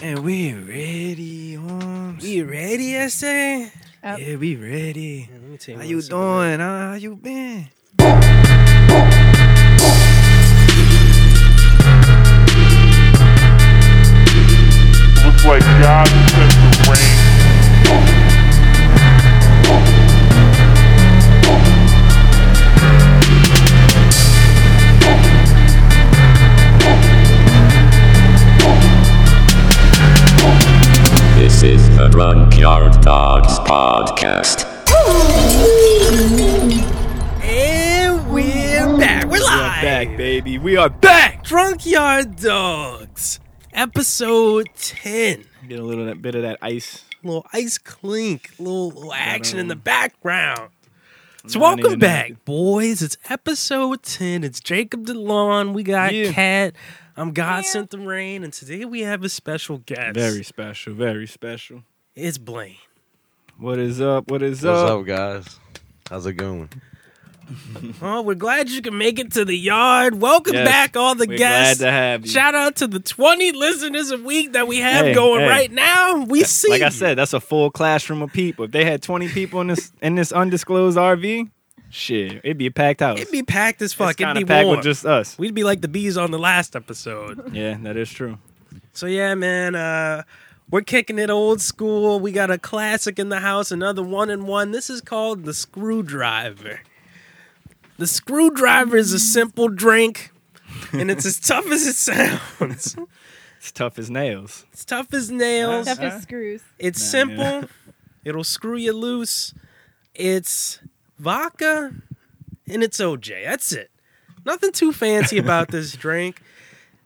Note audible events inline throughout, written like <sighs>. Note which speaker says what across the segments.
Speaker 1: And we ready, homes.
Speaker 2: We ready, I say?
Speaker 3: Up.
Speaker 1: Yeah, we ready.
Speaker 2: Man, let me tell
Speaker 1: How
Speaker 2: one
Speaker 1: you
Speaker 2: second.
Speaker 1: doing? Huh? How you been?
Speaker 4: Looks like God sent the rain.
Speaker 5: This is the Drunkyard Dogs Podcast.
Speaker 2: And we're back. We're live.
Speaker 1: Back, baby. We are back.
Speaker 2: Drunk Yard Dogs, episode 10.
Speaker 1: Get a little that bit of that ice.
Speaker 2: Little ice clink, little, little action in the background. So,
Speaker 1: Not
Speaker 2: welcome
Speaker 1: even-
Speaker 2: back, boys. It's episode 10. It's Jacob DeLon. We got
Speaker 1: Yeah.
Speaker 2: Kat. I'm God Sent the Rain. And today we have a special guest.
Speaker 1: Very special. Very special.
Speaker 2: It's Blaine.
Speaker 1: What is up? What is
Speaker 6: What's
Speaker 1: up?
Speaker 6: up, guys? How's it going?
Speaker 2: Oh, we're glad you can make it to the yard. Welcome
Speaker 1: Yes.
Speaker 2: back, all the
Speaker 1: We're
Speaker 2: guests.
Speaker 1: glad to have you.
Speaker 2: Shout out to the 20 listeners a week that we have
Speaker 1: Hey,
Speaker 2: going
Speaker 1: hey.
Speaker 2: right now. We see.
Speaker 1: like I
Speaker 2: you.
Speaker 1: said, that's a full classroom of people. If they had 20 people in this in this undisclosed RV, shit, it'd be a packed house.
Speaker 2: it'd be packed as fuck. It'd
Speaker 1: kind
Speaker 2: be
Speaker 1: of packed
Speaker 2: warm.
Speaker 1: with just us.
Speaker 2: We'd be like the bees on the last
Speaker 1: <laughs>
Speaker 2: episode.
Speaker 1: Yeah, that is true.
Speaker 2: so, yeah, man, uh, we're kicking it old school. We got a classic in the house, another one and one. This is called the screwdriver. The screwdriver is a simple drink, and it's as tough as it sounds. <laughs>
Speaker 1: It's tough as nails.
Speaker 2: It's tough as nails.
Speaker 3: Stuff is screws.
Speaker 2: It's
Speaker 1: Nah,
Speaker 2: simple.
Speaker 1: yeah. <laughs>
Speaker 2: It'll screw you loose. It's vodka and it's OJ. That's it. Nothing too fancy
Speaker 1: <laughs>
Speaker 2: about this drink.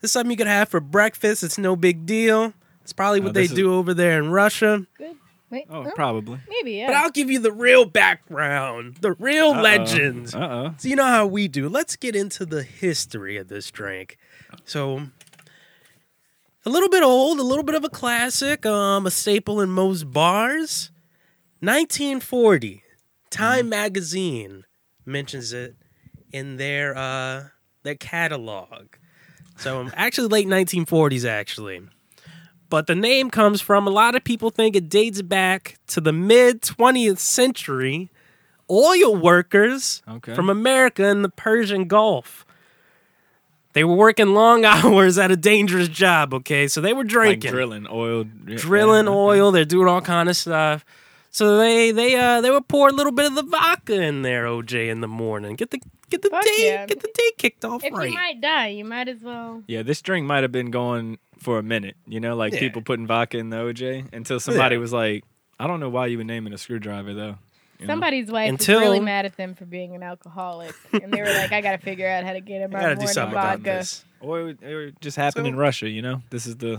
Speaker 2: This is something you could have for breakfast. It's no big deal. It's probably what
Speaker 1: Oh,
Speaker 2: they
Speaker 1: this is-
Speaker 2: do over there in Russia.
Speaker 3: Good. Wait.
Speaker 1: Oh,
Speaker 3: oh,
Speaker 1: probably.
Speaker 3: Maybe, yeah.
Speaker 2: But I'll give you the real background, the real legends.
Speaker 1: Uh oh.
Speaker 2: So you know how we do. Let's get into the history of this drink. So a little bit old, a little bit of a classic, um, a staple in most bars. 1940, Time magazine mentions it in their uh their catalog. So um, actually late 1940s actually. But the name comes from a lot of people think it dates back to the mid 20th century oil workers
Speaker 1: Okay.
Speaker 2: from America in the Persian Gulf. They were working long <laughs> hours at a dangerous job, okay? So they were
Speaker 1: Like
Speaker 2: drinking
Speaker 1: drilling oil. dri-
Speaker 2: drilling
Speaker 1: yeah.
Speaker 2: oil. They're doing all kind of stuff. So they they uh they would pour a little bit of the vodka in there, OJ, in the morning. Get the get the
Speaker 3: Fuck
Speaker 2: day
Speaker 3: yeah.
Speaker 2: get the day kicked off
Speaker 3: if
Speaker 2: right.
Speaker 3: you might die, you might as well.
Speaker 1: Yeah, this drink might have been going for a minute, you know, like
Speaker 2: Yeah. Oh,
Speaker 1: people putting vodka in the OJ until somebody
Speaker 2: Yeah.
Speaker 1: was like, I don't know why you would name it a screwdriver though. You know?
Speaker 3: Somebody's wife
Speaker 2: Until-
Speaker 3: was really mad at them for being an alcoholic, and they were like, "I gotta figure out how to get
Speaker 2: <laughs> I
Speaker 3: him our
Speaker 2: gotta
Speaker 3: morning
Speaker 2: do something
Speaker 3: vodka."
Speaker 2: about this.
Speaker 1: Or it, or it just happened
Speaker 2: So-
Speaker 1: in Russia, you know? This is the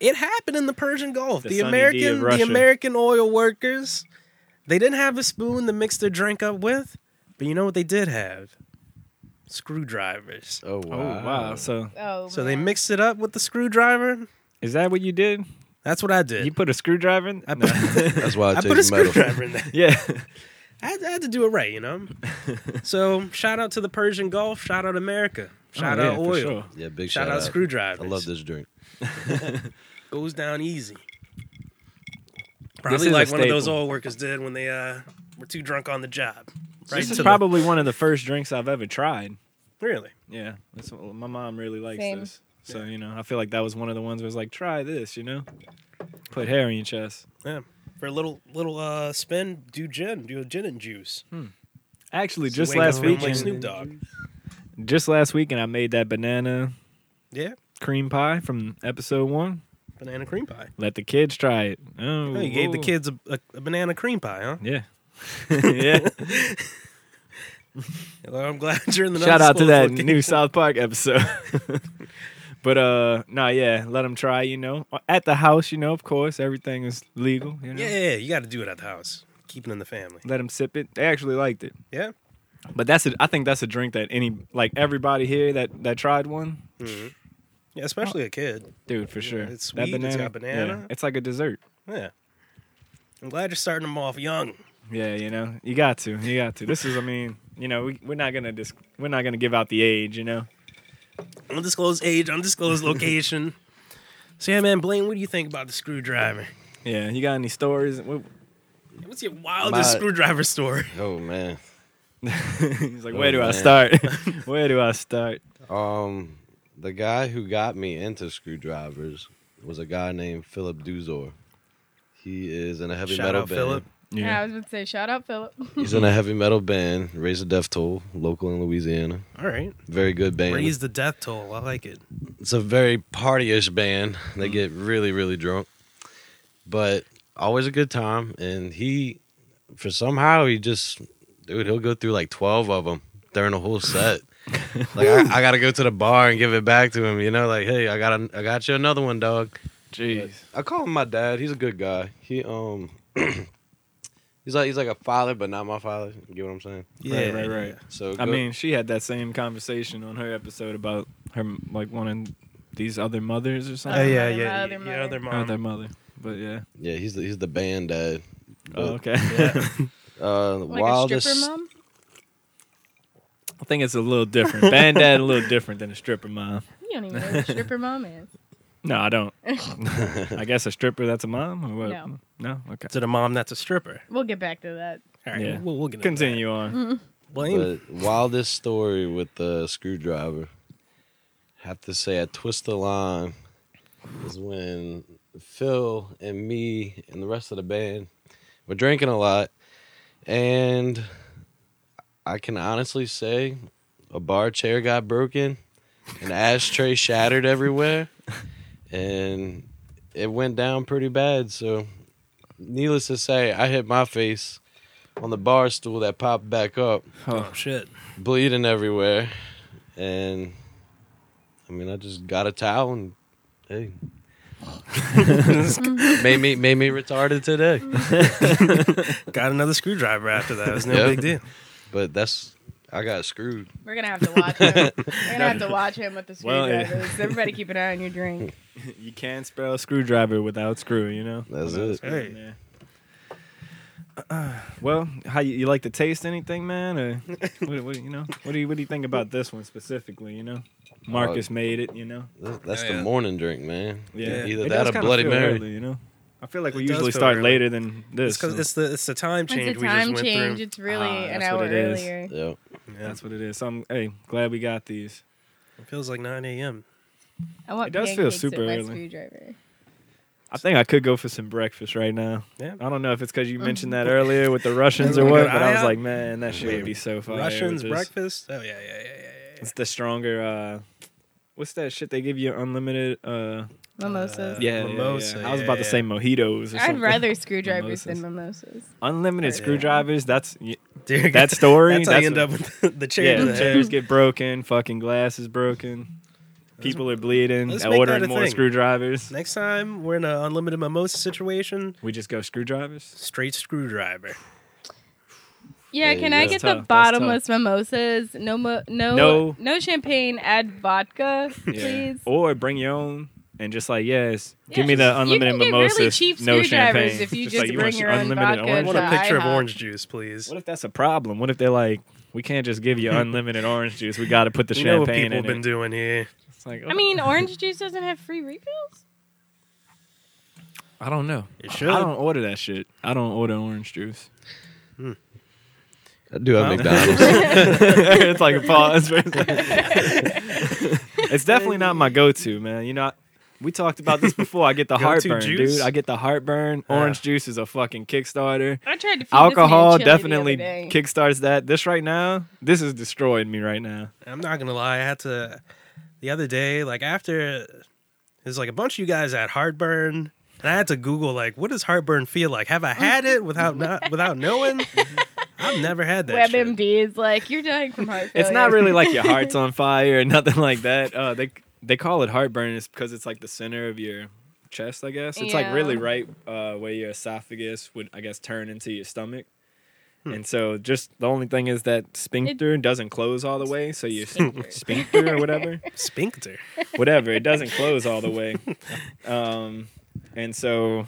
Speaker 2: It happened in the Persian Gulf.
Speaker 1: The
Speaker 2: The,
Speaker 1: Sunny D of
Speaker 2: American the
Speaker 1: Russia.
Speaker 2: American oil workers, they didn't have a spoon to mix their drink up with, but you know what they did have? Screwdrivers.
Speaker 1: Oh
Speaker 6: Oh wow!
Speaker 1: wow. So
Speaker 3: Oh,
Speaker 2: So they
Speaker 3: man.
Speaker 2: mixed it up with the screwdriver.
Speaker 1: is that what you did?
Speaker 2: That's what I did. <laughs>
Speaker 1: You put a screwdriver in?
Speaker 2: I put- <laughs>
Speaker 1: No.
Speaker 6: That's why I,
Speaker 2: I put
Speaker 6: take
Speaker 2: a
Speaker 6: metal.
Speaker 2: screwdriver in there.
Speaker 1: <laughs> yeah.
Speaker 2: I had, I had to do it right, you
Speaker 1: <laughs>
Speaker 2: know. so shout out to the Persian Gulf. Shout out America. Shout
Speaker 1: Oh, yeah,
Speaker 2: out
Speaker 1: for
Speaker 2: oil.
Speaker 1: sure.
Speaker 6: Yeah, big
Speaker 2: Shout, out
Speaker 6: I
Speaker 2: screwdrivers.
Speaker 6: love this
Speaker 1: <laughs>
Speaker 6: drink.
Speaker 2: Goes down easy. Probably
Speaker 1: is a
Speaker 2: like one of those
Speaker 1: staple.
Speaker 2: oil workers did when they uh, were too drunk on the job. Right
Speaker 1: This
Speaker 2: to
Speaker 1: is
Speaker 2: the-
Speaker 1: probably one of the first drinks I've ever tried.
Speaker 2: really.
Speaker 1: Yeah, that's what, my mom really likes
Speaker 3: Same.
Speaker 1: this. So you know, I feel like that was one of the ones where was like, try this, you know, put hair in your chest.
Speaker 2: Yeah. For a little little uh, spin, do gin, do a gin and juice.
Speaker 1: Actually,
Speaker 2: So
Speaker 1: just
Speaker 2: you wake
Speaker 1: last
Speaker 2: up feeling
Speaker 1: weekend,
Speaker 2: like Snoop Dogg.
Speaker 1: just last weekend, I made that banana
Speaker 2: Yeah,
Speaker 1: cream pie from episode one.
Speaker 2: banana cream pie.
Speaker 1: Let the kids try it. Oh,
Speaker 2: Oh, you gave the
Speaker 1: whoa.
Speaker 2: kids a, a, a banana cream pie, huh? <laughs>
Speaker 1: Yeah, yeah.
Speaker 2: Well, I'm glad <laughs> you're in the
Speaker 1: Shout out to
Speaker 2: undisclosed
Speaker 1: that
Speaker 2: location.
Speaker 1: new South Park episode. <laughs> but uh, nah, yeah, let them try. You know, at the house, you know, of course, everything is legal. You know,
Speaker 2: Yeah, <laughs> yeah, you got to do it at the house. Keep it in the family.
Speaker 1: let them sip it. They actually liked it.
Speaker 2: Yeah.
Speaker 1: But that's a, I think that's a drink that any like everybody here that that tried one,
Speaker 2: Yeah, especially a kid.
Speaker 1: dude, for sure.
Speaker 2: it's sweet, it's got banana.
Speaker 1: yeah, it's like a dessert.
Speaker 2: Yeah. I'm glad you're starting them off young.
Speaker 1: Yeah, you know, you got to, you got to. This is, I mean, you know, we, we're not gonna dis- we're not gonna give out the age, you know. <laughs>
Speaker 2: Undisclosed age, undisclosed location. So yeah, man, Blaine, what do you think about the screwdriver?
Speaker 1: Yeah, you got any stories? What-
Speaker 2: What's your wildest
Speaker 6: My-
Speaker 2: screwdriver story? <laughs>
Speaker 6: Oh man.
Speaker 1: <laughs> He's like, where
Speaker 6: Oh,
Speaker 1: do I
Speaker 6: man.
Speaker 1: start? <laughs> where do I start?
Speaker 6: Um, the guy who got me into screwdrivers was a guy named Philip Duzor. He is in a heavy
Speaker 2: Shout
Speaker 6: metal
Speaker 2: out,
Speaker 6: band.
Speaker 2: Philip.
Speaker 3: I was about to say, shout out Philip.
Speaker 6: He's in a heavy metal band, Raise the Death Toll, local in Louisiana.
Speaker 2: All right,
Speaker 6: Very good band.
Speaker 2: raise the death toll. I like it.
Speaker 6: it's a very partyish band. They
Speaker 1: Mm-hmm.
Speaker 6: get really, really drunk, but always a good time. And he, for somehow, he just, dude, he'll go through like 12 of them during the
Speaker 1: <laughs>
Speaker 6: whole set. like, I, I got to go to the bar and give it back to him, you know, like, hey, I got, a, I got you another one, dog.
Speaker 1: Jeez.
Speaker 6: I call him my dad. He's a good guy. He, um, <clears throat> he's like, he's like a father, but not my father. You get what I'm saying?
Speaker 1: Right, right, right.
Speaker 6: So,
Speaker 1: I
Speaker 6: go-
Speaker 1: mean, she had that same conversation on her episode about her like wanting these other mothers or
Speaker 2: Yeah,
Speaker 1: something.
Speaker 2: yeah, yeah.
Speaker 3: My
Speaker 2: Oh, yeah,
Speaker 3: other
Speaker 2: Your
Speaker 3: mother.
Speaker 2: other
Speaker 1: Her
Speaker 2: mom.
Speaker 1: Other mother. But yeah.
Speaker 6: yeah, he's the, he's the band dad.
Speaker 1: Oh,
Speaker 6: But,
Speaker 1: okay. <laughs>
Speaker 6: Uh,
Speaker 3: Like
Speaker 6: wildest.
Speaker 3: a stripper mom?
Speaker 1: I think it's a little different. Band dad a little different than a stripper mom.
Speaker 3: You don't even know what a stripper mom is.
Speaker 1: No, I <laughs> don't. I guess a stripper that's a mom or what?
Speaker 3: No.
Speaker 1: No? Okay.
Speaker 2: To the mom that's a stripper.
Speaker 3: We'll get back to that.
Speaker 2: All right,
Speaker 1: Yeah.
Speaker 2: we'll, we'll get into that.
Speaker 1: Continue on.
Speaker 2: Blaine,
Speaker 6: But wildest story with the screwdriver. Have to say, I twist the line is when Phil and me and the rest of the band were drinking a lot, and I can honestly say, a bar chair got broken, an ashtray shattered everywhere, and it went down pretty bad. So, needless to say, I hit my face on the bar stool that popped back up
Speaker 2: oh
Speaker 1: <laughs>
Speaker 2: shit.
Speaker 6: bleeding everywhere, and I mean, I just got a towel and hey, made me made me retarded today.
Speaker 2: Got another screwdriver after that. It
Speaker 1: <laughs>
Speaker 2: was no
Speaker 6: Yep.
Speaker 2: big deal.
Speaker 6: But that's I got screwed.
Speaker 3: We're gonna have to watch him. We're gonna have to watch him with the
Speaker 1: Well, yeah.
Speaker 3: screwdrivers. Everybody keep an eye on your drink.
Speaker 1: <laughs> You can't spell screwdriver without screw, you know?
Speaker 6: That's
Speaker 1: Without
Speaker 6: it.
Speaker 1: screw,
Speaker 2: Hey.
Speaker 1: yeah. Uh, well, how you, you like to taste anything, man?
Speaker 6: <laughs>
Speaker 1: Or what, what, you know, what do you what do you think about this one specifically? You know,
Speaker 6: Uh,
Speaker 1: Marcus made it. You know,
Speaker 6: That- That's
Speaker 2: Yeah.
Speaker 6: the morning drink, man.
Speaker 1: yeah,
Speaker 6: either
Speaker 1: It does
Speaker 6: that or
Speaker 1: kinda
Speaker 6: Bloody
Speaker 1: feel
Speaker 6: Mary.
Speaker 1: early, you know, I feel like we
Speaker 2: It does
Speaker 1: usually
Speaker 2: feel
Speaker 1: start
Speaker 2: early.
Speaker 1: later than
Speaker 2: It's
Speaker 1: this.
Speaker 2: 'cause
Speaker 1: so-
Speaker 2: it's the it's the time change
Speaker 3: it's a
Speaker 2: we
Speaker 3: time
Speaker 2: just went
Speaker 3: change.
Speaker 2: through.
Speaker 3: It's really
Speaker 1: Ah,
Speaker 3: an
Speaker 1: that's
Speaker 3: hour
Speaker 1: what it is.
Speaker 3: earlier.
Speaker 6: Yep.
Speaker 1: that's what it is. So I'm hey, glad we got these.
Speaker 2: It feels like 9 a.m.
Speaker 3: I want
Speaker 1: It does feel
Speaker 3: pancakes
Speaker 1: super
Speaker 3: at my
Speaker 1: early.
Speaker 3: screwdriver.
Speaker 1: I think I could go for some breakfast right now.
Speaker 2: Yeah.
Speaker 1: I don't know if it's because you
Speaker 3: Mm.
Speaker 1: mentioned that earlier with the Russians or
Speaker 2: Everyone
Speaker 1: what,
Speaker 2: got
Speaker 1: but I was
Speaker 2: IHOP?
Speaker 1: like, man, that shit would be so fire. with
Speaker 2: Russians
Speaker 1: this.
Speaker 2: breakfast. Oh yeah, yeah, yeah, yeah. yeah.
Speaker 1: It's the stronger. uh What's that shit they give you? Unlimited. uh
Speaker 3: Mimosas.
Speaker 1: Yeah, yeah,
Speaker 2: Mimosa,
Speaker 1: yeah. I was about to
Speaker 2: yeah,
Speaker 1: say
Speaker 2: yeah.
Speaker 1: mojitos. Or
Speaker 3: I'd
Speaker 1: something.
Speaker 3: rather screwdrivers than mimosas.
Speaker 1: unlimited
Speaker 2: Oh, Yeah. <laughs>
Speaker 1: screwdrivers. That's y-
Speaker 2: Dear
Speaker 1: that
Speaker 2: God.
Speaker 1: story.
Speaker 2: That's how you end up with the, the chair.
Speaker 1: Yeah,
Speaker 2: to the
Speaker 1: <laughs>
Speaker 2: head.
Speaker 1: chairs get broken. Fucking glass is broken. People are bleeding.
Speaker 2: let's make that
Speaker 1: Ordering
Speaker 2: a
Speaker 1: more
Speaker 2: thing.
Speaker 1: screwdrivers.
Speaker 2: Next time we're in an unlimited mimosa situation,
Speaker 1: We just go screwdrivers.
Speaker 2: straight screwdriver.
Speaker 3: Yeah,
Speaker 6: Yeah,
Speaker 3: can
Speaker 6: yeah.
Speaker 3: I
Speaker 1: That's
Speaker 3: get
Speaker 1: tough,
Speaker 3: the
Speaker 1: that's
Speaker 3: bottomless mimosas? No, mo- no,
Speaker 1: No. Oh,
Speaker 3: no, champagne. Add
Speaker 1: <laughs>
Speaker 3: vodka, please.
Speaker 1: Or bring your own and just like yes, give
Speaker 3: Yeah,
Speaker 1: me the unlimited
Speaker 3: you can get
Speaker 1: mimosas.
Speaker 3: really cheap
Speaker 1: no
Speaker 3: screwdrivers
Speaker 1: champagne.
Speaker 3: if you
Speaker 1: like,
Speaker 3: just
Speaker 1: want
Speaker 3: bring your own
Speaker 1: unlimited
Speaker 3: vodka.
Speaker 2: I
Speaker 1: orange.
Speaker 2: want a
Speaker 3: to
Speaker 2: picture of
Speaker 3: IHOP.
Speaker 2: orange juice, please.
Speaker 1: What if that's a problem? What if they're like, we can't just
Speaker 3: <laughs>
Speaker 1: give you unlimited orange juice. We got to put the
Speaker 2: you know what
Speaker 1: champagne
Speaker 2: people have
Speaker 1: in
Speaker 2: been
Speaker 1: it.
Speaker 2: doing here.
Speaker 1: It's like, oh.
Speaker 3: I mean, orange juice doesn't have free refills.
Speaker 1: I don't know.
Speaker 2: It
Speaker 1: I-
Speaker 2: should.
Speaker 1: I <laughs> don't order that shit. I don't order orange juice.
Speaker 6: I do have
Speaker 1: Huh? <laughs>
Speaker 6: McDonald's.
Speaker 1: <laughs> it's <laughs> like a pause. it's definitely not my go-to, man. You know, I- we talked about this before. I get <laughs> the
Speaker 2: Go-to
Speaker 1: heartburn,
Speaker 2: juice?
Speaker 1: dude. I get the heartburn. Orange juice is a fucking Kickstarter.
Speaker 3: I tried to feed
Speaker 1: Alcohol
Speaker 3: this man chili
Speaker 1: definitely
Speaker 3: the other day.
Speaker 1: kickstarts that. This right now, this is destroying me right now.
Speaker 2: I'm not gonna lie. I had to the other day, like after there's like a bunch of you guys at heartburn, and I had to Google like, what does heartburn feel like? Have I had it without not without knowing? I've never had that. shit.
Speaker 3: WebMD is like, you're dying from heart failure.
Speaker 1: It's not really
Speaker 3: <laughs>
Speaker 1: like your heart's on fire or nothing like that. Uh, they they call it heartburn is because it's like the center of your chest, I guess. It's like
Speaker 3: Yeah.
Speaker 1: really right uh, where your esophagus would, I guess, turn into your stomach. And so, just the only thing is that sphincter doesn't close all the way, so your sphincter,
Speaker 3: Sphincter.
Speaker 1: sphincter or whatever,
Speaker 2: Sphincter.
Speaker 1: whatever, it doesn't close all the way. Um, and so,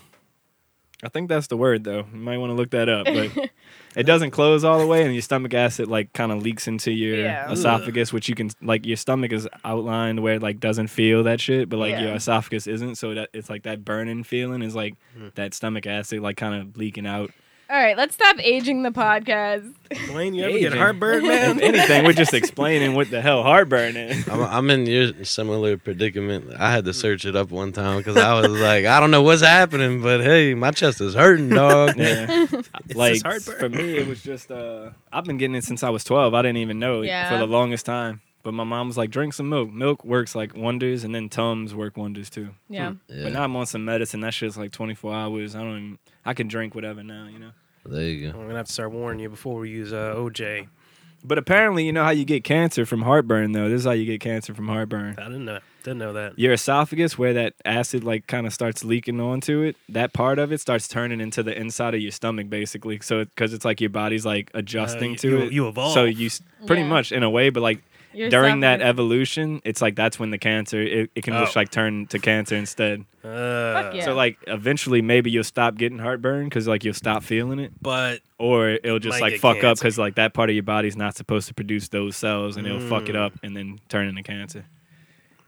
Speaker 1: I think that's the word though. You might want to look that up,
Speaker 3: <laughs>
Speaker 1: but it doesn't close all the way, and your stomach acid like kind of leaks into your
Speaker 3: Yeah.
Speaker 1: esophagus, which you can like your stomach is outlined where it like doesn't feel that shit, but like
Speaker 3: Yeah.
Speaker 1: your esophagus isn't, so that it's like that burning feeling is like that stomach acid like kind of leaking
Speaker 3: <laughs>
Speaker 1: out.
Speaker 3: All right, let's stop aging the podcast.
Speaker 2: Blaine, you ever get
Speaker 1: Aging.
Speaker 2: heartburn,
Speaker 1: <laughs> If
Speaker 2: man?
Speaker 1: anything, we're just explaining what the hell heartburn is.
Speaker 6: <laughs> I'm, I'm in your similar predicament. I had to search it up one time because I was like, I don't know what's happening, but hey, my chest is hurting, dog.
Speaker 1: Yeah. like
Speaker 2: just heartburn.
Speaker 1: for me, it was just uh, I've been getting it since I was twelve. I didn't even know
Speaker 3: Yeah.
Speaker 1: it for the longest time. But my mom was like, "Drink some milk. Milk works like wonders, and then Tums work wonders too."
Speaker 3: Yeah.
Speaker 1: But
Speaker 6: Yeah,
Speaker 1: now I'm on some medicine. That shit's like 24 hours. I don't. Even, I can drink whatever now, you know.
Speaker 6: there you
Speaker 2: I'm
Speaker 6: go.
Speaker 2: going to have to start warning you before we use uh, OJ.
Speaker 1: But apparently, you know how you get cancer from heartburn though. This is how you get cancer from heartburn.
Speaker 2: I didn't know. Didn't know that.
Speaker 1: Your esophagus, where that acid like kind of starts leaking onto it, that part of it starts turning into the inside of your stomach, basically. So because it's like your body's like adjusting
Speaker 2: you-
Speaker 1: to
Speaker 2: Uh, you-
Speaker 1: it.
Speaker 2: you evolve.
Speaker 1: So you s- pretty
Speaker 3: Yeah.
Speaker 1: much in a way, but like
Speaker 3: Your
Speaker 1: during that
Speaker 3: esophagus-
Speaker 1: evolution, it's like that's when the cancer it, it can
Speaker 2: Oh.
Speaker 1: just like turn to cancer instead.
Speaker 2: Uh,
Speaker 3: Fuck yeah.
Speaker 1: So like eventually maybe you'll stop getting heartburn because like you'll stop feeling it,
Speaker 2: But
Speaker 1: or it'll just
Speaker 2: Might
Speaker 1: like
Speaker 2: get
Speaker 1: fuck up 'cause up
Speaker 2: cancer.
Speaker 1: because like that part of your body's not supposed to produce those cells and it'll
Speaker 2: Mm.
Speaker 1: fuck it up and then turn into cancer.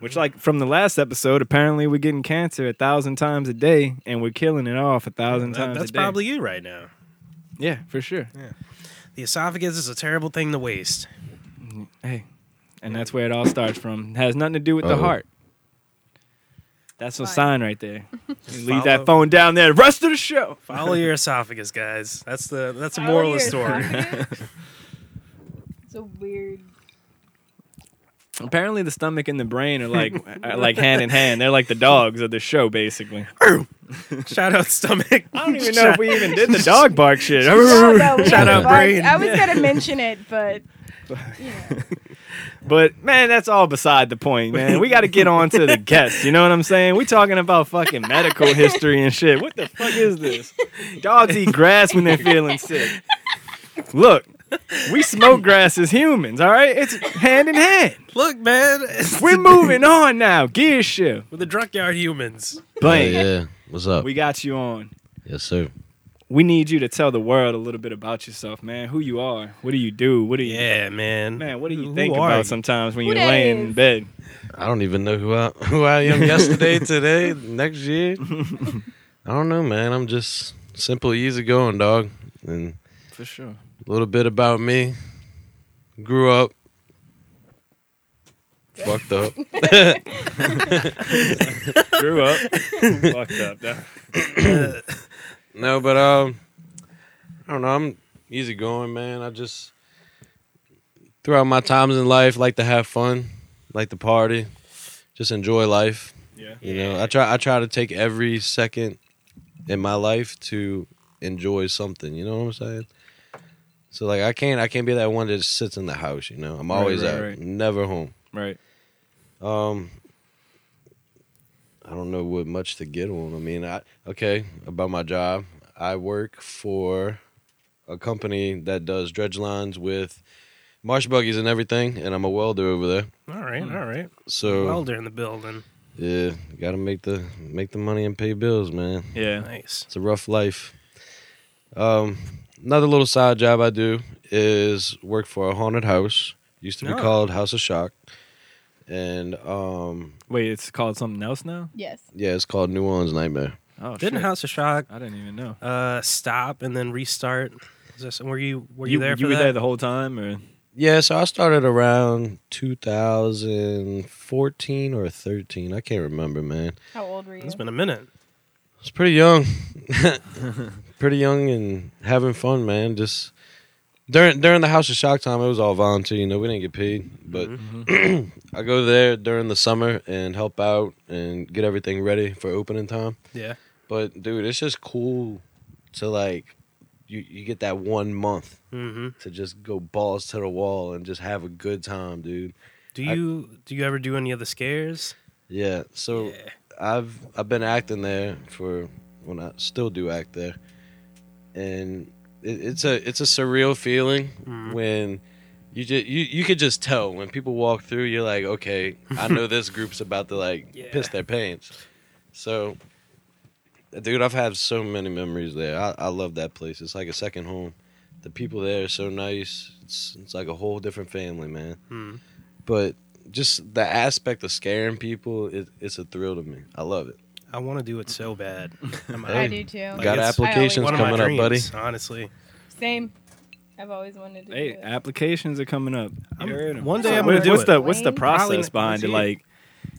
Speaker 1: Which like from the last episode, apparently we're getting cancer a thousand times a day and we're killing it off a thousand
Speaker 2: that-
Speaker 1: times. a
Speaker 2: uh, that's
Speaker 1: day.
Speaker 2: probably you right now.
Speaker 1: yeah for sure.
Speaker 2: The esophagus is a terrible thing to waste.
Speaker 1: Hey, and that's where it all starts from. It has nothing to do with the
Speaker 6: Uh-oh.
Speaker 1: heart. That's a
Speaker 3: Fine.
Speaker 1: sign right there. You leave
Speaker 2: follow-
Speaker 1: that phone down there. Rest of the show.
Speaker 2: Follow
Speaker 1: <laughs>
Speaker 2: your esophagus, guys. That's the that's the
Speaker 3: Follow
Speaker 2: moral of
Speaker 3: your
Speaker 2: the story.
Speaker 3: esophagus? Oh, it's a
Speaker 1: <laughs>
Speaker 3: weird.
Speaker 1: Apparently, the stomach and the brain are
Speaker 2: <laughs>
Speaker 1: like are like hand in hand. They're like the dogs of the show, basically.
Speaker 2: Shout out stomach. <laughs>
Speaker 1: I don't even know if we even did the dog bark shit.
Speaker 3: No, no, we
Speaker 2: Shout out
Speaker 3: fucked.
Speaker 2: Brain.
Speaker 3: I was gonna mention it, but
Speaker 1: But man, that's all beside the point, man. We got to get on to the guests. You know what I'm saying? We talking about fucking medical history and shit. What the fuck is this? Dogs eat grass when they're feeling sick. Look, we smoke grass as humans. All right, it's hand in hand.
Speaker 2: Look, man, it's
Speaker 1: We're moving on now. Gear shift.
Speaker 2: with the drunk yard humans.
Speaker 1: Blaine,
Speaker 6: Yeah, yeah. What's up?
Speaker 1: we got you on.
Speaker 6: yes, sir.
Speaker 1: We need you to tell the world a little bit about yourself, man. Who you are? What do you do? What do you?
Speaker 2: Yeah, man.
Speaker 1: Man, what do you
Speaker 2: Who
Speaker 1: think
Speaker 2: are
Speaker 1: about
Speaker 2: you?
Speaker 1: sometimes when
Speaker 3: Who
Speaker 1: you're
Speaker 3: that
Speaker 1: laying in
Speaker 3: is?
Speaker 1: bed?
Speaker 6: I don't even know who I <laughs> who I am yesterday, today, next year. I don't know, man. I'm just simple, easy going, dog. And
Speaker 1: For sure.
Speaker 6: a little bit about me. Grew up. Fucked up.
Speaker 2: <laughs>
Speaker 1: Grew up. Fucked up. though.
Speaker 6: No, but um, I don't know. I'm easy going, man. I just throughout my times in life like to have fun, like to party, just enjoy life.
Speaker 1: Yeah.
Speaker 6: You know, I try I try to take every second in my life to enjoy something, you know what I'm saying? So like I can't I can't be that one that just sits in the house, you know. I'm
Speaker 1: Right,
Speaker 6: always
Speaker 1: right,
Speaker 6: out,
Speaker 1: right.
Speaker 6: never home.
Speaker 1: Right.
Speaker 6: Um I don't know what much to get on. I mean, I okay, about my job. I work for a company that does dredge lines with marsh buggies and everything, and I'm a welder over there.
Speaker 2: All right, all right.
Speaker 6: So
Speaker 2: Welder in the building.
Speaker 6: yeah, got to make the make the money and pay bills, man.
Speaker 1: Yeah.
Speaker 2: Nice.
Speaker 6: It's a rough life. Um, another little side job I do is work for a haunted house. Used to be
Speaker 2: Oh.
Speaker 6: called House of Shock, and um,
Speaker 1: Wait, it's called something else now?
Speaker 3: yes.
Speaker 6: yeah, it's called New Orleans Nightmare.
Speaker 1: Oh,
Speaker 2: Didn't
Speaker 1: shit.
Speaker 2: House of Shock
Speaker 1: I didn't even know.
Speaker 2: uh, stop and then restart? Is this, were you were you,
Speaker 1: you
Speaker 2: there?
Speaker 1: you
Speaker 2: for
Speaker 1: were
Speaker 2: that?
Speaker 1: there the whole time, or
Speaker 6: Yeah, so I started around 2014 or 13. I can't remember, man.
Speaker 3: How old were you?
Speaker 2: It's been a minute.
Speaker 6: I was pretty young, <laughs> pretty young, and having fun, man. Just during during the House of Shock time, it was all volunteer. You know, we didn't get paid, but
Speaker 1: Mm-hmm.
Speaker 2: <laughs>
Speaker 6: I go there during the summer and help out and get everything ready for opening time.
Speaker 2: Yeah.
Speaker 6: But dude, it's just cool to like you you get that one month
Speaker 2: Mm-hmm.
Speaker 6: to just go balls to the wall and just have a good time, dude.
Speaker 2: Do
Speaker 6: I-
Speaker 2: you do you ever do any of the scares?
Speaker 6: Yeah. So I've I've been acting there for when I still do act there, and it, it's a it's a surreal feeling when you just you you could just tell when people walk through. You're like, okay, I know this group's about to like
Speaker 2: Yeah.
Speaker 6: piss their pants. So dude, I've had so many memories there. I, I love that place. It's like a second home. The people there are so nice. It's it's like a whole different family, man.
Speaker 2: Hmm.
Speaker 6: But just the aspect of scaring people, it, it's a thrill to me. I love it.
Speaker 2: I want to do it so bad.
Speaker 1: <laughs>
Speaker 2: I'm
Speaker 6: Hey,
Speaker 3: I
Speaker 2: out.
Speaker 3: do too.
Speaker 2: Like,
Speaker 6: Got
Speaker 2: it's-
Speaker 6: applications
Speaker 2: One of my
Speaker 6: coming up,
Speaker 2: dreams,
Speaker 6: buddy.
Speaker 2: honestly.
Speaker 3: Same. I've always wanted to.
Speaker 1: Hey,
Speaker 3: do it.
Speaker 1: applications are coming up.
Speaker 2: I'm-
Speaker 1: You heard 'em.
Speaker 2: one day
Speaker 1: So
Speaker 2: I'm
Speaker 1: what-
Speaker 2: gonna do
Speaker 1: what's
Speaker 2: it.
Speaker 1: the what's the
Speaker 3: Probably
Speaker 1: process
Speaker 2: next
Speaker 1: behind it?
Speaker 2: year.
Speaker 1: Like,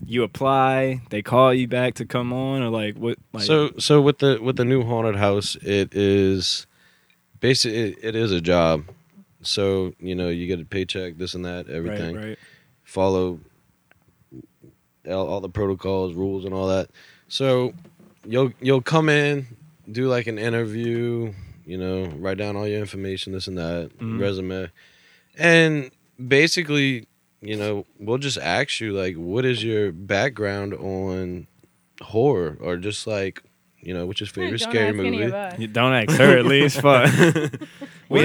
Speaker 1: you apply, they call you back to come on, or like what? Like,
Speaker 6: so so with the with the new haunted house it is basically it, it is a job so you know you get a paycheck this and that everything
Speaker 1: right, right.
Speaker 6: follow all, all the protocols rules and all that so you'll you'll come in do like an interview you know write down all your information this and that
Speaker 1: Mhm.
Speaker 6: resume and basically you know we'll just ask you like what is your background on horror or just like you know what's your
Speaker 3: Hey,
Speaker 6: favorite
Speaker 3: don't
Speaker 6: scary
Speaker 3: ask any of
Speaker 6: movie
Speaker 3: us.
Speaker 1: You don't ask her at least.
Speaker 6: <laughs>
Speaker 1: Fuck. we
Speaker 6: What
Speaker 1: had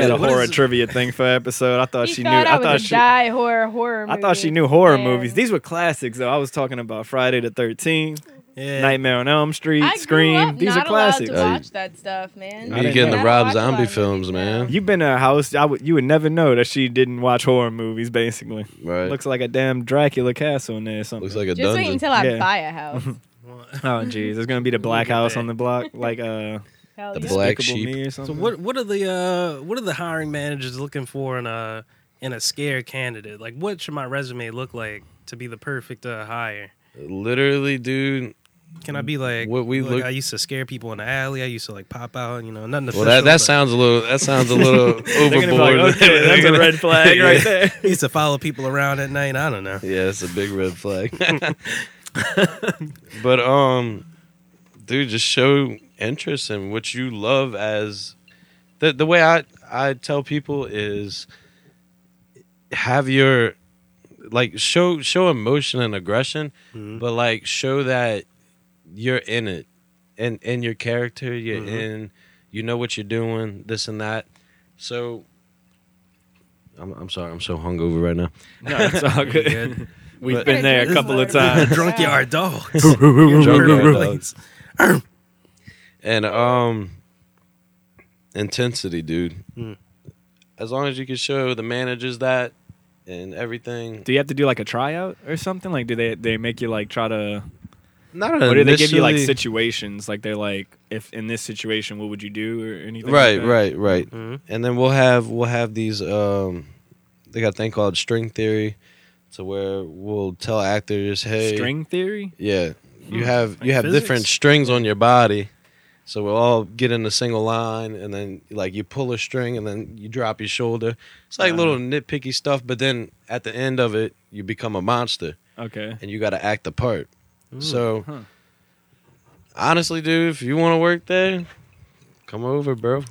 Speaker 6: is-
Speaker 1: a
Speaker 6: what
Speaker 1: horror
Speaker 6: is-
Speaker 1: trivia thing for episode. I thought
Speaker 3: He
Speaker 1: she
Speaker 3: thought
Speaker 1: knew.
Speaker 3: I
Speaker 1: I
Speaker 3: was
Speaker 1: thought
Speaker 3: a
Speaker 1: she.
Speaker 3: die horror horror.
Speaker 1: I
Speaker 3: Movie.
Speaker 1: thought she knew horror
Speaker 3: fan.
Speaker 1: movies. These were classics, though. I was talking about Friday the Thirteenth,
Speaker 2: Yeah.
Speaker 1: Nightmare on Elm Street,
Speaker 3: I grew
Speaker 1: Scream.
Speaker 3: up
Speaker 1: These
Speaker 3: not
Speaker 1: are classics.
Speaker 3: Allowed to watch that stuff, man.
Speaker 1: I
Speaker 6: you need to
Speaker 1: didn't
Speaker 6: get in
Speaker 1: know.
Speaker 6: the
Speaker 3: I
Speaker 6: rob
Speaker 3: watch a lot of
Speaker 6: zombie
Speaker 3: movies
Speaker 6: films
Speaker 3: now.
Speaker 6: man
Speaker 1: You've been in a house. I would. You would never know that she didn't watch horror movies. Basically,
Speaker 6: right
Speaker 1: looks like a damn Dracula castle in there. Or something.
Speaker 6: looks like a
Speaker 3: Just wait
Speaker 6: dungeon
Speaker 3: until I
Speaker 1: Yeah.
Speaker 3: buy
Speaker 1: <laughs>
Speaker 3: a house.
Speaker 1: Oh jeez, there's gonna
Speaker 3: <laughs>
Speaker 1: be the black
Speaker 2: Look at
Speaker 1: house
Speaker 2: that.
Speaker 1: on the block, like uh,
Speaker 3: Hell
Speaker 6: The
Speaker 3: yeah.
Speaker 6: black
Speaker 1: Despicable
Speaker 6: sheep.
Speaker 1: Me or
Speaker 2: So
Speaker 1: something.
Speaker 2: what what are the uh what are the hiring managers looking for in a in a scare candidate? Like what should my resume look like to be the perfect uh, hire?
Speaker 6: literally dude
Speaker 1: <laughs>
Speaker 2: Can I be like
Speaker 6: What we
Speaker 2: look,
Speaker 6: look-
Speaker 2: I used to scare people in the alley. I used to like pop out, you know, nothing official.
Speaker 6: Well, that, that
Speaker 2: but
Speaker 6: sounds a little that sounds a little
Speaker 1: <laughs> They're gonna be like,
Speaker 6: overboard. <laughs>
Speaker 1: okay, that's a red flag right
Speaker 6: Yeah.
Speaker 1: there.
Speaker 2: I <laughs> used to follow people around at night. I don't know.
Speaker 6: Yeah, it's a big red flag. <laughs> but um, dude, just show interest in what you love as the the way I I tell people is have your like show show emotion and aggression,
Speaker 2: Mhm.
Speaker 6: but like show that you're in it and in your character, you're
Speaker 2: Mhm.
Speaker 6: in, you know what you're doing, this and that. So. I'm, I'm sorry. I'm so hungover right now.
Speaker 1: No, it's all good. <laughs>
Speaker 2: Good.
Speaker 1: We've
Speaker 6: But-
Speaker 1: been there a couple of times.
Speaker 6: <laughs>
Speaker 2: Drunk yard dogs.
Speaker 6: Drunk
Speaker 1: <laughs>
Speaker 6: yard
Speaker 2: Drunkyard
Speaker 6: dogs. And um intensity, dude.
Speaker 2: Mm.
Speaker 6: As long as you can show the managers that and everything.
Speaker 1: Do you have to do like a tryout or something? Like, do they they make you like try to?
Speaker 6: Not
Speaker 1: Or do they give you like
Speaker 6: initially-
Speaker 1: situations? Like they're like, if in this situation, what would you do or anything? like
Speaker 6: Right,
Speaker 1: that?
Speaker 6: right, right.
Speaker 2: Mhm.
Speaker 6: And then we'll have we'll have these um they got a thing called string theory to where we'll tell actors, "Hey,
Speaker 1: String theory.
Speaker 6: Yeah.
Speaker 1: Hmm.
Speaker 6: You have you
Speaker 2: Like
Speaker 6: have different
Speaker 2: physics?
Speaker 6: strings on your body. So we'll all get in a single line and then like you pull a string and then you drop your shoulder. It's like
Speaker 1: Uh-huh.
Speaker 6: little nitpicky stuff, but then at the end of it you become a monster
Speaker 1: Okay.
Speaker 6: and you gotta act the part. so
Speaker 1: huh.
Speaker 6: honestly, dude, if you wanna work there, come over, bro.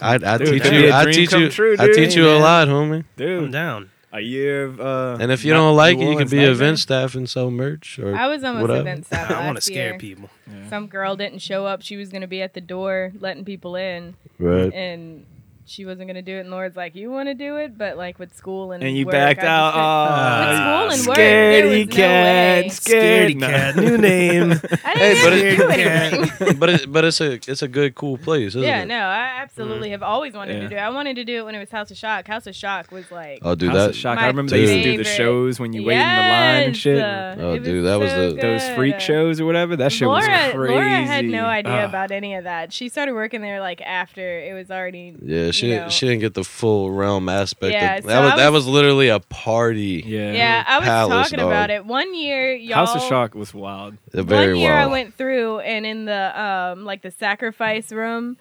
Speaker 6: I, I
Speaker 1: Dude,
Speaker 6: teach
Speaker 1: that'd be
Speaker 6: you
Speaker 1: a
Speaker 6: I
Speaker 1: dream
Speaker 6: teach
Speaker 1: come
Speaker 6: you
Speaker 1: true,
Speaker 6: I
Speaker 1: dude.
Speaker 6: teach you
Speaker 2: Hey,
Speaker 6: a
Speaker 2: man.
Speaker 6: lot, homie.
Speaker 2: I'm
Speaker 1: Dude,
Speaker 2: down.
Speaker 1: a year of. Uh,
Speaker 6: And if you
Speaker 1: not
Speaker 6: don't like
Speaker 1: New
Speaker 6: it, you can
Speaker 1: Orleans
Speaker 6: be
Speaker 1: nightmare?
Speaker 6: a event staff and sell merch or
Speaker 3: I was almost
Speaker 6: whatever.
Speaker 1: <laughs>
Speaker 3: event
Speaker 2: <laughs>
Speaker 3: staff
Speaker 2: I want to
Speaker 3: last
Speaker 2: scare
Speaker 3: year.
Speaker 2: people.
Speaker 3: Some girl didn't show up. She was gonna be at the door letting people in,
Speaker 6: Right.
Speaker 3: and she wasn't gonna do it. And Lord's like, "You want to do it?" But like with school and
Speaker 1: And you
Speaker 3: work,
Speaker 1: backed
Speaker 3: I just
Speaker 1: out.
Speaker 3: couldn't-
Speaker 1: Oh,
Speaker 3: With school and work, there
Speaker 1: scaredy
Speaker 3: was no
Speaker 1: cat,
Speaker 3: way.
Speaker 1: scaredy cat.
Speaker 2: New
Speaker 1: <laughs>
Speaker 2: name.
Speaker 3: <laughs> I
Speaker 6: Hey,
Speaker 3: didn't
Speaker 6: but
Speaker 3: even
Speaker 6: it-
Speaker 3: do
Speaker 6: <laughs>
Speaker 3: anything.
Speaker 6: but it, but it's a it's a good cool place, isn't
Speaker 3: Yeah,
Speaker 6: it?
Speaker 3: no, I absolutely have always
Speaker 1: Mm.
Speaker 3: wanted
Speaker 1: Yeah.
Speaker 3: to do it. I wanted to do it when it was House of Shock. House of Shock was like,
Speaker 6: I'll do
Speaker 1: Dude, that's
Speaker 6: that.
Speaker 1: a shock.
Speaker 3: My
Speaker 1: I remember they used to do the
Speaker 3: favorite.
Speaker 1: shows when you wait in the line and shit.
Speaker 3: Yes, uh,
Speaker 6: Oh,
Speaker 3: it was
Speaker 6: dude, that was
Speaker 3: so
Speaker 6: the-
Speaker 1: Those freak
Speaker 3: good.
Speaker 1: shows or whatever. That shit
Speaker 3: Laura,
Speaker 1: was crazy.
Speaker 3: Laura had no
Speaker 1: Ah.
Speaker 3: idea about any of that. She started working there like after it was already.
Speaker 6: Yeah, she
Speaker 3: you
Speaker 6: didn't,
Speaker 3: know.
Speaker 6: she didn't get the full realm aspect.
Speaker 3: Yeah,
Speaker 6: of,
Speaker 3: so
Speaker 6: that was,
Speaker 3: I
Speaker 6: that was literally a party.
Speaker 1: Ah, Yeah.
Speaker 3: Yeah, I was
Speaker 6: Palace,
Speaker 3: talking about
Speaker 6: dog.
Speaker 3: it. One year, y'all.
Speaker 1: House of Shock was wild.
Speaker 6: A Very
Speaker 3: one year
Speaker 6: wild.
Speaker 3: I went through and in the um like the sacrifice room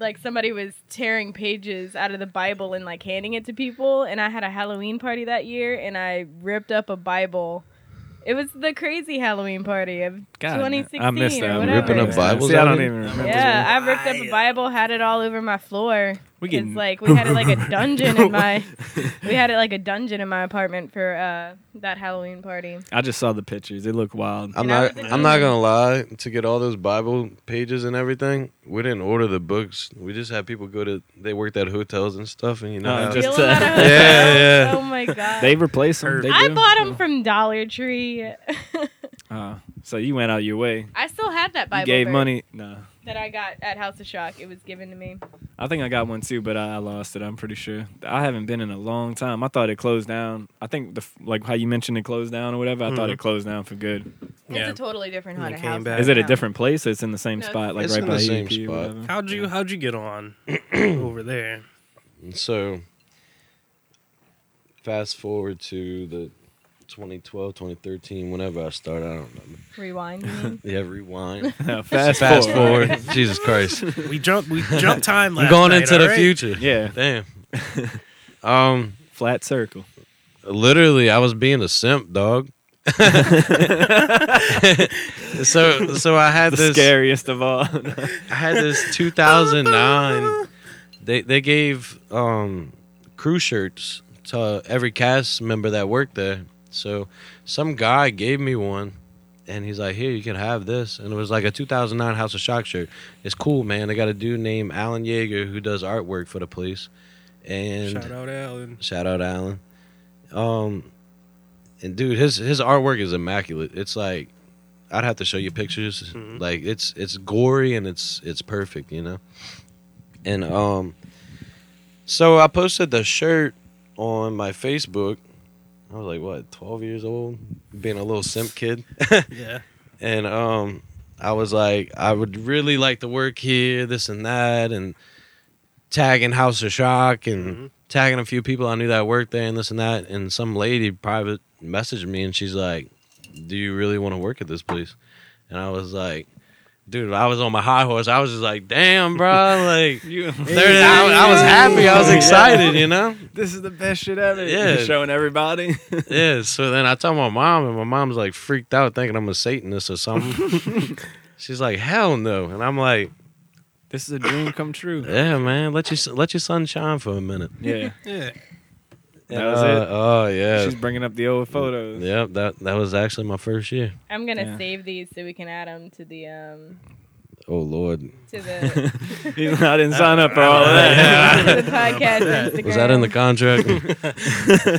Speaker 3: like somebody was tearing pages out of the Bible and like handing it to people and I had a Halloween party that year and I ripped up a Bible. It was the crazy Halloween party of
Speaker 1: God,
Speaker 3: 2016
Speaker 1: I missed
Speaker 3: or
Speaker 1: that.
Speaker 3: whatever.
Speaker 6: Ripping up Bibles
Speaker 1: See, I
Speaker 6: out
Speaker 1: don't
Speaker 6: of it?
Speaker 1: even remember.
Speaker 3: Yeah, I ripped up a Bible, had it all over my floor.
Speaker 1: We
Speaker 3: We
Speaker 1: getting-
Speaker 3: like we had
Speaker 1: <laughs>
Speaker 3: it like a dungeon in my we had it like a dungeon in my apartment for uh that Halloween party.
Speaker 1: I just saw the pictures. It looked wild.
Speaker 6: I'm
Speaker 3: and I
Speaker 6: not.
Speaker 3: was in
Speaker 6: I'm not
Speaker 3: Germany.
Speaker 6: gonna lie. To get all those Bible pages and everything, we didn't order the books. We just had people go to. They worked at hotels and stuff, and you know.
Speaker 1: Oh,
Speaker 6: how-
Speaker 1: just-
Speaker 3: Still in that
Speaker 1: uh,
Speaker 3: hotel?
Speaker 6: <laughs> Yeah, yeah.
Speaker 3: Oh my god.
Speaker 1: They replaced them. They
Speaker 3: I
Speaker 1: do.
Speaker 3: bought them from Dollar Tree.
Speaker 1: Uh, So you went out your way.
Speaker 3: <laughs> I still have that Bible
Speaker 1: you gave
Speaker 3: verse
Speaker 1: money. Nah.
Speaker 3: that I got at House of Shock. It was given to me.
Speaker 1: I think I got one too, but I, I lost it. I'm pretty sure. I haven't been in a long time. I thought it closed down. I think the f- like how you mentioned it closed down or whatever. I thought
Speaker 6: Hmm.
Speaker 2: Mhm.
Speaker 1: it closed down for good.
Speaker 2: Yeah.
Speaker 3: It's a totally different
Speaker 2: And it
Speaker 3: haunted
Speaker 2: came
Speaker 3: house.
Speaker 2: back.
Speaker 1: Is it a
Speaker 3: now.
Speaker 1: different place? It's in the same
Speaker 3: No,
Speaker 1: spot, like
Speaker 6: it's
Speaker 1: right
Speaker 6: in
Speaker 1: by
Speaker 6: the same
Speaker 1: EEP or
Speaker 6: spot.
Speaker 1: whatever?
Speaker 2: How'd you how'd you get
Speaker 6: <clears throat>
Speaker 2: on over there?
Speaker 6: And so, fast forward to the 2012, 2013, whenever I started, I don't remember.
Speaker 1: <laughs>
Speaker 3: Rewind. you mean?
Speaker 6: Yeah, rewind.
Speaker 1: fast,
Speaker 6: <laughs> fast
Speaker 1: forward.
Speaker 6: forward. Jesus Christ.
Speaker 2: We jumped we jumped
Speaker 6: <laughs>
Speaker 2: time last
Speaker 6: I'm going
Speaker 2: night,
Speaker 6: into the
Speaker 2: alright?
Speaker 6: future.
Speaker 1: Yeah,
Speaker 6: Damn. <laughs> um,
Speaker 1: flat circle.
Speaker 6: literally I was being a simp, dog. <laughs> so so I had
Speaker 1: The
Speaker 6: this
Speaker 1: scariest of
Speaker 6: <laughs>
Speaker 1: all. <laughs>
Speaker 6: I had this 2009 they they gave um crew shirts to every cast member that worked there. So some guy gave me one and he's like, "Here, you can have this." And it was like a 2009 House of Shock shirt. It's cool, man. They got a dude named Alan Yeager who does artwork for the police. And
Speaker 2: Shout out Alan.
Speaker 6: Shout out Alan. Um, and dude, his his artwork is immaculate. It's like I'd have to show you pictures. Like it's it's gory and it's it's perfect, you know. And um, so I posted the shirt on my Facebook. I was like, what, twelve years old, being a little simp kid, <laughs>
Speaker 2: Yeah.
Speaker 6: and um, I was like, I would really like to work here, this and that, and tagging House of Shock and tagging a few people I knew that worked there and this and that. And some lady private messaged me and she's like, Do you really want to work at this place? And I was like, Dude, I was on my high horse. I was just like, Damn, bro.
Speaker 1: <laughs>
Speaker 6: Like,
Speaker 1: You-
Speaker 6: there it is. I, was- I was happy. I was excited, you know?
Speaker 1: this is the best shit ever.
Speaker 6: Yeah.
Speaker 1: You're showing everybody. <laughs>
Speaker 6: Yeah. So then I tell my mom, and my mom's like freaked out thinking I'm a Satanist or something.
Speaker 1: <laughs>
Speaker 6: She's like, Hell no. And I'm like,
Speaker 1: this is a dream come true.
Speaker 6: Yeah, man, let your, let your sun shine for a minute.
Speaker 1: <laughs> Yeah,
Speaker 2: Yeah.
Speaker 1: That was
Speaker 6: Uh,
Speaker 1: it.
Speaker 6: Oh, yeah.
Speaker 1: she's bringing up the old photos.
Speaker 6: <laughs> Yep, that, that was actually my first year.
Speaker 3: I'm gonna
Speaker 1: Yeah.
Speaker 3: save these so we can add them to the um
Speaker 6: Oh Lord,
Speaker 3: to
Speaker 1: <laughs>
Speaker 3: the,
Speaker 1: <laughs> He's not in sign up for all of that. <laughs>
Speaker 3: to the podcast Instagram.
Speaker 6: was that in the contract?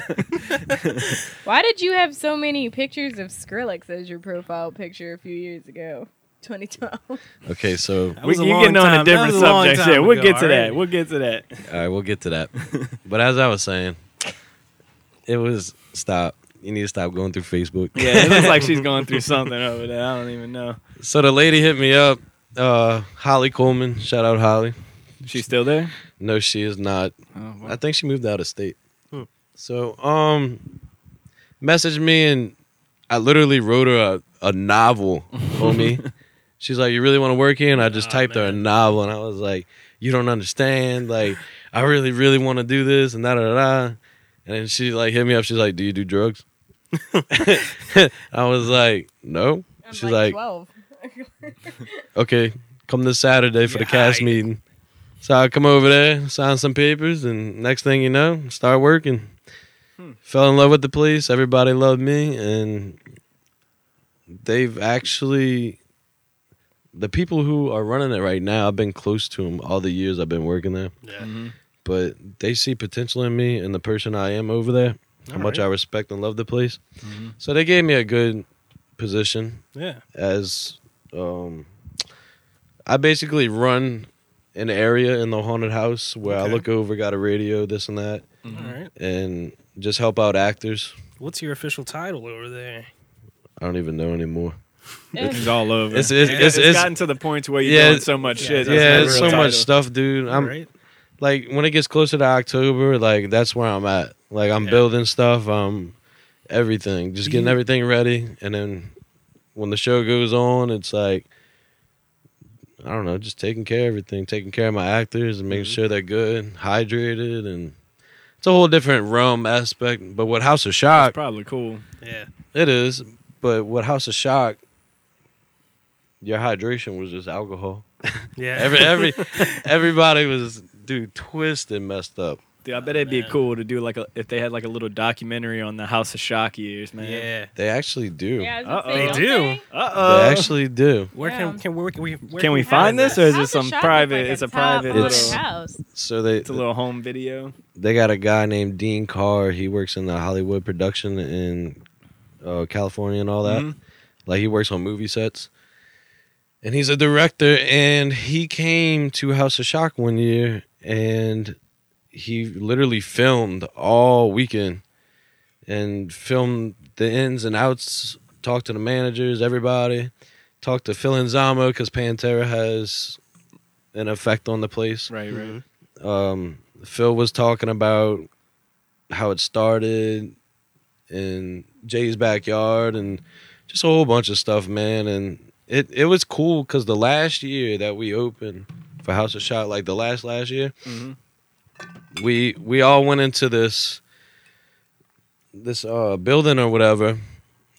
Speaker 3: Why did you have so many pictures of Skrillex as your profile picture a few years ago? <laughs> 2012.
Speaker 6: okay, so all
Speaker 2: That was a
Speaker 1: we, you
Speaker 2: long
Speaker 1: getting on a
Speaker 2: time- that
Speaker 1: different
Speaker 2: was a long
Speaker 1: subject.
Speaker 2: time
Speaker 1: Yeah, we'll
Speaker 2: ago,
Speaker 1: get to that.
Speaker 2: alright?
Speaker 1: We'll get to that.
Speaker 6: right, we'll get to that. But as I was saying, it was stop. You need to stop going through Facebook.
Speaker 1: <laughs> Yeah, it looks like she's going through something over there. I don't even know.
Speaker 6: <laughs> So the lady hit me up, uh, Holly Coleman. Shout out Holly.
Speaker 1: She's still there.
Speaker 6: No, she is not.
Speaker 1: Oh,
Speaker 6: I think she moved out of state.
Speaker 2: Hmm.
Speaker 6: So, um, messaged me and I literally wrote her a, a novel,
Speaker 1: <laughs>
Speaker 6: homie. She's like, "You really want to work here?" And I just
Speaker 2: Aw,
Speaker 6: typed her a
Speaker 2: Oh, man.
Speaker 6: novel, and I was like, "You don't understand. Like, I really, really want to do this." And da da da. da. And then she like hit me up. She's like, "Do you
Speaker 2: <laughs>
Speaker 6: do drugs?" <laughs> I was like, "No."
Speaker 3: I'm
Speaker 6: She's like,
Speaker 1: <laughs>
Speaker 3: 12.
Speaker 6: okay, come this Saturday for the
Speaker 2: Yeah,
Speaker 6: cast
Speaker 2: I-
Speaker 6: meeting. So I come over there, sign some papers, and next thing you know, start working.
Speaker 2: Hmm.
Speaker 6: Fell in love with the police. Everybody loved me, and they've actually the people who are running it right now. I've been close to them all the years I've been working there,
Speaker 2: Yeah.
Speaker 1: Mm-hmm.
Speaker 6: but they see potential in me and the person I am over there. how
Speaker 2: All
Speaker 6: much
Speaker 2: right.
Speaker 6: I respect and love the police.
Speaker 1: Mm-hmm.
Speaker 6: So they gave me a good position
Speaker 2: Yeah.
Speaker 6: as um I basically run an area in the haunted house where I
Speaker 2: Okay.
Speaker 6: look over, got a radio, this and that,
Speaker 1: Mm-hmm.
Speaker 2: All right.
Speaker 6: and just help out actors.
Speaker 2: What's your official title over there?
Speaker 6: I don't even know anymore.
Speaker 1: It's all over.
Speaker 6: It's it's
Speaker 1: It's,
Speaker 6: it's, it's,
Speaker 1: gotten to the point to where you're
Speaker 6: Yeah,
Speaker 1: doing so much
Speaker 2: yeah,
Speaker 1: shit. that's
Speaker 6: yeah,
Speaker 1: not
Speaker 6: it's
Speaker 1: a
Speaker 6: so
Speaker 1: real
Speaker 6: much
Speaker 1: title.
Speaker 6: stuff, dude. I'm
Speaker 2: right.
Speaker 6: like when it gets closer to October, like that's where I'm at. Like I'm
Speaker 2: Yeah.
Speaker 6: building stuff, um everything, just
Speaker 2: Do
Speaker 6: getting
Speaker 2: you-
Speaker 6: everything ready and then when the show goes on, it's like I don't know, just taking care of everything, taking care of my actors and making
Speaker 2: Mm-hmm.
Speaker 6: sure they're good, hydrated and it's a whole different realm aspect, but what House of Shock
Speaker 1: It's probably cool.
Speaker 2: Yeah.
Speaker 6: it is, but what House of Shock your hydration was just alcohol.
Speaker 2: Yeah.
Speaker 6: Every
Speaker 2: <laughs>
Speaker 6: every everybody was dude twisted, messed up.
Speaker 1: Dude, I bet it'd be
Speaker 2: man.
Speaker 1: cool to do like a, if they had like a little documentary on the House of Shock years, man.
Speaker 2: yeah.
Speaker 6: They actually do.
Speaker 3: Yeah, I was gonna
Speaker 1: Uh-oh.
Speaker 3: say, don't
Speaker 2: They do.
Speaker 1: Uh
Speaker 6: They
Speaker 1: oh.
Speaker 6: actually do.
Speaker 2: Where
Speaker 3: Yeah.
Speaker 2: can can where can we where
Speaker 1: Can we find this, or is it some private? it's a private.
Speaker 6: haunted
Speaker 1: little,
Speaker 6: house.
Speaker 3: house.
Speaker 6: So they
Speaker 1: it's a little home video.
Speaker 6: they got a guy named Dean
Speaker 1: Mm-hmm.
Speaker 6: Carr. He works in the Hollywood production in uh, California and all that. Like he works on movie sets. And he's a director and he came to House of Shock one year and he literally filmed all weekend and filmed the ins and outs, talked to the managers, everybody, talked to Phil Inzamo because Pantera has an effect on the place
Speaker 1: Right, right.
Speaker 6: um, Phil was talking about how it started in Jay's backyard and just a whole bunch of stuff, man. And it, it was cool because the last year that we opened for House of Shot, like the last last year,
Speaker 1: Mhm.
Speaker 6: we we all went into this this uh, building or whatever.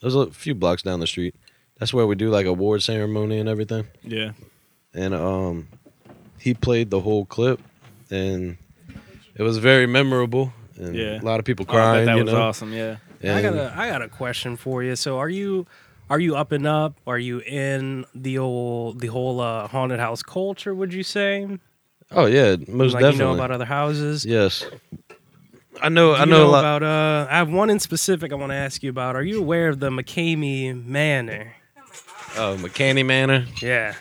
Speaker 6: There's a few blocks down the street. That's where we do like award ceremony and everything
Speaker 1: Yeah.
Speaker 6: and um he played the whole clip and it was very memorable and
Speaker 1: Yeah.
Speaker 6: a lot of people
Speaker 1: Oh, I bet
Speaker 6: crying
Speaker 1: that
Speaker 6: you
Speaker 1: was
Speaker 6: know
Speaker 1: awesome. Yeah.
Speaker 6: and
Speaker 2: I got a I got a question for you. So are you are you up and up? Are you in the old the whole uh, haunted house culture? Would you say
Speaker 6: oh yeah most
Speaker 2: like you
Speaker 6: definitely
Speaker 2: know about other houses?
Speaker 6: yes i know
Speaker 2: Do
Speaker 6: i
Speaker 2: you
Speaker 6: know, a lot
Speaker 2: about. Uh, I have one in specific I want to ask you about. Are you aware of the McCamey Manor?
Speaker 6: oh mccanny manor
Speaker 2: Yeah,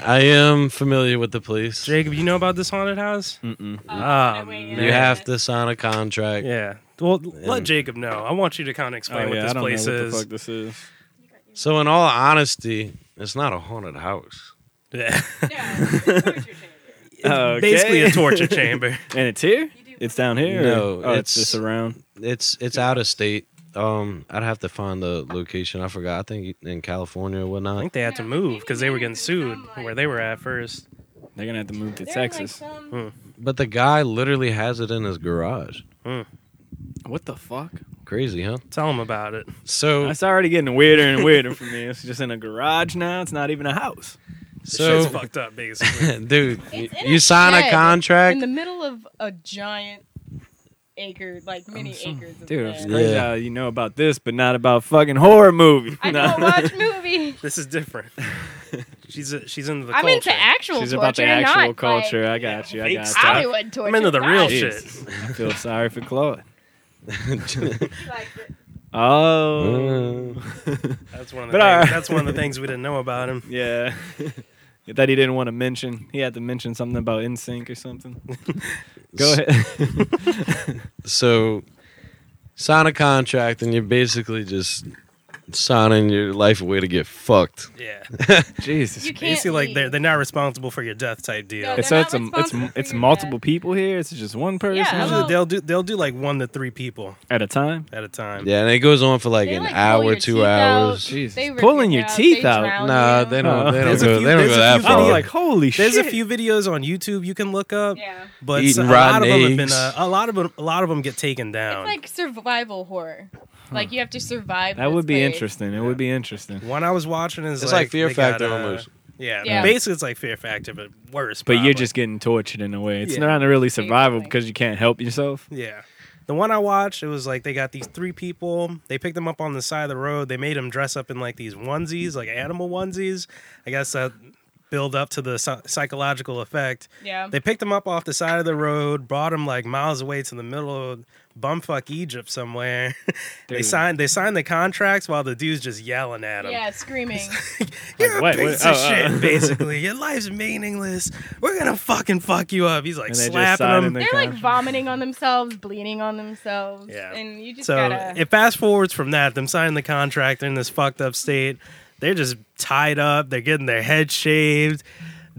Speaker 6: i am familiar with the police
Speaker 2: Jacob, you know about this haunted
Speaker 1: <laughs>
Speaker 2: house?
Speaker 1: Mm-mm.
Speaker 2: Ah,
Speaker 3: I weigh in?
Speaker 6: you have to sign a contract
Speaker 2: Yeah. Well, let
Speaker 6: And-
Speaker 2: Jacob know. I want you to kind of explain what
Speaker 1: Oh, yeah,
Speaker 2: this
Speaker 1: I don't
Speaker 2: place
Speaker 1: know what the
Speaker 2: is.
Speaker 1: fuck this <laughs> is.
Speaker 6: so in all honesty it's not a haunted house
Speaker 2: Yeah. <laughs> It's
Speaker 1: <laughs> Okay.
Speaker 2: basically a
Speaker 1: <laughs>
Speaker 2: torture chamber.
Speaker 1: And it's here? It's down here? or-
Speaker 6: No,
Speaker 1: oh, it's
Speaker 6: it's-
Speaker 1: just around.
Speaker 6: it's it's out of state um i'd have to find the location i forgot i think in california or whatnot
Speaker 2: I think they had to move because they were getting sued where they were at first.
Speaker 1: They're gonna have to move to Texas.
Speaker 6: But the guy literally has it in his garage.
Speaker 1: What the fuck?
Speaker 6: Crazy, huh?
Speaker 2: Tell them about it.
Speaker 6: So,
Speaker 1: Mm. It's already getting weirder and weirder for me. It's just in a garage now. It's not even a house.
Speaker 6: <laughs>
Speaker 2: Shit's
Speaker 6: so,
Speaker 2: fucked up, basically.
Speaker 1: <laughs>
Speaker 6: dude,
Speaker 3: It's in
Speaker 6: you
Speaker 3: a
Speaker 6: sign a
Speaker 3: shed
Speaker 1: Mm.
Speaker 6: contract.
Speaker 3: in the middle of a giant acre, like many acres. Of
Speaker 1: Dude, it's
Speaker 3: land.
Speaker 1: crazy
Speaker 6: Yeah.
Speaker 1: how you know about this, but not about fucking horror movie. <laughs>
Speaker 3: I
Speaker 1: No.
Speaker 3: don't watch movies.
Speaker 2: this is different. She's a, she's into the
Speaker 3: I'm
Speaker 2: culture.
Speaker 3: into actual
Speaker 1: She's
Speaker 3: torture,
Speaker 1: about the
Speaker 3: not,
Speaker 1: actual
Speaker 3: like,
Speaker 1: culture. I got you. I
Speaker 2: fake
Speaker 1: got
Speaker 2: stuff.
Speaker 1: you.
Speaker 3: Hollywood torture.
Speaker 2: I'm into the real
Speaker 3: God,
Speaker 2: shit.
Speaker 1: I feel sorry for
Speaker 2: <laughs>
Speaker 1: Chloe.
Speaker 3: she likes it.
Speaker 6: <laughs>
Speaker 2: Mm.
Speaker 1: Oh.
Speaker 6: Uh.
Speaker 2: That's one of the
Speaker 1: But uh, all
Speaker 2: things,
Speaker 1: right.
Speaker 2: that's one of
Speaker 1: <laughs>
Speaker 2: the things we didn't know about him.
Speaker 1: yeah. <laughs> that he didn't want to mention. He had to mention something about NSYNC
Speaker 2: <laughs>
Speaker 1: or something. Go ahead.
Speaker 6: so, sign a contract, and you're basically just signing your life away to get fucked.
Speaker 2: Yeah,
Speaker 1: Jesus.
Speaker 3: You can't
Speaker 2: basically like
Speaker 3: leave.
Speaker 2: they're they're not responsible for your death type deal.
Speaker 3: No,
Speaker 1: And
Speaker 3: they're
Speaker 1: so
Speaker 3: not
Speaker 1: it's a, it's
Speaker 3: responsible for
Speaker 1: it's
Speaker 3: your
Speaker 1: multiple
Speaker 3: death.
Speaker 1: people here. It's just one person
Speaker 3: Yeah,
Speaker 2: Usually
Speaker 3: well-
Speaker 2: they'll do they'll do like one to three people
Speaker 1: at a time.
Speaker 2: at a time.
Speaker 6: Yeah, and it goes on for like
Speaker 3: They,
Speaker 6: an
Speaker 3: like, pull
Speaker 6: hour,
Speaker 3: your teeth
Speaker 6: two
Speaker 3: out.
Speaker 6: hours.
Speaker 1: Jesus.
Speaker 3: They rip
Speaker 1: Pulling your
Speaker 3: out,
Speaker 1: teeth
Speaker 3: they
Speaker 1: out.
Speaker 3: drown
Speaker 6: Nah,
Speaker 3: you.
Speaker 6: they don't.
Speaker 1: Oh.
Speaker 6: They don't
Speaker 1: There's a
Speaker 6: go.
Speaker 2: few-
Speaker 6: They don't
Speaker 2: there's
Speaker 6: go
Speaker 2: a
Speaker 6: that
Speaker 2: few Oh.
Speaker 1: I'm
Speaker 6: far.
Speaker 1: like, holy
Speaker 2: There's
Speaker 1: shit.
Speaker 2: a few videos on YouTube you can look up,
Speaker 3: Yeah.
Speaker 2: but
Speaker 6: Eating
Speaker 2: so- a lot of them
Speaker 6: rotten
Speaker 2: have been uh,
Speaker 6: eggs.
Speaker 2: a lot of them, a lot of them get taken down.
Speaker 3: It's like survival horror. Like you have to survive.
Speaker 1: That
Speaker 3: this
Speaker 1: would be
Speaker 3: place.
Speaker 1: interesting. It would be interesting.
Speaker 2: One I was watching is
Speaker 6: It's
Speaker 2: like,
Speaker 6: like Fear
Speaker 2: they got,
Speaker 6: Factor
Speaker 2: uh,
Speaker 6: almost.
Speaker 2: Yeah,
Speaker 3: Yeah.
Speaker 2: basically it's like Fear Factor, but worse.
Speaker 1: But
Speaker 2: probably.
Speaker 1: you're just getting tortured in a way. It's
Speaker 2: Yeah.
Speaker 1: not really survival
Speaker 3: Basically.
Speaker 1: because you can't help yourself.
Speaker 2: yeah. The one I watched, it was like they got these three people. They picked them up on the side of the road. They made them dress up in like these onesies, like animal onesies. I guess that build up to the psy- psychological effect.
Speaker 3: Yeah.
Speaker 2: They picked him up off the side of the road, brought him like miles away to the middle of bumfuck Egypt somewhere. <laughs> they
Speaker 1: Dude.
Speaker 2: signed they signed the contracts while the dude's just yelling at him. <laughs>
Speaker 3: yeah, screaming.
Speaker 2: You're
Speaker 1: Like,
Speaker 2: a
Speaker 1: what- what-
Speaker 2: piece
Speaker 1: oh,
Speaker 2: of
Speaker 1: oh.
Speaker 2: shit, basically. Your life's meaningless. We're gonna fucking fuck you up. He's like
Speaker 1: And they just
Speaker 2: slapping
Speaker 1: sign
Speaker 2: him.
Speaker 1: in the
Speaker 3: They're like
Speaker 1: contract.
Speaker 3: vomiting on themselves, bleeding on themselves.
Speaker 2: Yeah.
Speaker 3: And you just
Speaker 2: so
Speaker 3: gotta.
Speaker 2: it fast forwards from that, them signing the contract they're in this fucked up state. They're just tied up. They're getting their head shaved,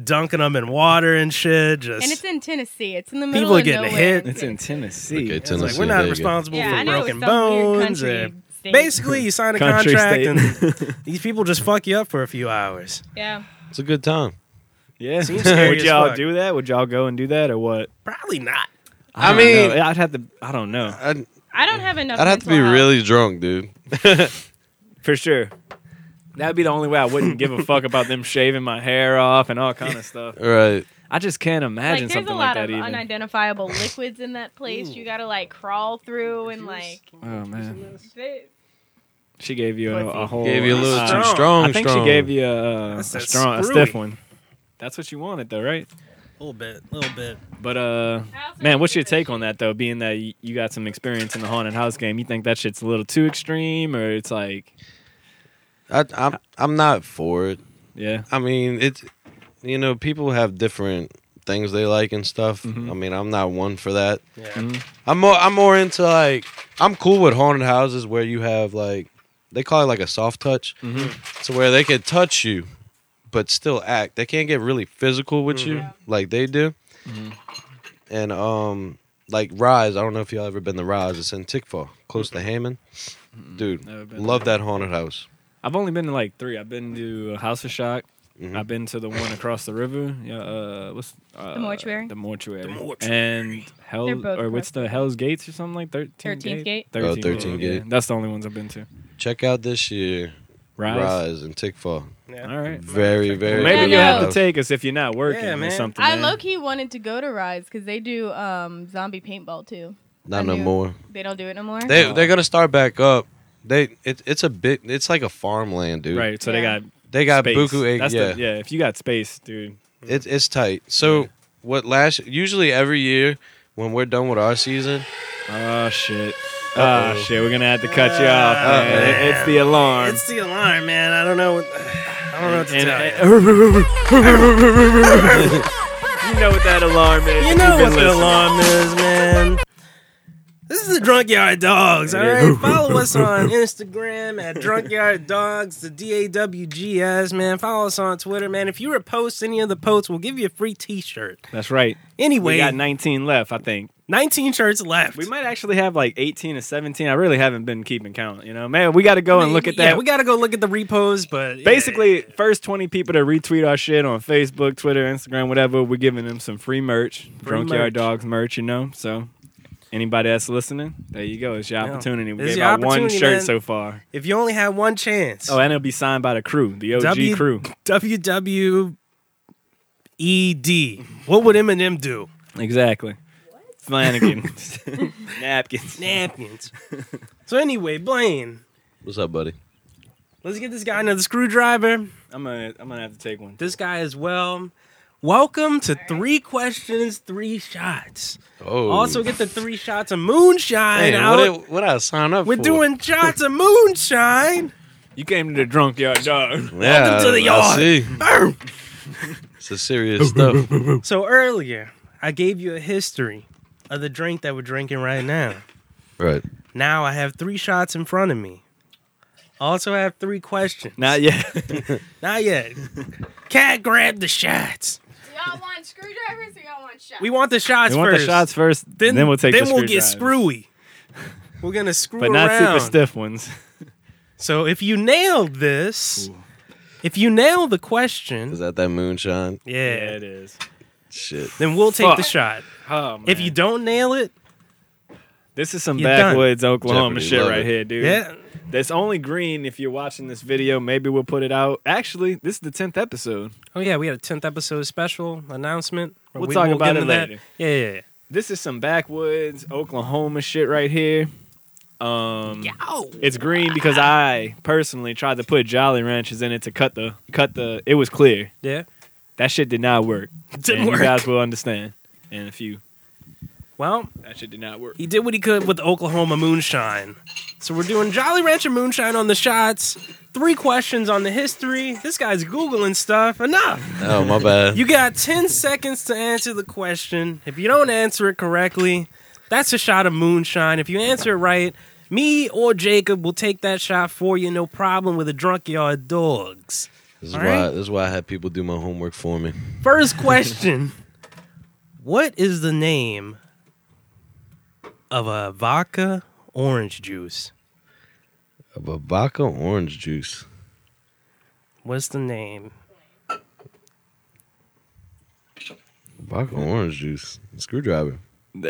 Speaker 2: dunking them in water and shit. Just
Speaker 3: and it's in Tennessee. It's in the middle
Speaker 2: People are
Speaker 3: of
Speaker 2: getting
Speaker 3: nowhere.
Speaker 2: hit.
Speaker 1: It's in Tennessee.
Speaker 6: Okay,
Speaker 1: It's
Speaker 2: it's
Speaker 6: Tennessee.
Speaker 2: like we're not
Speaker 6: there you go.
Speaker 2: responsible
Speaker 3: Yeah,
Speaker 2: for
Speaker 3: I know,
Speaker 2: broken
Speaker 3: it's some weird
Speaker 2: bones.
Speaker 3: country
Speaker 1: uh,
Speaker 2: and-
Speaker 3: state.
Speaker 2: Basically, you sign a
Speaker 1: Country
Speaker 2: contract
Speaker 1: state.
Speaker 2: and <laughs> these people just fuck you up for a few hours.
Speaker 3: Yeah.
Speaker 6: It's a good time.
Speaker 1: Yeah.
Speaker 2: Seems scary
Speaker 1: Would
Speaker 2: as
Speaker 1: y'all
Speaker 2: fuck.
Speaker 1: do that? Would y'all go and do that or what?
Speaker 2: Probably not.
Speaker 6: I,
Speaker 1: don't
Speaker 6: mean,
Speaker 1: know. I'd have to. I don't know
Speaker 6: I'd,
Speaker 3: I don't have enough.
Speaker 6: I'd have to be
Speaker 3: mental health.
Speaker 6: really drunk, dude.
Speaker 1: for sure. That'd be the only way I wouldn't <laughs> give a fuck about them shaving my hair off and all kind of stuff.
Speaker 6: Right.
Speaker 1: I just can't
Speaker 3: Like,
Speaker 1: imagine
Speaker 3: there's
Speaker 1: something
Speaker 3: a lot
Speaker 1: like that
Speaker 3: of
Speaker 1: even. <laughs>
Speaker 3: unidentifiable liquids in that place. You gotta like crawl through and like.
Speaker 1: oh man,
Speaker 3: they-
Speaker 1: she gave you a, a whole.
Speaker 6: Gave you a little
Speaker 1: uh,
Speaker 6: too
Speaker 2: strong.
Speaker 6: strong.
Speaker 1: I think
Speaker 6: strong.
Speaker 1: she gave you a, uh, a
Speaker 2: That's that
Speaker 1: strong, a
Speaker 2: screwy.
Speaker 1: stiff one. That's what you wanted though, right?
Speaker 2: A little bit, a little bit.
Speaker 1: But uh,
Speaker 3: I also
Speaker 1: man, what's your
Speaker 3: think
Speaker 1: take on that though? Being that y- you got some experience in the haunted house game, you think that shit's a little too extreme, or it's like
Speaker 6: I, I'm I'm not for it.
Speaker 1: Yeah.
Speaker 6: I mean, it's you know, people have different things they like and stuff.
Speaker 1: Mhm.
Speaker 6: I mean, I'm not one for that.
Speaker 2: Yeah.
Speaker 1: Mm.
Speaker 6: I'm more I'm more into like I'm cool with haunted houses where you have like they call it like a soft touch,
Speaker 1: Mhm.
Speaker 6: so where they could touch you but still act. They can't get really physical with you like they do.
Speaker 1: Mm-hmm.
Speaker 6: And um, like Rise, I don't know if y'all ever been to Rise. It's in Tickfa, close to Hammond. Dude,
Speaker 1: Never been
Speaker 6: love that haunted house.
Speaker 1: I've only been to like three. I've been to House of Shock.
Speaker 6: Mhm.
Speaker 1: I've been to the one across the river. Yeah, uh, what's uh,
Speaker 3: The mortuary?
Speaker 1: The mortuary.
Speaker 2: The
Speaker 1: And hell,
Speaker 3: They're both
Speaker 1: or what's the Hell's Gates or something like thirteen.
Speaker 3: 13th Gate?
Speaker 6: Oh, 13th
Speaker 1: yeah.
Speaker 6: Gate.
Speaker 1: That's the only ones I've been to.
Speaker 6: Check out this year
Speaker 1: Rise.
Speaker 6: Rise, and Tickfa.
Speaker 2: Yeah.
Speaker 1: All right.
Speaker 6: Very, very.
Speaker 1: Maybe
Speaker 3: Yeah,
Speaker 6: good
Speaker 1: you'll have
Speaker 3: no.
Speaker 1: to take us if you're not working
Speaker 2: Yeah,
Speaker 1: or
Speaker 2: man.
Speaker 1: something.
Speaker 3: I
Speaker 1: man.
Speaker 3: low key wanted to go to Rise because they do um, zombie paintball too. I
Speaker 6: Not no
Speaker 3: knew.
Speaker 6: more.
Speaker 3: They don't do it no more.
Speaker 6: They they're gonna start back up. They it, it's a bit. It's like a farmland, dude.
Speaker 1: Right. So they
Speaker 3: Yeah.
Speaker 1: got.
Speaker 6: They got
Speaker 1: space.
Speaker 6: buku.
Speaker 1: That's
Speaker 6: yeah,
Speaker 1: The, yeah. If you got space, dude.
Speaker 6: It's it's tight. So what last? Usually every year when we're done with our season,
Speaker 1: Oh shit.
Speaker 6: Uh-oh.
Speaker 1: Oh shit. We're gonna have to cut you off.
Speaker 2: Uh-oh.
Speaker 1: man. It- It's the alarm.
Speaker 2: It's the alarm, man. I don't know. What, <sighs> I don't know what to
Speaker 1: And- uh,
Speaker 2: tell you.
Speaker 1: <laughs> you know what that alarm is.
Speaker 2: You
Speaker 1: if
Speaker 2: know
Speaker 1: you've been
Speaker 2: what the
Speaker 1: listening.
Speaker 2: alarm is, man. This is the Drunk Yard Dogs, all
Speaker 1: Yeah.
Speaker 2: right?
Speaker 1: <laughs>
Speaker 2: Follow us on Instagram at Drunk Yard Dogs, the D-A-W-G-S, man. Follow us on Twitter, man. If you repost any of the posts, we'll give you a free T-shirt.
Speaker 1: That's right. We
Speaker 2: Anyway,
Speaker 1: got 19 left, I think.
Speaker 2: 19 shirts left.
Speaker 1: We might actually have like 18 or 17. I really haven't been keeping count. You know, man, we got to go Oh, and look at
Speaker 2: Yeah,
Speaker 1: that.
Speaker 2: we got to go look at the repos, but...
Speaker 1: Basically, first 20 people to retweet our shit on Facebook, Twitter, Instagram, whatever, we're giving them some free merch, Drunk
Speaker 2: merch.
Speaker 1: Yard Dogs merch, you know? So, anybody that's listening, there you go. It's your
Speaker 2: Yeah.
Speaker 1: opportunity. We
Speaker 2: This is
Speaker 1: gave
Speaker 2: your
Speaker 1: out one
Speaker 2: opportunity,
Speaker 1: shirt
Speaker 2: man.
Speaker 1: so far.
Speaker 2: if you only had one chance...
Speaker 1: Oh, and it'll be signed by the crew, the OG
Speaker 2: W-
Speaker 1: crew.
Speaker 2: WWED. What would Eminem do?
Speaker 1: Exactly. Flanagan. <laughs> Napkins.
Speaker 2: Napkins. so anyway, Blaine,
Speaker 6: what's up, buddy?
Speaker 2: let's get this guy another screwdriver.
Speaker 1: I'm going to I'm gonna have to take one.
Speaker 2: This guy as well. Welcome to three questions, three shots.
Speaker 6: Oh,
Speaker 2: Also get the three shots of moonshine
Speaker 6: Hey,
Speaker 2: out.
Speaker 6: what, did- what I sign up
Speaker 2: We're
Speaker 6: for?
Speaker 2: doing shots of moonshine.
Speaker 1: You came to the Drunk Yard Dog.
Speaker 6: yeah,
Speaker 2: to the
Speaker 6: I
Speaker 2: yard.
Speaker 6: see. It's a <laughs> serious stuff.
Speaker 2: so earlier, I gave you a history of the drink that we're drinking right now.
Speaker 6: Right.
Speaker 2: Now I have three shots in front of me. Also have three questions.
Speaker 1: Not <laughs> yet.
Speaker 2: Not
Speaker 1: <laughs>
Speaker 2: yet. Cat grabbed the shots.
Speaker 3: y'all want screwdrivers or y'all want shots?
Speaker 2: We want the shots
Speaker 1: We want
Speaker 2: first.
Speaker 1: the shots first, then, we'll take
Speaker 2: Then
Speaker 1: the
Speaker 2: we'll get
Speaker 1: screwdrivers.
Speaker 2: screwy. We're gonna screw
Speaker 1: But not
Speaker 2: around.
Speaker 1: super stiff <laughs> ones.
Speaker 2: So if you nailed this, if you nail the question,
Speaker 6: Is that that moonshine?
Speaker 2: yeah,
Speaker 1: is.
Speaker 6: Shit.
Speaker 2: then we'll take the
Speaker 1: Fuck.
Speaker 2: shot.
Speaker 1: Oh, man.
Speaker 2: If you don't nail it,
Speaker 1: this is some
Speaker 2: You're done.
Speaker 1: backwoods Oklahoma
Speaker 6: Jeopardy,
Speaker 1: shit
Speaker 6: love
Speaker 1: right
Speaker 6: it.
Speaker 1: here, dude.
Speaker 2: yeah,
Speaker 1: That's only green if you're watching this video. Maybe we'll put it out. Actually, this is the tenth episode.
Speaker 2: oh yeah, we had a tenth episode special announcement.
Speaker 1: We'll
Speaker 2: We-
Speaker 1: talk
Speaker 2: get
Speaker 1: about it
Speaker 2: into that.
Speaker 1: later.
Speaker 2: Yeah, yeah, yeah.
Speaker 1: This is some backwoods Oklahoma shit right here. Um, it's green because I personally tried to put Jolly Ranchers in it to cut the cut the. It was clear
Speaker 2: yeah.
Speaker 1: that shit did not work.
Speaker 2: Didn't
Speaker 1: And
Speaker 2: work.
Speaker 1: You guys will understand. And if you
Speaker 2: Well,
Speaker 1: that shit did not work.
Speaker 2: he did what he could with the Oklahoma moonshine. So we're doing Jolly Rancher moonshine on the shots. Three questions on the history. This guy's googling stuff. Enough.
Speaker 6: Oh my bad.
Speaker 2: You got 10 seconds to answer the question. If you don't answer it correctly, that's a shot of moonshine. If you answer it right, me or Jacob will take that shot for you, no problem with the drunk yard dogs.
Speaker 6: this is
Speaker 2: all
Speaker 6: why.
Speaker 2: right.
Speaker 6: This is why I had people do my homework for me.
Speaker 2: First question <laughs> What is the name of a vodka orange juice?
Speaker 6: But vodka orange juice.
Speaker 2: What's the name?
Speaker 6: Vodka orange juice. Screwdriver.
Speaker 2: I,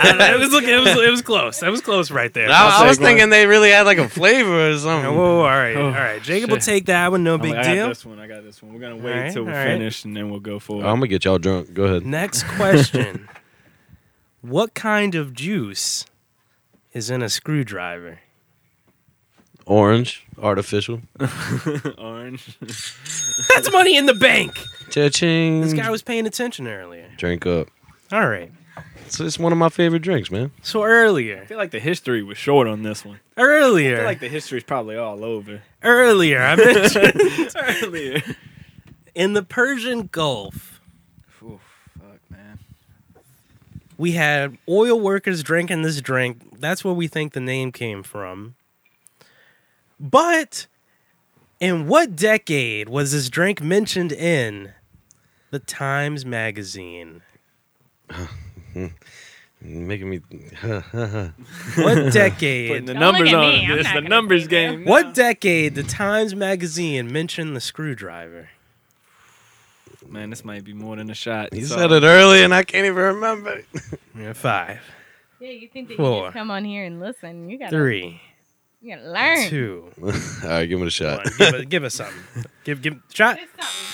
Speaker 2: it, was, look, it, was, it was close. That was close right there.
Speaker 6: I,
Speaker 1: was
Speaker 6: was
Speaker 1: take one.
Speaker 6: thinking
Speaker 1: thinking
Speaker 6: they really had like a flavor or
Speaker 2: Whoa,
Speaker 6: something.
Speaker 2: whoa, all right.
Speaker 1: Oh,
Speaker 2: all right. Jacob will
Speaker 1: shit.
Speaker 2: take that one. No big
Speaker 1: I got
Speaker 2: deal.
Speaker 1: this one. I got this one. We're gonna
Speaker 2: All
Speaker 1: wait
Speaker 2: right,
Speaker 1: till we're
Speaker 2: all right.
Speaker 1: finished and then we'll go
Speaker 6: I'm
Speaker 1: forward.
Speaker 6: gonna get y'all drunk. Go ahead.
Speaker 2: Next question. <laughs> what kind of juice is in a screwdriver?
Speaker 6: Orange, artificial.
Speaker 1: <laughs> Orange.
Speaker 2: That's money in the bank.
Speaker 6: Cha-ching.
Speaker 2: This guy was paying attention earlier.
Speaker 6: Drink up.
Speaker 2: All right.
Speaker 6: It's, it's one of my favorite drinks, man.
Speaker 2: So earlier,
Speaker 1: I feel like the history was short on this one. I
Speaker 2: earlier,
Speaker 1: feel like the history's probably all over.
Speaker 2: earlier,
Speaker 1: <laughs>
Speaker 2: I mentioned
Speaker 1: Earlier.
Speaker 2: in the Persian Gulf,
Speaker 1: Ooh, fuck, man.
Speaker 2: we had oil workers drinking this drink. That's where we think the name came from. But in what decade was this drink mentioned in the Times Magazine?
Speaker 6: Making me. <laughs>
Speaker 2: What
Speaker 1: Putting the
Speaker 2: decade?
Speaker 3: Don't look
Speaker 1: numbers
Speaker 3: at
Speaker 1: on
Speaker 3: me, I'm
Speaker 1: it. It's
Speaker 3: not
Speaker 1: the
Speaker 3: gonna
Speaker 1: numbers
Speaker 3: be there.
Speaker 1: game. now.
Speaker 2: What decade the Times Magazine mentioned the screwdriver?
Speaker 1: Man, this might be more than a shot.
Speaker 6: You
Speaker 1: So-
Speaker 6: said
Speaker 1: <laughs>
Speaker 6: it early, and I can't even remember.
Speaker 2: Yeah, Five,
Speaker 3: Yeah, you think that you
Speaker 2: Four.
Speaker 3: just come on here and listen? You gotta,
Speaker 2: three,
Speaker 3: you gotta learn.
Speaker 2: two,
Speaker 6: <laughs> All right, give it a
Speaker 2: one.
Speaker 6: shot.
Speaker 2: Give, us- give us something. Give, give, shot.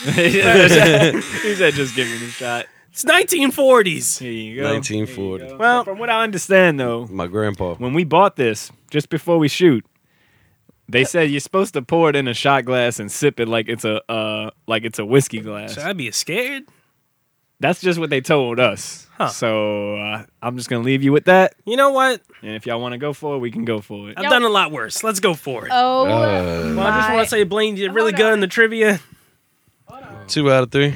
Speaker 3: Just something.
Speaker 6: <laughs>
Speaker 1: he said, just give me the shot.
Speaker 2: It's 1940s.
Speaker 1: Here you go.
Speaker 6: 1940.
Speaker 1: Here you go.
Speaker 2: Well-
Speaker 1: from what I understand, though,
Speaker 6: My grandpa.
Speaker 1: when we bought this, just before we shoot, they said you're supposed to pour it in a shot glass and sip it like it's a uh, like it's a whiskey glass.
Speaker 2: Should I be scared?
Speaker 1: That's just what they told us.
Speaker 2: Huh.
Speaker 1: So uh, I'm just gonna leave you with that.
Speaker 2: You know what?
Speaker 1: And if y'all want to go for it, we can go for it.
Speaker 2: I've
Speaker 3: Yo.
Speaker 2: done a lot worse. Let's go for it.
Speaker 3: Oh,
Speaker 6: Uh,
Speaker 2: well, I just
Speaker 3: my-
Speaker 2: want to say, Blaine, you did really
Speaker 3: Hold
Speaker 2: good
Speaker 3: on.
Speaker 2: in the trivia.
Speaker 6: Two out of three.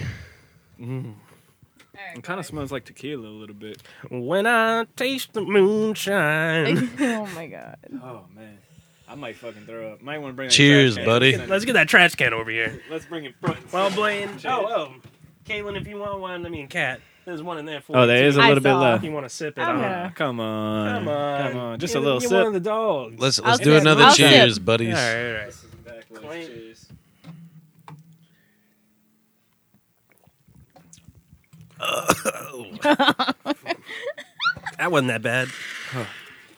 Speaker 1: It kind of smells like tequila a little bit.
Speaker 2: When I taste the <laughs> moonshine.
Speaker 3: oh my god.
Speaker 1: Oh man, I might fucking throw up. Might want to bring.
Speaker 6: Cheers, buddy.
Speaker 2: Let's get that trash can over here.
Speaker 1: Let's bring it front.
Speaker 2: Well, Blaine.
Speaker 1: Cheers.
Speaker 2: Oh, oh. Caitlin, if you want one, I mean, Cat, there's one in there for you.
Speaker 1: Oh, there is a
Speaker 2: too.
Speaker 3: I
Speaker 1: little bit
Speaker 3: saw.
Speaker 1: left.
Speaker 2: If you want to sip it,
Speaker 3: I'm
Speaker 2: uh,
Speaker 3: gonna-
Speaker 1: Come on.
Speaker 2: Come on.
Speaker 1: Come on. Just
Speaker 2: You're
Speaker 1: a
Speaker 2: the-
Speaker 1: little
Speaker 2: you're
Speaker 1: sip.
Speaker 2: one of the dogs.
Speaker 6: Let's
Speaker 3: I'll
Speaker 6: let's do
Speaker 3: sip.
Speaker 6: another
Speaker 3: I'll sip.
Speaker 6: cheers,
Speaker 2: All
Speaker 6: buddies.
Speaker 2: right, all right. That wasn't that bad.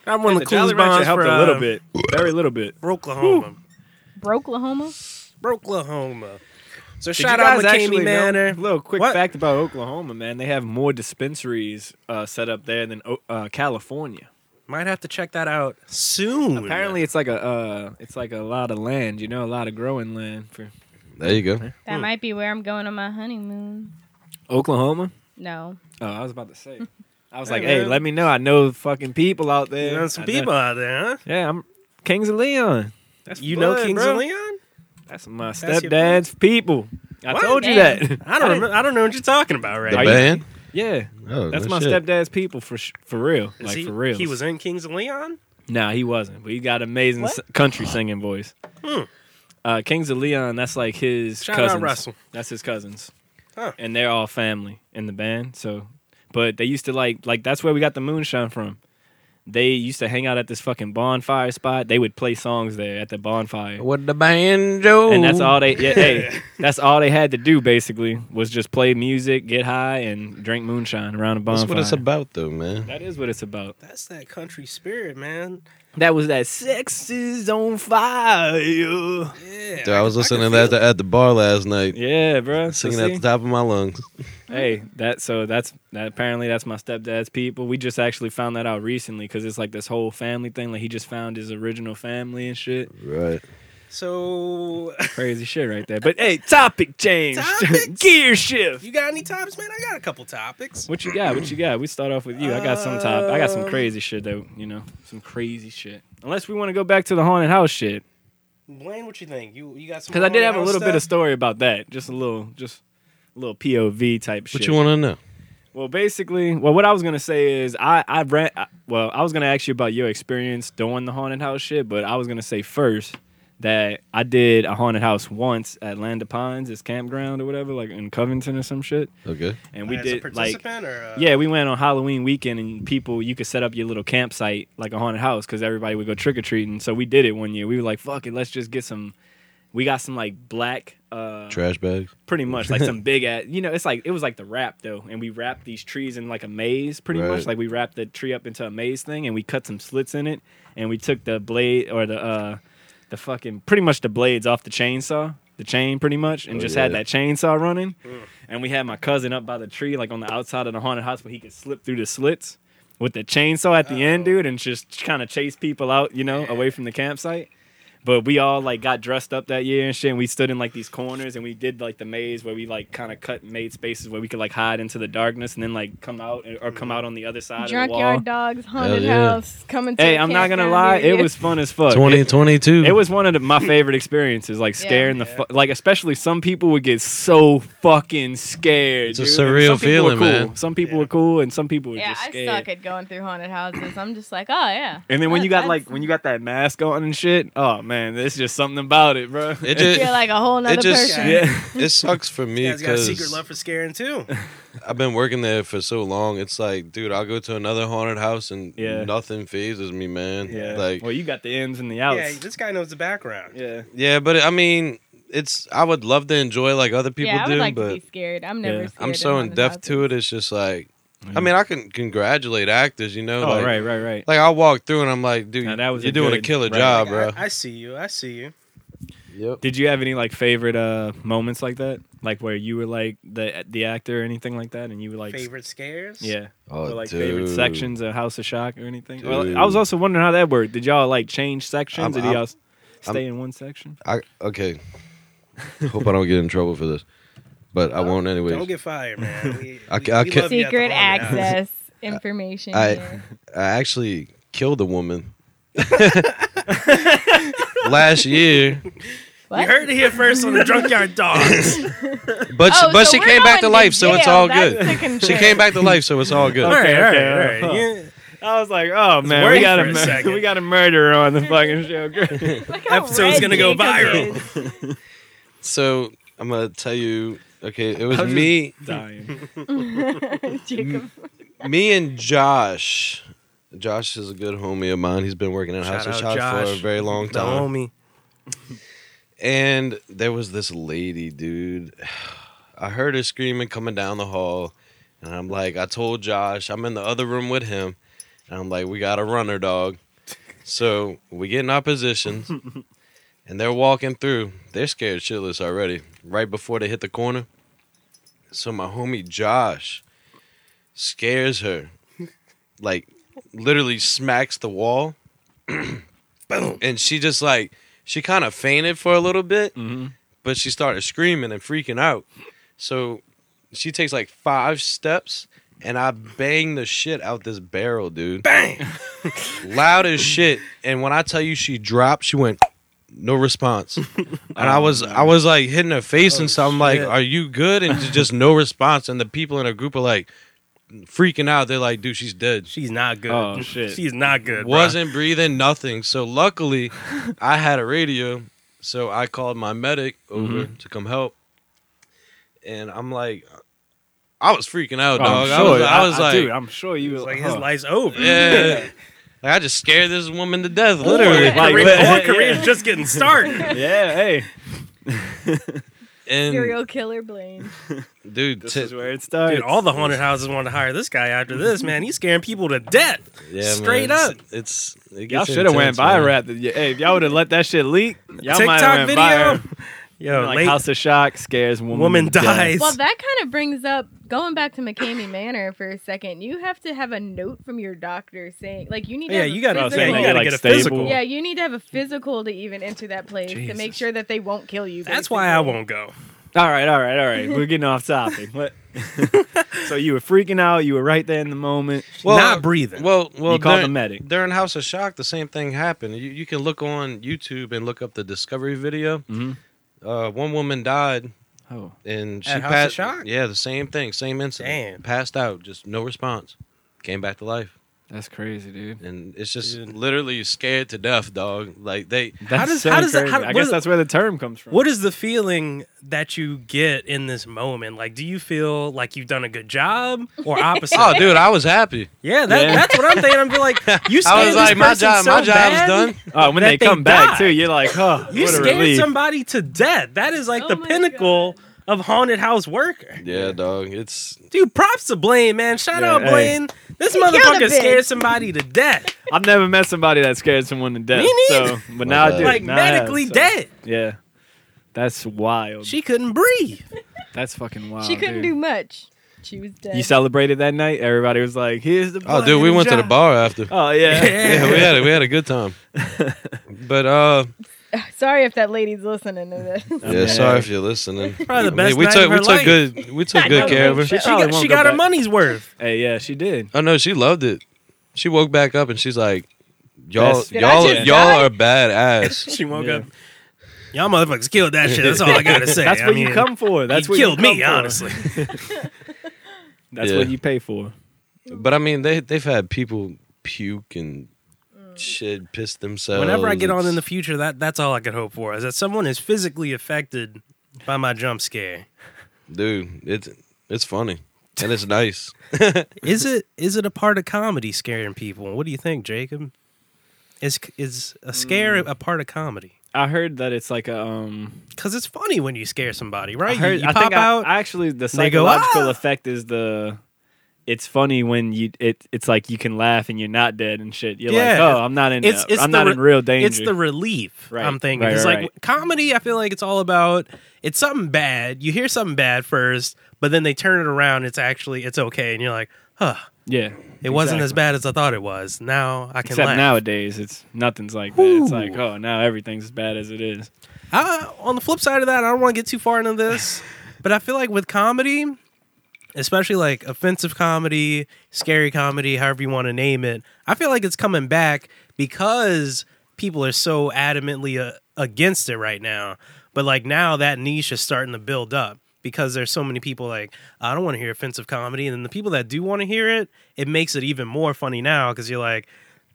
Speaker 2: I won the,
Speaker 1: The Jolly
Speaker 2: coolest
Speaker 1: Rancher
Speaker 2: bonds uh,
Speaker 1: helped
Speaker 2: for
Speaker 1: a little
Speaker 2: uh,
Speaker 1: bit. Very little bit.
Speaker 2: Broklahoma.
Speaker 3: Broklahoma?
Speaker 2: Broklahoma. So
Speaker 1: Did
Speaker 2: shout
Speaker 1: you
Speaker 2: out
Speaker 1: guys
Speaker 2: McCamey
Speaker 1: actually know-
Speaker 2: Manor.
Speaker 1: Little quick
Speaker 2: What?
Speaker 1: fact about Oklahoma, man. They have more dispensaries uh, set up there than O- uh, California.
Speaker 2: Might have to check that out soon.
Speaker 1: Apparently, it's like a uh, it's like a lot of land. You know, a lot of growing land for
Speaker 6: There you go.
Speaker 3: That might be where I'm going on my honeymoon.
Speaker 1: Oklahoma.
Speaker 3: No.
Speaker 1: Oh, I was about to <laughs> say. I was
Speaker 2: Hey,
Speaker 1: like, hey,
Speaker 2: man.
Speaker 1: let me know. I know fucking people out there.
Speaker 2: you know some
Speaker 1: I know-
Speaker 2: people out there, huh?
Speaker 1: Yeah, I'm Kings of Leon. That's
Speaker 2: You
Speaker 1: blood,
Speaker 2: know Kings
Speaker 1: bro.
Speaker 2: of Leon?
Speaker 1: That's my
Speaker 2: That's your-
Speaker 1: stepdad's people. I
Speaker 2: What?
Speaker 1: told you
Speaker 3: Damn.
Speaker 1: that. <laughs>
Speaker 2: I don't. remember, I don't know what you're talking about,
Speaker 6: The
Speaker 1: Are
Speaker 2: right?
Speaker 1: you-
Speaker 6: band.
Speaker 1: Yeah,
Speaker 6: Oh,
Speaker 1: that's
Speaker 6: no
Speaker 1: my
Speaker 6: shit.
Speaker 1: stepdad's people for sh- for real,
Speaker 2: Is
Speaker 1: like
Speaker 2: he,
Speaker 1: for real.
Speaker 2: He was in Kings of Leon.
Speaker 1: Nah, he wasn't. But he got amazing
Speaker 2: What?
Speaker 1: s- country singing voice.
Speaker 2: Hmm.
Speaker 1: Uh, Kings of Leon. That's like his
Speaker 2: Shout out
Speaker 1: cousins.
Speaker 2: Russell.
Speaker 1: That's his cousins.
Speaker 2: Huh.
Speaker 1: And they're all family in the band. So, but they used to like like that's where we got the moonshine from. They used to hang out at this fucking bonfire spot. They would play songs there at the bonfire.
Speaker 6: With the banjo.
Speaker 1: and that's all they yeah,
Speaker 6: <laughs>
Speaker 1: hey that's all they had to do basically was just play music get high and drink moonshine around a
Speaker 6: That's
Speaker 1: bonfire
Speaker 6: what it's about, though, man.
Speaker 1: that is what it's about
Speaker 2: That's that country spirit, man.
Speaker 1: that was that sex is on fire
Speaker 2: Yeah.
Speaker 6: Dude, I was listening to
Speaker 2: can
Speaker 6: that at
Speaker 2: feel
Speaker 6: the, at the bar last night,
Speaker 1: yeah bro So
Speaker 6: singing at
Speaker 1: see?
Speaker 6: the top of my lungs.
Speaker 1: hey that so that's that apparently that's my stepdad's people we just actually found that out recently because it's like this whole family thing like he just found his original family and shit
Speaker 6: Right.
Speaker 2: So, <laughs>
Speaker 1: crazy shit right there but hey topic change
Speaker 2: Topics?
Speaker 1: <laughs> gear shift
Speaker 2: you got any topics, man? I got a couple topics.
Speaker 1: What you got? What you got? We start off with you. I got some top. I got some
Speaker 2: Um,
Speaker 1: crazy shit that you know, some crazy shit. Unless we want to go back to the haunted house shit,
Speaker 2: Blaine, what you think? You you got some?
Speaker 1: because I did have a
Speaker 2: Cornell
Speaker 1: little bit of
Speaker 2: stuff?
Speaker 1: story about that. Just a little, just a little POV type shit.
Speaker 6: What you want to know?
Speaker 1: Well, basically, well, what I was gonna say is I I ran. I- Well, I was gonna ask you about your experience doing the haunted house shit, but I was gonna say first that I did a haunted house once at Land of Pines, this campground or whatever, like in Covington or some shit,
Speaker 6: Okay.
Speaker 1: and we
Speaker 2: As a
Speaker 1: did like
Speaker 2: participant or, uh,
Speaker 1: Yeah, we went on Halloween weekend, and people you could set up your little campsite like a haunted house because everybody would go trick or treating. So we did it one year. We were like, "Fuck it, let's just get some." We got some like black, uh,
Speaker 6: Trash bags.
Speaker 1: pretty much like
Speaker 6: <laughs>
Speaker 1: some big ass. You know, it's like it was like the wrap though, and we wrapped these trees in like a maze, pretty much
Speaker 6: Right.
Speaker 1: like we wrapped the tree up into a maze thing, and we cut some slits in it, and we took the blade or the uh, the fucking pretty much the blades off the chainsaw, the chain pretty much, and
Speaker 6: Oh,
Speaker 1: just
Speaker 6: yeah.
Speaker 1: had that chainsaw running. And we had my cousin up by the tree, like on the outside of the haunted house, where he could slip through the slits with the chainsaw at the end, dude, and just kind of chase people out, you know, away from the campsite. But we all like got dressed up that year and shit, and we stood in like these corners and we did like the maze where we like kind of cut and made spaces where we could like hide into the darkness and then like come out or come out on the other side of
Speaker 3: Drunk
Speaker 1: the wall.
Speaker 3: yard dogs, haunted
Speaker 6: yeah.
Speaker 3: house, coming. To
Speaker 1: Hey,
Speaker 3: a
Speaker 1: I'm not gonna
Speaker 3: campground
Speaker 1: lie,
Speaker 3: near
Speaker 1: it
Speaker 3: you.
Speaker 1: was fun as fuck. It-
Speaker 6: 2022.
Speaker 1: it was one of the, my favorite experiences, like
Speaker 3: Yeah.
Speaker 1: scaring the fu- like especially some people would get so fucking scared.
Speaker 6: It's a
Speaker 1: dude. And
Speaker 6: surreal
Speaker 1: some people were
Speaker 6: feeling,
Speaker 1: cool.
Speaker 6: man.
Speaker 1: Some people
Speaker 2: Yeah.
Speaker 1: were cool, and some people were
Speaker 3: Yeah,
Speaker 1: just
Speaker 3: I
Speaker 1: scared.
Speaker 3: suck at going through haunted houses. I'm just like, oh yeah.
Speaker 1: And then when
Speaker 3: That-
Speaker 1: you got
Speaker 3: that's-
Speaker 1: like when you got that mask on and shit, oh man, there's just something about it, bro.
Speaker 6: It just-
Speaker 3: you're like a whole nother
Speaker 6: just-
Speaker 1: <laughs>
Speaker 3: person.
Speaker 1: yeah.
Speaker 6: It sucks for me
Speaker 2: Guys got a secret
Speaker 6: because
Speaker 2: love for scaring
Speaker 1: <laughs>
Speaker 2: too.
Speaker 6: I've been working there for so long. It's like, dude, I'll go to another haunted house and
Speaker 1: Yeah.
Speaker 6: nothing phases me, man.
Speaker 1: Yeah.
Speaker 6: Like,
Speaker 1: well, you got the ins and the outs.
Speaker 2: yeah, this guy knows the background.
Speaker 1: yeah.
Speaker 6: yeah, but I mean, it's. I would love to enjoy like other people
Speaker 3: yeah, I
Speaker 6: do,
Speaker 3: would like
Speaker 6: but
Speaker 3: to be scared. I'm
Speaker 1: Yeah.
Speaker 3: never.
Speaker 1: I'm
Speaker 3: Scared
Speaker 6: I'm so in depth to it. It's just like, I mean, I can congratulate actors, you know.
Speaker 1: Oh,
Speaker 6: like,
Speaker 1: right, right, right.
Speaker 6: Like I'll walk through and I'm like, dude,
Speaker 1: Now, that was
Speaker 6: you're
Speaker 1: a
Speaker 6: doing a
Speaker 1: good-
Speaker 6: killer
Speaker 1: right.
Speaker 6: job,
Speaker 2: Like,
Speaker 6: bro.
Speaker 2: I, I see you. I see you.
Speaker 6: yep.
Speaker 1: Did you have any like favorite uh moments like that, like where you were like the the actor or anything like that, and you were like
Speaker 2: Favorite scares?
Speaker 1: yeah.
Speaker 6: Oh,
Speaker 1: or like
Speaker 6: dude.
Speaker 1: favorite sections of House of Shock or anything? Or, like, I was
Speaker 6: Dude.
Speaker 1: also wondering how that worked. Did y'all like change sections?
Speaker 6: I'm-
Speaker 1: Did
Speaker 6: I'm-
Speaker 1: y'all s- stay in one section?
Speaker 6: I okay. Hope I don't get in trouble for this, but I won't anyways.
Speaker 2: Don't get fired,
Speaker 6: <laughs>
Speaker 2: man. We,
Speaker 6: I
Speaker 2: we-
Speaker 6: ca- I
Speaker 2: we
Speaker 6: ca-
Speaker 2: love you at the haunted
Speaker 3: Secret
Speaker 2: house.
Speaker 3: access information.
Speaker 6: I- <laughs>
Speaker 3: here.
Speaker 6: I actually killed a woman <laughs> last year,
Speaker 3: What?
Speaker 2: You heard it here first on the
Speaker 1: <laughs>
Speaker 2: Drunkyard Dogs.
Speaker 6: but
Speaker 3: Oh,
Speaker 6: she, but
Speaker 3: so
Speaker 6: she
Speaker 3: we're
Speaker 6: came back to
Speaker 3: going
Speaker 6: life, so it's
Speaker 3: jail.
Speaker 6: all
Speaker 3: That's
Speaker 6: good.
Speaker 3: the
Speaker 6: She
Speaker 3: concern.
Speaker 6: came back to life, so it's all good.
Speaker 2: all right, all
Speaker 1: okay,
Speaker 2: right, all right.
Speaker 1: huh.
Speaker 2: Yeah.
Speaker 1: I was like, oh man, we
Speaker 2: worried
Speaker 1: got
Speaker 2: for
Speaker 1: a
Speaker 2: a
Speaker 1: mur- <laughs>
Speaker 2: second.
Speaker 1: we got a murderer on the fucking show. Great.
Speaker 3: Look how
Speaker 2: Episode's
Speaker 3: red
Speaker 2: gonna go
Speaker 3: Jacob
Speaker 2: viral.
Speaker 3: is.
Speaker 6: So I'm gonna tell you. Okay, it was
Speaker 1: How's
Speaker 6: me,
Speaker 1: <laughs> Dying.
Speaker 3: Jacob.
Speaker 6: me and Josh. Josh is a good homie of mine. He's been working at
Speaker 2: Shout
Speaker 6: House of
Speaker 2: out
Speaker 6: Shot for a
Speaker 2: Josh.
Speaker 6: very long
Speaker 2: The
Speaker 6: time.
Speaker 2: homie.
Speaker 6: And there was this lady, dude. <sighs> I heard her screaming coming down the hall. And I'm like, I told Josh, I'm in the other room with him. And I'm like, we got a runner, dog. So we get in our positions. And they're walking through. They're scared shitless already, right before they hit the corner. So my homie Josh scares her, like literally smacks the wall. <clears throat> Boom. And she just like, she kind of fainted for a little bit,
Speaker 1: Mm. Mm-hmm.
Speaker 6: but she started screaming and freaking out. So she takes like five steps, and I bang the shit out this barrel, dude. Bang! <laughs> Loud as shit. And when I tell you she dropped, she went, no response. And I was I was like hitting her face and stuff. I'm like,
Speaker 2: shit.
Speaker 6: are you good? And just no response. And the people in her group are like freaking out. They're like, dude, she's dead.
Speaker 2: She's not good.
Speaker 1: Oh, shit.
Speaker 2: She's not good. bro.
Speaker 6: Wasn't breathing nothing. So luckily,
Speaker 1: <laughs>
Speaker 6: I had a radio, so I called my medic over
Speaker 1: Mm-hmm.
Speaker 6: to come help. And I'm like, I was freaking out,
Speaker 1: Oh, I'm
Speaker 6: dog. I
Speaker 1: sure.
Speaker 6: was, I was like,
Speaker 1: dude, I'm sure you uh-huh.
Speaker 2: It's like
Speaker 1: was
Speaker 2: his
Speaker 1: huh.
Speaker 2: life's over.
Speaker 6: <laughs> yeah. Like, I just scared this woman to death,
Speaker 2: Literally,
Speaker 6: literally.
Speaker 1: yeah.
Speaker 6: <laughs>
Speaker 1: Like,
Speaker 2: career,
Speaker 1: yeah. <laughs>
Speaker 2: or career's just getting started.
Speaker 1: Yeah, <laughs> hey,
Speaker 6: and
Speaker 3: <laughs> Serial killer Blaine.
Speaker 6: dude,
Speaker 1: this
Speaker 6: t-
Speaker 1: is where it starts.
Speaker 2: Dude, all the haunted houses want to hire this guy after this, man. He's scaring people to death.
Speaker 6: yeah, man,
Speaker 2: straight
Speaker 6: it's-
Speaker 2: up.
Speaker 6: It's, it
Speaker 1: y'all
Speaker 6: gets
Speaker 1: should have went
Speaker 6: intense,
Speaker 1: by
Speaker 6: man.
Speaker 1: rap. Hey, if y'all would have let <laughs> that shit leak, y'all might
Speaker 2: TikTok
Speaker 1: have went
Speaker 2: video.
Speaker 1: viral.
Speaker 2: Yo,
Speaker 1: <laughs> like
Speaker 2: late
Speaker 1: House of Shock scares woman.
Speaker 2: woman
Speaker 1: to death.
Speaker 2: dies.
Speaker 3: Well, that kind of brings up going back to McCamey Manor for a second. You have to have a note from your doctor saying, like, you need to
Speaker 2: yeah,
Speaker 3: have a
Speaker 2: you got
Speaker 1: Oh,
Speaker 2: to
Speaker 1: saying
Speaker 3: physical-
Speaker 1: they
Speaker 2: you got to
Speaker 1: like,
Speaker 2: get a
Speaker 1: stable.
Speaker 2: physical.
Speaker 3: Yeah, you need to have a physical to even enter that place to make sure that they won't kill you.
Speaker 2: That's why I won't go.
Speaker 1: All right, all right, all right. We're getting off topic.
Speaker 2: <laughs>
Speaker 1: What? so you were freaking out. You were right there in the moment.
Speaker 6: Well,
Speaker 2: not breathing.
Speaker 6: Well, well,
Speaker 1: You called
Speaker 6: during-
Speaker 1: the medic.
Speaker 6: during House of Shock. The same thing happened. You, you can look on YouTube and look up the Discovery video.
Speaker 1: Mhm.
Speaker 6: Uh, one woman died,
Speaker 1: Oh,
Speaker 6: and she
Speaker 2: At House of
Speaker 6: passed.
Speaker 2: Shock?
Speaker 6: Yeah, the same thing, same incident.
Speaker 2: Damn.
Speaker 6: Passed out, just no response. Came back to life,
Speaker 1: that's crazy, dude.
Speaker 6: and it's just
Speaker 2: Dude.
Speaker 6: literally scared to death, dog. Like they,
Speaker 1: That's how does,
Speaker 2: does-
Speaker 1: so
Speaker 2: how does that-
Speaker 1: crazy.
Speaker 2: how-
Speaker 1: I
Speaker 2: what
Speaker 1: guess
Speaker 2: is-
Speaker 1: that's where the term comes from.
Speaker 2: What is the feeling that you get in this moment? Like, do you feel like you've done a good job or opposite?
Speaker 6: oh, dude, I was happy.
Speaker 2: yeah, that,
Speaker 1: Yeah.
Speaker 2: that's what I'm thinking. I'm be like, you scared
Speaker 6: I was
Speaker 2: this
Speaker 6: like, my
Speaker 2: person
Speaker 6: job,
Speaker 2: so
Speaker 6: my job's
Speaker 2: bad,
Speaker 6: done.
Speaker 1: Oh, when they
Speaker 2: that they
Speaker 1: come back
Speaker 2: die.
Speaker 1: too, you're like, huh?
Speaker 2: You
Speaker 1: what a
Speaker 2: scared
Speaker 1: relief.
Speaker 2: somebody to death. That is like
Speaker 3: Oh
Speaker 2: the
Speaker 3: my
Speaker 2: pinnacle of haunted house worker.
Speaker 6: Yeah, dog. It's
Speaker 2: Dude, props to Blaine, man. Shout
Speaker 1: Yeah,
Speaker 2: out
Speaker 1: hey.
Speaker 2: Blaine. This
Speaker 3: killed a
Speaker 2: motherfucker
Speaker 3: bitch.
Speaker 2: scared somebody to death.
Speaker 1: I've never met somebody that scared someone to death.
Speaker 2: Me neither.
Speaker 1: So, but now I
Speaker 6: God.
Speaker 1: do.
Speaker 2: like
Speaker 1: Now I have,
Speaker 2: medically
Speaker 1: so-
Speaker 2: dead.
Speaker 1: Yeah, that's wild.
Speaker 2: She couldn't breathe.
Speaker 1: that's fucking wild.
Speaker 3: She couldn't do
Speaker 1: Oh, dude.
Speaker 3: much. She was dead.
Speaker 1: You celebrated that night. Everybody was like, "Here's the."
Speaker 6: oh,
Speaker 1: blood
Speaker 6: dude, we
Speaker 1: and
Speaker 6: went to the
Speaker 2: Oh, <laughs>
Speaker 1: shot.
Speaker 6: bar after.
Speaker 1: Oh yeah.
Speaker 6: Yeah, we had a, we had a good time. But uh,
Speaker 3: Sorry if that lady's listening
Speaker 1: <laughs>
Speaker 3: to this.
Speaker 6: yeah, sorry if you're listening.
Speaker 2: Probably the
Speaker 6: I mean,
Speaker 2: best
Speaker 6: we
Speaker 2: night
Speaker 6: took
Speaker 2: of
Speaker 6: we
Speaker 2: her
Speaker 6: took
Speaker 2: life.
Speaker 6: good we took
Speaker 3: I
Speaker 6: good
Speaker 3: know.
Speaker 6: care of her.
Speaker 1: She
Speaker 2: She
Speaker 1: probably
Speaker 2: got,
Speaker 1: won't
Speaker 2: she
Speaker 1: go
Speaker 2: got her
Speaker 1: back.
Speaker 2: money's
Speaker 1: <laughs>
Speaker 2: worth.
Speaker 1: Hey, yeah, she did.
Speaker 6: Oh no, she loved it. She woke back up and she's like, "Y'all,
Speaker 1: That's-
Speaker 3: Did I
Speaker 6: y'all,
Speaker 3: just
Speaker 6: y'all
Speaker 3: die?
Speaker 6: are bad
Speaker 2: <laughs>
Speaker 6: ass."
Speaker 2: She woke
Speaker 1: Yeah.
Speaker 2: up. Y'all motherfuckers killed that shit. That's all I gotta say.
Speaker 1: That's
Speaker 2: I
Speaker 1: what
Speaker 2: mean,
Speaker 1: you come for. That's
Speaker 2: you
Speaker 1: what
Speaker 2: killed
Speaker 1: you come
Speaker 2: me,
Speaker 1: for.
Speaker 2: honestly.
Speaker 1: That's
Speaker 6: Yeah.
Speaker 1: what you pay for.
Speaker 6: but I mean, they they've had people puke and shit, piss themselves.
Speaker 2: Whenever I get on in the future, that that's all I could hope for is that someone is physically affected by my jump scare.
Speaker 6: dude, it's it's funny and it's nice.
Speaker 2: Is it is it a part of comedy scaring people? What do you think, Jacob? Is is a scare
Speaker 1: Mm.
Speaker 2: a part of comedy?
Speaker 1: I heard that it's like a um.
Speaker 2: Because it's funny when you scare somebody, right?
Speaker 1: I
Speaker 2: You-
Speaker 1: heard.
Speaker 2: you
Speaker 1: I
Speaker 2: pop
Speaker 1: think I-
Speaker 2: out.
Speaker 1: I, actually the
Speaker 2: they go,
Speaker 1: psychological
Speaker 2: "Ah!"
Speaker 1: effect is the. It's funny when you it. It's like you can laugh and you're not dead and shit. You're like,
Speaker 2: Yeah.
Speaker 1: oh, I'm not in.
Speaker 2: it's, it's
Speaker 1: I'm
Speaker 2: the
Speaker 1: not
Speaker 2: re-
Speaker 1: in real danger.
Speaker 2: It's the relief.
Speaker 1: Right,
Speaker 2: I'm thinking
Speaker 1: right,
Speaker 2: it's
Speaker 1: right,
Speaker 2: like
Speaker 1: right.
Speaker 2: comedy. I feel like it's all about it's something bad. You hear something bad first, but then they turn it around. It's actually it's okay, and you're like, huh,
Speaker 1: yeah.
Speaker 2: it wasn't as bad as I thought it was. Now I can
Speaker 1: Except
Speaker 2: laugh.
Speaker 1: nowadays, it's nothing's like that. It's like, oh, now everything's as bad as it is.
Speaker 2: I, on the flip side of that, I don't want to get too far into this, but I feel like with comedy, especially like offensive comedy, scary comedy, however you want to name it, I feel like it's coming back because people are so adamantly uh, against it right now. But like now that niche is starting to build up because there's so many people like I don't want to hear offensive comedy and then the people that do want to hear it, it makes it even more funny now cuz you're like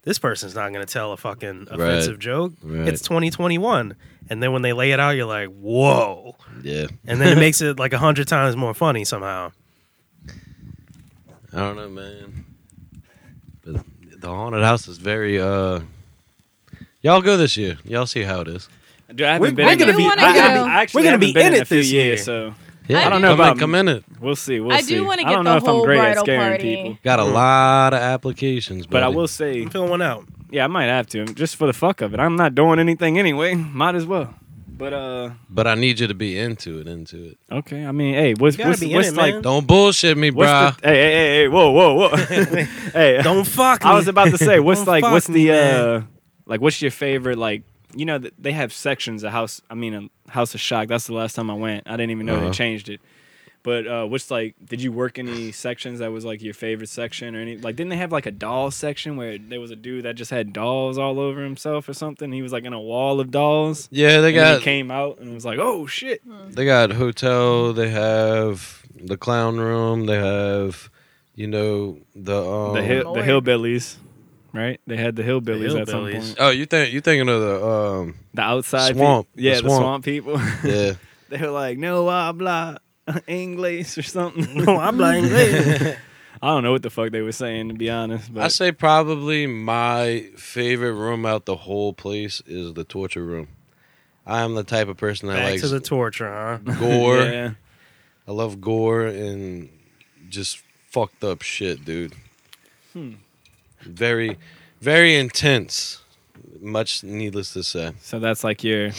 Speaker 2: this person's not going to tell a fucking offensive joke.
Speaker 6: Right.
Speaker 2: It's 2021. And then when they lay it out, you're like, whoa.
Speaker 6: Yeah,
Speaker 2: And then it makes it like a hundred times more funny somehow.
Speaker 6: I don't know, man. But the haunted house is very uh. Y'all go this year. Y'all see how it is.
Speaker 1: Dude, I haven't
Speaker 2: We're-
Speaker 1: been
Speaker 2: we're
Speaker 1: in
Speaker 2: gonna
Speaker 1: it.
Speaker 2: be-
Speaker 1: I-
Speaker 3: I
Speaker 1: I
Speaker 3: do
Speaker 1: haven't-
Speaker 3: wanna
Speaker 1: I actually
Speaker 2: go.
Speaker 1: haven't
Speaker 2: We're gonna be
Speaker 1: been
Speaker 2: in
Speaker 1: in
Speaker 2: it
Speaker 1: a few
Speaker 2: this year.
Speaker 1: years, so
Speaker 6: Yeah,
Speaker 3: I
Speaker 6: I
Speaker 3: do-
Speaker 6: don't know
Speaker 1: Come
Speaker 6: about
Speaker 1: in,
Speaker 6: come
Speaker 1: come
Speaker 6: in it.
Speaker 1: We'll see. We'll
Speaker 3: I
Speaker 1: see.
Speaker 3: do wanna
Speaker 1: I
Speaker 3: get
Speaker 1: don't
Speaker 3: the
Speaker 1: know if I'm
Speaker 3: whole
Speaker 1: great at
Speaker 3: bridal
Speaker 1: scaring
Speaker 3: party.
Speaker 1: people,
Speaker 6: Got a lot of applications,
Speaker 1: but I
Speaker 6: buddy.
Speaker 1: will say,
Speaker 2: I'm filling one
Speaker 1: <laughs>
Speaker 2: out.
Speaker 1: yeah, I might have to just for the fuck of it. I'm not doing anything anyway. Might as well. But uh,
Speaker 6: But I need you to be into it, into it.
Speaker 1: okay. I mean, hey, what's
Speaker 2: You gotta
Speaker 1: what's,
Speaker 2: be in
Speaker 1: what's
Speaker 2: it,
Speaker 1: like?
Speaker 2: man.
Speaker 6: Don't bullshit me,
Speaker 1: What's
Speaker 6: bruh.
Speaker 1: the, hey, hey, hey, hey, whoa, whoa, <laughs> whoa. hey,
Speaker 2: Don't fuck me.
Speaker 1: I was about to say, what's
Speaker 2: Don't
Speaker 1: like,
Speaker 2: fuck
Speaker 1: what's
Speaker 2: me,
Speaker 1: the
Speaker 2: man.
Speaker 1: uh, like, what's your favorite like? You know, th- they have sections of house. I mean, um, House of Shock. That's the last time I went. I didn't even know
Speaker 6: Uh-huh.
Speaker 1: they changed it. But uh, what's like? Did you work any sections that was like your favorite section or any? Like, didn't they have like a doll section where there was a dude that just had dolls all over himself or something? He was like in a wall of dolls.
Speaker 6: yeah, they
Speaker 1: And then
Speaker 6: got
Speaker 1: he came out and was like, "Oh shit!"
Speaker 6: they got hotel. They have the clown room. They have, you know, the um,
Speaker 1: the hill, the
Speaker 3: Lord.
Speaker 1: hillbillies, right? They had the hillbillies, at some
Speaker 2: hillbillies.
Speaker 1: point.
Speaker 6: Oh, you think you thinking of the um?
Speaker 1: The outside peop-
Speaker 6: Swamp. The
Speaker 1: yeah, the
Speaker 6: swamp.
Speaker 1: swamp people. <laughs>
Speaker 6: Yeah,
Speaker 1: they were like, no habla inglés or
Speaker 2: <laughs>
Speaker 1: something.
Speaker 2: No, Oh, I'm
Speaker 1: <laughs>
Speaker 2: like, hey.
Speaker 1: I don't know what the fuck they were saying to be honest, but
Speaker 6: I say probably my favorite room out the whole place is the torture room. I am the type of person that
Speaker 2: back
Speaker 6: likes
Speaker 2: to <laughs> the torture, huh?
Speaker 6: gore.
Speaker 1: yeah.
Speaker 6: I love gore and just fucked up shit, dude. Very, very intense. Much needless to say.
Speaker 1: So that's like your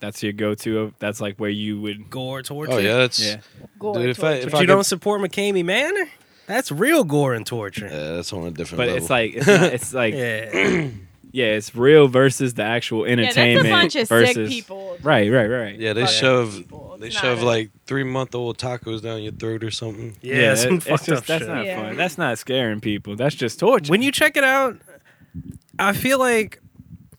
Speaker 1: that's your go-to. Of, that's like where you would.
Speaker 2: Gore torture.
Speaker 6: Oh yeah, that's
Speaker 1: Yeah.
Speaker 3: Gore
Speaker 6: dude. If I
Speaker 3: torture.
Speaker 6: if
Speaker 2: But
Speaker 6: I
Speaker 2: you
Speaker 6: could-
Speaker 2: don't support McCamey Manor? That's real gore and torture.
Speaker 1: Uh,
Speaker 6: Yeah, that's on a different.
Speaker 1: But
Speaker 6: level.
Speaker 1: it's like it's, not,
Speaker 2: <laughs>
Speaker 1: it's like yeah. <clears throat>
Speaker 2: Yeah.
Speaker 1: it's real versus the actual
Speaker 3: yeah, that's a
Speaker 1: entertainment
Speaker 3: bunch of
Speaker 1: versus
Speaker 3: sick people.
Speaker 1: right, right, right.
Speaker 6: yeah, they
Speaker 3: fuck
Speaker 6: shove
Speaker 3: people.
Speaker 6: they
Speaker 3: It's not
Speaker 6: shove
Speaker 3: a-
Speaker 6: like three month old tacos down your throat or something.
Speaker 2: Yeah, some
Speaker 1: it's
Speaker 2: fucked
Speaker 1: just-
Speaker 2: up
Speaker 1: that's
Speaker 2: shit.
Speaker 1: not
Speaker 3: Yeah.
Speaker 1: fun. That's not scaring people. That's just torture.
Speaker 2: When you check it out, I feel like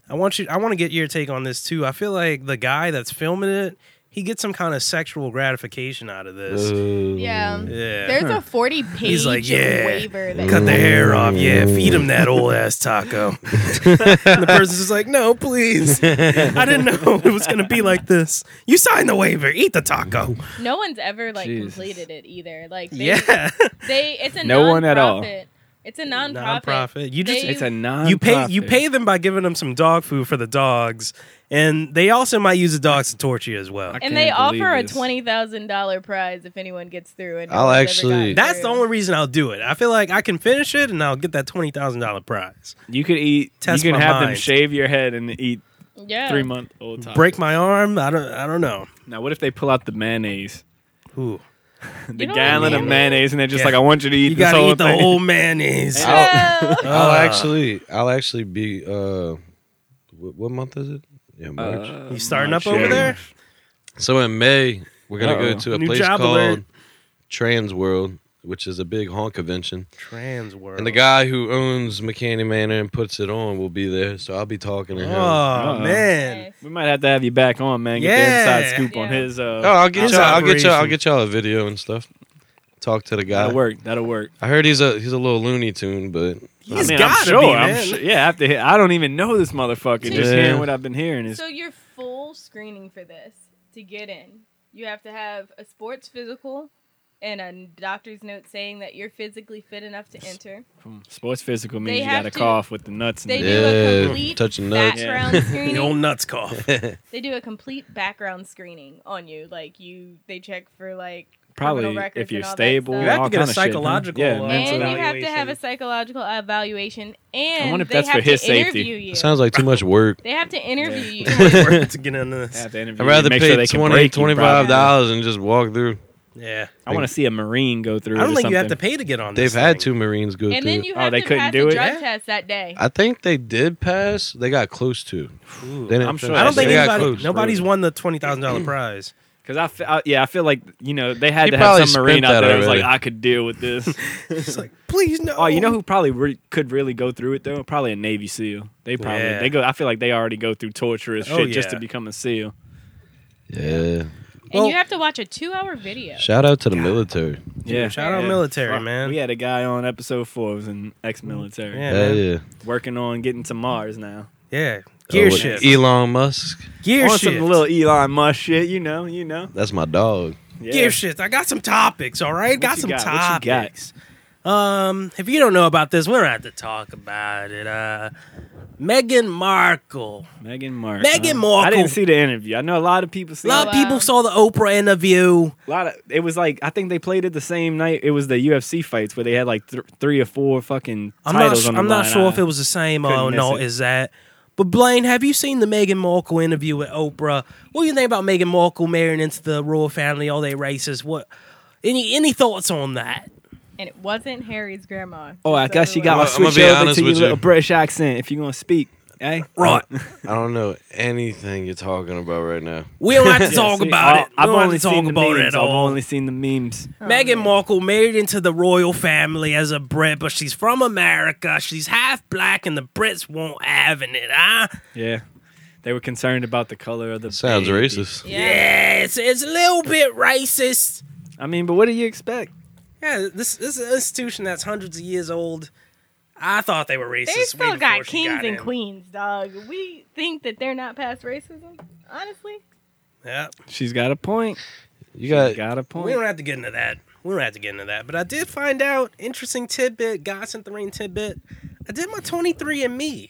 Speaker 2: I want you I want to get your take on this too. I feel like the guy that's filming it, he gets some kind of sexual gratification out of this.
Speaker 3: Yeah.
Speaker 6: Mm.
Speaker 2: yeah.
Speaker 3: There's a 40 page
Speaker 2: He's like, yeah,
Speaker 3: waiver that
Speaker 2: Cut the hair off. Yeah, feed him that old ass taco. and the person's just like, no, please. I didn't know it was going to be like this. You signed the waiver. Eat the taco.
Speaker 3: no one's ever like
Speaker 1: Jesus.
Speaker 3: completed it either. Like they, <laughs>
Speaker 2: Yeah.
Speaker 3: they it's a
Speaker 1: No one at all.
Speaker 3: nonprofit. It's a nonprofit.
Speaker 2: You just.
Speaker 3: They-
Speaker 1: it's a non.
Speaker 2: you pay you pay them by giving them some dog food for the dogs, and they also might use the dogs to torture you as well.
Speaker 1: I
Speaker 3: And they
Speaker 1: can't believe
Speaker 3: offer a
Speaker 1: this.
Speaker 3: twenty thousand dollar prize if anyone gets through. And no
Speaker 6: I'll
Speaker 3: one's ever
Speaker 6: actually-
Speaker 3: gotten
Speaker 2: That's the
Speaker 3: through.
Speaker 2: only reason I'll do it. I feel like I can finish it and I'll get that twenty thousand dollar prize.
Speaker 1: You could eat.
Speaker 2: Test
Speaker 1: you can
Speaker 2: my
Speaker 1: have them
Speaker 2: mind.
Speaker 1: shave your head and eat
Speaker 3: yeah.
Speaker 1: three month old. Tacos.
Speaker 2: Break my arm? I don't. I don't know.
Speaker 1: Now, what if they pull out the mayonnaise,
Speaker 2: Ooh.
Speaker 1: the
Speaker 3: don't
Speaker 1: gallon
Speaker 3: need
Speaker 1: of
Speaker 3: it.
Speaker 1: mayonnaise, and they're just
Speaker 2: Yeah.
Speaker 1: like, "I want you to eat
Speaker 2: You
Speaker 1: this
Speaker 2: gotta
Speaker 1: whole
Speaker 2: eat the
Speaker 1: thing." <laughs>
Speaker 2: whole mayonnaise.
Speaker 6: I'll,
Speaker 3: Oh.
Speaker 6: I'll
Speaker 2: Ah.
Speaker 6: actually I'll actually be uh, wh- what month is it? Yeah, March.
Speaker 2: You starting up
Speaker 1: March,
Speaker 2: over
Speaker 1: yeah.
Speaker 2: there?
Speaker 6: So in May, we're gonna
Speaker 1: Uh-oh.
Speaker 6: go to a
Speaker 2: New
Speaker 6: place
Speaker 2: job
Speaker 6: called
Speaker 2: alert.
Speaker 6: Trans World, which is a big honk convention.
Speaker 2: Trans world.
Speaker 6: And the guy who owns McCanny Manor and puts it on will be there. So I'll be talking to
Speaker 2: Oh
Speaker 6: him.
Speaker 1: Uh-huh.
Speaker 2: man.
Speaker 3: Nice.
Speaker 1: We might have to have you back on, man. Get the
Speaker 2: Yeah.
Speaker 1: inside scoop on
Speaker 3: Yeah.
Speaker 1: his. Uh,
Speaker 6: oh, I'll get
Speaker 2: His
Speaker 6: y'all. I'll get y'all. I'll
Speaker 2: operation.
Speaker 6: get y'all a video and stuff. Talk to the guy.
Speaker 1: that'll work. That'll work.
Speaker 6: I heard he's a he's a little Looney Tune, but
Speaker 2: He's
Speaker 1: I mean,
Speaker 2: gotta
Speaker 1: I'm sure.
Speaker 2: be,
Speaker 1: I'm
Speaker 2: man.
Speaker 1: sure. Yeah, after he- I don't even know this motherfucker. Just
Speaker 6: Yeah.
Speaker 1: hearing what I've been hearing is
Speaker 3: So you're full screening for this to get in. You have to have a sports physical and a doctor's note saying that you're physically fit enough to enter.
Speaker 1: hmm, sports physical means
Speaker 3: They
Speaker 1: you
Speaker 3: have
Speaker 1: got to
Speaker 3: to-
Speaker 1: cough with the nuts. And
Speaker 3: They
Speaker 1: the-
Speaker 3: do a
Speaker 6: Yeah,
Speaker 3: complete
Speaker 6: touching nuts.
Speaker 3: background
Speaker 2: The old
Speaker 3: screening.
Speaker 2: nuts
Speaker 1: <laughs>
Speaker 2: cough.
Speaker 3: They do a complete background screening on you. Like you, they check for like
Speaker 1: Probably
Speaker 3: criminal records
Speaker 1: if you're
Speaker 3: and all that
Speaker 1: stable.
Speaker 3: stuff.
Speaker 2: You have to
Speaker 1: all
Speaker 2: get a
Speaker 1: kind of shit, huh?
Speaker 2: psychological,
Speaker 1: Yeah,
Speaker 2: uh,
Speaker 1: mental
Speaker 3: and you have to
Speaker 2: evaluation.
Speaker 3: have a psychological evaluation, and
Speaker 1: wonder if
Speaker 3: they
Speaker 1: that's
Speaker 3: have
Speaker 1: for
Speaker 3: to
Speaker 1: his safety.
Speaker 3: interview you.
Speaker 6: it sounds like too much work.
Speaker 3: they have
Speaker 1: <laughs>
Speaker 3: to interview you.
Speaker 2: to get in this.
Speaker 1: have to interview
Speaker 6: I'd
Speaker 1: you,
Speaker 6: rather
Speaker 1: make
Speaker 6: pay
Speaker 1: sure they can
Speaker 6: twenty
Speaker 1: break you
Speaker 6: twenty five dollars and just walk through.
Speaker 2: Yeah.
Speaker 1: probably. I want to see a marine go through.
Speaker 2: I don't
Speaker 1: it or
Speaker 2: think you have to
Speaker 1: something.
Speaker 2: pay to get on.
Speaker 6: They've
Speaker 2: this
Speaker 6: had two
Speaker 2: thing.
Speaker 6: Marines go
Speaker 3: and
Speaker 6: through.
Speaker 3: then you
Speaker 1: Oh,
Speaker 3: have
Speaker 1: they
Speaker 3: to
Speaker 1: couldn't
Speaker 3: pass
Speaker 1: do
Speaker 3: a
Speaker 1: it?
Speaker 3: drug
Speaker 2: Yeah.
Speaker 3: test that day.
Speaker 6: I think they did pass. They got close to.
Speaker 2: Ooh.
Speaker 6: They didn't
Speaker 1: I'm sure
Speaker 6: finish.
Speaker 2: I don't
Speaker 1: They
Speaker 2: think
Speaker 1: got
Speaker 2: anybody,
Speaker 6: close.
Speaker 2: nobody's won the twenty thousand dollar prize.
Speaker 1: Because I, fe- I, yeah, I feel like you know they had
Speaker 6: He
Speaker 1: to have
Speaker 6: probably
Speaker 1: some marine
Speaker 6: spent
Speaker 1: out
Speaker 6: that
Speaker 1: there. that was
Speaker 6: already.
Speaker 1: like, I could deal with this.
Speaker 2: It's
Speaker 1: <laughs>
Speaker 2: like, please no.
Speaker 1: oh, you know who probably re- could really go through it though? Probably a Navy SEAL. They probably
Speaker 2: Yeah.
Speaker 1: they go. I feel like they already go through torturous
Speaker 2: Oh,
Speaker 1: shit just
Speaker 2: yeah.
Speaker 1: to become a SEAL.
Speaker 6: Yeah.
Speaker 3: and
Speaker 2: well-
Speaker 3: you have to watch a two-hour video.
Speaker 6: Shout out to the military.
Speaker 1: Yeah,
Speaker 2: Shout out
Speaker 1: Yeah.
Speaker 2: military,
Speaker 1: Fuck.
Speaker 2: man.
Speaker 1: We had a guy on episode four who was an ex-military,
Speaker 2: Yeah.
Speaker 6: Hell
Speaker 2: man.
Speaker 6: yeah.
Speaker 1: working on getting to Mars now.
Speaker 2: Yeah. Gear
Speaker 6: Oh, what-
Speaker 2: shift.
Speaker 6: Elon Musk.
Speaker 2: Gear
Speaker 1: on
Speaker 2: shift.
Speaker 1: some little Elon Musk shit, you know, you know.
Speaker 6: That's my dog.
Speaker 1: Yeah.
Speaker 2: Gear shift. I got some topics. All right. got
Speaker 1: you
Speaker 2: some
Speaker 1: got? What you got?
Speaker 2: topics. Um, if you don't know about this, we don't have to talk about it. Uh, Meghan Markle.
Speaker 1: Meghan Markle.
Speaker 2: Meghan
Speaker 1: I
Speaker 2: Markle.
Speaker 1: didn't see the interview. I know a lot of people
Speaker 2: A
Speaker 1: see
Speaker 2: lot
Speaker 1: it.
Speaker 2: of
Speaker 3: Wow.
Speaker 2: people saw the Oprah interview.
Speaker 1: a lot of it was like I think they played it the same night. It was the UFC fights where they had like th- three or four fucking
Speaker 2: I'm not.
Speaker 1: titles
Speaker 2: su-
Speaker 1: on the
Speaker 2: I'm not
Speaker 1: line.
Speaker 2: sure
Speaker 1: I-
Speaker 2: if it was the same.
Speaker 1: couldn't
Speaker 2: Oh no,
Speaker 1: miss it.
Speaker 2: is that? But Blaine, have you seen the Meghan Markle interview with Oprah? What do you think about Meghan Markle marrying into the royal family? All they races. What? Any any thoughts on that?
Speaker 3: And it wasn't Harry's grandma.
Speaker 1: Oh, I
Speaker 3: Just
Speaker 1: guess
Speaker 3: so
Speaker 1: you got
Speaker 3: everyone-
Speaker 1: to
Speaker 6: Well, I'ma
Speaker 1: switch
Speaker 6: be
Speaker 1: over
Speaker 6: honest
Speaker 1: to your
Speaker 6: with you.
Speaker 1: little British accent if you're gonna speak. eh? Hey, <laughs>
Speaker 2: Right.
Speaker 6: I don't know anything you're talking about right now.
Speaker 2: We don't
Speaker 1: <laughs>
Speaker 2: have to talk
Speaker 1: See,
Speaker 2: about
Speaker 1: I-
Speaker 2: it. we
Speaker 1: I've
Speaker 2: don't
Speaker 1: only
Speaker 2: have to talk
Speaker 1: seen the
Speaker 2: about it
Speaker 1: memes.
Speaker 2: at
Speaker 1: I've
Speaker 2: all.
Speaker 1: only seen the memes.
Speaker 2: Oh, Meghan Markle married into the royal family as a Brit, but she's from America. She's half black, and the Brits won't having it, huh?
Speaker 1: Yeah, they were concerned about the color of the.
Speaker 6: Sounds
Speaker 1: baby.
Speaker 6: racist.
Speaker 3: Yeah.
Speaker 2: Yes, it's a little bit racist.
Speaker 1: I mean, but what do you expect?
Speaker 2: Yeah, this this is an institution that's hundreds of years old. I thought they were racist.
Speaker 3: They
Speaker 2: way
Speaker 3: still
Speaker 2: before
Speaker 3: got
Speaker 2: she
Speaker 3: kings
Speaker 2: got
Speaker 3: and
Speaker 2: in.
Speaker 3: queens, dog. We think that they're not past racism. Honestly,
Speaker 2: Yeah,
Speaker 1: She's got a point.
Speaker 6: You got,
Speaker 1: Got a
Speaker 2: we
Speaker 1: point.
Speaker 2: don't have to get into that. We don't have to get into that. But I did find out interesting tidbit, gossip rain tidbit. I did my twenty three and me.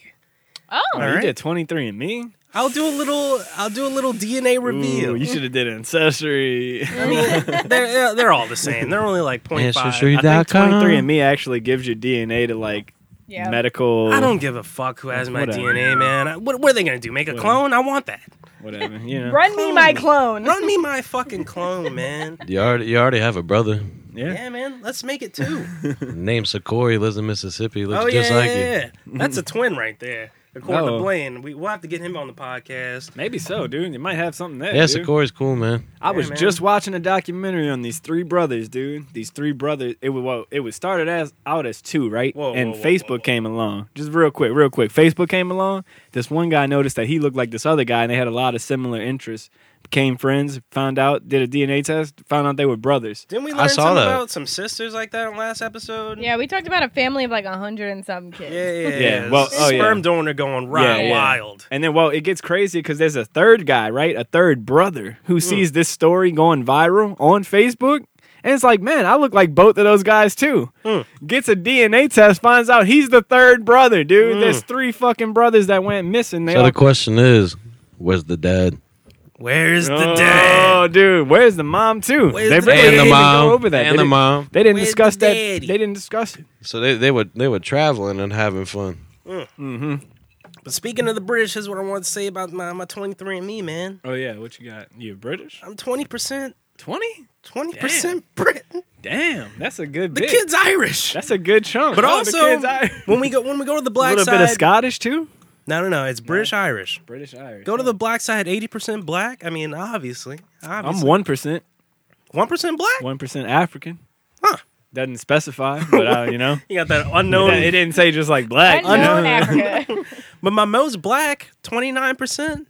Speaker 1: Oh,
Speaker 3: oh,
Speaker 1: You
Speaker 2: Alright.
Speaker 1: did 23 and me.
Speaker 2: I'll do a little. I'll do a little DNA reveal.
Speaker 1: you should have did ancestry.
Speaker 2: <laughs> I
Speaker 6: <laughs>
Speaker 2: mean, they're they're all the same. They're only like point five.
Speaker 6: Ancestry.
Speaker 1: I think
Speaker 6: com.
Speaker 1: 23 and me actually gives your DNA to like
Speaker 3: yeah.
Speaker 1: medical.
Speaker 2: I don't give a fuck who has my
Speaker 1: Whatever.
Speaker 2: DNA, man. I- What, what are they gonna do? Make a
Speaker 1: Whatever.
Speaker 2: clone? I want that.
Speaker 1: Whatever. You know.
Speaker 3: Run me my clone.
Speaker 2: Run me my fucking clone, man.
Speaker 6: you already you already have a brother
Speaker 1: <laughs> Yeah.
Speaker 2: Yeah, man. Let's make it
Speaker 6: <laughs>
Speaker 2: two.
Speaker 6: named Sakori, lives in Mississippi, looks
Speaker 2: oh
Speaker 6: just
Speaker 2: yeah,
Speaker 6: like
Speaker 2: yeah,
Speaker 6: you.
Speaker 2: yeah.
Speaker 6: <laughs>
Speaker 2: That's a twin right there. According
Speaker 1: Oh.
Speaker 2: to Blaine, we, we'll have to get him on the podcast.
Speaker 1: Maybe so, dude. You might have something there.
Speaker 6: Yeah,
Speaker 1: dude.
Speaker 6: Sakori's cool, man.
Speaker 1: I
Speaker 2: Yeah,
Speaker 1: was
Speaker 2: man.
Speaker 1: just watching a documentary on these three brothers, dude. These three brothers. It was well, it was started as out as two, right?
Speaker 2: Whoa,
Speaker 1: and
Speaker 2: whoa, whoa,
Speaker 1: Facebook
Speaker 2: whoa, whoa.
Speaker 1: came along. Just real quick, real quick. Facebook came along. This one guy noticed that he looked like this other guy, and they had a lot of similar interests. Became friends. Found out. Did a DNA test. Found out they were brothers.
Speaker 2: Didn't we
Speaker 6: I
Speaker 2: learn
Speaker 6: saw
Speaker 2: something
Speaker 6: that.
Speaker 2: about some sisters like that on last episode?
Speaker 3: Yeah, we talked about a family of like a hundred and some kids.
Speaker 2: Yeah, yeah,
Speaker 1: Yeah, well,
Speaker 2: S-
Speaker 1: oh, yeah.
Speaker 2: sperm donor going right
Speaker 1: Yeah, yeah.
Speaker 2: wild.
Speaker 1: And then, well, it gets crazy because there's a third guy, right? A third brother
Speaker 2: Hmm.
Speaker 1: who sees this story going viral on Facebook. And it's like, man, I look like both of those guys too.
Speaker 2: Hmm.
Speaker 1: Gets a DNA test, finds out he's the third brother,
Speaker 2: Hmm.
Speaker 1: dude. There's three fucking brothers that went missing. They
Speaker 6: So
Speaker 1: all-
Speaker 6: the question is, where's the dad?
Speaker 2: Where's the
Speaker 1: oh,
Speaker 2: dad?
Speaker 1: dude, where's the mom too?
Speaker 2: Where's
Speaker 1: they
Speaker 2: the
Speaker 1: really
Speaker 2: dad?
Speaker 1: didn't
Speaker 6: and the
Speaker 1: even
Speaker 6: mom.
Speaker 1: go over that.
Speaker 6: And
Speaker 1: they
Speaker 6: the
Speaker 1: didn't-
Speaker 6: mom.
Speaker 1: They didn't
Speaker 2: Where's the
Speaker 1: discuss that. They
Speaker 2: daddy?
Speaker 1: didn't discuss it.
Speaker 6: So they, they were they were traveling and having fun.
Speaker 2: But speaking of the British, here's what I want to say about my, my 23 and me, man.
Speaker 1: Oh yeah, what you got? You British?
Speaker 2: I'm 20%,
Speaker 1: Twenty?
Speaker 2: 20% Brit.
Speaker 1: Damn, that's a good
Speaker 2: The
Speaker 1: bit.
Speaker 2: kid's Irish.
Speaker 1: That's a good chunk.
Speaker 2: but
Speaker 1: Oh, the
Speaker 2: also,
Speaker 1: kid's Irish.
Speaker 2: when we go when we go to the
Speaker 1: a
Speaker 2: black
Speaker 1: little
Speaker 2: side,
Speaker 1: bit of Scottish too.
Speaker 2: No, no, no. It's British Irish.
Speaker 1: British Irish.
Speaker 2: Go to the black side, 80% black. I mean, obviously.
Speaker 1: I'm
Speaker 2: obviously.
Speaker 1: one percent,
Speaker 2: 1% black?
Speaker 1: one percent African.
Speaker 2: Huh.
Speaker 1: Doesn't specify, but uh,
Speaker 2: <laughs>
Speaker 1: you know,
Speaker 2: You got that unknown.
Speaker 1: it didn't say just like black. you know? <laughs>
Speaker 3: Unknown Africa.
Speaker 2: But my most black, 29%.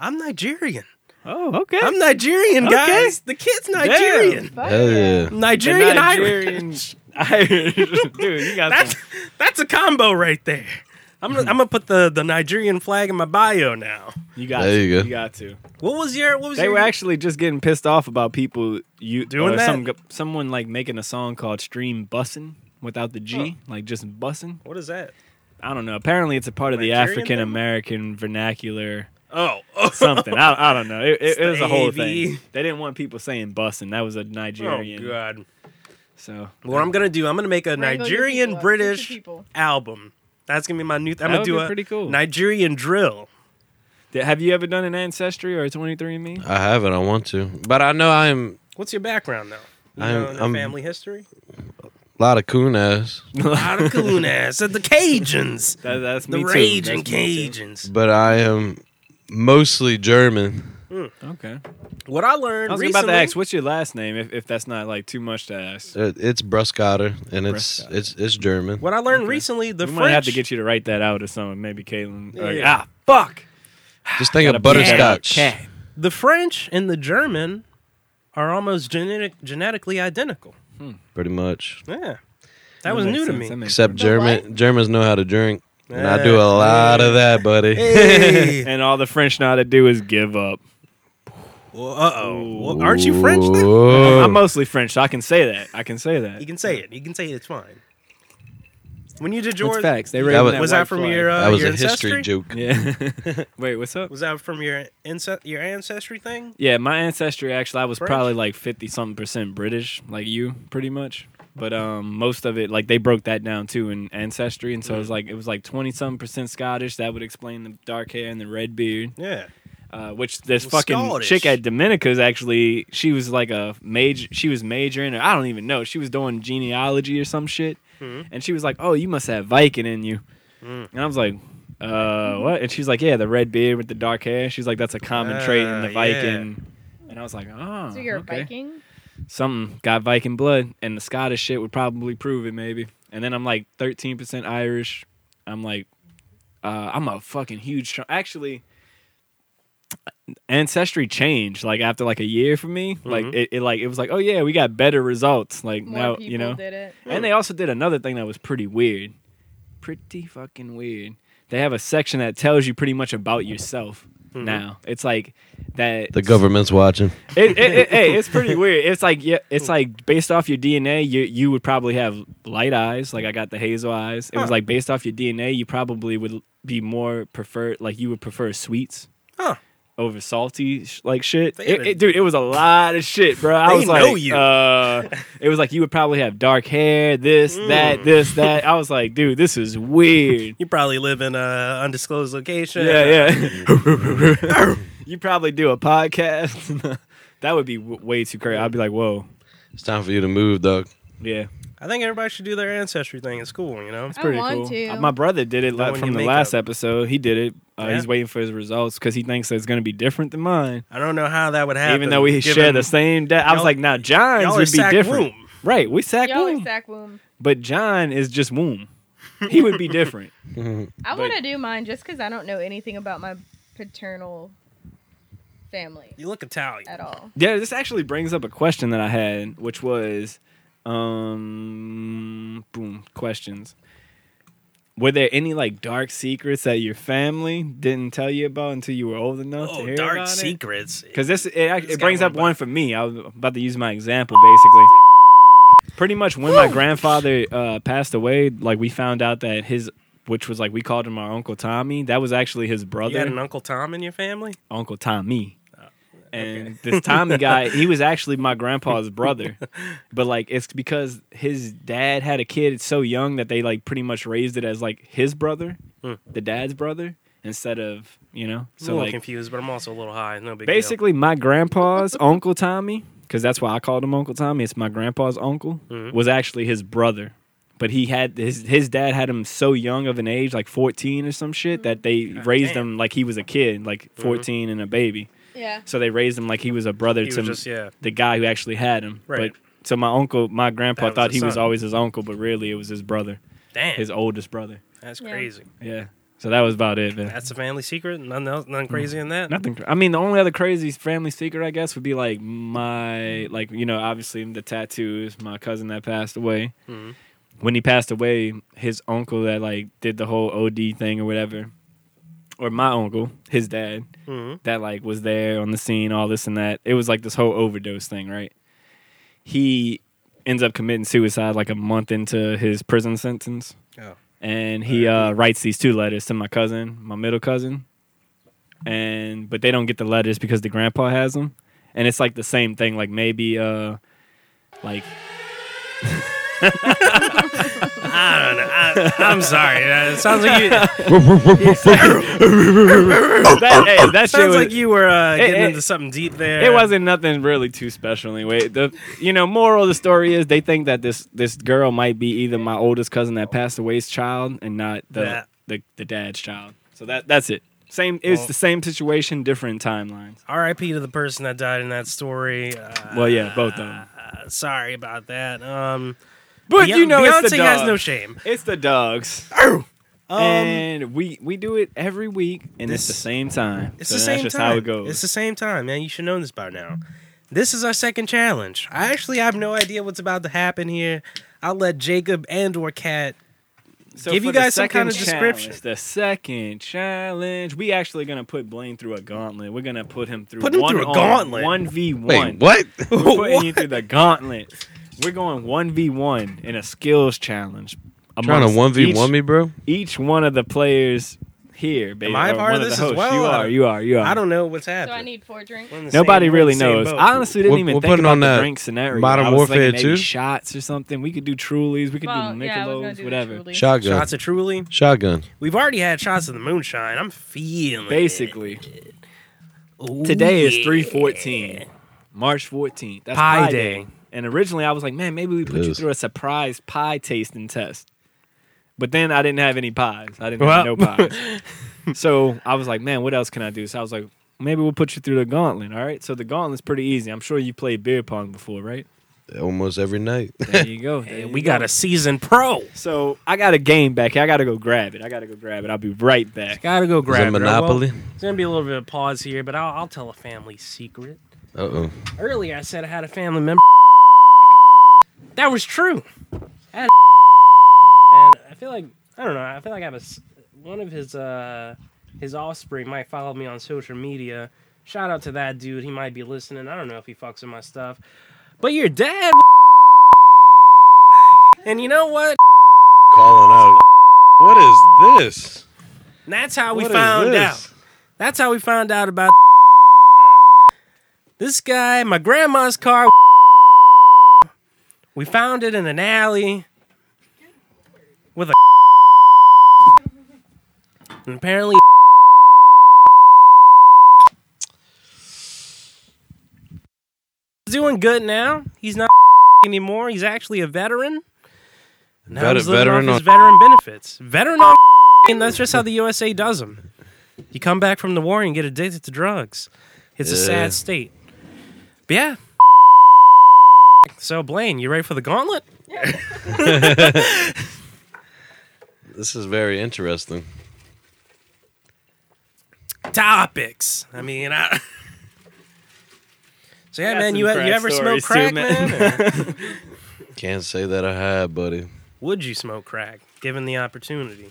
Speaker 2: I'm Nigerian.
Speaker 1: Oh, okay.
Speaker 2: I'm Nigerian,
Speaker 1: Okay.
Speaker 2: guys. The kid's Nigerian.
Speaker 1: Oh,
Speaker 3: Fuck
Speaker 6: Hell yeah.
Speaker 1: The
Speaker 2: Nigerian Irish.
Speaker 1: Nigerian Irish. <laughs> Dude, you
Speaker 2: <laughs>
Speaker 1: got
Speaker 2: That's
Speaker 1: some-
Speaker 2: that's a combo right there. I'm gonna, I'm gonna put the, the Nigerian flag in my bio now.
Speaker 1: You got
Speaker 6: There
Speaker 1: to.
Speaker 6: you go.
Speaker 1: You got to.
Speaker 2: What was your what was
Speaker 1: They
Speaker 2: your
Speaker 1: were actually just getting pissed off about people you
Speaker 2: Doing
Speaker 1: or
Speaker 2: that?
Speaker 1: Some, someone like making a song called "Stream Bussin" without the G, like just bussin.
Speaker 2: what is that?
Speaker 1: I don't know. Apparently, it's a part of
Speaker 2: Nigerian
Speaker 1: the African American vernacular
Speaker 2: Oh, <laughs>
Speaker 1: something. I, I don't know. It, it, it was a whole
Speaker 2: Stavey.
Speaker 1: thing. They didn't want people saying bussin. That was a Nigerian.
Speaker 2: oh god.
Speaker 1: So
Speaker 2: What I'm gonna do? I'm gonna make a
Speaker 3: Wrangle your people
Speaker 2: Nigerian
Speaker 3: up. Teach
Speaker 2: British
Speaker 3: your people.
Speaker 2: album. That's gonna be my new. Th- I'm gonna
Speaker 1: That would
Speaker 2: do
Speaker 1: be
Speaker 2: a
Speaker 1: pretty cool.
Speaker 2: Nigerian drill.
Speaker 1: Th- have you ever done an ancestry or a 23andMe?
Speaker 6: I haven't. I want to, but I know I'm
Speaker 2: What's your background though? You
Speaker 6: I'm-
Speaker 2: know, in the
Speaker 6: I'm-
Speaker 2: family
Speaker 1: <laughs>
Speaker 2: history.
Speaker 6: a lot of coon ass,
Speaker 2: Out of Kunas, the Cajuns,
Speaker 1: That, that's
Speaker 2: the
Speaker 1: me
Speaker 2: raging
Speaker 1: too. That's me too.
Speaker 2: Cajuns.
Speaker 6: but I am mostly German.
Speaker 1: Okay.
Speaker 2: What I learned
Speaker 1: I was
Speaker 2: recently,
Speaker 1: about to ask, what's your last name? If, if that's not like too much to ask,
Speaker 6: It, it's Bruscotter, and it's
Speaker 1: Bruscotter.
Speaker 6: it's it's German.
Speaker 2: what I learned recently, the
Speaker 1: we
Speaker 2: French
Speaker 1: might have to get you to write that out or something. Maybe Caitlin. or-
Speaker 2: Yeah.
Speaker 1: ah, fuck.
Speaker 6: Just think
Speaker 1: Gotta
Speaker 6: of
Speaker 1: be better.
Speaker 6: butterscotch.
Speaker 1: Cat.
Speaker 2: the French and the German are almost genetic, genetically identical.
Speaker 6: Pretty much.
Speaker 2: Yeah, that was
Speaker 1: makes
Speaker 2: new to
Speaker 1: sense.
Speaker 2: me.
Speaker 1: That makes
Speaker 6: Except German Germans know how to drink. And I do a lot of that, buddy.
Speaker 1: sense. <laughs> and all the French know how to do is give up.
Speaker 2: uh oh, aren't you French? Then?
Speaker 6: Whoa.
Speaker 1: I'm mostly French, so I can say that. I can say that.
Speaker 2: You can say it. You can say it. It's fine. When you did
Speaker 1: That's
Speaker 2: your
Speaker 1: facts. They
Speaker 6: That
Speaker 1: raised
Speaker 6: was-
Speaker 1: that
Speaker 2: was that
Speaker 1: white
Speaker 2: from
Speaker 1: flag.
Speaker 2: your uh,
Speaker 6: that was
Speaker 2: your
Speaker 6: a history
Speaker 2: ancestry?
Speaker 6: joke.
Speaker 1: Yeah. <laughs> Wait, what's up?
Speaker 2: Was that from your ince- your ancestry thing?
Speaker 1: Yeah, my ancestry actually I was
Speaker 2: French?
Speaker 1: probably like 50 something percent British, like you pretty much. But um most of it like they broke that down too in ancestry and so it was like it was like 20 something percent Scottish, that would explain the dark hair and the red beard.
Speaker 2: Yeah.
Speaker 1: Uh, which this
Speaker 2: Well,
Speaker 1: fucking
Speaker 2: Scottish.
Speaker 1: chick at Dominica's actually, she was like a major, she was majoring, or I don't even know, she was doing genealogy or some shit,
Speaker 2: Hmm.
Speaker 1: and she was like, "Oh, you must have Viking in you," and I was like, "Uh, what?" And she's like, "Yeah, the red beard with the dark hair." She's like, "That's a common trait in
Speaker 2: Ah,
Speaker 1: the
Speaker 2: yeah.
Speaker 1: Viking," and I was like, "Oh,
Speaker 3: So you're
Speaker 1: okay.
Speaker 3: a Viking?
Speaker 1: Something got Viking blood, and the Scottish shit would probably prove it, maybe." And then I'm like 13% Irish. I'm like, uh, I'm a fucking huge. Tr- Actually, ancestry changed like after like a year for me. Like it, it, like it was like, oh yeah, we got better results. Like
Speaker 3: More
Speaker 1: now,
Speaker 3: people
Speaker 1: you know.
Speaker 3: did it.
Speaker 1: And they also did another thing that was pretty weird, pretty fucking weird. They have a section that tells you pretty much about yourself. Now it's like that.
Speaker 6: The government's watching.
Speaker 1: It, it, it, hey,
Speaker 2: <laughs>
Speaker 1: it's pretty weird. It's like yeah, it's like based off your DNA, you you would probably have light eyes. Like I got the hazel eyes. It was like based off your DNA, you probably would be more prefer like you would prefer sweets
Speaker 2: Huh.
Speaker 1: over salty sh- like shit.
Speaker 2: They
Speaker 1: It-
Speaker 2: even-
Speaker 1: it- dude, it was a lot of shit, bro. I
Speaker 2: They
Speaker 1: was
Speaker 2: know
Speaker 1: like,
Speaker 2: you.
Speaker 1: uh, it was like you would probably have dark hair, this,
Speaker 2: Mm.
Speaker 1: that, this, that. I was like, dude, this is weird.
Speaker 2: You probably live in a undisclosed location.
Speaker 1: Yeah, yeah. <laughs> you probably do a podcast. <laughs> that would be w- way too crazy. I'd be like, whoa,
Speaker 6: It's time for you to move, dog.
Speaker 1: yeah,
Speaker 2: I think everybody should do their ancestry thing in school. You know.
Speaker 3: I
Speaker 1: pretty
Speaker 3: want
Speaker 1: cool.
Speaker 3: to.
Speaker 1: Uh, My brother did it
Speaker 2: Not
Speaker 1: like,
Speaker 2: when
Speaker 1: from
Speaker 2: you
Speaker 1: the
Speaker 2: make
Speaker 1: last
Speaker 2: up.
Speaker 1: episode. He did it. Uh,
Speaker 2: Yeah.
Speaker 1: He's waiting for his results because he thinks that it's going to be different than mine.
Speaker 2: I don't know how that would happen.
Speaker 1: Even though we
Speaker 2: given-
Speaker 1: share the same dad, I was
Speaker 2: Y'all-
Speaker 1: like, now John's
Speaker 2: y'all are
Speaker 1: would be
Speaker 2: sack
Speaker 1: different,
Speaker 2: womb.
Speaker 1: right? We sack
Speaker 3: Y'all
Speaker 1: womb,
Speaker 3: are sack womb.
Speaker 1: but John is just womb. He would
Speaker 3: <laughs>
Speaker 1: be different.
Speaker 3: I want to do mine just because I don't know anything about my paternal family
Speaker 2: You look Italian.
Speaker 3: at all.
Speaker 1: Yeah, this actually brings up a question that I had, which was, um, boom, questions. Were there any like dark secrets that your family didn't tell you about until you were old enough to
Speaker 2: Oh,
Speaker 1: hear
Speaker 2: dark
Speaker 1: about it?
Speaker 2: secrets.
Speaker 1: Because this it, act-
Speaker 2: Just
Speaker 1: it
Speaker 2: got
Speaker 1: brings
Speaker 2: one
Speaker 1: up
Speaker 2: about-
Speaker 1: one for me. I was about to use my example basically. Pretty much when my grandfather uh, passed away, like we found out that his, which was like we called him our uncle Tommy, that was actually his
Speaker 2: You
Speaker 1: brother.
Speaker 2: got an Uncle Tom in your family?
Speaker 1: Uncle Tommy.
Speaker 2: Uh,
Speaker 1: And this
Speaker 2: <laughs>
Speaker 1: Tommy guy, he was actually my grandpa's brother. But like it's because his dad had a kid so young that they like pretty much raised it as like his brother, the dad's brother, instead of, you know.
Speaker 2: Hmm. I'm a
Speaker 1: So
Speaker 2: little
Speaker 1: like
Speaker 2: confused, but I'm also a little high. No big
Speaker 1: basically my grandpa's <laughs> Uncle
Speaker 2: Mm-hmm.
Speaker 1: Tommy, because that's why I called him Uncle Tommy, it's my grandpa's uncle, was actually his brother. but he had his his dad had him so young of an age, like fourteen or some shit, that they
Speaker 2: God
Speaker 1: raised
Speaker 2: damn. Mm-hmm.
Speaker 1: him like he was a kid, like 14 and a baby.
Speaker 3: Yeah.
Speaker 1: So they raised him like he was a brother
Speaker 2: He
Speaker 1: to
Speaker 2: was just yeah.
Speaker 1: the guy who actually had him.
Speaker 2: Right.
Speaker 1: But so my uncle, my grandpa
Speaker 2: That was
Speaker 1: thought
Speaker 2: his
Speaker 1: he was
Speaker 2: son.
Speaker 1: always his uncle, but really it was his brother,
Speaker 2: Damn,
Speaker 1: his oldest brother.
Speaker 2: that's
Speaker 3: Yeah.
Speaker 2: crazy.
Speaker 1: Yeah. So that was about it. Man.
Speaker 2: That's a family secret. Nothing else. Nothing crazy in that.
Speaker 1: Mm. Nothing. cra- I mean, the only other crazy family secret, I guess, would be like my, like you know, obviously the tattoos. My cousin that passed away.
Speaker 2: Mhm.
Speaker 1: When he passed away, his uncle that like did the whole OD thing or whatever, or my uncle, his dad,
Speaker 2: Mhm.
Speaker 1: that like was there on the scene, all this and that. It was like this whole overdose thing, right? He ends up committing suicide like a month into his prison sentence.
Speaker 2: Oh.
Speaker 1: And he uh, writes these two letters to my cousin, my middle cousin. And but they don't get the letters because the grandpa has them. And it's like the same thing, like maybe uh like
Speaker 2: I don't know. I, I'm sorry. Uh, It sounds
Speaker 1: <laughs>
Speaker 2: like you.
Speaker 1: that, hey, that shit
Speaker 2: sounds
Speaker 1: was,
Speaker 2: like you were uh, getting
Speaker 1: it-
Speaker 2: into something deep there.
Speaker 1: it wasn't nothing really too special anyway. The you know moral of the story is they think that this this girl might be either my oldest cousin that passed away's child and not the
Speaker 2: That.
Speaker 1: the, the dad's child. So that that's it. Same it's
Speaker 2: Well-
Speaker 1: the same situation, different timelines.
Speaker 2: R.I.P. to the person that died in that story. Uh,
Speaker 1: Well, yeah, both of them.
Speaker 2: uh, sorry about that. Um,
Speaker 1: But
Speaker 2: Beyonce
Speaker 1: you know,
Speaker 2: Beyonce
Speaker 1: it's the
Speaker 2: has
Speaker 1: dogs.
Speaker 2: no shame.
Speaker 1: It's the dogs.
Speaker 2: Um,
Speaker 1: and we we do it every week, and it's the
Speaker 2: This-
Speaker 1: same time.
Speaker 2: it's
Speaker 1: So
Speaker 2: the
Speaker 1: that's
Speaker 2: same
Speaker 1: just
Speaker 2: time.
Speaker 1: how it goes.
Speaker 2: It's the same time, man. You should know this by now. This is our second challenge. I actually have no idea what's about to happen here. I'll let Jacob and or Cat.
Speaker 1: So
Speaker 2: Give
Speaker 1: for
Speaker 2: you
Speaker 1: the
Speaker 2: guys some
Speaker 1: second
Speaker 2: kind of description.
Speaker 1: challenge, the second challenge, we actually gonna put Blaine through a gauntlet. We're gonna put him through
Speaker 2: Put him
Speaker 1: one
Speaker 2: through a
Speaker 1: on
Speaker 2: gauntlet?
Speaker 1: one v one.
Speaker 6: Wait,
Speaker 1: <laughs>
Speaker 6: <laughs> what?
Speaker 1: We're putting you through the gauntlet. We're going one v one in a skills challenge.
Speaker 6: Trying to
Speaker 1: amongst
Speaker 6: one v
Speaker 1: each-
Speaker 6: one me, bro.
Speaker 1: Each one of the players here, baby.
Speaker 2: I a
Speaker 1: or
Speaker 2: part
Speaker 1: one
Speaker 2: of this
Speaker 1: the
Speaker 2: as
Speaker 1: hosts.
Speaker 2: well?
Speaker 1: You are. You are. You are.
Speaker 2: I don't know what's
Speaker 3: So I
Speaker 2: happening.
Speaker 3: need four drinks.
Speaker 2: We're in the
Speaker 1: Uh, Nobody
Speaker 2: same- we're in
Speaker 1: really
Speaker 2: the same
Speaker 1: knows.
Speaker 2: boat.
Speaker 1: I honestly didn't
Speaker 6: We're-
Speaker 1: even
Speaker 6: we're
Speaker 1: think
Speaker 6: putting
Speaker 1: about
Speaker 6: on
Speaker 1: the
Speaker 6: that
Speaker 1: drink scenario.
Speaker 6: Modern
Speaker 1: I was
Speaker 6: Warfare
Speaker 1: thinking maybe
Speaker 6: 2?
Speaker 1: shots or something. We could do Trulies. We could
Speaker 3: Well,
Speaker 1: do
Speaker 3: yeah, I was gonna
Speaker 1: Michelobes,
Speaker 3: do the
Speaker 1: whatever.
Speaker 3: Trulies.
Speaker 6: Shotgun.
Speaker 2: shots of Truly.
Speaker 6: Shotgun.
Speaker 2: We've already had shots of the moonshine. I'm feeling it.
Speaker 1: Basically,
Speaker 2: Ooh,
Speaker 1: today is
Speaker 2: yeah.
Speaker 1: three fourteen, March fourteenth. That's
Speaker 2: Pie
Speaker 1: Pie,
Speaker 2: Day.
Speaker 1: Day. And originally, I was like, man, maybe we put you
Speaker 6: is.
Speaker 1: through a surprise pie tasting test. But then I didn't have any pies. I didn't
Speaker 2: Well.
Speaker 1: have no pies.
Speaker 2: <laughs>
Speaker 1: so I was like, man, what else can I do? So I was like, maybe we'll put you through the gauntlet. All right. So the gauntlet's pretty easy. I'm sure you played beer pong before,
Speaker 2: <laughs>
Speaker 1: right?
Speaker 6: Almost every night. <laughs>
Speaker 1: There you go. There
Speaker 2: And
Speaker 1: you
Speaker 2: we
Speaker 1: go.
Speaker 2: got a season pro.
Speaker 1: So I got a game back here. I gotta go grab it. I gotta go grab it. I'll be right back.
Speaker 2: Gotta go
Speaker 6: Is
Speaker 2: grab
Speaker 6: it Monopoly?
Speaker 2: There's gonna be a little bit of pause here, but I'll, I'll tell a family secret.
Speaker 6: Uh oh.
Speaker 2: Earlier, I said I had a family member. That was true. I had and I feel like I don't know. I feel like I have a s- one of his uh his offspring might follow me on social media. Shout out to that dude. He might be listening. I don't know if he fucks with my stuff, but your dad. And you know what?
Speaker 6: Calling out. What is this?
Speaker 2: That's how we
Speaker 6: What is
Speaker 2: found
Speaker 6: this?
Speaker 2: out. That's how we found out about this guy, my grandma's car. We found it in an alley with a and apparently doing good now. He's not <laughs> anymore. He's actually a veteran. Now
Speaker 6: Vet-
Speaker 2: he's living off
Speaker 6: veteran on- <laughs>
Speaker 2: his veteran benefits. Veteran on <laughs> and that's just how the USA does them. You come back from the war and get addicted to drugs. It's a
Speaker 6: Yeah.
Speaker 2: sad state. But yeah. <laughs> So Blaine, you ready for the gauntlet?
Speaker 6: This is very interesting.
Speaker 2: Topics. I mean, I... <laughs> so yeah,
Speaker 1: Got
Speaker 2: man.
Speaker 1: some
Speaker 2: You, you
Speaker 1: crack
Speaker 2: ever smoke
Speaker 1: stories too,
Speaker 2: crack,
Speaker 1: man. <laughs>
Speaker 2: man? or
Speaker 6: Can't say that I had, buddy.
Speaker 2: would you smoke crack given the opportunity?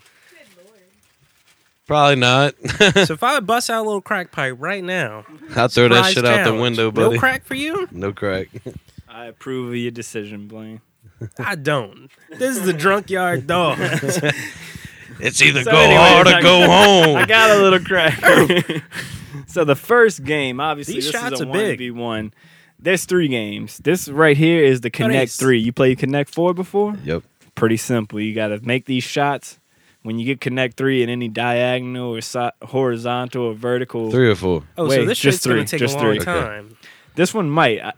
Speaker 6: Probably not. <laughs>
Speaker 2: so if I would bust out a little crack pipe right now,
Speaker 6: I'll throw that
Speaker 2: prize
Speaker 6: shit out the
Speaker 2: challenge,
Speaker 6: window, buddy.
Speaker 2: No crack for you?
Speaker 1: <laughs>
Speaker 6: No crack.
Speaker 1: I approve of your decision, Blaine.
Speaker 2: I don't. This is the drunk
Speaker 1: <laughs>
Speaker 2: yard dog.
Speaker 6: It's either
Speaker 1: So
Speaker 6: go
Speaker 1: anyways,
Speaker 6: hard or
Speaker 1: I-
Speaker 6: go
Speaker 1: I
Speaker 6: home.
Speaker 1: got a
Speaker 2: <laughs>
Speaker 1: little crack. <laughs> so the first game, obviously,
Speaker 2: Oh. These
Speaker 1: this
Speaker 2: shots
Speaker 1: is a
Speaker 2: are big.
Speaker 1: one v one. There's three games. This right here is the Connect
Speaker 2: is-
Speaker 1: Three. You play Connect Four before?
Speaker 6: yep.
Speaker 1: Pretty simple. You got to make these shots. When you get Connect Three in any diagonal or so- horizontal or vertical,
Speaker 6: Three or four.
Speaker 2: Oh, so
Speaker 1: Wait,
Speaker 2: this
Speaker 1: just
Speaker 2: shit's going
Speaker 1: three,
Speaker 2: to take a
Speaker 1: just
Speaker 2: long
Speaker 1: three.
Speaker 6: Okay.
Speaker 2: time.
Speaker 1: This one might. I,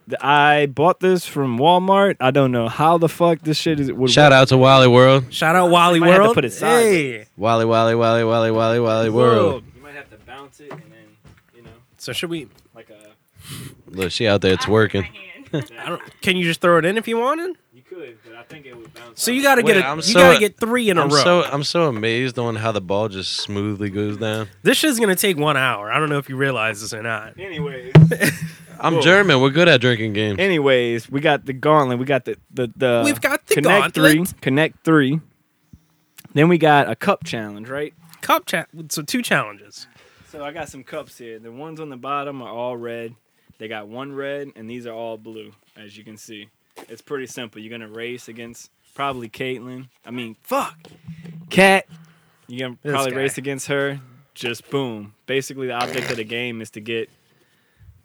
Speaker 1: I bought this from Walmart. I don't know how the fuck this shit is. Would
Speaker 6: Shout out to Wally World.
Speaker 2: Shout out Wally
Speaker 1: might have to
Speaker 2: World.
Speaker 1: put it sideways.
Speaker 6: Wally, Wally, Wally, Wally, Wally, Wally World.
Speaker 1: You might have to bounce it and then, you know,
Speaker 2: So should we?
Speaker 1: like a.
Speaker 6: Look, she out there, it's working.
Speaker 2: <laughs> I don't, can you just throw it in if you wanted?
Speaker 1: You could, but I think it would bounce.
Speaker 2: So you got to
Speaker 6: Wait,
Speaker 2: get a,
Speaker 6: I'm
Speaker 2: you
Speaker 6: so-
Speaker 2: got to get three in a
Speaker 6: I'm
Speaker 2: row.
Speaker 6: so I'm so amazed on how the ball just smoothly goes down.
Speaker 2: this shit's gonna take one hour. I don't know if you realize this or not.
Speaker 1: Anyways,
Speaker 6: I'm
Speaker 1: Whoa.
Speaker 6: German. We're good at drinking games.
Speaker 1: anyways, we got the gauntlet. We got the the, the
Speaker 2: We've got the
Speaker 1: connect
Speaker 2: gauntlet.
Speaker 1: three, connect three. Then we got a cup challenge, right?
Speaker 2: Cup chat. So two challenges.
Speaker 1: So I got some cups here. The ones on the bottom are all red. They got one red, and these are all blue, as you can see. It's pretty simple. You're gonna race against probably Caitlin. I mean, fuck, Cat. You're gonna
Speaker 2: This
Speaker 1: probably
Speaker 2: guy.
Speaker 1: race against her. Just boom. Basically, the object of the game is to get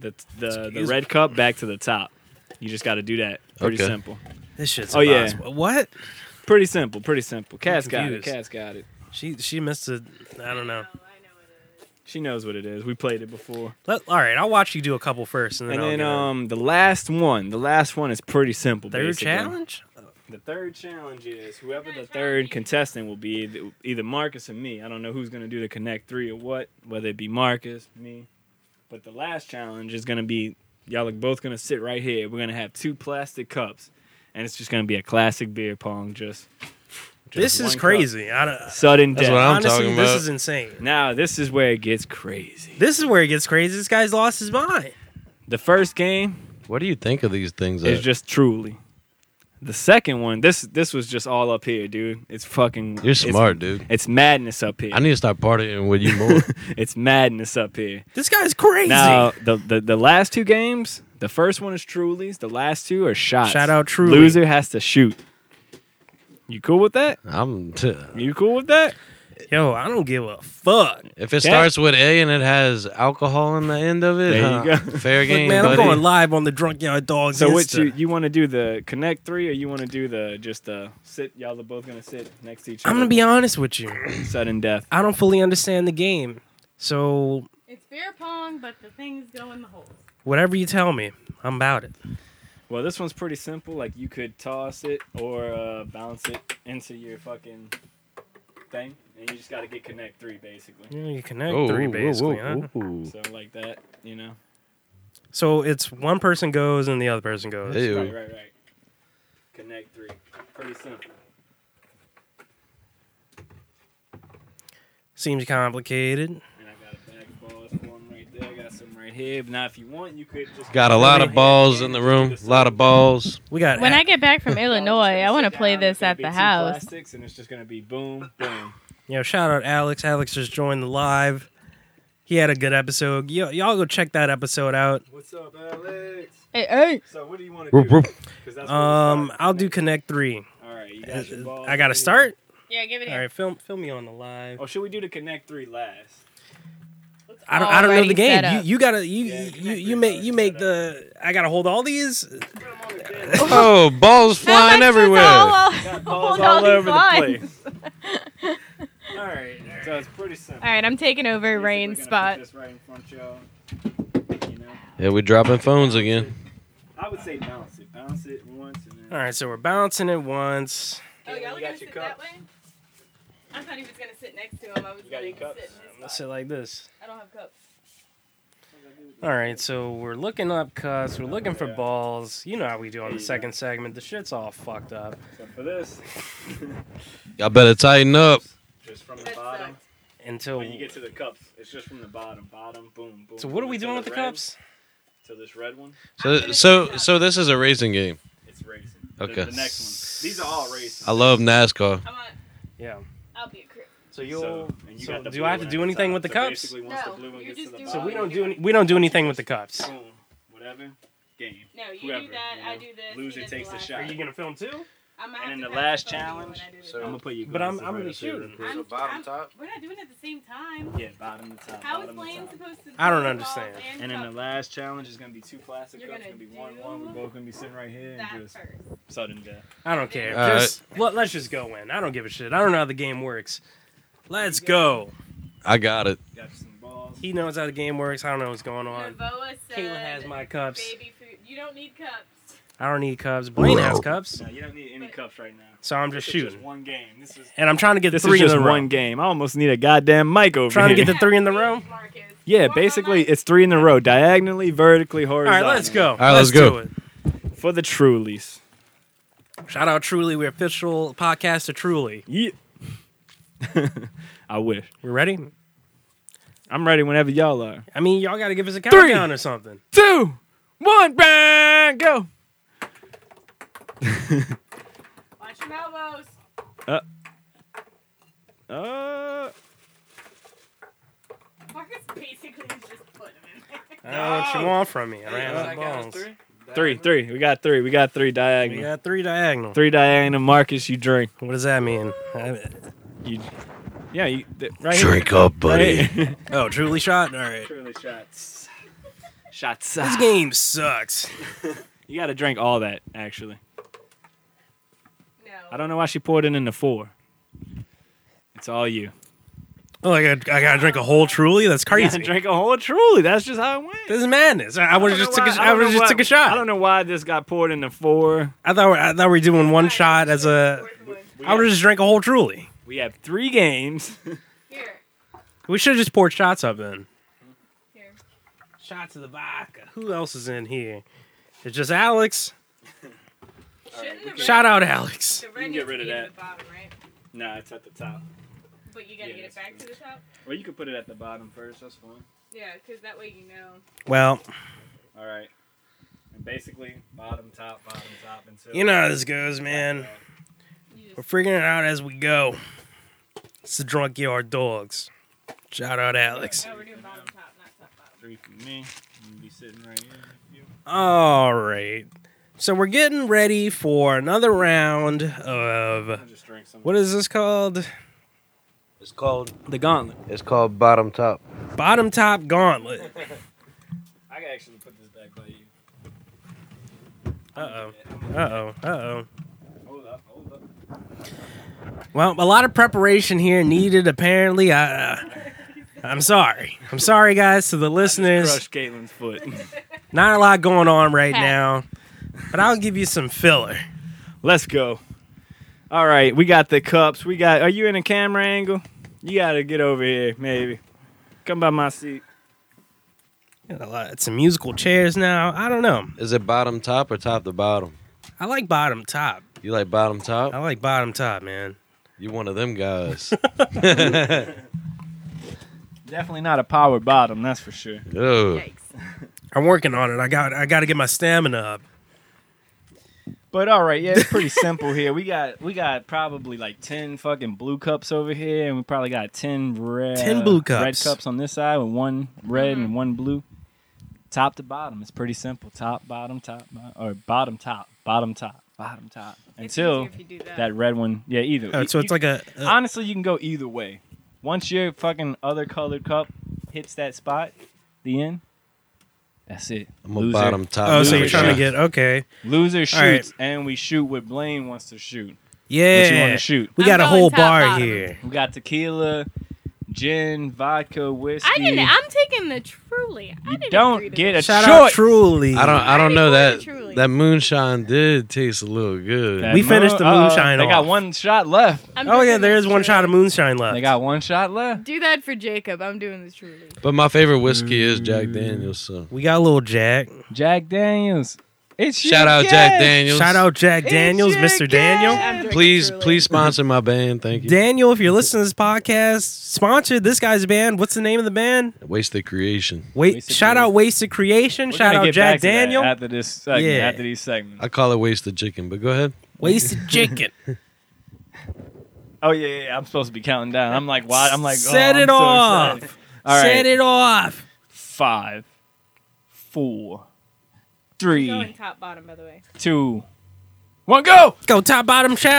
Speaker 1: the the, the
Speaker 2: Excuse
Speaker 1: red cup back to the top. You just got to do that. Pretty
Speaker 6: Okay.
Speaker 1: simple.
Speaker 2: This shit's
Speaker 1: Oh, yeah.
Speaker 2: impossible. What?
Speaker 1: Pretty simple. Pretty simple. Cat's got it.
Speaker 2: confused.
Speaker 1: Cat's got it.
Speaker 2: She she missed a. I don't know.
Speaker 1: She knows what it is. We played it before.
Speaker 2: Let, all right, I'll watch you do a couple first, and then
Speaker 1: And
Speaker 2: I'll
Speaker 1: then
Speaker 2: get a-
Speaker 1: um the last one, the last one is pretty simple.
Speaker 2: third
Speaker 1: basically.
Speaker 2: challenge.
Speaker 1: The third challenge is whoever the third contestant will be, th- either Marcus or me. I don't know who's gonna do the connect three or what, whether it be Marcus, me. But the last challenge is gonna be y'all are both gonna sit right here. We're gonna have two plastic cups, and it's just gonna be a classic beer pong. Just, just
Speaker 2: This
Speaker 1: one
Speaker 2: is
Speaker 1: cup.
Speaker 2: crazy. I don't,
Speaker 1: Sudden
Speaker 6: That's
Speaker 1: death.
Speaker 6: what I'm
Speaker 2: honestly,
Speaker 6: talking
Speaker 2: this
Speaker 6: about.
Speaker 2: is insane.
Speaker 1: now this is where it gets crazy.
Speaker 2: This is where it gets crazy. This guy's lost his mind.
Speaker 1: The first game
Speaker 6: What do you think of these things?
Speaker 1: It's
Speaker 6: uh,
Speaker 1: just truly. The second one, this this was just all up here, dude. It's fucking.
Speaker 6: You're
Speaker 1: it's-
Speaker 6: smart, dude.
Speaker 1: It's, madness up here.
Speaker 6: I need to start partying with
Speaker 2: <laughs>
Speaker 6: you more.
Speaker 1: it's madness up here.
Speaker 2: This guy's crazy.
Speaker 1: Now the, the the last two games, the first one is Truly's. The last two are shots.
Speaker 2: Shout out Truly.
Speaker 1: Loser has to shoot. You cool with that?
Speaker 6: I'm.
Speaker 1: You cool with that?
Speaker 2: Yo, I don't give a fuck.
Speaker 6: if it starts with A and it has alcohol in the end of it,
Speaker 1: There you
Speaker 6: huh,
Speaker 1: go.
Speaker 6: fair
Speaker 2: Look,
Speaker 6: game,
Speaker 2: man, I'm
Speaker 6: buddy.
Speaker 2: going live on the Drunk Yard Dogs.
Speaker 1: So what
Speaker 2: Insta.
Speaker 1: you you want to do the connect three or you want to do the just the sit? Y'all are both gonna sit next to each other.
Speaker 2: I'm gonna be honest with you.
Speaker 1: sudden death.
Speaker 2: I don't fully understand the game. So
Speaker 3: It's beer pong, but the things go in the holes.
Speaker 2: whatever you tell me, I'm about it.
Speaker 1: Well, this one's pretty simple. Like you could toss it or uh, bounce it into your fucking thing, and you just got to get connect three basically.
Speaker 2: You, know, you connect
Speaker 6: Ooh,
Speaker 2: three
Speaker 6: ooh,
Speaker 2: basically. huh?
Speaker 6: ooh, ooh.
Speaker 1: So like that, you know.
Speaker 2: So it's one person goes and the other person goes.
Speaker 6: Ew.
Speaker 1: Right, right, right. Connect three. Pretty simple.
Speaker 2: Seems complicated.
Speaker 1: And I got a bag of balls for 'em right there. I got some right here. But now, if you want, you could just
Speaker 6: Got a lot of balls in the room. A lot
Speaker 2: <laughs>
Speaker 6: of balls.
Speaker 2: We got
Speaker 3: When
Speaker 2: a-
Speaker 3: I get back
Speaker 2: <laughs>
Speaker 3: from Illinois, I want to play this at the house.
Speaker 1: Plastics, and it's just gonna be boom, boom.
Speaker 2: you know shout out Alex. Alex just joined the live. He had a good episode. Y- y'all go check that episode out.
Speaker 1: What's up, Alex?
Speaker 3: Hey, hey.
Speaker 1: So what do you want to
Speaker 6: Whoop,
Speaker 1: do?
Speaker 6: whoop.
Speaker 1: 'Cause that's where we
Speaker 2: Um,
Speaker 1: start.
Speaker 2: I'll do connect three.
Speaker 1: All right, you got your balls
Speaker 2: I gotta
Speaker 1: right here.
Speaker 2: start.
Speaker 3: Yeah, give it
Speaker 2: All right, film film me on the live.
Speaker 1: Oh, should we do the connect three last?
Speaker 2: I don't I don't know
Speaker 3: Already
Speaker 2: the
Speaker 3: set
Speaker 2: game.
Speaker 3: up.
Speaker 2: You you gotta you
Speaker 1: Yeah,
Speaker 2: you
Speaker 1: connect
Speaker 2: you
Speaker 1: three
Speaker 2: make
Speaker 1: is
Speaker 2: you
Speaker 1: already
Speaker 2: make
Speaker 1: set
Speaker 2: the I gotta hold all these.
Speaker 6: Oh, balls flying everywhere.
Speaker 1: <laughs> Got
Speaker 3: <laughs> Hold all these lines.
Speaker 1: <laughs> place.
Speaker 3: <laughs>
Speaker 1: all right, so it's pretty simple.
Speaker 3: All right, I'm taking over
Speaker 1: Basically, we're
Speaker 3: Rain's
Speaker 1: gonna put
Speaker 3: spot.
Speaker 1: this right in front of y'all. You know,
Speaker 6: Yeah, we dropping phones again.
Speaker 1: I would say bounce it, bounce it once, and then
Speaker 2: All right, so we're bouncing it once.
Speaker 3: Oh,
Speaker 1: y'all are You got gonna your sit that cup.
Speaker 3: way? I thought he was gonna sit next to him. I was
Speaker 1: You got your gonna cups? sit
Speaker 2: Let's sit like this.
Speaker 3: I don't have cups.
Speaker 2: All right, so we're looking up cuss. We're looking for balls. You know how we do on the
Speaker 1: Yeah.
Speaker 2: second segment. The shit's all fucked up.
Speaker 1: so for this, <laughs>
Speaker 6: Y'all better tighten up.
Speaker 1: just from the
Speaker 3: That
Speaker 1: bottom.
Speaker 3: sucks.
Speaker 2: Until
Speaker 1: When you get to the cups, it's just from the bottom, bottom, boom, boom.
Speaker 2: so, what are
Speaker 1: boom,
Speaker 2: we
Speaker 1: to
Speaker 2: doing with the
Speaker 1: red,
Speaker 2: cups?
Speaker 1: To this red one,
Speaker 6: So, so, so this is a racing game.
Speaker 1: it's racing.
Speaker 6: Okay.
Speaker 1: The, the next one. These are all racing.
Speaker 6: I love NASCAR.
Speaker 3: I'm on.
Speaker 2: Yeah.
Speaker 3: I'll be a crew.
Speaker 2: So
Speaker 1: So,
Speaker 2: you'll. So,
Speaker 1: and you got the
Speaker 2: do
Speaker 1: blue
Speaker 2: I have to
Speaker 1: one
Speaker 2: do
Speaker 1: at the
Speaker 2: anything
Speaker 1: top.
Speaker 2: with the
Speaker 1: So
Speaker 2: cups?
Speaker 1: Basically, once
Speaker 3: No,
Speaker 1: the blue one
Speaker 3: you're
Speaker 1: gets to
Speaker 3: just
Speaker 1: the
Speaker 3: doing-
Speaker 2: So
Speaker 1: bottom,
Speaker 2: we don't do any, we don't do anything with the cups.
Speaker 1: boom, whatever, game.
Speaker 3: No, you
Speaker 1: Whoever,
Speaker 3: do that.
Speaker 1: you
Speaker 3: I
Speaker 1: know.
Speaker 3: do this.
Speaker 1: Loser takes the shot.
Speaker 2: Are you gonna film too?
Speaker 3: I'm
Speaker 1: And then the last challenge, I'm gonna put you.
Speaker 2: But I'm-
Speaker 1: glasses
Speaker 2: I'm
Speaker 1: right
Speaker 2: gonna
Speaker 1: up here
Speaker 2: shoot
Speaker 1: real
Speaker 2: him.
Speaker 1: quick.
Speaker 3: bottom top. We're not doing it at the same time.
Speaker 1: Yeah, bottom to top.
Speaker 3: How
Speaker 1: bottom
Speaker 3: is
Speaker 1: to
Speaker 3: Blaine
Speaker 1: top.
Speaker 3: supposed to?
Speaker 2: I don't
Speaker 3: do
Speaker 2: understand.
Speaker 3: balls
Speaker 1: And then the
Speaker 3: cups?
Speaker 1: last challenge is gonna be two plastic
Speaker 3: You're
Speaker 1: cups. It's
Speaker 3: gonna
Speaker 1: gonna be one,
Speaker 3: do
Speaker 1: one. We're both gonna be sitting right here
Speaker 3: that
Speaker 1: and just
Speaker 3: first.
Speaker 1: sudden death.
Speaker 2: I don't care.
Speaker 6: All right.
Speaker 2: just let, let's just go in. I don't give a shit. I don't know how the game works. Let's go.
Speaker 6: I got it.
Speaker 1: Got you some balls.
Speaker 2: He knows how the game works. I don't know what's going on.
Speaker 3: Novoa said,
Speaker 2: Kayla has my cups.
Speaker 3: baby food. You don't need cups.
Speaker 2: I don't need cups. Blaine has cups,
Speaker 1: No, you don't need any cups right now.
Speaker 2: so I'm just
Speaker 1: This is
Speaker 2: shooting.
Speaker 1: one game. This is
Speaker 2: And I'm trying to get
Speaker 1: this
Speaker 2: three
Speaker 1: is just
Speaker 2: in a row.
Speaker 1: one game. I almost need a goddamn mic over
Speaker 2: Trying to
Speaker 1: here.
Speaker 2: get the three in the row.
Speaker 3: Marcus.
Speaker 1: yeah,
Speaker 3: Walk on
Speaker 1: basically
Speaker 3: mic.
Speaker 1: it's three in a row, diagonally, vertically,
Speaker 2: All
Speaker 1: horizontally.
Speaker 2: right, let's go. All
Speaker 6: right, let's go.
Speaker 2: Do it.
Speaker 1: for the Trulies.
Speaker 2: Shout out Truly. We're official podcast to Truly.
Speaker 1: Yeah. <laughs> I wish.
Speaker 2: We're ready?
Speaker 1: I'm ready whenever y'all are.
Speaker 2: I mean, y'all got to give us a
Speaker 1: Three.
Speaker 2: countdown or something.
Speaker 1: Two, one, bang, go.
Speaker 3: Watch your elbows.
Speaker 1: Uh,
Speaker 3: Marcus basically just put him in there.
Speaker 2: I don't know what you want from me. I ran out of balls.
Speaker 1: three, three. We got three. We got three
Speaker 2: We
Speaker 1: diagonal.
Speaker 2: got three diagonal.
Speaker 1: Three diagonal. Marcus, you drink.
Speaker 2: What does that mean? I-
Speaker 1: You, yeah, you th- right
Speaker 6: Drink up,
Speaker 1: here.
Speaker 6: buddy.
Speaker 1: Right
Speaker 6: <laughs>
Speaker 1: here.
Speaker 2: Oh, Truly shot. All right.
Speaker 1: Truly shots. Shots.
Speaker 2: This game sucks.
Speaker 1: You got to drink all that. Actually,
Speaker 3: <laughs> No.
Speaker 1: I don't know why she poured it into four. It's all you.
Speaker 2: Oh, I got I got to drink a whole Truly. That's
Speaker 1: You
Speaker 2: crazy.
Speaker 1: drink a whole Truly. That's just how it went.
Speaker 2: This is madness. I, would have
Speaker 1: don't
Speaker 2: just
Speaker 1: know
Speaker 2: took a,
Speaker 1: why-
Speaker 2: I
Speaker 1: don't
Speaker 2: would
Speaker 1: know
Speaker 2: have just
Speaker 1: why-
Speaker 2: took a shot.
Speaker 1: I don't know why this got poured into four.
Speaker 2: I thought we- I thought we were doing one shot as a.
Speaker 3: Fourth one.
Speaker 2: I would have just drank a whole Truly.
Speaker 1: We have three games.
Speaker 3: Here.
Speaker 2: We should have just poured shots up then.
Speaker 3: Here.
Speaker 2: Shots of the vodka. Who else is in here? It's just Alex.
Speaker 3: Shouldn't the
Speaker 2: Shout out Alex.
Speaker 3: The
Speaker 1: You can
Speaker 3: red
Speaker 1: get
Speaker 3: needs to
Speaker 1: rid of
Speaker 3: be
Speaker 1: that.
Speaker 3: at the bottom, right?
Speaker 1: <laughs> nah, it's at the top.
Speaker 3: But you gotta
Speaker 1: Yeah,
Speaker 3: get
Speaker 1: that's
Speaker 3: it back to the top?
Speaker 1: Well, you could put it at the bottom first. That's fine.
Speaker 3: Yeah, because that way you know.
Speaker 2: Well,
Speaker 1: All right. And basically, bottom, top, bottom, top Uh, until.
Speaker 2: you know how this goes, man.
Speaker 3: You
Speaker 2: We're
Speaker 3: just,
Speaker 2: figuring it out as we go. It's the drunk yard dogs. Shout out Alex.
Speaker 3: no, Oh, we're doing bottom top, not top bottom.
Speaker 1: Three for me. I'm gonna be sitting right here. with you.
Speaker 2: All right. So we're getting ready for another round of
Speaker 1: I'll just drink some.
Speaker 2: what is this called?
Speaker 6: It's called
Speaker 2: The gauntlet.
Speaker 6: it's called bottom top.
Speaker 2: Bottom top gauntlet.
Speaker 1: I can actually put this back by you.
Speaker 2: Uh
Speaker 1: Yeah, I'm gonna-
Speaker 2: oh. Uh oh. Uh oh.
Speaker 1: Hold up, hold up.
Speaker 2: Well, a lot of preparation here needed. Apparently, I, uh, I'm sorry. I'm sorry, guys, to the listeners.
Speaker 1: Crush Caitlin's foot. <laughs>
Speaker 2: Not a lot going on right
Speaker 3: Hat.
Speaker 2: now, but I'll give you some filler.
Speaker 1: Let's go. All right, we got the cups. We got. Are you in a camera angle? You gotta get over here, maybe. Come by my seat.
Speaker 2: Got a lot, some musical chairs now. I don't know.
Speaker 6: Is it bottom top or top to bottom?
Speaker 2: I like bottom top.
Speaker 6: You like bottom top?
Speaker 2: I like bottom top, man.
Speaker 6: You one of
Speaker 2: <laughs>
Speaker 6: them guys.
Speaker 1: Definitely not a power bottom, that's for sure.
Speaker 6: Ugh.
Speaker 3: Yikes.
Speaker 2: I'm working on it. I got I got to get my stamina up.
Speaker 1: But all right, yeah, it's
Speaker 2: <laughs>
Speaker 1: pretty simple here. We got we got probably like ten fucking blue cups over here, and we probably got ten red
Speaker 2: 10 blue
Speaker 1: red
Speaker 2: cups.
Speaker 1: cups on this side with one red
Speaker 3: Mm-hmm.
Speaker 1: and one blue. Top to bottom, it's pretty simple. Top, bottom, top, bo- or bottom, top, bottom, top, bottom, top. Until
Speaker 3: it's easier if you do that.
Speaker 1: that red one, yeah, either.
Speaker 2: Uh, so
Speaker 1: You-
Speaker 2: it's like a, a
Speaker 1: honestly, you can go either way. Once your fucking other colored cup hits that spot, the end. That's it.
Speaker 6: I'm a
Speaker 1: Loser.
Speaker 6: bottom top.
Speaker 2: oh, so
Speaker 1: Loser
Speaker 2: you're trying to
Speaker 1: shot.
Speaker 2: get okay.
Speaker 1: Loser shoots,
Speaker 2: All right.
Speaker 1: and we shoot what Blaine wants to shoot. What you want
Speaker 2: Yeah,
Speaker 1: to shoot?
Speaker 2: we
Speaker 3: I'm
Speaker 2: got a
Speaker 3: going
Speaker 2: whole
Speaker 3: top
Speaker 2: bar
Speaker 3: bottom.
Speaker 2: here.
Speaker 1: We got tequila, gin, vodka, whiskey.
Speaker 3: I didn't. I'm taking the truly. I
Speaker 1: you
Speaker 3: didn't agree
Speaker 1: don't
Speaker 3: to
Speaker 1: get a
Speaker 3: this.
Speaker 2: Shout out
Speaker 1: choice.
Speaker 2: Truly.
Speaker 6: I don't. I
Speaker 3: Why
Speaker 6: don't
Speaker 3: do
Speaker 6: know
Speaker 3: you want
Speaker 6: that.
Speaker 3: it truly?
Speaker 6: That moonshine did taste a little good.
Speaker 1: That
Speaker 2: We finished the
Speaker 1: uh-oh,
Speaker 2: moonshine
Speaker 1: They
Speaker 2: off. Uh,
Speaker 1: got one shot left.
Speaker 3: I'm
Speaker 2: Oh
Speaker 3: doing
Speaker 2: yeah, there
Speaker 3: this
Speaker 2: is one
Speaker 3: truly.
Speaker 2: shot of moonshine left.
Speaker 1: They got one shot left.
Speaker 3: Do that for Jacob. I'm doing this truly.
Speaker 6: But my favorite whiskey is
Speaker 2: Mm.
Speaker 6: Jack Daniels. So
Speaker 2: we got a little Jack.
Speaker 1: Jack Daniels. It's your
Speaker 6: shout out
Speaker 1: guess.
Speaker 6: Jack Daniels.
Speaker 2: Shout out Jack
Speaker 1: It's
Speaker 2: Daniels,
Speaker 1: your
Speaker 2: Mr.
Speaker 1: guess.
Speaker 2: Daniel.
Speaker 3: I'm drinking
Speaker 6: Please,
Speaker 3: Truly.
Speaker 6: please sponsor my band. Thank you.
Speaker 2: Daniel, if you're listening to this podcast, sponsor this guy's band. What's the name of the band?
Speaker 6: Wasted creation.
Speaker 2: Wait,
Speaker 1: Wasted
Speaker 2: shout out
Speaker 1: Creation.
Speaker 2: Wasted Creation.
Speaker 1: We're
Speaker 2: shout
Speaker 1: gonna
Speaker 2: out
Speaker 1: get
Speaker 2: Jack
Speaker 1: back to that
Speaker 2: Daniel.
Speaker 1: after this segment.
Speaker 2: Yeah.
Speaker 1: After these segments.
Speaker 6: I call it wasted chicken. But go ahead.
Speaker 2: <laughs> Wasted Chicken.
Speaker 1: Oh yeah, yeah, yeah, I'm supposed to be counting down. I'm like, why? I'm like, oh,
Speaker 2: Set
Speaker 1: I'm
Speaker 2: it
Speaker 1: so
Speaker 2: off.
Speaker 1: excited. <laughs> All right,
Speaker 2: Set it off.
Speaker 1: five, four,
Speaker 3: Going
Speaker 1: three,
Speaker 3: top bottom, by the way.
Speaker 1: two, one, go.
Speaker 2: Go top bottom
Speaker 1: Oh, Blaine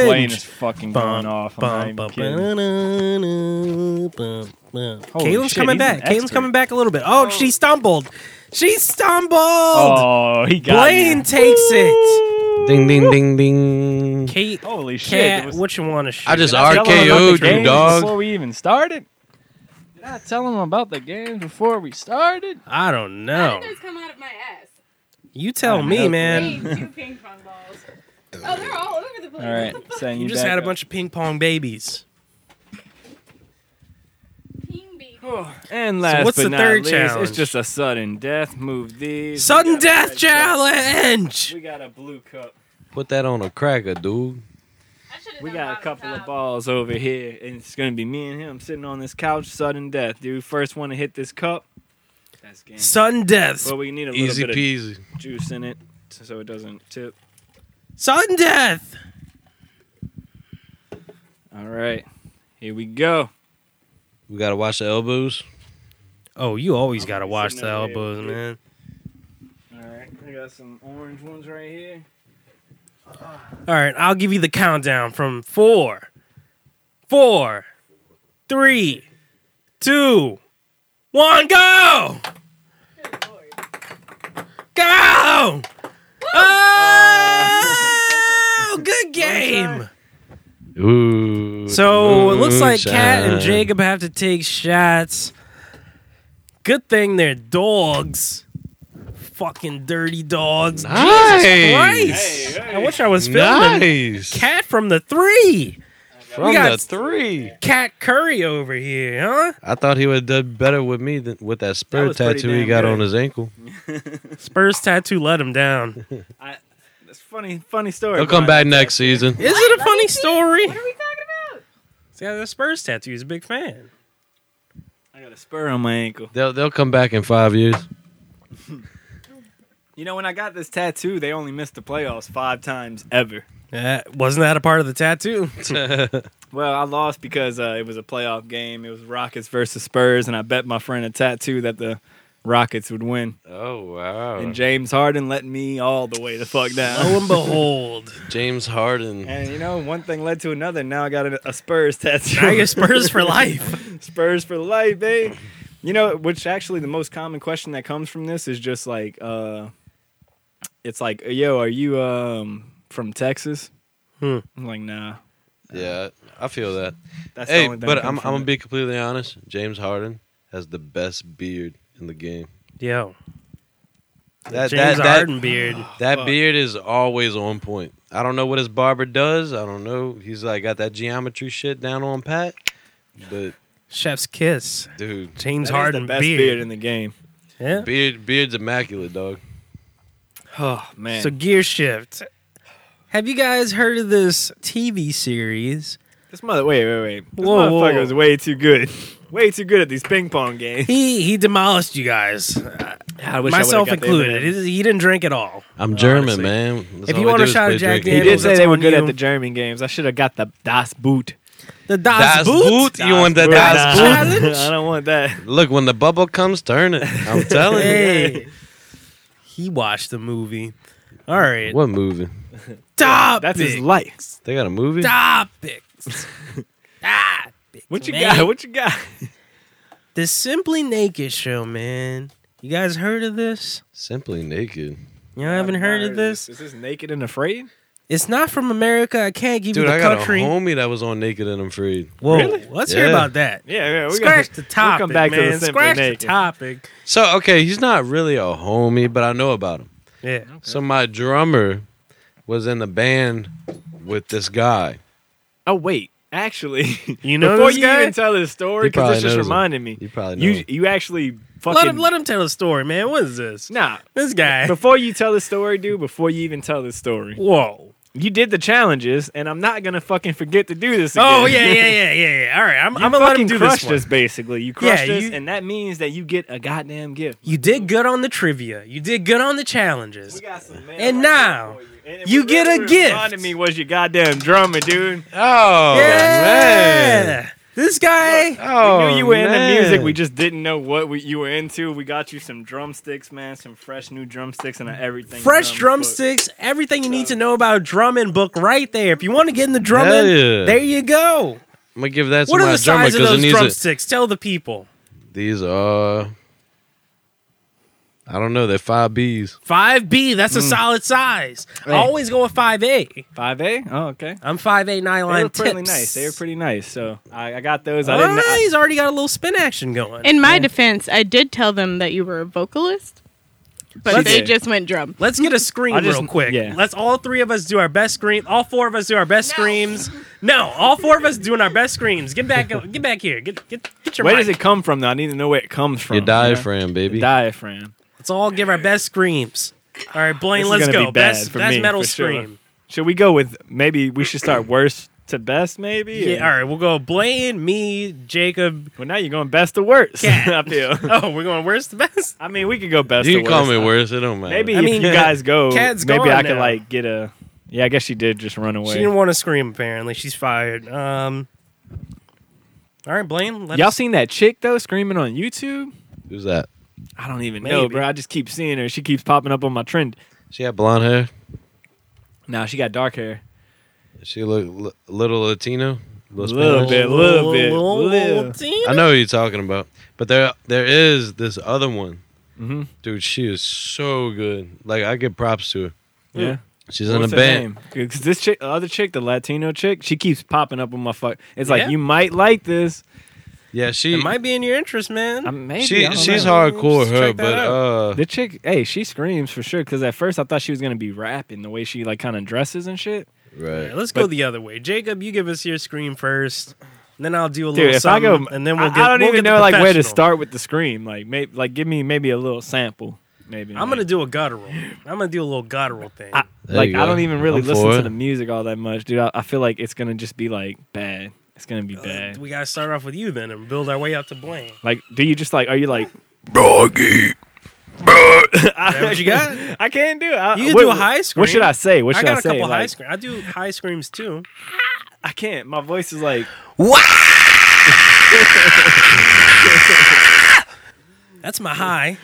Speaker 2: challenge.
Speaker 1: is fucking
Speaker 2: Bum,
Speaker 1: going off.
Speaker 2: bum,
Speaker 1: I'm
Speaker 2: bum,
Speaker 1: not even kidding.
Speaker 2: ba-na-na, bum, bum.
Speaker 1: Holy
Speaker 2: Caitlin's
Speaker 1: shit,
Speaker 2: coming
Speaker 1: he's an
Speaker 2: back. Caitlin's
Speaker 1: expert.
Speaker 2: coming back a little bit. Oh, she stumbled. She stumbled.
Speaker 1: Oh, he got
Speaker 2: Blaine
Speaker 1: you.
Speaker 2: takes it.
Speaker 6: Ding ding ding ding.
Speaker 2: Kate,
Speaker 1: Holy shit!
Speaker 2: Cat,
Speaker 1: it was-
Speaker 2: what you want to shoot?
Speaker 6: I just
Speaker 1: Tell him about the
Speaker 6: RKO'd you,
Speaker 1: game
Speaker 6: dog.
Speaker 1: Before we even started. I tell them about the games before we started.
Speaker 2: I don't
Speaker 1: Oh.
Speaker 3: How
Speaker 2: know.
Speaker 3: did those come out of my ass?
Speaker 2: You tell
Speaker 1: I'm
Speaker 2: me,
Speaker 1: helping.
Speaker 2: man.
Speaker 3: Hey,
Speaker 1: <laughs>
Speaker 3: two ping pong balls. Oh, they're all over the place.
Speaker 1: All right, setting
Speaker 2: You just
Speaker 1: back
Speaker 2: had a
Speaker 1: up.
Speaker 2: bunch of ping pong babies.
Speaker 3: Ping beat.
Speaker 1: <sighs> And last
Speaker 2: Oh. what's
Speaker 1: but
Speaker 2: the
Speaker 1: not
Speaker 2: third
Speaker 1: least,
Speaker 2: challenge?
Speaker 1: it's just a sudden death. Move these.
Speaker 2: Sudden
Speaker 1: We got a
Speaker 2: death
Speaker 1: red cup.
Speaker 2: challenge.
Speaker 1: We got a blue cup.
Speaker 6: Put that on a cracker, dude.
Speaker 3: I should've
Speaker 1: We
Speaker 3: done
Speaker 1: got a
Speaker 3: bottom
Speaker 1: couple of
Speaker 3: top.
Speaker 1: balls over here, and it's gonna be me and him sitting on this couch. Sudden death, dude. First one to hit this cup. That's game.
Speaker 2: Sudden death.
Speaker 1: Well, we need a little
Speaker 6: Easy
Speaker 1: bit
Speaker 6: peasy.
Speaker 1: of juice in it so it doesn't tip.
Speaker 2: Sudden death.
Speaker 1: All right, here we go.
Speaker 6: We gotta watch the elbows.
Speaker 2: Oh, you always
Speaker 1: I'm
Speaker 2: gotta
Speaker 1: sitting
Speaker 2: watch the
Speaker 1: over here.
Speaker 2: elbows, man.
Speaker 1: All right, I got some orange ones right <laughs> here.
Speaker 2: All right, I'll give you the countdown from four, four, three, two, one, go! Go! Oh, good game.
Speaker 6: Ooh.
Speaker 2: So it looks like Kat
Speaker 6: moonshine.
Speaker 2: and Jacob have to take shots. Good thing they're dogs. Fucking dirty dogs.
Speaker 6: Nice.
Speaker 2: Jesus Christ.
Speaker 1: Hey, hey.
Speaker 2: I wish I was filming.
Speaker 6: Nice.
Speaker 2: Cat from the three.
Speaker 6: From
Speaker 2: got-
Speaker 6: the three.
Speaker 2: Cat Curry over here, huh?
Speaker 6: I thought he would have done better with me than with that
Speaker 1: That
Speaker 6: spur
Speaker 1: was pretty
Speaker 6: tattoo he
Speaker 1: damn
Speaker 6: got
Speaker 1: good.
Speaker 6: on his ankle.
Speaker 2: Spurs tattoo let him down.
Speaker 1: I, that's funny, funny story.
Speaker 6: He'll come
Speaker 1: behind
Speaker 6: back next season.
Speaker 2: Is it a funny story?
Speaker 3: What are we talking
Speaker 2: Yeah, the Spurs tattoo is a big fan.
Speaker 1: that. I got a spur on my ankle.
Speaker 6: They'll they'll come back in five <laughs> years.
Speaker 1: You know, when I got this tattoo, they only missed the playoffs five times ever.
Speaker 2: Uh, wasn't that a part of the tattoo?
Speaker 1: Well, I lost because uh, it was a playoff game. It was Rockets versus Spurs, and I bet my friend a tattoo that the Rockets would win.
Speaker 6: oh wow.
Speaker 1: And James Harden let me all the way the fuck
Speaker 2: Lo
Speaker 1: down.
Speaker 2: and behold,
Speaker 6: James Harden.
Speaker 1: And you know, one thing led to another. Now I got a, a Spurs tattoo.
Speaker 2: now you're Spurs for
Speaker 6: <laughs>
Speaker 2: life.
Speaker 1: <laughs> Spurs for life, babe. You know, which actually the most common question that comes from this is just like, uh, it's like, yo, are you um from Texas?
Speaker 2: Hmm.
Speaker 1: I'm like, nah.
Speaker 6: Yeah, I feel that.
Speaker 1: That's the
Speaker 6: hey,
Speaker 1: only thing
Speaker 6: but
Speaker 1: that
Speaker 6: I'm I'm
Speaker 1: comes from
Speaker 6: gonna
Speaker 1: it.
Speaker 6: be completely honest. James Harden has the best beard in the game.
Speaker 2: Yo,
Speaker 6: That
Speaker 2: James
Speaker 6: that that,
Speaker 2: Harden beard.
Speaker 6: that
Speaker 1: Fuck.
Speaker 6: beard is always on point. I don't know what his barber does. I don't know. He's like got that geometry shit down on pat. But
Speaker 2: Chef's kiss.
Speaker 6: dude,
Speaker 2: James
Speaker 1: That is
Speaker 2: Harden
Speaker 1: the best
Speaker 2: beard.
Speaker 1: beard. in the game.
Speaker 2: Yeah.
Speaker 6: beard beard's immaculate, dog.
Speaker 1: Oh man.
Speaker 2: So gear shift. Have you guys heard of this TV series?
Speaker 1: This mother, wait, wait, wait. This
Speaker 2: Whoa, whoa,
Speaker 1: motherfucker
Speaker 2: whoa.
Speaker 1: is way too good. <laughs> Way too good at these ping
Speaker 2: <laughs>
Speaker 1: pong games.
Speaker 2: He he demolished you guys,
Speaker 1: I wish I
Speaker 2: myself
Speaker 1: would've got the
Speaker 2: included.
Speaker 1: evidence.
Speaker 2: He didn't drink at all.
Speaker 6: I'm German,
Speaker 1: honestly.
Speaker 6: man. That's
Speaker 2: If
Speaker 6: all
Speaker 2: you
Speaker 6: we
Speaker 2: want a
Speaker 6: do is
Speaker 2: shot of
Speaker 6: play
Speaker 2: Jack
Speaker 1: He
Speaker 6: drinking.
Speaker 2: Daniels,
Speaker 1: did say
Speaker 2: That's
Speaker 1: they were
Speaker 2: on
Speaker 1: good
Speaker 2: you.
Speaker 1: at the German games. I should have got the Das Boot.
Speaker 2: The Das,
Speaker 6: Das
Speaker 2: Boot.
Speaker 6: Boot. You want the Das Boot?
Speaker 2: Boot challenge?
Speaker 1: <laughs> I don't want that.
Speaker 6: Look, when the bubble comes, turn it.
Speaker 2: <laughs>
Speaker 6: I'm telling
Speaker 2: Hey, he watched the movie. All
Speaker 6: you.
Speaker 2: right,
Speaker 6: What movie?
Speaker 2: topics.
Speaker 1: That's his likes.
Speaker 6: They got a
Speaker 2: <laughs>
Speaker 6: movie?
Speaker 2: Topics. Topics,
Speaker 1: What you
Speaker 2: man.
Speaker 1: got? What you got?
Speaker 2: Ah, The Simply Naked show, man. You guys heard of this?
Speaker 6: Simply naked.
Speaker 2: You haven't heard of this?
Speaker 1: Is this naked and afraid?
Speaker 2: It's not from America. I can't give
Speaker 6: Dude,
Speaker 2: you the
Speaker 6: I got
Speaker 2: country.
Speaker 6: a homie that was on Naked and I'm Afraid.
Speaker 2: Whoa,
Speaker 1: Really?
Speaker 2: let's
Speaker 6: Yeah.
Speaker 2: hear about that.
Speaker 1: Yeah, yeah. <laughs> We
Speaker 2: Scratch
Speaker 1: gotta-
Speaker 2: the topic,
Speaker 1: We'll come back
Speaker 2: man.
Speaker 1: to the Simply
Speaker 2: Scratch
Speaker 1: naked.
Speaker 2: the topic.
Speaker 6: So, okay, he's not really a homie, but I know about him.
Speaker 2: Yeah.
Speaker 6: So, my drummer was in the band with this guy.
Speaker 1: Oh wait, actually,
Speaker 2: You know
Speaker 1: before
Speaker 2: this
Speaker 1: you
Speaker 2: guy?
Speaker 1: even tell this story,
Speaker 6: He
Speaker 1: because
Speaker 6: probably
Speaker 1: this just
Speaker 6: knows him.
Speaker 1: reminded me.
Speaker 6: You probably know.
Speaker 1: You
Speaker 6: him.
Speaker 1: you actually fucking
Speaker 2: Let him let him tell the story, man. What is this?
Speaker 1: nah.
Speaker 2: This guy.
Speaker 1: Before you tell the story, dude. Before you even tell the story,
Speaker 2: Whoa.
Speaker 1: you did the challenges, and I'm not gonna fucking forget to do this. Again.
Speaker 2: Oh yeah,
Speaker 1: <laughs>
Speaker 2: yeah, yeah, yeah, yeah. All right, I'm, I'm
Speaker 1: you
Speaker 2: gonna let him
Speaker 1: fucking
Speaker 2: do
Speaker 1: crushed
Speaker 2: this one.
Speaker 1: us basically. You crushed us,
Speaker 2: you-
Speaker 1: and that means that you get a goddamn gift.
Speaker 2: You did good on the trivia. You did good on the challenges.
Speaker 1: got some man
Speaker 2: And right there now, for
Speaker 1: you, and
Speaker 2: you what get really a gift.
Speaker 1: Reminded
Speaker 2: reminded
Speaker 1: me
Speaker 2: me
Speaker 1: was your goddamn drummer, dude.
Speaker 6: oh, man.
Speaker 2: Yeah. This guy.
Speaker 6: Oh,
Speaker 1: we knew you were
Speaker 6: man.
Speaker 1: into music. We just didn't know what we, you were into. We got you some drumsticks, man. Some fresh new drumsticks and a everything.
Speaker 2: Fresh
Speaker 1: drum book.
Speaker 2: drumsticks, everything you need to know about drumming book right there. If you want to get in the drumming,
Speaker 6: Hell yeah.
Speaker 2: there you go.
Speaker 6: I'm going to give that to
Speaker 2: what are
Speaker 6: my
Speaker 2: the
Speaker 6: drummer
Speaker 2: size of
Speaker 6: because it
Speaker 2: those
Speaker 6: needs it.
Speaker 2: drumsticks? Tell the people.
Speaker 6: These are I don't know. They're five Bs.
Speaker 2: Five B, that's a solid size.
Speaker 1: Mm. Hey.
Speaker 2: I always go with five A.
Speaker 1: Five A. Oh, okay.
Speaker 2: I'm five A
Speaker 1: They
Speaker 2: nylon
Speaker 1: were pretty
Speaker 2: tips.
Speaker 1: nice. They were pretty nice. So I, I got those. I
Speaker 2: All
Speaker 1: didn't.
Speaker 2: right,
Speaker 1: I,
Speaker 2: he's already got a little spin action going.
Speaker 3: In my defense, I did tell them that you were a vocalist, but
Speaker 1: She
Speaker 3: they
Speaker 1: did.
Speaker 3: just went drum.
Speaker 2: Let's get a scream
Speaker 1: I just-
Speaker 2: real quick.
Speaker 1: yeah.
Speaker 2: Let's all three of us do our best scream. All four of us do our best screams. No, all four of us doing our best screams. Get back, get back here. Get get get your.
Speaker 1: where
Speaker 2: mic.
Speaker 1: does it come from? Though I need to know where it comes from.
Speaker 6: Your
Speaker 1: you know?
Speaker 6: diaphragm, baby.
Speaker 1: Diaphragm.
Speaker 2: Let's all give our best screams. All right, Blaine,
Speaker 1: This is
Speaker 2: let's
Speaker 1: gonna
Speaker 2: go.
Speaker 1: be bad
Speaker 2: best
Speaker 1: for
Speaker 2: best
Speaker 1: me,
Speaker 2: metal
Speaker 1: for sure.
Speaker 2: scream.
Speaker 1: Should we go with maybe we should start worst to best? Maybe.
Speaker 2: Yeah, all right, we'll go Blaine, me, Jacob. <laughs>
Speaker 1: Well, now you're going best to worst.
Speaker 2: Cat.
Speaker 1: <laughs> I feel.
Speaker 2: Oh, we're going worst to best.
Speaker 1: I mean, we could go best.
Speaker 6: you
Speaker 1: to
Speaker 6: can call
Speaker 1: worst.
Speaker 6: me worse. It don't matter.
Speaker 1: Maybe
Speaker 2: I
Speaker 1: if
Speaker 2: mean,
Speaker 1: you guys go,
Speaker 2: Kat's
Speaker 1: maybe
Speaker 2: gone
Speaker 1: I could
Speaker 2: now.
Speaker 1: like get a. Yeah, I guess she did just run away.
Speaker 2: She didn't want to scream. Apparently, she's fired. Um. All right, Blaine. Let
Speaker 1: Y'all
Speaker 2: us-
Speaker 1: seen that chick though screaming on YouTube?
Speaker 6: Who's that?
Speaker 1: I don't even know,
Speaker 2: Maybe.
Speaker 1: bro. I just keep seeing her. She keeps popping up on my trend.
Speaker 6: She had blonde hair.
Speaker 1: Now she got dark hair.
Speaker 6: She look li- little Latino.
Speaker 1: Little
Speaker 6: Spanish.
Speaker 1: bit. a little bit, little.
Speaker 2: teeny-
Speaker 6: I know who you're talking about, but there there is this other one,
Speaker 2: Mm-hmm.
Speaker 1: Mhm.
Speaker 6: dude. She is so good. Like I give props to her.
Speaker 1: Yeah,
Speaker 6: She's in a
Speaker 1: What's her
Speaker 6: band.
Speaker 1: name? 'Cause this chick, the other chick, the Latino chick, she keeps popping up on my fuck. It's like
Speaker 2: Yeah.
Speaker 1: you might like this.
Speaker 6: Yeah, she
Speaker 2: It might be in your interest, man.
Speaker 1: I, maybe I
Speaker 6: she
Speaker 1: don't
Speaker 6: she's
Speaker 1: know.
Speaker 6: hardcore.
Speaker 2: Just
Speaker 6: Her,
Speaker 2: check that
Speaker 6: but
Speaker 2: out.
Speaker 6: uh,
Speaker 1: The chick, hey, she screams for sure. Because at first I thought she was gonna be rapping the way she like kind of dresses and shit.
Speaker 2: Yeah,
Speaker 6: right.
Speaker 2: let's
Speaker 1: But-
Speaker 2: go the other way. Jacob, you give us your scream first, and then I'll do a
Speaker 1: Dude,
Speaker 2: little
Speaker 1: if I go,
Speaker 2: something, and then we'll
Speaker 1: I-
Speaker 2: get.
Speaker 1: I don't
Speaker 2: we'll
Speaker 1: even
Speaker 2: get the
Speaker 1: know like where to
Speaker 2: professional.
Speaker 1: start with the scream. Like, maybe, like give me maybe a little sample. Maybe
Speaker 2: I'm
Speaker 1: like-
Speaker 2: gonna do a guttural. I'm gonna do a little guttural thing.
Speaker 1: I,
Speaker 6: There
Speaker 1: like
Speaker 6: you
Speaker 1: I
Speaker 6: go.
Speaker 1: don't even really
Speaker 6: I'm
Speaker 1: listen
Speaker 6: for
Speaker 1: to
Speaker 6: it.
Speaker 1: the music all that much, dude. I, I feel like it's gonna just be like bad. It's gonna
Speaker 2: Uh,
Speaker 1: be bad.
Speaker 2: we gotta start off with you then, and build our way up to Blaine.
Speaker 1: Like, do you just like? Are you like? <laughs>
Speaker 2: Is that what you got?
Speaker 1: I can't do. it. I,
Speaker 2: You can
Speaker 1: what-
Speaker 2: do a high
Speaker 1: What should
Speaker 2: scream.
Speaker 1: I say? What
Speaker 2: I
Speaker 1: should I,
Speaker 2: got a
Speaker 1: say?
Speaker 2: couple high
Speaker 1: Like,
Speaker 2: screams. I do high screams too.
Speaker 1: I can't. My voice is like.
Speaker 2: <laughs> That's my high.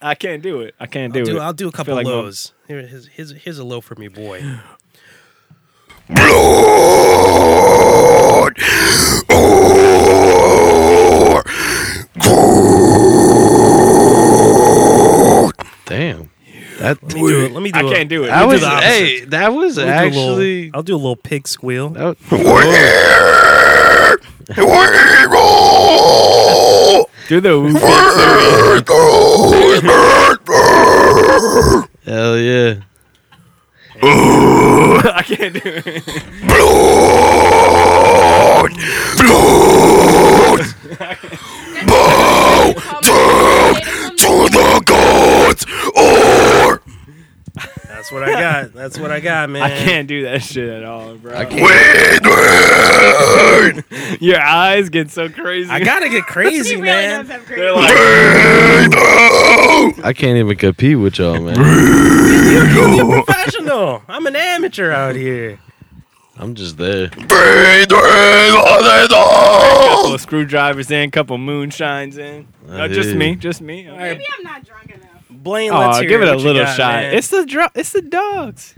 Speaker 1: I can't do it. I can't do
Speaker 2: I'll do,
Speaker 1: it.
Speaker 2: I'll do a couple
Speaker 1: feel like my-
Speaker 2: lows. Here, here's, here's, here's a low for me, boy.
Speaker 6: Damn, that
Speaker 2: Let me do it. Let me do
Speaker 1: I
Speaker 2: it.
Speaker 1: can't do it.
Speaker 6: that
Speaker 2: do
Speaker 6: was
Speaker 2: the opposite.
Speaker 6: hey, that was actually
Speaker 2: I'll do a little pig squeal.
Speaker 6: that was,
Speaker 1: do
Speaker 6: <laughs>
Speaker 1: the. woo thing.
Speaker 6: hell yeah.
Speaker 1: I can't do
Speaker 2: <laughs>
Speaker 1: it.
Speaker 3: <laughs>
Speaker 6: <laughs>
Speaker 2: That's what I got. That's what I got, man.
Speaker 1: I can't do that shit at all, bro. I can't. <laughs> Your eyes get so crazy.
Speaker 2: I gotta get crazy,
Speaker 3: He really
Speaker 2: man.
Speaker 3: does have
Speaker 1: <laughs>
Speaker 3: great-
Speaker 1: They're
Speaker 6: <laughs>
Speaker 1: like,
Speaker 6: I can't even compete with y'all, man.
Speaker 1: <laughs>
Speaker 2: professional. I'm an amateur out here.
Speaker 6: I'm just there.
Speaker 1: couple of screwdrivers in, couple moonshines in. No, just
Speaker 6: Hey.
Speaker 1: me, just me. All right,
Speaker 3: Maybe I'm not drunk enough.
Speaker 2: Blaine, let's
Speaker 1: Oh,
Speaker 2: hear
Speaker 1: give it a
Speaker 2: what you
Speaker 1: little
Speaker 2: got,
Speaker 1: shot.
Speaker 2: man.
Speaker 1: It's the dr- it's the dogs.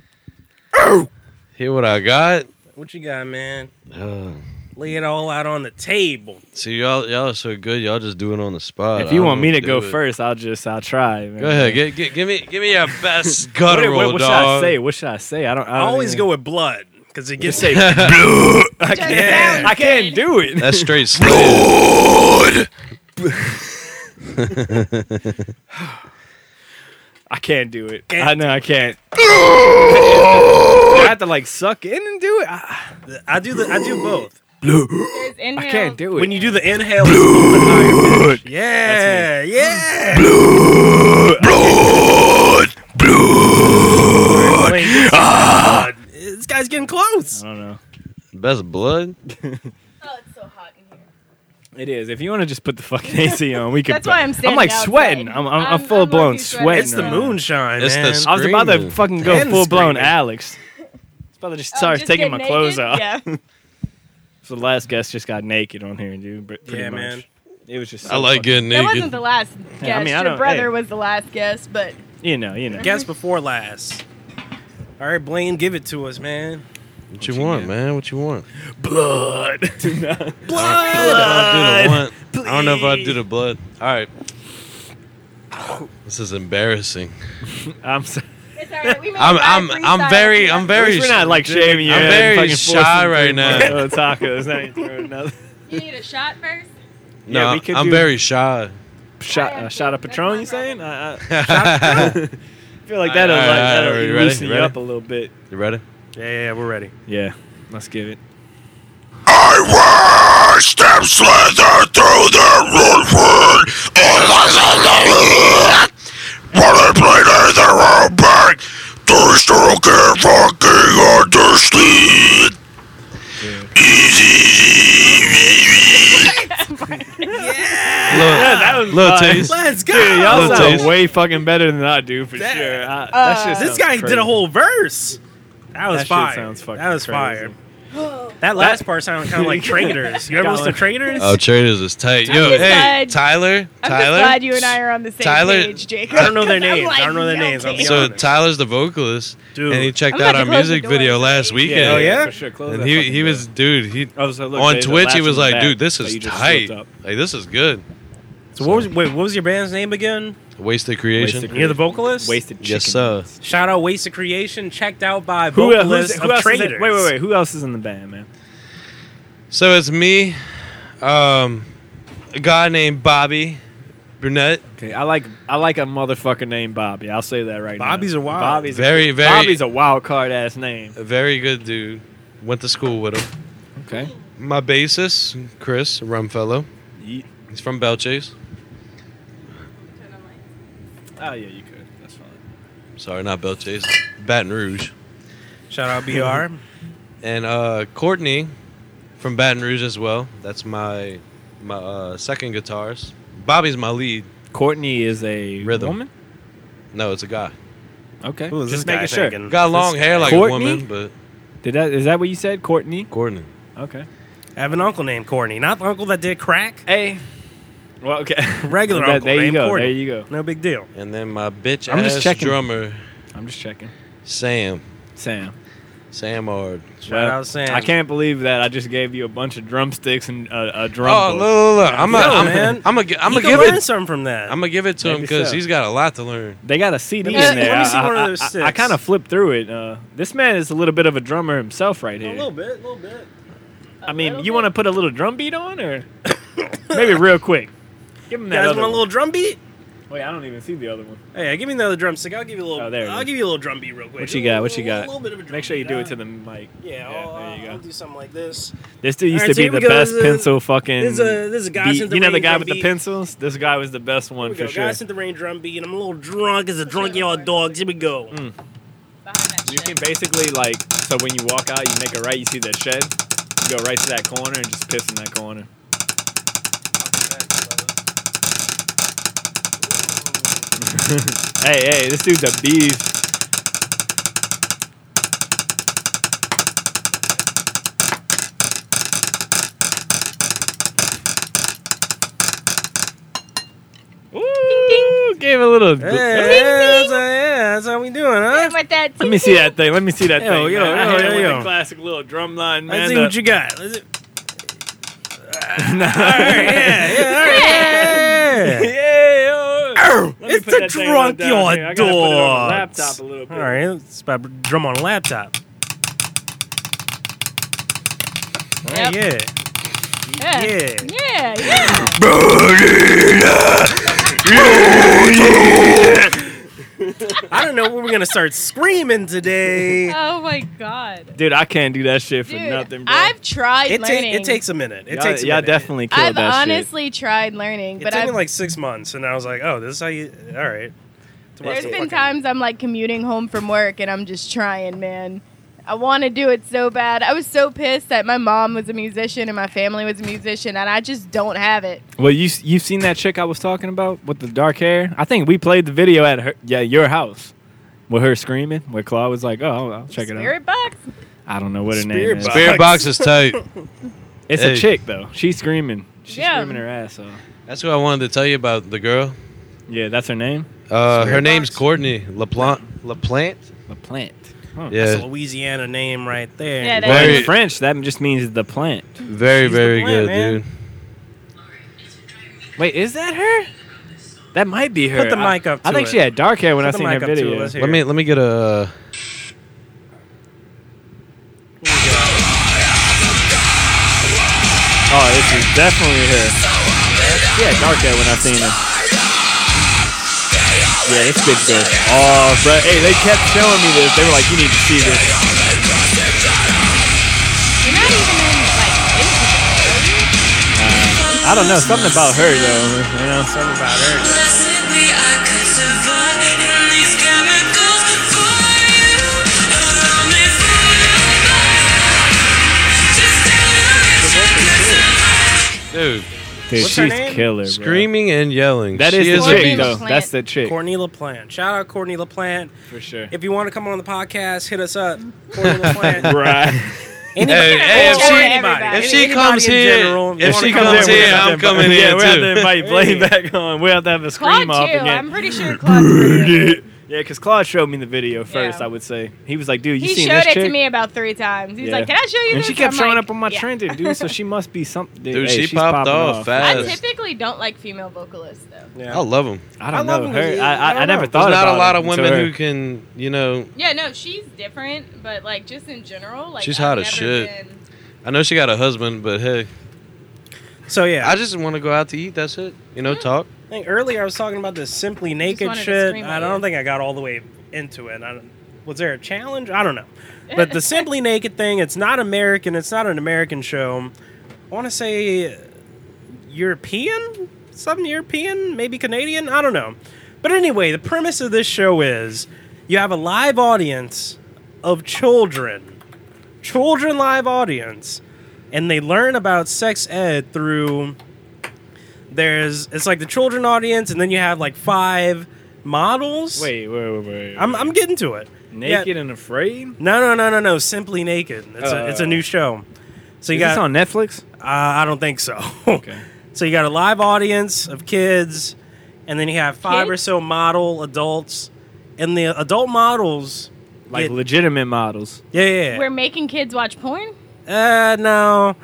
Speaker 6: Hear what I got?
Speaker 2: what you got, man.
Speaker 6: Uh,
Speaker 2: Lay it all out on the table.
Speaker 6: see y'all, y'all are so good. Y'all just do it on the spot.
Speaker 1: if
Speaker 6: Uh, I
Speaker 1: you
Speaker 6: don't
Speaker 1: want me
Speaker 6: do
Speaker 1: to go
Speaker 6: it.
Speaker 1: first, I'll just I'll try. Man.
Speaker 6: go ahead. Get, get, give me, give me your best
Speaker 1: <laughs> What,
Speaker 6: guttural,
Speaker 1: what, what should I
Speaker 6: dog.
Speaker 1: say? What should I say? I don't. I
Speaker 2: I
Speaker 1: don't
Speaker 2: always
Speaker 1: even-
Speaker 2: go with blood because it
Speaker 1: <laughs>
Speaker 2: gets
Speaker 1: Just say. I
Speaker 3: Just
Speaker 1: can't.
Speaker 3: sounds
Speaker 1: I can't
Speaker 3: good.
Speaker 1: do it.
Speaker 6: <laughs> That's straight. Slam.
Speaker 1: I can't do it.
Speaker 2: Can't.
Speaker 1: I know I
Speaker 3: <laughs>
Speaker 1: can't. I have to like suck in and do it. I,
Speaker 2: I do the I do both.
Speaker 3: There's
Speaker 1: I
Speaker 3: inhale.
Speaker 1: can't do it.
Speaker 2: When you do the inhale, it's open higher pitch. yeah, yeah. Blood, blood, blood. This guy's getting close.
Speaker 1: I don't know.
Speaker 6: Best blood.
Speaker 3: Oh, it's so hot in here.
Speaker 1: It is. If you want to just put the fucking AC on, we can.
Speaker 3: That's why I'm
Speaker 1: I'm like
Speaker 3: standing outside.
Speaker 1: sweating. I'm, I'm, I'm,
Speaker 3: I'm-
Speaker 1: full
Speaker 3: I'm
Speaker 1: blown
Speaker 3: low-key sweating.
Speaker 1: sweating.
Speaker 2: It's
Speaker 1: right
Speaker 2: the
Speaker 1: now.
Speaker 2: moonshine,
Speaker 6: It's the
Speaker 2: man.
Speaker 6: sp-
Speaker 1: I was about to
Speaker 6: Screaming.
Speaker 1: fucking go
Speaker 2: And
Speaker 1: full blown
Speaker 2: screaming.
Speaker 1: Alex. It's about to just
Speaker 3: Oh,
Speaker 1: start
Speaker 3: just
Speaker 1: taking
Speaker 3: get
Speaker 1: my
Speaker 3: naked?
Speaker 1: clothes off.
Speaker 3: Yeah.
Speaker 1: <laughs> So the last guest just got naked on here, dude. pr- Pretty
Speaker 2: Yeah,
Speaker 1: much.
Speaker 2: man.
Speaker 1: It was just.
Speaker 6: I like
Speaker 1: fucking-
Speaker 6: getting
Speaker 3: That
Speaker 6: naked.
Speaker 3: wasn't the last guest.
Speaker 1: Yeah, I mean, I
Speaker 3: Your
Speaker 1: don't-
Speaker 3: brother
Speaker 1: hey.
Speaker 3: was the last guest, but
Speaker 1: You know, you know.
Speaker 2: Guess before last. All right, Blaine, give it to us, man.
Speaker 6: what you want, man? What you want?
Speaker 1: Blood.
Speaker 6: I don't know if I do the want. I don't know if I do the blood. All right. This is embarrassing.
Speaker 1: <laughs> I'm sorry.
Speaker 3: It's all right. We made
Speaker 6: I'm
Speaker 3: five
Speaker 6: I'm I'm
Speaker 3: freestyle
Speaker 6: very I'm
Speaker 3: rounds.
Speaker 1: At
Speaker 6: very
Speaker 1: least we're not like shaving your
Speaker 6: I'm
Speaker 1: head and
Speaker 6: very
Speaker 1: fucking
Speaker 6: shy
Speaker 1: forcing
Speaker 6: right
Speaker 1: through
Speaker 6: now.
Speaker 1: Mozzarella
Speaker 6: <laughs>
Speaker 1: tacos. Now you're throwing another
Speaker 3: You need a shot <laughs> first.
Speaker 6: no,
Speaker 1: Yeah, we could
Speaker 6: I'm
Speaker 1: do-
Speaker 6: very shy.
Speaker 1: shot.
Speaker 3: I am
Speaker 1: Uh, shot of
Speaker 3: too. That's
Speaker 1: Patron.
Speaker 3: my
Speaker 1: You saying? I, I
Speaker 6: <laughs> you
Speaker 1: feel like that'll,
Speaker 6: All right,
Speaker 1: like,
Speaker 6: all right,
Speaker 1: that'll
Speaker 6: all right, ready,
Speaker 1: loosen you
Speaker 6: ready?
Speaker 1: up a little bit.
Speaker 6: ready?
Speaker 2: Yeah, yeah, yeah, we're ready.
Speaker 1: Yeah, let's give it.
Speaker 6: Look,
Speaker 1: Yeah, that was
Speaker 6: Little
Speaker 1: fine.
Speaker 6: taste.
Speaker 2: Let's go.
Speaker 1: Dude, y'all
Speaker 6: Little
Speaker 1: sound
Speaker 6: taste.
Speaker 1: way fucking better than I do for
Speaker 2: That-
Speaker 1: sure. I, that shit
Speaker 3: Uh,
Speaker 1: sounds
Speaker 2: this guy
Speaker 1: crazy.
Speaker 2: did a whole verse. That was
Speaker 1: That shit
Speaker 2: fire.
Speaker 1: sounds fucking
Speaker 2: that was
Speaker 1: crazy.
Speaker 2: fire. That last part sounded kind of
Speaker 1: <laughs>
Speaker 2: like Traders. You ever
Speaker 1: Got
Speaker 2: listen to
Speaker 1: one.
Speaker 2: Traders?
Speaker 3: <laughs>
Speaker 6: Oh, traders is tight.
Speaker 3: I'm
Speaker 6: Yo,
Speaker 3: just
Speaker 6: hey,
Speaker 3: glad-
Speaker 6: Tyler,
Speaker 3: I'm
Speaker 6: Tyler.
Speaker 3: just glad you and I are on the same
Speaker 6: Tyler-
Speaker 3: page, Jacob.
Speaker 2: I don't know their
Speaker 3: 'cause <laughs> I'm
Speaker 2: names. I
Speaker 3: like,
Speaker 2: don't know their
Speaker 3: no
Speaker 2: names. I'll be
Speaker 3: kidding.
Speaker 6: so
Speaker 2: honest.
Speaker 6: Tyler's the vocalist,
Speaker 2: Dude.
Speaker 6: and he checked
Speaker 3: I'm
Speaker 6: out
Speaker 3: about
Speaker 6: our
Speaker 3: to close the
Speaker 6: music
Speaker 3: door.
Speaker 6: video last weekend.
Speaker 2: Oh, yeah?
Speaker 1: for sure. Close
Speaker 6: and
Speaker 1: that
Speaker 6: he
Speaker 1: fucking
Speaker 6: he
Speaker 1: door.
Speaker 6: was dude. He
Speaker 1: I was like, look,
Speaker 6: on
Speaker 1: babe, the
Speaker 6: Twitch
Speaker 1: last
Speaker 6: he was
Speaker 1: one's
Speaker 6: like,
Speaker 1: back
Speaker 6: dude, this
Speaker 1: that
Speaker 6: is
Speaker 1: you just
Speaker 6: tight.
Speaker 1: flipped up.
Speaker 6: Like this is good.
Speaker 2: So what was wait? What was your band's name again?
Speaker 6: Wasted creation.
Speaker 1: Wasted
Speaker 2: You're the vocalist.
Speaker 1: Wasted chicken.
Speaker 6: Yes, sir.
Speaker 2: Shout out Waste of Creation, checked out by
Speaker 1: Who, uh, who's-
Speaker 2: vocalist
Speaker 1: who
Speaker 2: of
Speaker 1: else? Is
Speaker 2: Traders.
Speaker 1: in, wait, wait, wait. Who else is in the band, man?
Speaker 6: So it's me, um, a guy named Bobby Brunette.
Speaker 1: Okay, I like I like a motherfucker named Bobby. I'll say that right
Speaker 2: Bobby's
Speaker 1: now.
Speaker 2: a wild-
Speaker 1: Bobby's
Speaker 6: Very,
Speaker 1: a,
Speaker 6: very-
Speaker 1: Bobby's a wild card ass name.
Speaker 6: A very good dude. Went to school with him.
Speaker 1: Okay.
Speaker 6: My bassist, Chris, a rum fellow. He's from Belchase.
Speaker 1: Oh yeah, you could. That's fine.
Speaker 6: Sorry, not Belchase. Baton Rouge.
Speaker 2: Shout out BR.
Speaker 6: and uh, Courtney from Baton Rouge as well. That's my my uh, second guitarist. Bobby's my lead.
Speaker 1: Courtney is a
Speaker 6: Rhythm.
Speaker 1: woman.
Speaker 6: No, it's a guy.
Speaker 1: Okay.
Speaker 2: Who is
Speaker 1: Just
Speaker 2: this guy
Speaker 1: making sure.
Speaker 2: thinking?
Speaker 6: Got
Speaker 2: This
Speaker 6: long
Speaker 2: guy.
Speaker 6: hair like
Speaker 1: Courtney?
Speaker 6: a woman, but
Speaker 1: Did that is that what you said? Courtney.
Speaker 6: Courtney.
Speaker 1: Okay.
Speaker 2: I have an uncle named Courtney, not the uncle that did crack.
Speaker 1: Hey. Well, okay.
Speaker 2: <laughs> Regular
Speaker 1: That-
Speaker 2: uncle
Speaker 1: there you
Speaker 2: named
Speaker 1: go.
Speaker 2: Courtney.
Speaker 1: There you go.
Speaker 2: No big deal.
Speaker 6: And then my bitch
Speaker 1: I'm just
Speaker 6: ass
Speaker 1: checking.
Speaker 6: drummer
Speaker 1: I'm just checking.
Speaker 6: Sam.
Speaker 1: Sam.
Speaker 6: Sam Ard.
Speaker 2: Shout
Speaker 1: Well,
Speaker 2: out Sam.
Speaker 1: I can't believe that I just gave you a bunch of drumsticks and a, a drum.
Speaker 6: Oh,
Speaker 1: book.
Speaker 6: look, look, look. I'm
Speaker 2: Yo,
Speaker 6: gonna
Speaker 2: man.
Speaker 6: I'm gonna I'm
Speaker 2: You
Speaker 6: gonna
Speaker 2: can
Speaker 6: give
Speaker 2: learn
Speaker 6: it
Speaker 2: something from that. <laughs>
Speaker 6: I'm gonna give it to him
Speaker 1: Maybe
Speaker 6: because
Speaker 1: so.
Speaker 6: he's got a lot to learn.
Speaker 1: They got a CD
Speaker 2: Let me-
Speaker 1: in there.
Speaker 2: let me see
Speaker 1: I-
Speaker 2: one of
Speaker 1: I-
Speaker 2: those
Speaker 1: I- I,
Speaker 2: sticks.
Speaker 1: kind of flipped through it. Uh, this man is a little bit of a drummer himself, right here.
Speaker 2: bit, a little bit.
Speaker 1: I mean, you want to put a little drum beat
Speaker 2: <laughs>
Speaker 1: on, or maybe real quick? Give him
Speaker 2: You
Speaker 1: that
Speaker 2: guys
Speaker 1: other
Speaker 2: want a
Speaker 1: one.
Speaker 2: little drum beat?
Speaker 1: Wait, I don't even see the other one.
Speaker 2: Hey, give me another drumstick. I'll give you a little.
Speaker 1: Oh, there it
Speaker 2: I'll
Speaker 1: is.
Speaker 2: give you a little drum beat real quick.
Speaker 1: What you
Speaker 2: A
Speaker 1: got?
Speaker 2: little-
Speaker 1: What you
Speaker 2: little-
Speaker 1: got?
Speaker 2: little bit of a drum
Speaker 1: Make sure you
Speaker 2: beat.
Speaker 1: do
Speaker 2: Uh,
Speaker 1: it to the mic.
Speaker 2: Yeah, oh,
Speaker 1: there you
Speaker 2: I'll, I'll
Speaker 1: go.
Speaker 2: do something like this.
Speaker 1: This dude used
Speaker 2: Alright,
Speaker 1: to
Speaker 2: so
Speaker 1: be
Speaker 2: here we
Speaker 1: the
Speaker 2: go.
Speaker 1: best
Speaker 2: This is a-
Speaker 1: pencil fucking.
Speaker 2: this is a- this is a guy
Speaker 1: beat.
Speaker 2: sent the
Speaker 1: You know the
Speaker 2: rain
Speaker 1: guy
Speaker 2: drum
Speaker 1: with the
Speaker 2: beat.
Speaker 1: pencils? This guy was the best one
Speaker 2: Here we
Speaker 1: for
Speaker 2: go.
Speaker 1: sure.
Speaker 2: Guys in the rain drum beat, and I'm a little drunk as a drunk yard dog. Here we go.
Speaker 1: Mm.
Speaker 3: Behind that
Speaker 1: You
Speaker 3: shit.
Speaker 1: can basically like so when you walk out, you make a right, you see that shed, you go right to that corner and just piss in that corner. <laughs> hey, hey, this dude's a beast. Ooh, Gave a little.
Speaker 2: Yeah, that's, how- yeah, that's how we doing, huh?
Speaker 3: Hit with that
Speaker 1: Let me see that thing. Let me see that
Speaker 2: Yo,
Speaker 1: thing.
Speaker 2: yo,
Speaker 1: man. I
Speaker 2: yo,
Speaker 1: hit it
Speaker 2: yo,
Speaker 1: with
Speaker 2: yo.
Speaker 1: the classic little drum line, man.
Speaker 2: Let's see
Speaker 1: The-
Speaker 2: what you got. Let's see-
Speaker 1: <laughs>
Speaker 2: Ah,
Speaker 1: Nah.
Speaker 2: all right, yeah, yeah, all right, yeah.
Speaker 1: Yeah, yo. Let me
Speaker 2: it's
Speaker 1: put
Speaker 2: the
Speaker 1: that thing
Speaker 2: drunk
Speaker 1: down
Speaker 2: yard
Speaker 1: here. I gotta put it on the
Speaker 2: dogs.
Speaker 1: Laptop a little bit.
Speaker 2: All right, it's about to drum on a laptop. All right,
Speaker 3: Yeah.
Speaker 2: Yeah.
Speaker 3: Yeah. Yeah.
Speaker 2: yeah. <laughs> I don't know when we're gonna start screaming today.
Speaker 3: Oh my god.
Speaker 1: Dude, I can't do that shit for
Speaker 3: Dude,
Speaker 1: nothing, bro.
Speaker 3: I've tried
Speaker 2: It, ta-
Speaker 3: learning.
Speaker 2: it takes a minute. It
Speaker 1: y'all,
Speaker 2: takes. A
Speaker 1: y'all
Speaker 2: minute.
Speaker 1: definitely killed
Speaker 3: I've
Speaker 1: that shit.
Speaker 3: honestly tried learning,
Speaker 2: It
Speaker 3: but
Speaker 2: took
Speaker 3: I've,
Speaker 2: me like six months, and I was like, "Oh, this is how you." All right. To watch
Speaker 3: there's
Speaker 2: the
Speaker 3: been
Speaker 2: fucking-
Speaker 3: times I'm like commuting home from work and I'm just trying, man. I want to do it so bad. I was so pissed that my mom was a musician and my family was a musician, and I just don't have it.
Speaker 1: Well, you you've seen that chick I was talking about with the dark hair? I think we played the video at her yeah your house with her screaming. Where Claude was like, "Oh, I'll- I'll check it out."
Speaker 3: Spirit box.
Speaker 1: I don't know what her
Speaker 2: Spirit
Speaker 1: name
Speaker 2: box.
Speaker 1: is.
Speaker 6: Spirit box is tight.
Speaker 1: It's
Speaker 6: Hey.
Speaker 1: a chick though. She's screaming. She's
Speaker 3: Yeah.
Speaker 1: screaming her ass off.
Speaker 6: That's what I wanted to tell you about the girl.
Speaker 1: Yeah, that's her name.
Speaker 6: Uh, her
Speaker 2: Spirit
Speaker 6: name's
Speaker 2: box?
Speaker 6: Courtney LaPlante. LaPlante.
Speaker 1: The plant. Huh.
Speaker 2: That's a
Speaker 6: Yeah,
Speaker 2: Louisiana name right there.
Speaker 3: Yeah, that-
Speaker 1: Well,
Speaker 6: Very-
Speaker 1: in French, that just means the plant.
Speaker 6: very
Speaker 2: She's the
Speaker 6: very
Speaker 2: plant,
Speaker 6: good,
Speaker 2: man.
Speaker 6: dude.
Speaker 1: Wait, is that her? That might be her.
Speaker 2: Put the mic up
Speaker 1: I, I
Speaker 2: to
Speaker 1: think
Speaker 2: it.
Speaker 1: she had dark hair when
Speaker 2: Put
Speaker 1: I
Speaker 2: the
Speaker 1: seen her
Speaker 2: mic up to it.
Speaker 1: video.
Speaker 2: Let's hear
Speaker 6: Let me let me get a.
Speaker 1: Oh, this is definitely her. She had dark hair when I seen her. Yeah, this bitch goes. Oh, bro. Hey, they kept showing me this. They were like, you need to see this.
Speaker 3: You're not even in like Instagram.
Speaker 1: I don't know. Something about her, though. You know?
Speaker 2: Something about her.
Speaker 6: Dude,
Speaker 1: Dude,
Speaker 2: What's her
Speaker 1: she's
Speaker 2: name?
Speaker 1: killer. Bro.
Speaker 6: screaming and yelling.
Speaker 1: That
Speaker 6: she
Speaker 1: is,
Speaker 6: is
Speaker 1: the
Speaker 6: a
Speaker 1: chick,
Speaker 3: beast.
Speaker 1: though.
Speaker 3: Plant.
Speaker 1: That's the chick.
Speaker 2: Courtney LaPlante. Shout out Courtney LaPlante.
Speaker 1: For sure. <laughs>
Speaker 2: If you want to come on the podcast, hit us up. Courtney
Speaker 6: <laughs>
Speaker 2: LaPlante.
Speaker 1: Right.
Speaker 2: Anybody,
Speaker 6: Hey, hey, if
Speaker 2: or
Speaker 6: she-
Speaker 2: anybody.
Speaker 3: if
Speaker 6: she
Speaker 2: Anybody
Speaker 6: comes
Speaker 2: in
Speaker 6: here-
Speaker 2: general,
Speaker 6: if
Speaker 2: wanna
Speaker 6: she
Speaker 2: come
Speaker 6: comes
Speaker 2: on, we're
Speaker 6: here,
Speaker 2: gonna
Speaker 6: I'm
Speaker 2: have to
Speaker 1: <laughs>
Speaker 6: coming
Speaker 1: yeah,
Speaker 6: in,
Speaker 1: we have
Speaker 6: too.
Speaker 1: to invite Blaine back on. We have to have a
Speaker 3: Claude
Speaker 1: scream off
Speaker 3: too.
Speaker 1: again.
Speaker 3: I'm pretty sure Claude. <laughs> did.
Speaker 1: yeah, because Claude showed me the video first.
Speaker 3: Yeah.
Speaker 1: I would say he was like, "Dude, you
Speaker 3: He
Speaker 1: seen
Speaker 3: showed
Speaker 1: this
Speaker 3: it
Speaker 1: chick?"
Speaker 3: to me about three times. He's
Speaker 1: Yeah.
Speaker 3: like, "Did I show you?"
Speaker 1: and
Speaker 3: this?
Speaker 1: she kept
Speaker 3: I'm
Speaker 1: showing
Speaker 3: like,
Speaker 1: up on my
Speaker 3: yeah.
Speaker 1: trending, dude. So she must be something.
Speaker 6: Dude,
Speaker 1: hey,
Speaker 6: she
Speaker 1: she's
Speaker 6: popped
Speaker 1: popping
Speaker 6: off
Speaker 3: I
Speaker 6: fast.
Speaker 3: typically don't like female vocalists though.
Speaker 6: I love him.
Speaker 1: I
Speaker 2: I
Speaker 1: don't
Speaker 2: love
Speaker 1: know
Speaker 2: her.
Speaker 1: her. I, I,
Speaker 2: I
Speaker 1: I,
Speaker 2: don't
Speaker 1: never
Speaker 2: know.
Speaker 1: thought
Speaker 6: There's not
Speaker 1: about
Speaker 6: a lot
Speaker 1: it
Speaker 6: of
Speaker 1: until
Speaker 6: women
Speaker 1: her.
Speaker 6: who can, you know.
Speaker 3: Yeah, no, she's different, but like just in general, like
Speaker 6: She's
Speaker 3: I've
Speaker 6: hot as
Speaker 3: never
Speaker 6: shit.
Speaker 3: been-
Speaker 6: I know she got a husband, but hey,
Speaker 2: So yeah,
Speaker 6: I just want to go out to eat. That's it. You know, talk.
Speaker 2: I think earlier I was talking about this simply naked
Speaker 3: wanted to
Speaker 2: shit.
Speaker 3: scream
Speaker 2: I
Speaker 3: at
Speaker 2: don't
Speaker 3: you.
Speaker 2: think I got all the way into it. I don't, was there a challenge? I
Speaker 3: <laughs>
Speaker 2: don't know. But the simply naked thing, it's not American. It's not an American show. I want to say European, something European, maybe Canadian. I don't know. But anyway, the premise of this show is you have a live audience of children, children live audience, and they learn about sex ed through there's it's like the children audience and then you have like five models
Speaker 1: Wait, wait, wait, wait.
Speaker 2: i'm, I'm getting to it
Speaker 1: naked
Speaker 2: Yeah.
Speaker 1: and afraid.
Speaker 2: no no no no no simply naked it's, a, it's a
Speaker 1: Oh.
Speaker 2: new show so you
Speaker 1: Is
Speaker 2: got
Speaker 1: this on Netflix?
Speaker 2: uh, i don't think so
Speaker 1: Okay.
Speaker 2: <laughs> so you got a live audience of kids and then you have five or
Speaker 3: Kids?
Speaker 2: so model adults and the adult models
Speaker 1: Like
Speaker 2: get-
Speaker 1: legitimate models.
Speaker 2: yeah yeah, yeah.
Speaker 3: We're making kids watch porn.
Speaker 2: uh no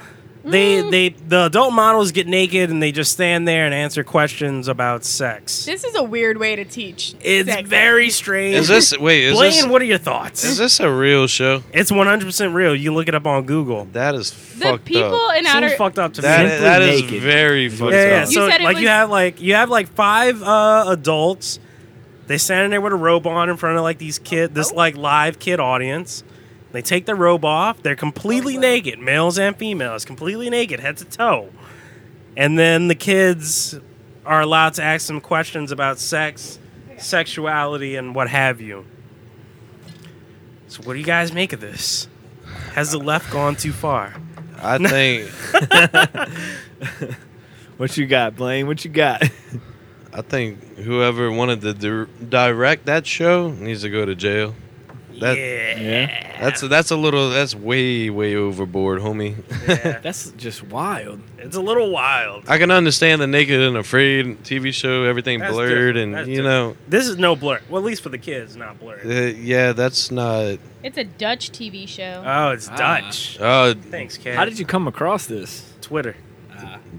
Speaker 2: they
Speaker 3: Mm.
Speaker 2: they the adult models get naked and they just stand there and answer questions about sex
Speaker 3: This is a weird way to teach.
Speaker 2: it's
Speaker 3: sex.
Speaker 2: very strange
Speaker 6: Is this wait? Is
Speaker 2: Blaine,
Speaker 6: this
Speaker 2: what are your thoughts?
Speaker 6: is this a real show?
Speaker 2: It's 100% real. You look it up on Google.
Speaker 6: That is
Speaker 3: the
Speaker 6: fucked
Speaker 3: people
Speaker 6: up.
Speaker 3: in
Speaker 2: Seems
Speaker 3: outer.
Speaker 2: fucked up to
Speaker 6: That
Speaker 2: me.
Speaker 1: Simply
Speaker 6: that is
Speaker 1: naked.
Speaker 6: very fucked
Speaker 2: yeah, yeah.
Speaker 6: up.
Speaker 3: You
Speaker 2: So
Speaker 3: said it
Speaker 2: like you
Speaker 3: was-
Speaker 2: have like you have like five uh, adults. They standing there with a robe on in front of like these kid,
Speaker 3: Oh.
Speaker 2: this like live kid audience. They take their robe off. They're completely naked, males and females, completely naked, head to toe. And then the kids are allowed to ask some questions about sex, sexuality, and what have you. So, what do you guys make of this? Has the left gone too
Speaker 6: <laughs>
Speaker 2: far?
Speaker 6: I think
Speaker 1: What you got, Blaine? What you got? <laughs>
Speaker 6: I think whoever wanted to dir- direct that show needs to go to jail.
Speaker 2: <laughs>
Speaker 6: That-
Speaker 2: yeah.
Speaker 1: Yeah.
Speaker 6: That's that's a little that's way way overboard, homie.
Speaker 2: yeah.
Speaker 1: That's just wild.
Speaker 2: It's a little wild.
Speaker 6: I can understand the naked and afraid TV show, everything
Speaker 2: That's
Speaker 6: blurred,
Speaker 2: different.
Speaker 6: and
Speaker 2: That's
Speaker 6: you
Speaker 2: different. This is no blur. Well, at least for the kids, not blurred.
Speaker 6: know, uh, yeah, that's not.
Speaker 3: It's a Dutch TV show.
Speaker 2: Oh, it's
Speaker 1: Ah.
Speaker 2: Dutch.
Speaker 6: Uh,
Speaker 2: Thanks, kid.
Speaker 1: How did you come across this?
Speaker 2: Twitter?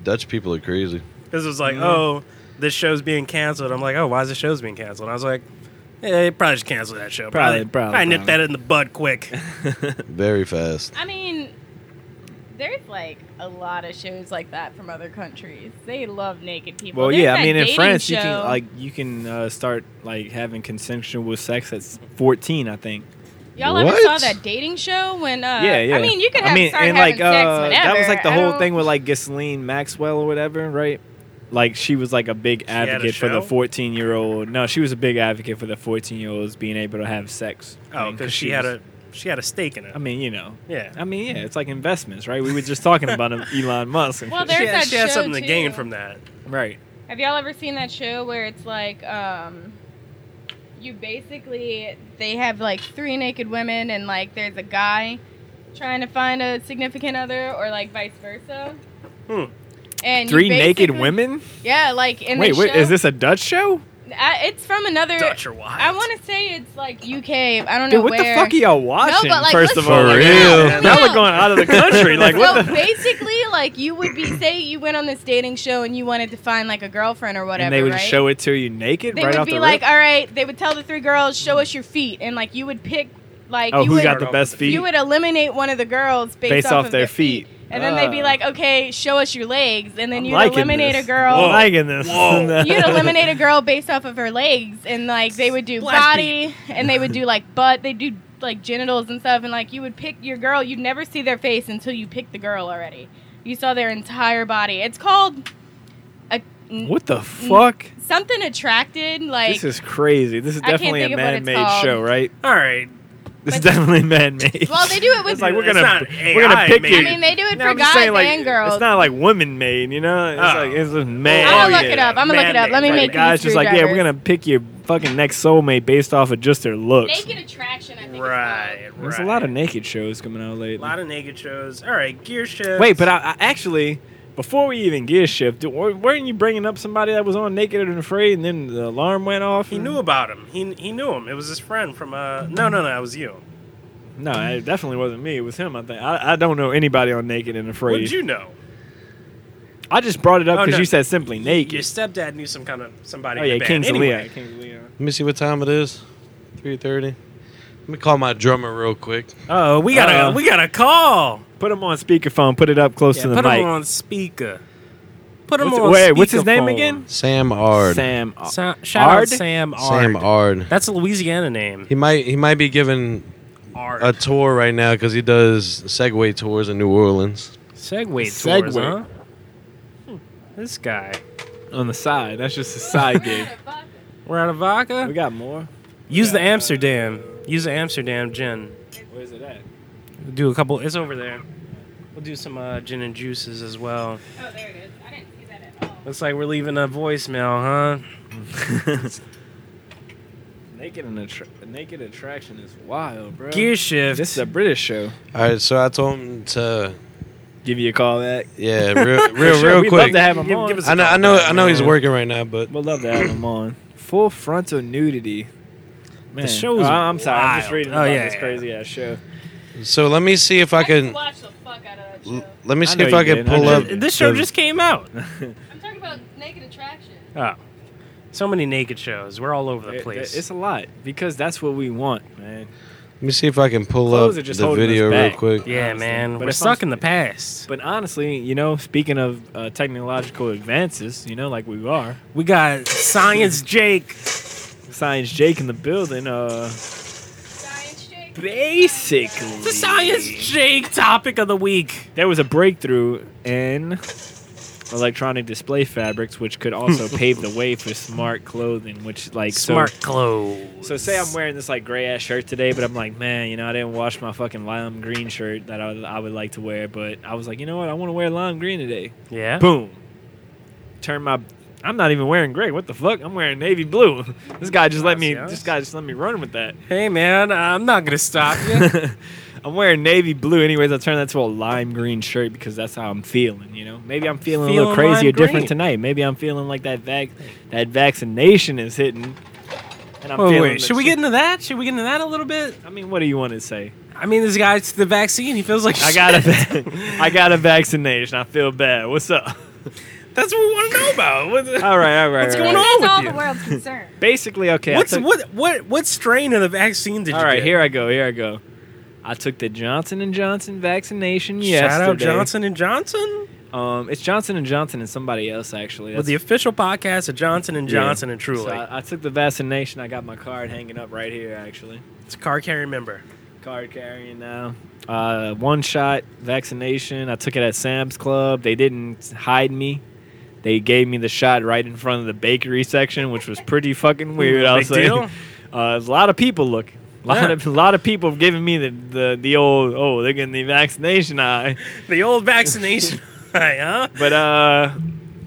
Speaker 6: Dutch people are crazy.
Speaker 2: This was
Speaker 1: Mm.
Speaker 2: like, oh, this show's being canceled. I'm like, oh, why is the show's being canceled? I was like, yeah, they probably just canceled that show.
Speaker 1: Probably, probably,
Speaker 2: I nipped
Speaker 1: probably.
Speaker 2: that in the bud
Speaker 1: <laughs>
Speaker 2: quick.
Speaker 6: Very fast.
Speaker 3: I mean, there's like a lot of shows like that from other countries. They love naked people.
Speaker 1: Well,
Speaker 3: There's
Speaker 1: yeah, I
Speaker 3: that
Speaker 1: mean, in
Speaker 3: dating
Speaker 1: France, you
Speaker 3: show.
Speaker 1: can like you can uh, start like having consensual sex at 14, I think.
Speaker 3: Y'all ever
Speaker 6: What?
Speaker 3: saw that dating show when? Uh,
Speaker 1: yeah, yeah.
Speaker 3: I mean, you could have start
Speaker 1: and
Speaker 3: having
Speaker 1: like
Speaker 3: sex
Speaker 1: uh,
Speaker 3: whenever.
Speaker 1: that was like the
Speaker 3: I
Speaker 1: whole
Speaker 3: don't-
Speaker 1: thing with like Ghislaine Maxwell or whatever, right? Like she was like a big
Speaker 2: had a
Speaker 1: advocate for the
Speaker 2: show?
Speaker 1: 14 year old. No, she was a big advocate for the 14 year olds being able to have sex. I
Speaker 2: Oh,
Speaker 1: mean,
Speaker 2: because she had
Speaker 1: was-
Speaker 2: a she had a stake in it.
Speaker 1: I mean, you know.
Speaker 2: yeah.
Speaker 1: I mean, yeah, it's like investments, right? We were just talking about
Speaker 3: <laughs>
Speaker 1: him, Elon Musk. And shit.
Speaker 3: Well, there's
Speaker 2: she had,
Speaker 3: that
Speaker 2: she had
Speaker 3: show,
Speaker 2: something to gain
Speaker 3: too.
Speaker 2: from that.
Speaker 1: right.
Speaker 3: Have y'all ever seen that show where it's like, um, you basically they have like three naked women and like there's a guy trying to find a significant other or like vice versa.
Speaker 2: Hmm.
Speaker 3: And you
Speaker 1: Three naked
Speaker 3: basically-
Speaker 1: women?
Speaker 3: Yeah, like in
Speaker 1: Wait,
Speaker 3: the
Speaker 1: wait,
Speaker 3: show,
Speaker 1: is this a Dutch show?
Speaker 3: I, it's from another.
Speaker 2: Dutch or Wild.
Speaker 3: I want to say it's like UK. I don't know
Speaker 1: Dude, what
Speaker 3: where.
Speaker 1: the fuck are y'all watching?
Speaker 3: No, but, like,
Speaker 1: first
Speaker 3: listen-
Speaker 1: of all,
Speaker 6: For
Speaker 1: Like,
Speaker 6: real.
Speaker 1: y'all- y'all are going
Speaker 3: <laughs>
Speaker 1: out of the country. Like what? the-
Speaker 3: so basically, like you would be say you went on this dating show and you wanted to find like a girlfriend or whatever,
Speaker 1: and they would
Speaker 3: right?
Speaker 1: just show it to you naked
Speaker 3: they
Speaker 1: right
Speaker 3: would
Speaker 1: off
Speaker 3: be
Speaker 1: the
Speaker 3: like,
Speaker 1: rip?
Speaker 3: all right. They would tell the three girls, show us your feet, and like you would pick, like
Speaker 1: oh,
Speaker 3: you
Speaker 1: who
Speaker 3: would
Speaker 1: got the best feet?
Speaker 3: you would eliminate one of the girls based,
Speaker 1: Based off
Speaker 3: of
Speaker 1: their feet.
Speaker 3: and then they'd be
Speaker 1: Ah.
Speaker 3: like, okay, show us your legs, and then
Speaker 1: I'm
Speaker 3: you'd
Speaker 1: liking
Speaker 3: eliminate
Speaker 1: this.
Speaker 3: a girl.
Speaker 1: I'm liking this. <laughs>
Speaker 2: Whoa.
Speaker 3: You'd eliminate a girl based off of her legs, and like they would do
Speaker 2: Splash
Speaker 3: body, and they would do like butt, they do like genitals and stuff, and like you would pick your girl. You'd never see their face until you picked the girl already. You saw their entire body. It's called a
Speaker 1: what the fuck?
Speaker 3: something attracted. Like
Speaker 1: this is crazy. This is
Speaker 3: I can't
Speaker 1: definitely
Speaker 3: think
Speaker 1: a
Speaker 3: of what
Speaker 1: man
Speaker 3: it's
Speaker 1: made
Speaker 3: called.
Speaker 1: show, right?
Speaker 2: All right.
Speaker 1: This is
Speaker 3: But-
Speaker 1: definitely man made.
Speaker 3: <laughs> well, they do it with.
Speaker 1: It's like we're
Speaker 2: It's
Speaker 1: gonna
Speaker 2: not
Speaker 1: we're gonna
Speaker 2: AI
Speaker 1: pick
Speaker 2: made.
Speaker 1: you.
Speaker 3: I mean, they do it
Speaker 1: No,
Speaker 3: for
Speaker 1: I'm just
Speaker 3: guys
Speaker 1: saying, like,
Speaker 3: and girls.
Speaker 1: It's not like woman made, you know. It's
Speaker 2: Oh.
Speaker 1: like it's just man.
Speaker 3: I'm gonna
Speaker 2: Oh,
Speaker 3: look
Speaker 2: yeah.
Speaker 3: it up. I'm gonna look it up.
Speaker 2: Man-made.
Speaker 3: Let me
Speaker 2: Like,
Speaker 1: Like,
Speaker 3: make
Speaker 1: the
Speaker 3: these
Speaker 1: guys just like, yeah, we're
Speaker 3: screwdrivers.
Speaker 1: gonna pick your fucking next soulmate based off of just their looks.
Speaker 3: naked attraction. I think it's
Speaker 2: Right. Right.
Speaker 1: There's a lot of naked shows coming out
Speaker 2: a
Speaker 1: lately.
Speaker 2: lot of naked shows. All right. Gear shift.
Speaker 1: Wait, but I, I actually, before we even gear shift, d- wer- weren't you bringing up somebody that was on Naked and Afraid, and then the alarm went off?
Speaker 2: he knew about him. He he knew him. It was his friend from uh. No no no. It was you.
Speaker 1: No, it definitely wasn't me. It was him. I think. I, I don't know anybody on Naked and
Speaker 2: What
Speaker 1: Afraid.
Speaker 2: did you know?
Speaker 1: I just brought it up
Speaker 2: Oh,
Speaker 1: because
Speaker 2: no.
Speaker 1: you said simply
Speaker 2: Your
Speaker 1: naked.
Speaker 2: stepdad knew some kind of somebody.
Speaker 1: Oh
Speaker 2: in
Speaker 1: yeah,
Speaker 2: the band.
Speaker 1: Kings of
Speaker 2: anyway.
Speaker 1: Leon. Kings of Leon.
Speaker 6: Let me see what time it is. Three thirty. Let me call my drummer real quick.
Speaker 2: Oh, we got
Speaker 1: Uh-oh.
Speaker 2: a we got a call.
Speaker 1: Put him on speakerphone. Put it up close
Speaker 2: Yeah,
Speaker 1: to the
Speaker 2: put
Speaker 1: mic.
Speaker 2: him on speaker. Put him
Speaker 1: What's-
Speaker 2: on.
Speaker 1: wait, what's his name
Speaker 2: speakerphone.
Speaker 1: again?
Speaker 6: Sam Ard.
Speaker 1: Sam. uh,
Speaker 2: Sa- shout
Speaker 1: Ard?
Speaker 2: out Sam Ard.
Speaker 6: Sam Ard.
Speaker 2: That's a Louisiana name.
Speaker 6: He might he might be giving
Speaker 2: Ard.
Speaker 6: a tour right now because he does Segway tours in New Orleans.
Speaker 2: Segway tours,
Speaker 1: Segway.
Speaker 2: huh? Hmm, This guy.
Speaker 1: on the side. That's just a
Speaker 2: <laughs>
Speaker 1: side gig.
Speaker 2: We're out of
Speaker 1: We
Speaker 2: vodka.
Speaker 1: got more.
Speaker 2: Use the Amsterdam. Use the Amsterdam gin.
Speaker 1: Where's it at?
Speaker 2: We'll do a couple. It's over there. We'll do some uh, gin and juices as well.
Speaker 3: Oh, there it is. I didn't see that at all.
Speaker 2: Looks like we're leaving a voicemail, huh? <laughs>
Speaker 1: Naked and attra- Naked Attraction is wild, bro.
Speaker 2: Gear shift.
Speaker 1: This is a British show.
Speaker 6: All right, so I told him to
Speaker 1: Give you a call back. <laughs>
Speaker 6: yeah, real real,
Speaker 1: Sure,
Speaker 6: real
Speaker 1: we'd
Speaker 6: quick.
Speaker 1: love to have him
Speaker 2: Give-
Speaker 1: on.
Speaker 2: give us a
Speaker 6: I know I know I know he's
Speaker 2: man.
Speaker 6: working right now, but
Speaker 1: We'd love to have him on. Full frontal nudity. Man.
Speaker 2: show's
Speaker 1: Oh, I'm sorry. I'm just
Speaker 2: wild.
Speaker 1: reading
Speaker 2: Oh,
Speaker 1: about
Speaker 2: yeah,
Speaker 1: this
Speaker 2: yeah.
Speaker 1: crazy ass show.
Speaker 6: so let me see if I can
Speaker 3: watch the fuck out of that
Speaker 6: l- let me
Speaker 1: I
Speaker 6: see
Speaker 1: know
Speaker 6: if I
Speaker 1: you
Speaker 6: can
Speaker 1: did, I
Speaker 6: pull
Speaker 1: know
Speaker 6: up.
Speaker 1: you
Speaker 2: This show
Speaker 6: the-
Speaker 2: just came out.
Speaker 3: I'm talking about naked attraction.
Speaker 2: Oh, so many naked shows. We're all over the
Speaker 1: It-
Speaker 2: place.
Speaker 1: It's a lot because that's what we want, man.
Speaker 6: Let me see if I can pull
Speaker 1: Clothes
Speaker 6: up
Speaker 1: are just
Speaker 6: the
Speaker 1: holding us
Speaker 6: video real
Speaker 1: back.
Speaker 6: quick.
Speaker 2: yeah,
Speaker 1: honestly.
Speaker 2: man.
Speaker 1: But
Speaker 2: We're
Speaker 1: if
Speaker 2: stuck
Speaker 1: I'm-
Speaker 2: in the past.
Speaker 1: But honestly, you know, speaking of uh, technological advances, you know, like we are,
Speaker 2: We got
Speaker 1: <laughs>
Speaker 2: Science Jake.
Speaker 1: Science Jake in the building. Uh,
Speaker 3: Science shake.
Speaker 1: basically,
Speaker 2: The Science Jake topic of the week.
Speaker 1: there was a breakthrough in electronic display fabrics, which
Speaker 2: <laughs>
Speaker 1: could also pave the way for smart clothing, which like so-
Speaker 2: Smart clothes.
Speaker 1: So say I'm wearing this like gray ass shirt today, but I'm like, man, you know, I didn't wash my fucking lime green shirt that I, I would like to wear, but I was like, you know what, I want to wear lime green today.
Speaker 2: Yeah.
Speaker 1: Boom. Turn my. I'm not even wearing gray. What the fuck? I'm wearing navy blue. <laughs> This guy just let me.
Speaker 2: Nice, yes.
Speaker 1: This guy just let me run with that.
Speaker 2: Hey, man. I'm not gonna stop you.
Speaker 1: I'm wearing navy blue. Anyways, I turned that to a lime green shirt because that's how I'm feeling. You know, maybe I'm feeling, a little
Speaker 2: Feeling lime
Speaker 1: crazy or different
Speaker 2: green.
Speaker 1: tonight. Maybe I'm feeling like that vac that vaccination is hitting. And <laughs> I'm
Speaker 2: Wait,
Speaker 1: feeling
Speaker 2: wait.
Speaker 1: the
Speaker 2: Should we
Speaker 1: shit.
Speaker 2: get into that? Should we get into that a little bit?
Speaker 1: I mean, what do you want to say?
Speaker 2: I mean, this guy's the vaccine. He feels like
Speaker 1: I
Speaker 2: <laughs>
Speaker 1: got a, I got a vaccination. I feel bad. What's up?
Speaker 2: That's what we want to know about.
Speaker 1: <laughs>
Speaker 2: What-
Speaker 1: All right, all right.
Speaker 2: What's
Speaker 1: all
Speaker 2: going
Speaker 1: right.
Speaker 2: on with
Speaker 3: all
Speaker 2: you?
Speaker 3: the world's <laughs> concern.
Speaker 1: Basically, okay. I
Speaker 2: What's
Speaker 1: took-
Speaker 2: what what what strain of the vaccine did
Speaker 1: All
Speaker 2: you
Speaker 1: right,
Speaker 2: get?
Speaker 1: here I go. Here I go. I took the Johnson and Johnson vaccination
Speaker 2: Shout out
Speaker 1: yesterday.
Speaker 2: Johnson and Johnson.
Speaker 1: Um, it's Johnson and Johnson and somebody else actually.
Speaker 2: With the official podcast of Johnson and
Speaker 1: Yeah.
Speaker 2: Johnson and Truly.
Speaker 1: So I, I took the vaccination. I got my card hanging up right here actually.
Speaker 2: it's a car carrying member.
Speaker 1: Card carrying now. Uh, one shot vaccination. I took it at Sam's Club. They didn't hide me. They gave me the shot right in front of the bakery section, which was pretty fucking weird. I'll
Speaker 2: Big
Speaker 1: say.
Speaker 2: deal?
Speaker 1: <laughs> Uh, there's a lot of people looking. A lot
Speaker 2: Yeah.
Speaker 1: of a lot of people giving me the, the the old oh they're getting the vaccination eye.
Speaker 2: The old vaccination.
Speaker 1: <laughs>
Speaker 2: Hey, huh?
Speaker 1: But uh,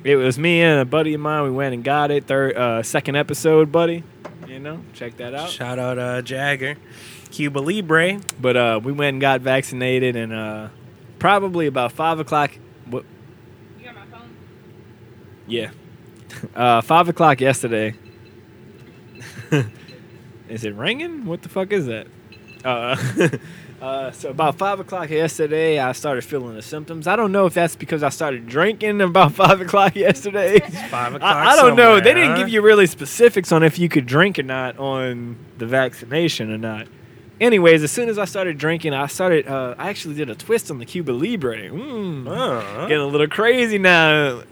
Speaker 1: it was me and a buddy of mine. We went and got it. Third, uh, second episode, buddy. You know, check that out.
Speaker 2: Shout out uh, Jagger, Cuba Libre.
Speaker 1: But uh, we went and got vaccinated, and uh, probably about five o'clock. What?
Speaker 2: <laughs>
Speaker 3: You got my phone?
Speaker 1: Yeah, uh, five o'clock yesterday. <laughs> Is it ringing? What the fuck is that? Uh, <laughs> uh, so about five o'clock yesterday, I started feeling the symptoms. I don't know if that's because I started drinking about <laughs> five o'clock yesterday.
Speaker 2: Five o'clock.
Speaker 1: I, I don't know. They
Speaker 2: somewhere,
Speaker 1: didn't
Speaker 2: huh?
Speaker 1: give you really specifics on if you could drink or not on the vaccination or not. Anyways, as soon as I started drinking, I started. Uh, I actually did a twist on the Cuba Libre. Mm.
Speaker 2: Oh, huh?
Speaker 1: Getting a little crazy now.
Speaker 2: what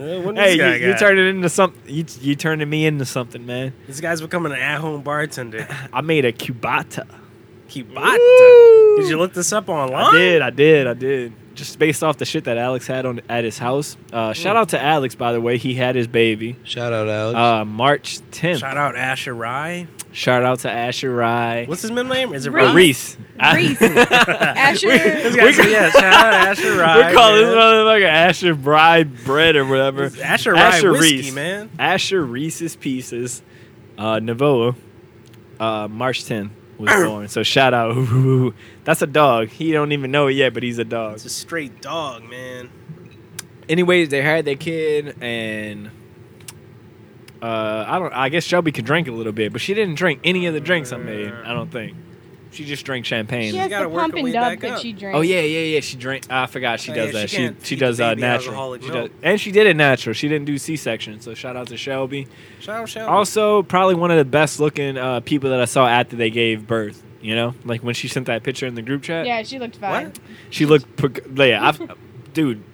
Speaker 2: this
Speaker 1: hey,
Speaker 2: guy
Speaker 1: you, you
Speaker 2: got?
Speaker 1: turned it into something. You, you turning me into something, man.
Speaker 2: This guy's becoming an at-home
Speaker 1: <laughs>
Speaker 2: bartender.
Speaker 1: I made a cubata.
Speaker 2: Cubata. Did you look this up online?
Speaker 1: I did, I did, I did. Just based off the shit that Alex had on at his house. Uh,
Speaker 2: Mm.
Speaker 1: shout out to Alex, by the way. He had his baby
Speaker 6: Shout out, Alex.
Speaker 1: uh, March 10th.
Speaker 2: Shout out Asher Rye.
Speaker 1: Shout out to Asher Rye.
Speaker 2: What's his middle name? Is it
Speaker 1: Uh,
Speaker 3: Reese.
Speaker 2: Rye?
Speaker 1: Reese. I- <laughs>
Speaker 3: Reese.
Speaker 2: This
Speaker 3: Asher.
Speaker 2: guy's, yeah, shout out Asher Rye.
Speaker 1: we call this <laughs>
Speaker 2: man.
Speaker 1: motherfucker Asher Rye bread or whatever.
Speaker 2: It's Asher Rye
Speaker 1: Asher
Speaker 2: whiskey,
Speaker 1: Reese.
Speaker 2: man.
Speaker 1: Asher Reese's Pieces, uh, Navoa, uh, March 10th was born. So shout out. <laughs> That's a dog. He don't even know it yet, but he's a dog.
Speaker 2: It's a straight dog, man.
Speaker 1: anyways, they had their kid, and uh, I don't. I guess Shelby could drink a little bit, but she didn't drink any of the drinks I made. I don't think she just drank champagne.
Speaker 3: She has
Speaker 2: gotta
Speaker 3: the
Speaker 2: work her
Speaker 3: pump and
Speaker 2: way
Speaker 3: dump
Speaker 2: back
Speaker 3: that
Speaker 2: up.
Speaker 3: she drinks.
Speaker 1: Oh yeah, yeah, yeah. She drank. I forgot she
Speaker 2: Oh,
Speaker 1: does
Speaker 2: yeah,
Speaker 1: that.
Speaker 2: she
Speaker 1: She
Speaker 2: can't
Speaker 1: she
Speaker 2: feed
Speaker 1: does
Speaker 2: the
Speaker 1: uh,
Speaker 2: baby
Speaker 1: natural.
Speaker 2: alcoholic
Speaker 1: She does,
Speaker 2: milk.
Speaker 1: and she did it natural. She didn't do C section. So shout out to Shelby.
Speaker 2: Shout out Shelby.
Speaker 1: Also, probably one of the best looking uh, people that I saw after they gave birth. You know, like when she sent that picture in the group chat.
Speaker 3: Yeah, she looked fine.
Speaker 2: what?
Speaker 1: She looked, pro- yeah, I've, dude.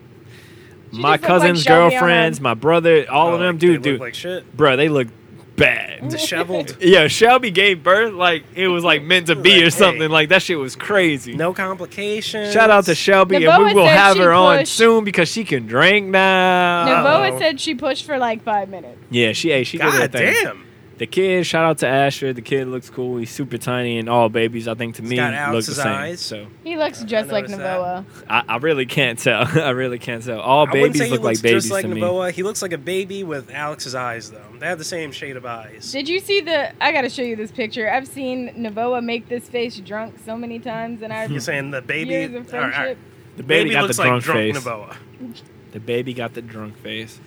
Speaker 1: my
Speaker 3: She just looked like
Speaker 1: cousins,
Speaker 3: Shelby on
Speaker 1: girlfriends,
Speaker 3: them.
Speaker 1: my brother, all of
Speaker 2: Oh,
Speaker 1: them,
Speaker 2: like, they
Speaker 1: dude,
Speaker 2: look
Speaker 1: dude,
Speaker 2: like Mm-hmm. shit.
Speaker 1: bro, they look bad. <laughs>
Speaker 2: Disheveled.
Speaker 1: yeah, Shelby gave birth like it was like meant to be
Speaker 2: Like,
Speaker 1: or something.
Speaker 2: hey.
Speaker 1: Like that shit was crazy.
Speaker 2: No complications.
Speaker 1: Shout out to Shelby, and we
Speaker 3: Navoa
Speaker 1: will
Speaker 3: said
Speaker 1: have
Speaker 3: she
Speaker 1: her on
Speaker 3: pushed-
Speaker 1: soon because she can drink now.
Speaker 3: Navoa
Speaker 2: Oh.
Speaker 3: said she pushed for like five minutes.
Speaker 1: Yeah, she hey, she did her
Speaker 2: God
Speaker 1: thing.
Speaker 2: damn.
Speaker 1: The kid, shout out to Asher. The kid looks cool. He's super tiny, and all babies, I think, to me,
Speaker 2: got
Speaker 1: look
Speaker 2: Alex's
Speaker 1: the same.
Speaker 2: eyes.
Speaker 1: So
Speaker 3: He looks just like
Speaker 2: noticed that.
Speaker 3: Navoa.
Speaker 1: I, I really can't tell. <laughs> I really can't tell. All
Speaker 2: I wouldn't say
Speaker 1: babies
Speaker 2: he
Speaker 1: look
Speaker 2: looks
Speaker 1: like babies
Speaker 2: just like
Speaker 1: to me.
Speaker 2: Naboa. He looks like a baby with Alex's eyes, though. They have the same shade of eyes.
Speaker 3: Did you see the? I gotta show you this picture. I've seen Navoa make this face drunk so many times, and I
Speaker 2: You're saying the baby.
Speaker 3: years of
Speaker 2: all right, all right.
Speaker 3: friendship.
Speaker 1: The baby, got the
Speaker 2: looks
Speaker 1: drunk
Speaker 2: like drunk
Speaker 1: face.
Speaker 2: Naboa.
Speaker 1: The baby got the drunk face.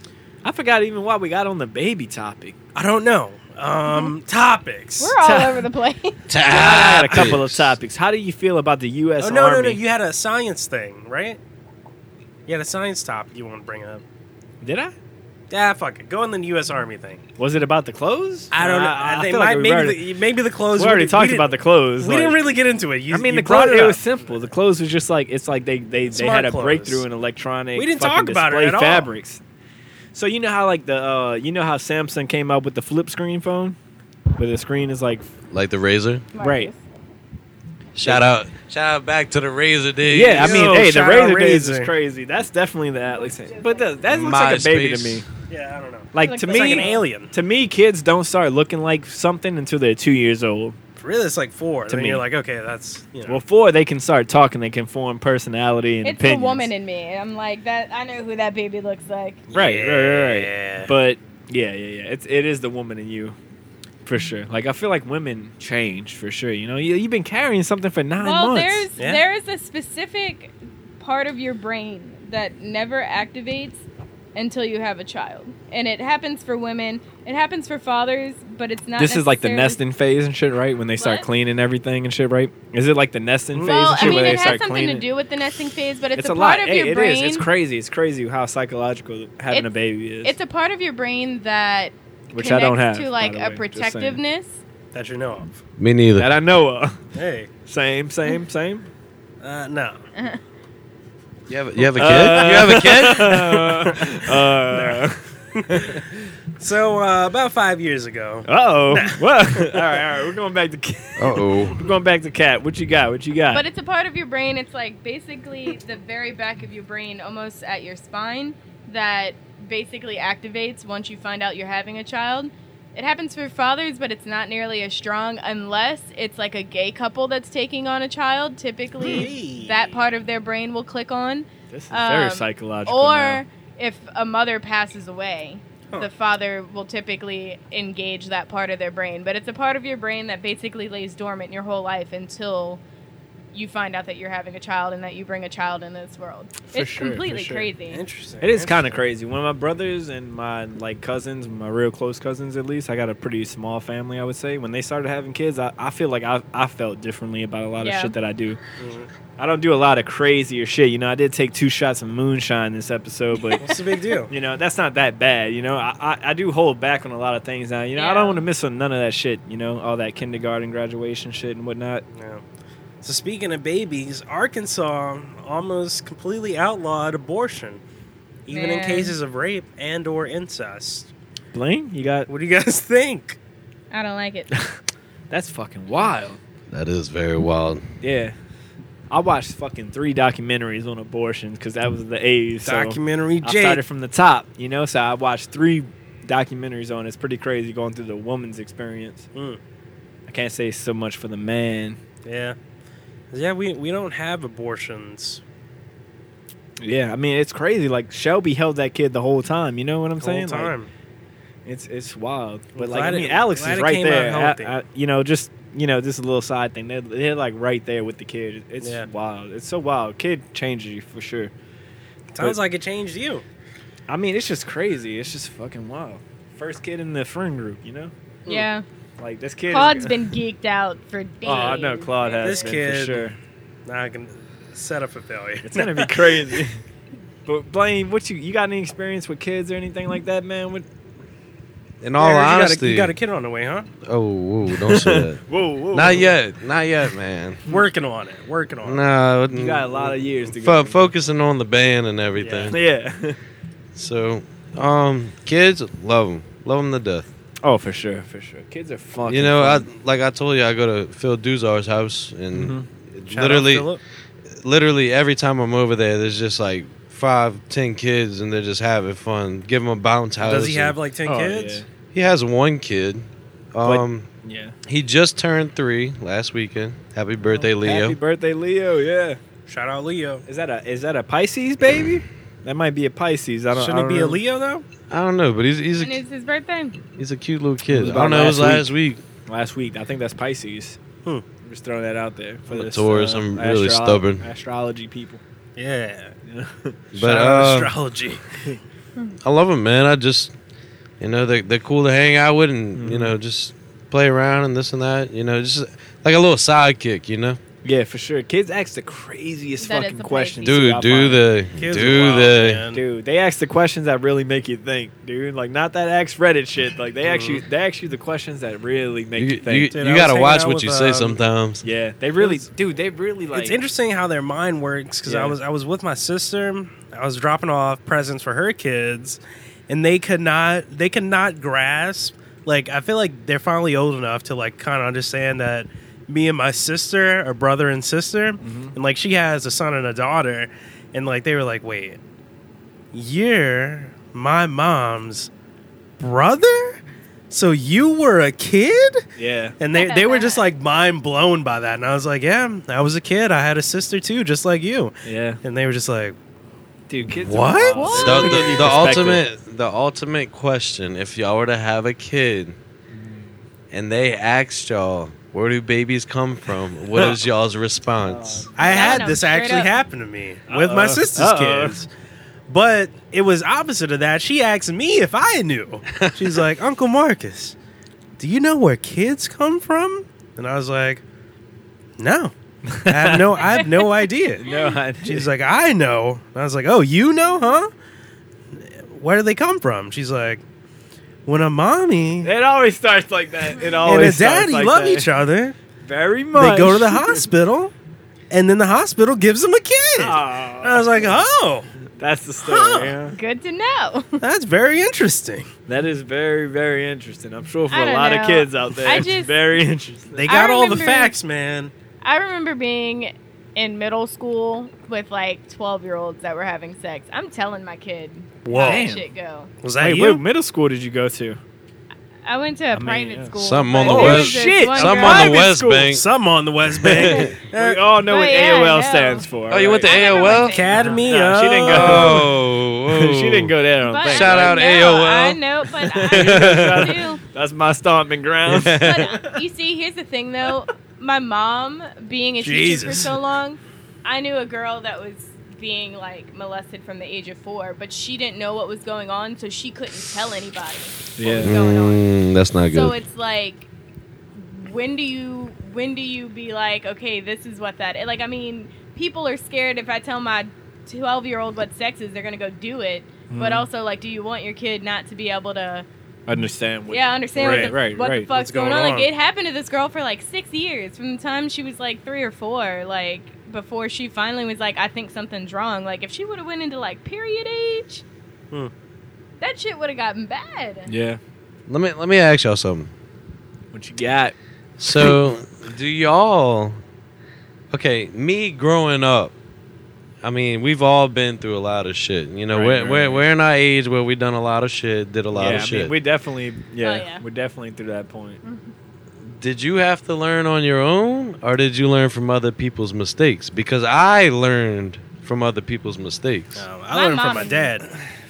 Speaker 1: I forgot even why we got on the baby topic.
Speaker 2: I don't know. Um, topics.
Speaker 3: Mm-hmm. We're
Speaker 2: <laughs>
Speaker 3: all over the place.
Speaker 1: I had a couple of topics. How do you feel about the U.S.
Speaker 2: oh no,
Speaker 1: Army?
Speaker 2: no, no! You had a science thing, right? You had a science topic you want to bring up.
Speaker 1: Did I?
Speaker 2: Yeah, fuck it. Go on the U.S. Army thing.
Speaker 1: Was it about the clothes?
Speaker 2: I don't know.
Speaker 1: I,
Speaker 2: they
Speaker 1: feel
Speaker 2: might,
Speaker 1: like we
Speaker 2: maybe
Speaker 1: already,
Speaker 2: the, maybe the clothes.
Speaker 1: we already
Speaker 2: did-
Speaker 1: talked
Speaker 2: didn't-
Speaker 1: about the clothes.
Speaker 2: We
Speaker 1: like-
Speaker 2: didn't really get into it. You,
Speaker 1: I mean,
Speaker 2: you
Speaker 1: the
Speaker 2: brought
Speaker 1: clothes. It,
Speaker 2: up.
Speaker 1: was simple. The clothes was just like it's like they they, they
Speaker 2: Smart
Speaker 1: had a
Speaker 2: clothes.
Speaker 1: breakthrough in electronic.
Speaker 2: We didn't
Speaker 1: fucking
Speaker 2: talk about it
Speaker 1: display
Speaker 2: at all.
Speaker 1: fabrics. So you know how like the uh, you know how Samsung came out with the flip screen phone, where the screen is like
Speaker 6: like the razor.
Speaker 1: Right.
Speaker 6: Shout out, shout out back to the razor, dude.
Speaker 1: Yeah, I mean,
Speaker 2: Yo,
Speaker 1: hey, the
Speaker 2: shout
Speaker 1: Razor
Speaker 2: out
Speaker 1: days is
Speaker 2: Razor.
Speaker 1: crazy. That's definitely the Atlas. But the, that looks like a baby to
Speaker 6: MySpace.
Speaker 1: me.
Speaker 2: Yeah, I don't know.
Speaker 1: Like
Speaker 3: Like
Speaker 1: to
Speaker 3: the-
Speaker 1: me,
Speaker 2: It's like an alien.
Speaker 1: to me, kids don't start looking like something until they're two years old.
Speaker 2: Really, it's like four. To
Speaker 1: me.
Speaker 2: me, you're like, okay, that's you know.
Speaker 1: Well, four, they can start talking. They can form personality and
Speaker 3: It's the
Speaker 1: opinions.
Speaker 3: woman in me. I'm like that. I know who that baby looks like.
Speaker 1: right, right, right,
Speaker 2: Yeah.
Speaker 1: right. But yeah, yeah, yeah. It's it is the woman in you, for sure. Like I feel like women change for sure. You know, you, you've been carrying something for nine
Speaker 3: Well,
Speaker 1: months.
Speaker 3: there's
Speaker 2: Yeah.
Speaker 3: there is a specific part of your brain that never activates until you have a child, and it happens for women. It happens for fathers, but it's not.
Speaker 1: this is like the
Speaker 3: necessarily-
Speaker 1: nesting phase and shit, right? When they start
Speaker 3: What?
Speaker 1: cleaning everything and shit, right? Is it like the nesting phase
Speaker 3: Well,
Speaker 1: and shit
Speaker 3: I mean,
Speaker 1: where they
Speaker 3: it
Speaker 1: start
Speaker 3: has something
Speaker 1: cleaning?
Speaker 3: to do with the nesting phase, but it's,
Speaker 1: it's
Speaker 3: a,
Speaker 1: a lot.
Speaker 3: part of
Speaker 1: Hey,
Speaker 3: your
Speaker 1: it
Speaker 3: brain.
Speaker 1: is. It's crazy. It's crazy how psychological having a
Speaker 3: It's-
Speaker 1: baby is.
Speaker 3: It's a part of your brain that
Speaker 1: which I
Speaker 3: connects
Speaker 1: don't have by
Speaker 3: to like
Speaker 1: the way,
Speaker 3: a
Speaker 1: just saying.
Speaker 3: protectiveness.
Speaker 2: that you know of.
Speaker 6: me neither.
Speaker 1: that I know of.
Speaker 2: Hey,
Speaker 1: Same, same, same.
Speaker 2: uh, no.
Speaker 6: you, have, you have a kid?
Speaker 1: Uh,
Speaker 6: you have
Speaker 1: <laughs>
Speaker 6: a
Speaker 3: <laughs>
Speaker 6: kid?
Speaker 1: uh
Speaker 2: <laughs> So uh, about five years ago,
Speaker 1: oh. Well, <laughs> all right, all right. We're going back to cat.
Speaker 6: Uh oh.
Speaker 1: We're going back to cat. What you got? What you got?
Speaker 3: But it's a part of your brain. It's like basically the very back of your brain, almost at your spine, that basically activates once you find out you're having a child. It happens for fathers, but it's not nearly as strong unless it's like a gay couple that's taking on a child. Typically,
Speaker 2: Hey.
Speaker 3: that part of their brain will click on.
Speaker 1: this is very
Speaker 3: um,
Speaker 1: psychological.
Speaker 3: Or
Speaker 1: now.
Speaker 3: if a mother passes away,
Speaker 2: Huh.
Speaker 3: the father will typically engage that part of their brain. But it's a part of your brain that basically lays dormant your whole life until you find out that you're having a child and that you bring a child in this world. it's
Speaker 7: sure, for
Speaker 3: completely
Speaker 7: sure.
Speaker 3: crazy.
Speaker 2: Interesting.
Speaker 1: It is kind of crazy. One of my brothers and my like cousins, my real close cousins at least, I got a pretty small family, I would say. When they started having kids, I, I feel like I, I felt differently about a lot
Speaker 3: Yeah.
Speaker 1: of shit that I do. I don't do a lot of crazier shit. You know, I did take two shots of moonshine this episode, but
Speaker 2: <laughs> What's the big
Speaker 1: <laughs>
Speaker 2: deal?
Speaker 1: you know, that's not that bad. You know, I, I, I do hold back on a lot of things now. You know, I
Speaker 3: Yeah.
Speaker 1: don't want to miss on none of that shit, you know, all that kindergarten graduation shit and whatnot.
Speaker 2: Yeah. So speaking of babies, Arkansas almost completely outlawed abortion, even in
Speaker 3: Man.
Speaker 2: cases of rape and or incest.
Speaker 1: Blaine, you got
Speaker 2: What do you guys <laughs> think?
Speaker 3: I don't like it.
Speaker 1: that's fucking wild.
Speaker 6: That is very wild.
Speaker 1: Yeah. I watched fucking three documentaries on abortion because that was the A's. So
Speaker 2: Documentary
Speaker 1: I
Speaker 2: Jake.
Speaker 1: started from the top, you know. So I watched three documentaries on. it. It's pretty crazy going through the woman's experience.
Speaker 2: Mm.
Speaker 1: I can't say so much for the man.
Speaker 2: yeah. Yeah, we, we don't have abortions
Speaker 1: Yeah, I mean it's crazy. Like Shelby held that kid the whole time. You know what I'm
Speaker 2: the whole
Speaker 1: saying? Like,
Speaker 2: time.
Speaker 1: It's it's wild, but
Speaker 2: glad
Speaker 1: like I
Speaker 2: it-
Speaker 1: mean, Alex
Speaker 2: glad
Speaker 1: is
Speaker 2: it
Speaker 1: right
Speaker 2: came out
Speaker 1: there.
Speaker 2: healthy.
Speaker 1: I- I- you know, just you know, just a little side thing. They're, they're like right there with the kid. It's
Speaker 2: Yeah.
Speaker 1: wild. It's so wild. Kid changes you for sure.
Speaker 2: Sounds like it changed you.
Speaker 1: I mean, it's just crazy. It's just fucking wild. First kid in the friend group, you know,
Speaker 3: yeah.
Speaker 1: like this kid.
Speaker 3: Claude's been geeked out for days.
Speaker 1: Oh, I know Claude has
Speaker 2: This
Speaker 1: been
Speaker 2: kid-
Speaker 1: for sure.
Speaker 2: Now I can set up a failure. <laughs>
Speaker 1: It's gonna be crazy. but Blaine, what you you got any experience with kids or anything like that, man? What,
Speaker 6: In all
Speaker 2: you got a-
Speaker 6: honesty,
Speaker 2: you got a kid on the way, huh?
Speaker 6: oh, whoa, don't say that.
Speaker 1: <laughs> whoa, whoa,
Speaker 6: not yet, not yet, man.
Speaker 2: Working on it. Working on it.
Speaker 6: No,
Speaker 1: You got a lot of years to go.
Speaker 6: Fo- focusing on the band and everything.
Speaker 1: yeah. <laughs>
Speaker 6: So, um, kids love them, love them to death.
Speaker 1: oh, for sure, for sure. Kids are fucking.
Speaker 6: You know, I
Speaker 1: fun.
Speaker 6: like I told you, I go to Phil Duzar's house, and
Speaker 2: Mm-hmm. Shout out
Speaker 6: literally,
Speaker 2: Philip.
Speaker 6: literally every time I'm over there, there's just like five, ten kids, and they're just having fun. Give him a bounce house.
Speaker 2: Does he
Speaker 6: and-
Speaker 2: have like 10
Speaker 1: Oh,
Speaker 2: kids?
Speaker 6: He has one kid. Um,
Speaker 1: Yeah. yeah.
Speaker 6: he just turned three last weekend.
Speaker 2: Oh,
Speaker 6: Happy birthday, Leo.
Speaker 1: Happy birthday, Leo. Yeah.
Speaker 2: Shout out Leo.
Speaker 1: Is that a is that a Pisces baby? That might be a Pisces. I don't.
Speaker 2: Shouldn't
Speaker 1: I
Speaker 2: it
Speaker 1: don't
Speaker 2: be a
Speaker 1: know.
Speaker 2: Leo though?
Speaker 6: I don't know, but he's he's
Speaker 3: And
Speaker 6: a,
Speaker 3: it's his birthday.
Speaker 6: he's a cute little
Speaker 1: It was
Speaker 6: kid. I
Speaker 1: about
Speaker 6: don't know. It was
Speaker 1: last
Speaker 6: last week.
Speaker 1: Last week, I think that's Pisces.
Speaker 2: Hmm.
Speaker 1: I'm just throwing that out there for
Speaker 6: I'm a
Speaker 1: this, uh,
Speaker 6: Taurus. I'm really stubborn.
Speaker 1: Astrology people.
Speaker 2: Yeah.
Speaker 6: But
Speaker 2: Shout out
Speaker 6: uh,
Speaker 2: astrology.
Speaker 6: I love them, man. I just you know they they're cool to hang out with, and you
Speaker 2: Mm-hmm.
Speaker 6: know just play around and this and that. You know, just like a little sidekick. You know,
Speaker 1: Yeah, for sure. Kids ask the craziest
Speaker 3: That is
Speaker 1: fucking
Speaker 3: the
Speaker 1: questions.
Speaker 3: Pisces.
Speaker 1: too,
Speaker 6: dude, uh,
Speaker 1: I
Speaker 6: do
Speaker 1: find.
Speaker 6: the
Speaker 2: Kids are
Speaker 6: do
Speaker 2: wild,
Speaker 6: the
Speaker 2: man.
Speaker 1: Dude, they ask the questions that really make you think, dude. Like not that ask Reddit shit. Like they ask you,
Speaker 2: Mm-hmm.
Speaker 1: they ask you the questions that really make
Speaker 6: you,
Speaker 1: you,
Speaker 6: you,
Speaker 1: think.
Speaker 2: Dude,
Speaker 6: you
Speaker 2: I was
Speaker 6: gotta
Speaker 2: hanging
Speaker 6: watch
Speaker 2: out
Speaker 6: what
Speaker 2: with,
Speaker 6: you say
Speaker 2: um,
Speaker 6: sometimes.
Speaker 1: yeah, they really, dude. They really like.
Speaker 2: it's interesting how their mind works because I
Speaker 1: Yeah.
Speaker 2: was I was with my sister. I was dropping off presents for her kids, and they could not they could not grasp. Like I feel like they're finally old enough to like kind of understand that me and my sister are brother and sister,
Speaker 1: Mm-hmm.
Speaker 2: and like she has a son and a daughter, and like they were like, wait, you're my mom's brother, so you were a kid.
Speaker 1: Yeah,
Speaker 2: And they, they were just like mind blown by that. And I was like, yeah, I was a kid. I had a sister too, just like you.
Speaker 1: yeah,
Speaker 2: And they were just like,
Speaker 1: dude. Kids. are
Speaker 2: What?
Speaker 1: wild. They
Speaker 6: The, the,
Speaker 1: give
Speaker 6: the
Speaker 1: you perspective.
Speaker 6: ultimate the ultimate question: If y'all were to have a kid,
Speaker 2: Mm.
Speaker 6: and they asked y'all. Where do babies come from? What
Speaker 2: <laughs>
Speaker 6: is y'all's response?
Speaker 2: I had
Speaker 3: no,
Speaker 2: this
Speaker 3: straight
Speaker 2: actually
Speaker 3: up.
Speaker 2: happen to me with my
Speaker 1: Uh-oh.
Speaker 2: sister's
Speaker 1: Uh-oh.
Speaker 2: kids. But it was opposite of that. She asked me if I
Speaker 1: <laughs>
Speaker 2: knew. She's like, Uncle Marcus, do you know where kids come from? And I was like, no. I have no, I have
Speaker 3: <laughs>
Speaker 2: no idea.
Speaker 1: No, I,
Speaker 2: <laughs> She's like, I know. And I was like, Oh, you know, huh? Where do they come from? She's like, When a mommy
Speaker 1: <laughs> it always starts like that. It
Speaker 2: and a
Speaker 1: always. starts
Speaker 2: daddy
Speaker 1: like
Speaker 2: love
Speaker 1: that.
Speaker 2: each
Speaker 1: <laughs>
Speaker 2: other,
Speaker 1: very much.
Speaker 2: they go to the hospital, and then the hospital gives them a kid. And I
Speaker 1: <laughs> Aw,
Speaker 2: was like, Oh,
Speaker 1: that's the story.
Speaker 2: Huh.
Speaker 1: huh?
Speaker 3: Good to know. <laughs>
Speaker 2: that's very
Speaker 1: <laughs>
Speaker 2: interesting.
Speaker 1: That is very, very interesting. I'm sure for
Speaker 3: I
Speaker 1: a
Speaker 3: don't
Speaker 1: lot
Speaker 3: know.
Speaker 1: of kids out there,
Speaker 3: I
Speaker 1: it's
Speaker 3: just-
Speaker 1: very interesting.
Speaker 2: They
Speaker 3: I
Speaker 2: got all the
Speaker 3: remember-
Speaker 2: facts, man.
Speaker 3: I remember being in middle school with like 12 year olds that were having sex. I'm telling my kid
Speaker 2: Whoa.
Speaker 3: how that
Speaker 2: Damn.
Speaker 3: shit go.
Speaker 2: Was that
Speaker 1: Hey,
Speaker 2: you?
Speaker 1: what middle school did you go
Speaker 3: Uh,
Speaker 1: to?
Speaker 3: I went to a
Speaker 1: mean,
Speaker 3: private
Speaker 1: yeah.
Speaker 3: school.
Speaker 6: Something on
Speaker 3: but
Speaker 6: the
Speaker 3: there
Speaker 6: West-
Speaker 3: was this
Speaker 1: oh, Shit,
Speaker 3: one
Speaker 6: Something
Speaker 3: girl-
Speaker 6: on the
Speaker 1: Private
Speaker 6: West
Speaker 1: school.
Speaker 6: Bank.
Speaker 2: Some on the
Speaker 1: <laughs>
Speaker 2: West
Speaker 6: <laughs>
Speaker 2: Bank.
Speaker 1: We all know
Speaker 3: Oh,
Speaker 1: what
Speaker 3: yeah,
Speaker 1: AOL
Speaker 3: no.
Speaker 1: stands for.
Speaker 6: Oh, you went to
Speaker 1: right?
Speaker 3: I never
Speaker 6: AOL?
Speaker 3: went to-
Speaker 2: Academy.
Speaker 1: No, she
Speaker 2: of-
Speaker 1: didn't go.
Speaker 2: <laughs>
Speaker 1: <laughs>
Speaker 6: Oh,
Speaker 1: she didn't go there. I don't
Speaker 3: But-
Speaker 1: think.
Speaker 6: Shout out
Speaker 3: no,
Speaker 6: AOL.
Speaker 3: I know,
Speaker 6: <laughs>
Speaker 3: but I knew.
Speaker 1: That's my stomping ground.
Speaker 3: But uh, you see, here's the thing though. my mom being a teacher for
Speaker 2: Jesus.
Speaker 3: so long, I knew a girl that was being like molested from the age of four, but she didn't know what was going on, so she couldn't tell anybody.
Speaker 1: <laughs> Yeah.
Speaker 3: going on.
Speaker 6: Mm, that's not
Speaker 3: So
Speaker 6: good.
Speaker 3: it's like, when do you when do you be like, okay, this is what that? Like, I mean, people are scared if I tell my twelve year old what sex is, they're gonna go do it. But
Speaker 1: Mhm.
Speaker 3: also, like, do you want your kid not to be able to?
Speaker 1: Understand what
Speaker 3: yeah, understand
Speaker 1: Right,
Speaker 3: what the,
Speaker 1: right,
Speaker 3: what
Speaker 1: right.
Speaker 3: the fuck's
Speaker 2: What's
Speaker 3: going,
Speaker 2: going
Speaker 3: on.
Speaker 2: on?
Speaker 3: Like it happened to this girl for like six years, from the time she was like three or four, like before she finally was like, I think something's wrong. Like if she would have went into like period age,
Speaker 2: Hmm.
Speaker 3: that shit would have gotten bad.
Speaker 1: Yeah.
Speaker 6: let me let me ask y'all something.
Speaker 1: What you got?
Speaker 6: So, do y'all? Okay, me growing up, I mean, we've all been through a lot of shit. You know,
Speaker 1: Right,
Speaker 6: we're,
Speaker 1: right.
Speaker 6: we're we're in our age where we done a lot of shit, did a lot
Speaker 1: yeah,
Speaker 6: of
Speaker 1: I
Speaker 6: shit.
Speaker 1: mean, we definitely yeah,
Speaker 3: Oh, yeah.
Speaker 1: we're definitely through that point.
Speaker 6: did you have to learn on your own, or did you learn from other people's mistakes? Because I learned from other people's mistakes.
Speaker 2: Um, I
Speaker 3: My
Speaker 2: learned from
Speaker 3: mom-
Speaker 2: my dad.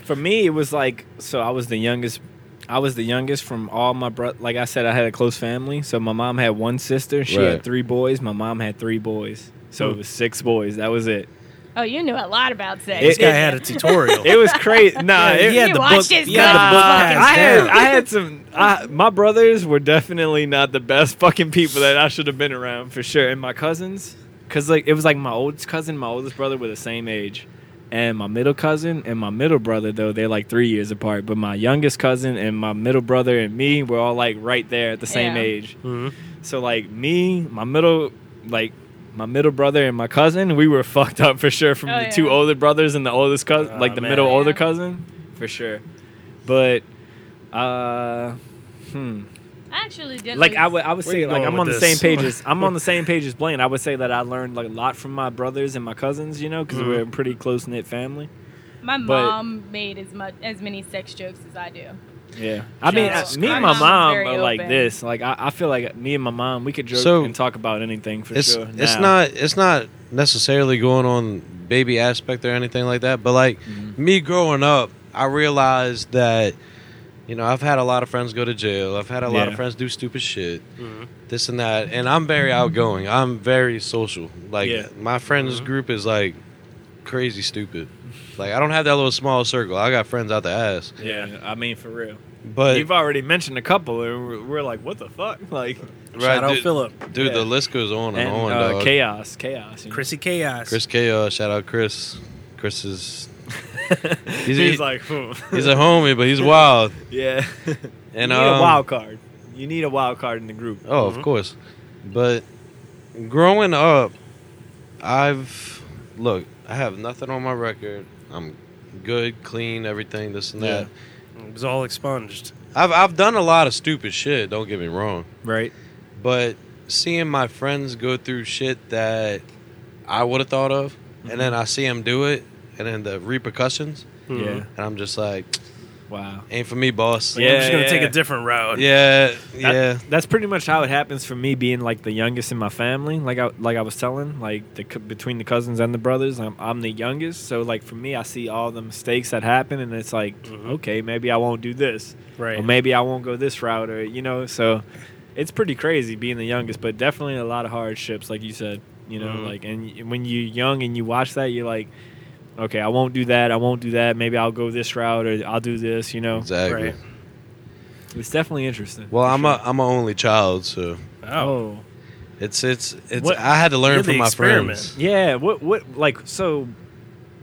Speaker 1: For me, it was like so I was the youngest I was the youngest from all my bro like I said I had a close family. So my mom had one sister, she
Speaker 6: Right.
Speaker 1: had three boys, my mom had three boys. So
Speaker 2: Oh.
Speaker 1: it was six boys. That was it.
Speaker 3: Oh, you knew a lot about sex.
Speaker 2: This
Speaker 1: It-
Speaker 2: guy
Speaker 1: it-
Speaker 2: had a tutorial.
Speaker 1: <laughs> It was crazy. Nah,
Speaker 2: Yeah,
Speaker 1: it,
Speaker 2: he had
Speaker 3: You
Speaker 2: the
Speaker 3: watched
Speaker 2: book.
Speaker 3: his
Speaker 2: He had
Speaker 1: Nah,
Speaker 2: the book passed
Speaker 1: I had
Speaker 2: down.
Speaker 1: I had some. I, my brothers were definitely not the best fucking people that I should have been around for sure. And my cousins, because like it was like my oldest cousin, my oldest brother were the same age, and my middle cousin and my middle brother though they're like three years apart. But my youngest cousin and my middle brother and me were all like right there at the same
Speaker 3: Yeah.
Speaker 1: age.
Speaker 2: Mhm.
Speaker 1: So like me, my middle like. My middle brother and my cousin, we were fucked up for sure from
Speaker 3: Oh,
Speaker 1: the
Speaker 3: yeah.
Speaker 1: two older brothers and the oldest cousin,
Speaker 2: Aw,
Speaker 1: like the
Speaker 2: Oh, man.
Speaker 1: middle
Speaker 3: Yeah.
Speaker 1: older cousin, for sure. But uh, hmm.
Speaker 3: I actually didn't.
Speaker 1: Like I
Speaker 3: lose-
Speaker 1: would, I would
Speaker 2: Where you
Speaker 1: say, like
Speaker 2: going
Speaker 1: I'm
Speaker 2: with
Speaker 1: on the
Speaker 2: this?
Speaker 1: same
Speaker 2: <laughs>
Speaker 1: page as I'm on the same page as Blaine. I would say that I learned like a lot from my brothers and my cousins, you know, because
Speaker 2: Mhm.
Speaker 1: we're a pretty close knit family.
Speaker 3: My
Speaker 1: but-
Speaker 3: mom made as much as many sex jokes as I do.
Speaker 1: Yeah, I mean, I-
Speaker 3: Jesus
Speaker 1: me and my
Speaker 3: Christ. My mom's
Speaker 1: mom
Speaker 3: very
Speaker 1: are like
Speaker 3: open.
Speaker 1: this. Like I, I feel like me and my mom, we could joke
Speaker 6: So-
Speaker 1: and talk about anything for
Speaker 6: it's
Speaker 1: sure.
Speaker 6: it's
Speaker 1: now.
Speaker 6: not it's not necessarily going on baby aspect or anything like that but like
Speaker 1: Mm-hmm.
Speaker 6: me growing up i realized that you know i've had a lot of friends go to jail i've had a lot of
Speaker 1: Yeah.
Speaker 6: friends do stupid shit
Speaker 1: Mm-hmm.
Speaker 2: Mhm.
Speaker 6: this and that and i'm very outgoing i'm very social like
Speaker 1: Yeah.
Speaker 6: my friends
Speaker 1: Mm-hmm.
Speaker 6: group is like crazy stupid like i don't have that little small circle i got friends out the ass
Speaker 1: Yeah, I mean for real.
Speaker 6: but
Speaker 1: You've already mentioned a couple, and we're, we're like, what the fuck, <laughs> like
Speaker 2: Shout out
Speaker 6: dude,
Speaker 2: Philip,
Speaker 6: dude
Speaker 1: Yeah.
Speaker 6: the list goes on and,
Speaker 1: and,
Speaker 6: on
Speaker 1: uh,
Speaker 6: dog.
Speaker 1: chaos, chaos. you know?
Speaker 2: Chrissy Chaos.
Speaker 6: Chris K. uh, Shout out Chris. Chris is
Speaker 1: <laughs> he's,
Speaker 6: he-
Speaker 1: like, hmm.
Speaker 6: he's a homie, but he's wild.
Speaker 1: <laughs> yeah.
Speaker 6: <laughs> And
Speaker 1: you need
Speaker 6: um,
Speaker 1: a wild card. You need a wild card in the group. Mm-hmm.
Speaker 6: Oh, of course. But growing up, I've look. I have nothing on my record. I'm good, clean, everything. This and that.
Speaker 2: It was all expunged.
Speaker 6: I've I've done a lot of stupid shit. Don't get me wrong.
Speaker 1: Right.
Speaker 6: But seeing my friends go through shit that I would have thought of, and then
Speaker 1: Mm-hmm.
Speaker 6: I see them do it, and then the repercussions,
Speaker 1: Yeah.
Speaker 6: and I'm just like,
Speaker 1: Mm-hmm. Wow.
Speaker 6: ain't for me, boss.
Speaker 2: Like, I'm just
Speaker 1: Yeah,
Speaker 2: gonna take
Speaker 1: yeah.
Speaker 2: a different route.
Speaker 6: Yeah, yeah.
Speaker 1: That- that's pretty much how it happens for me being like the youngest in my family. Like I like I was telling, like the co- between the cousins and the brothers, I'm I'm the youngest. So like for me, I see all the mistakes that happen, and it's like, okay, maybe I won't do this,
Speaker 2: Right.
Speaker 1: or maybe I won't go this route, or you know. So it's pretty crazy being the youngest, but definitely a lot of hardships, like you said. You know,
Speaker 2: Mhm.
Speaker 1: like and y- when you're young and you watch that, you're like, okay, I won't do that. I won't do that. Maybe I'll go this route, or I'll do this. You know,
Speaker 6: Exactly.
Speaker 2: Right.
Speaker 1: it's definitely interesting.
Speaker 6: Well,
Speaker 1: for
Speaker 6: I'm
Speaker 1: sure.
Speaker 6: a I'm a only child, so
Speaker 2: Oh.
Speaker 6: it's it's it's.
Speaker 1: What-
Speaker 6: I had to learn
Speaker 2: You're the
Speaker 6: from my
Speaker 2: experiment.
Speaker 6: friends.
Speaker 1: Yeah, what what like so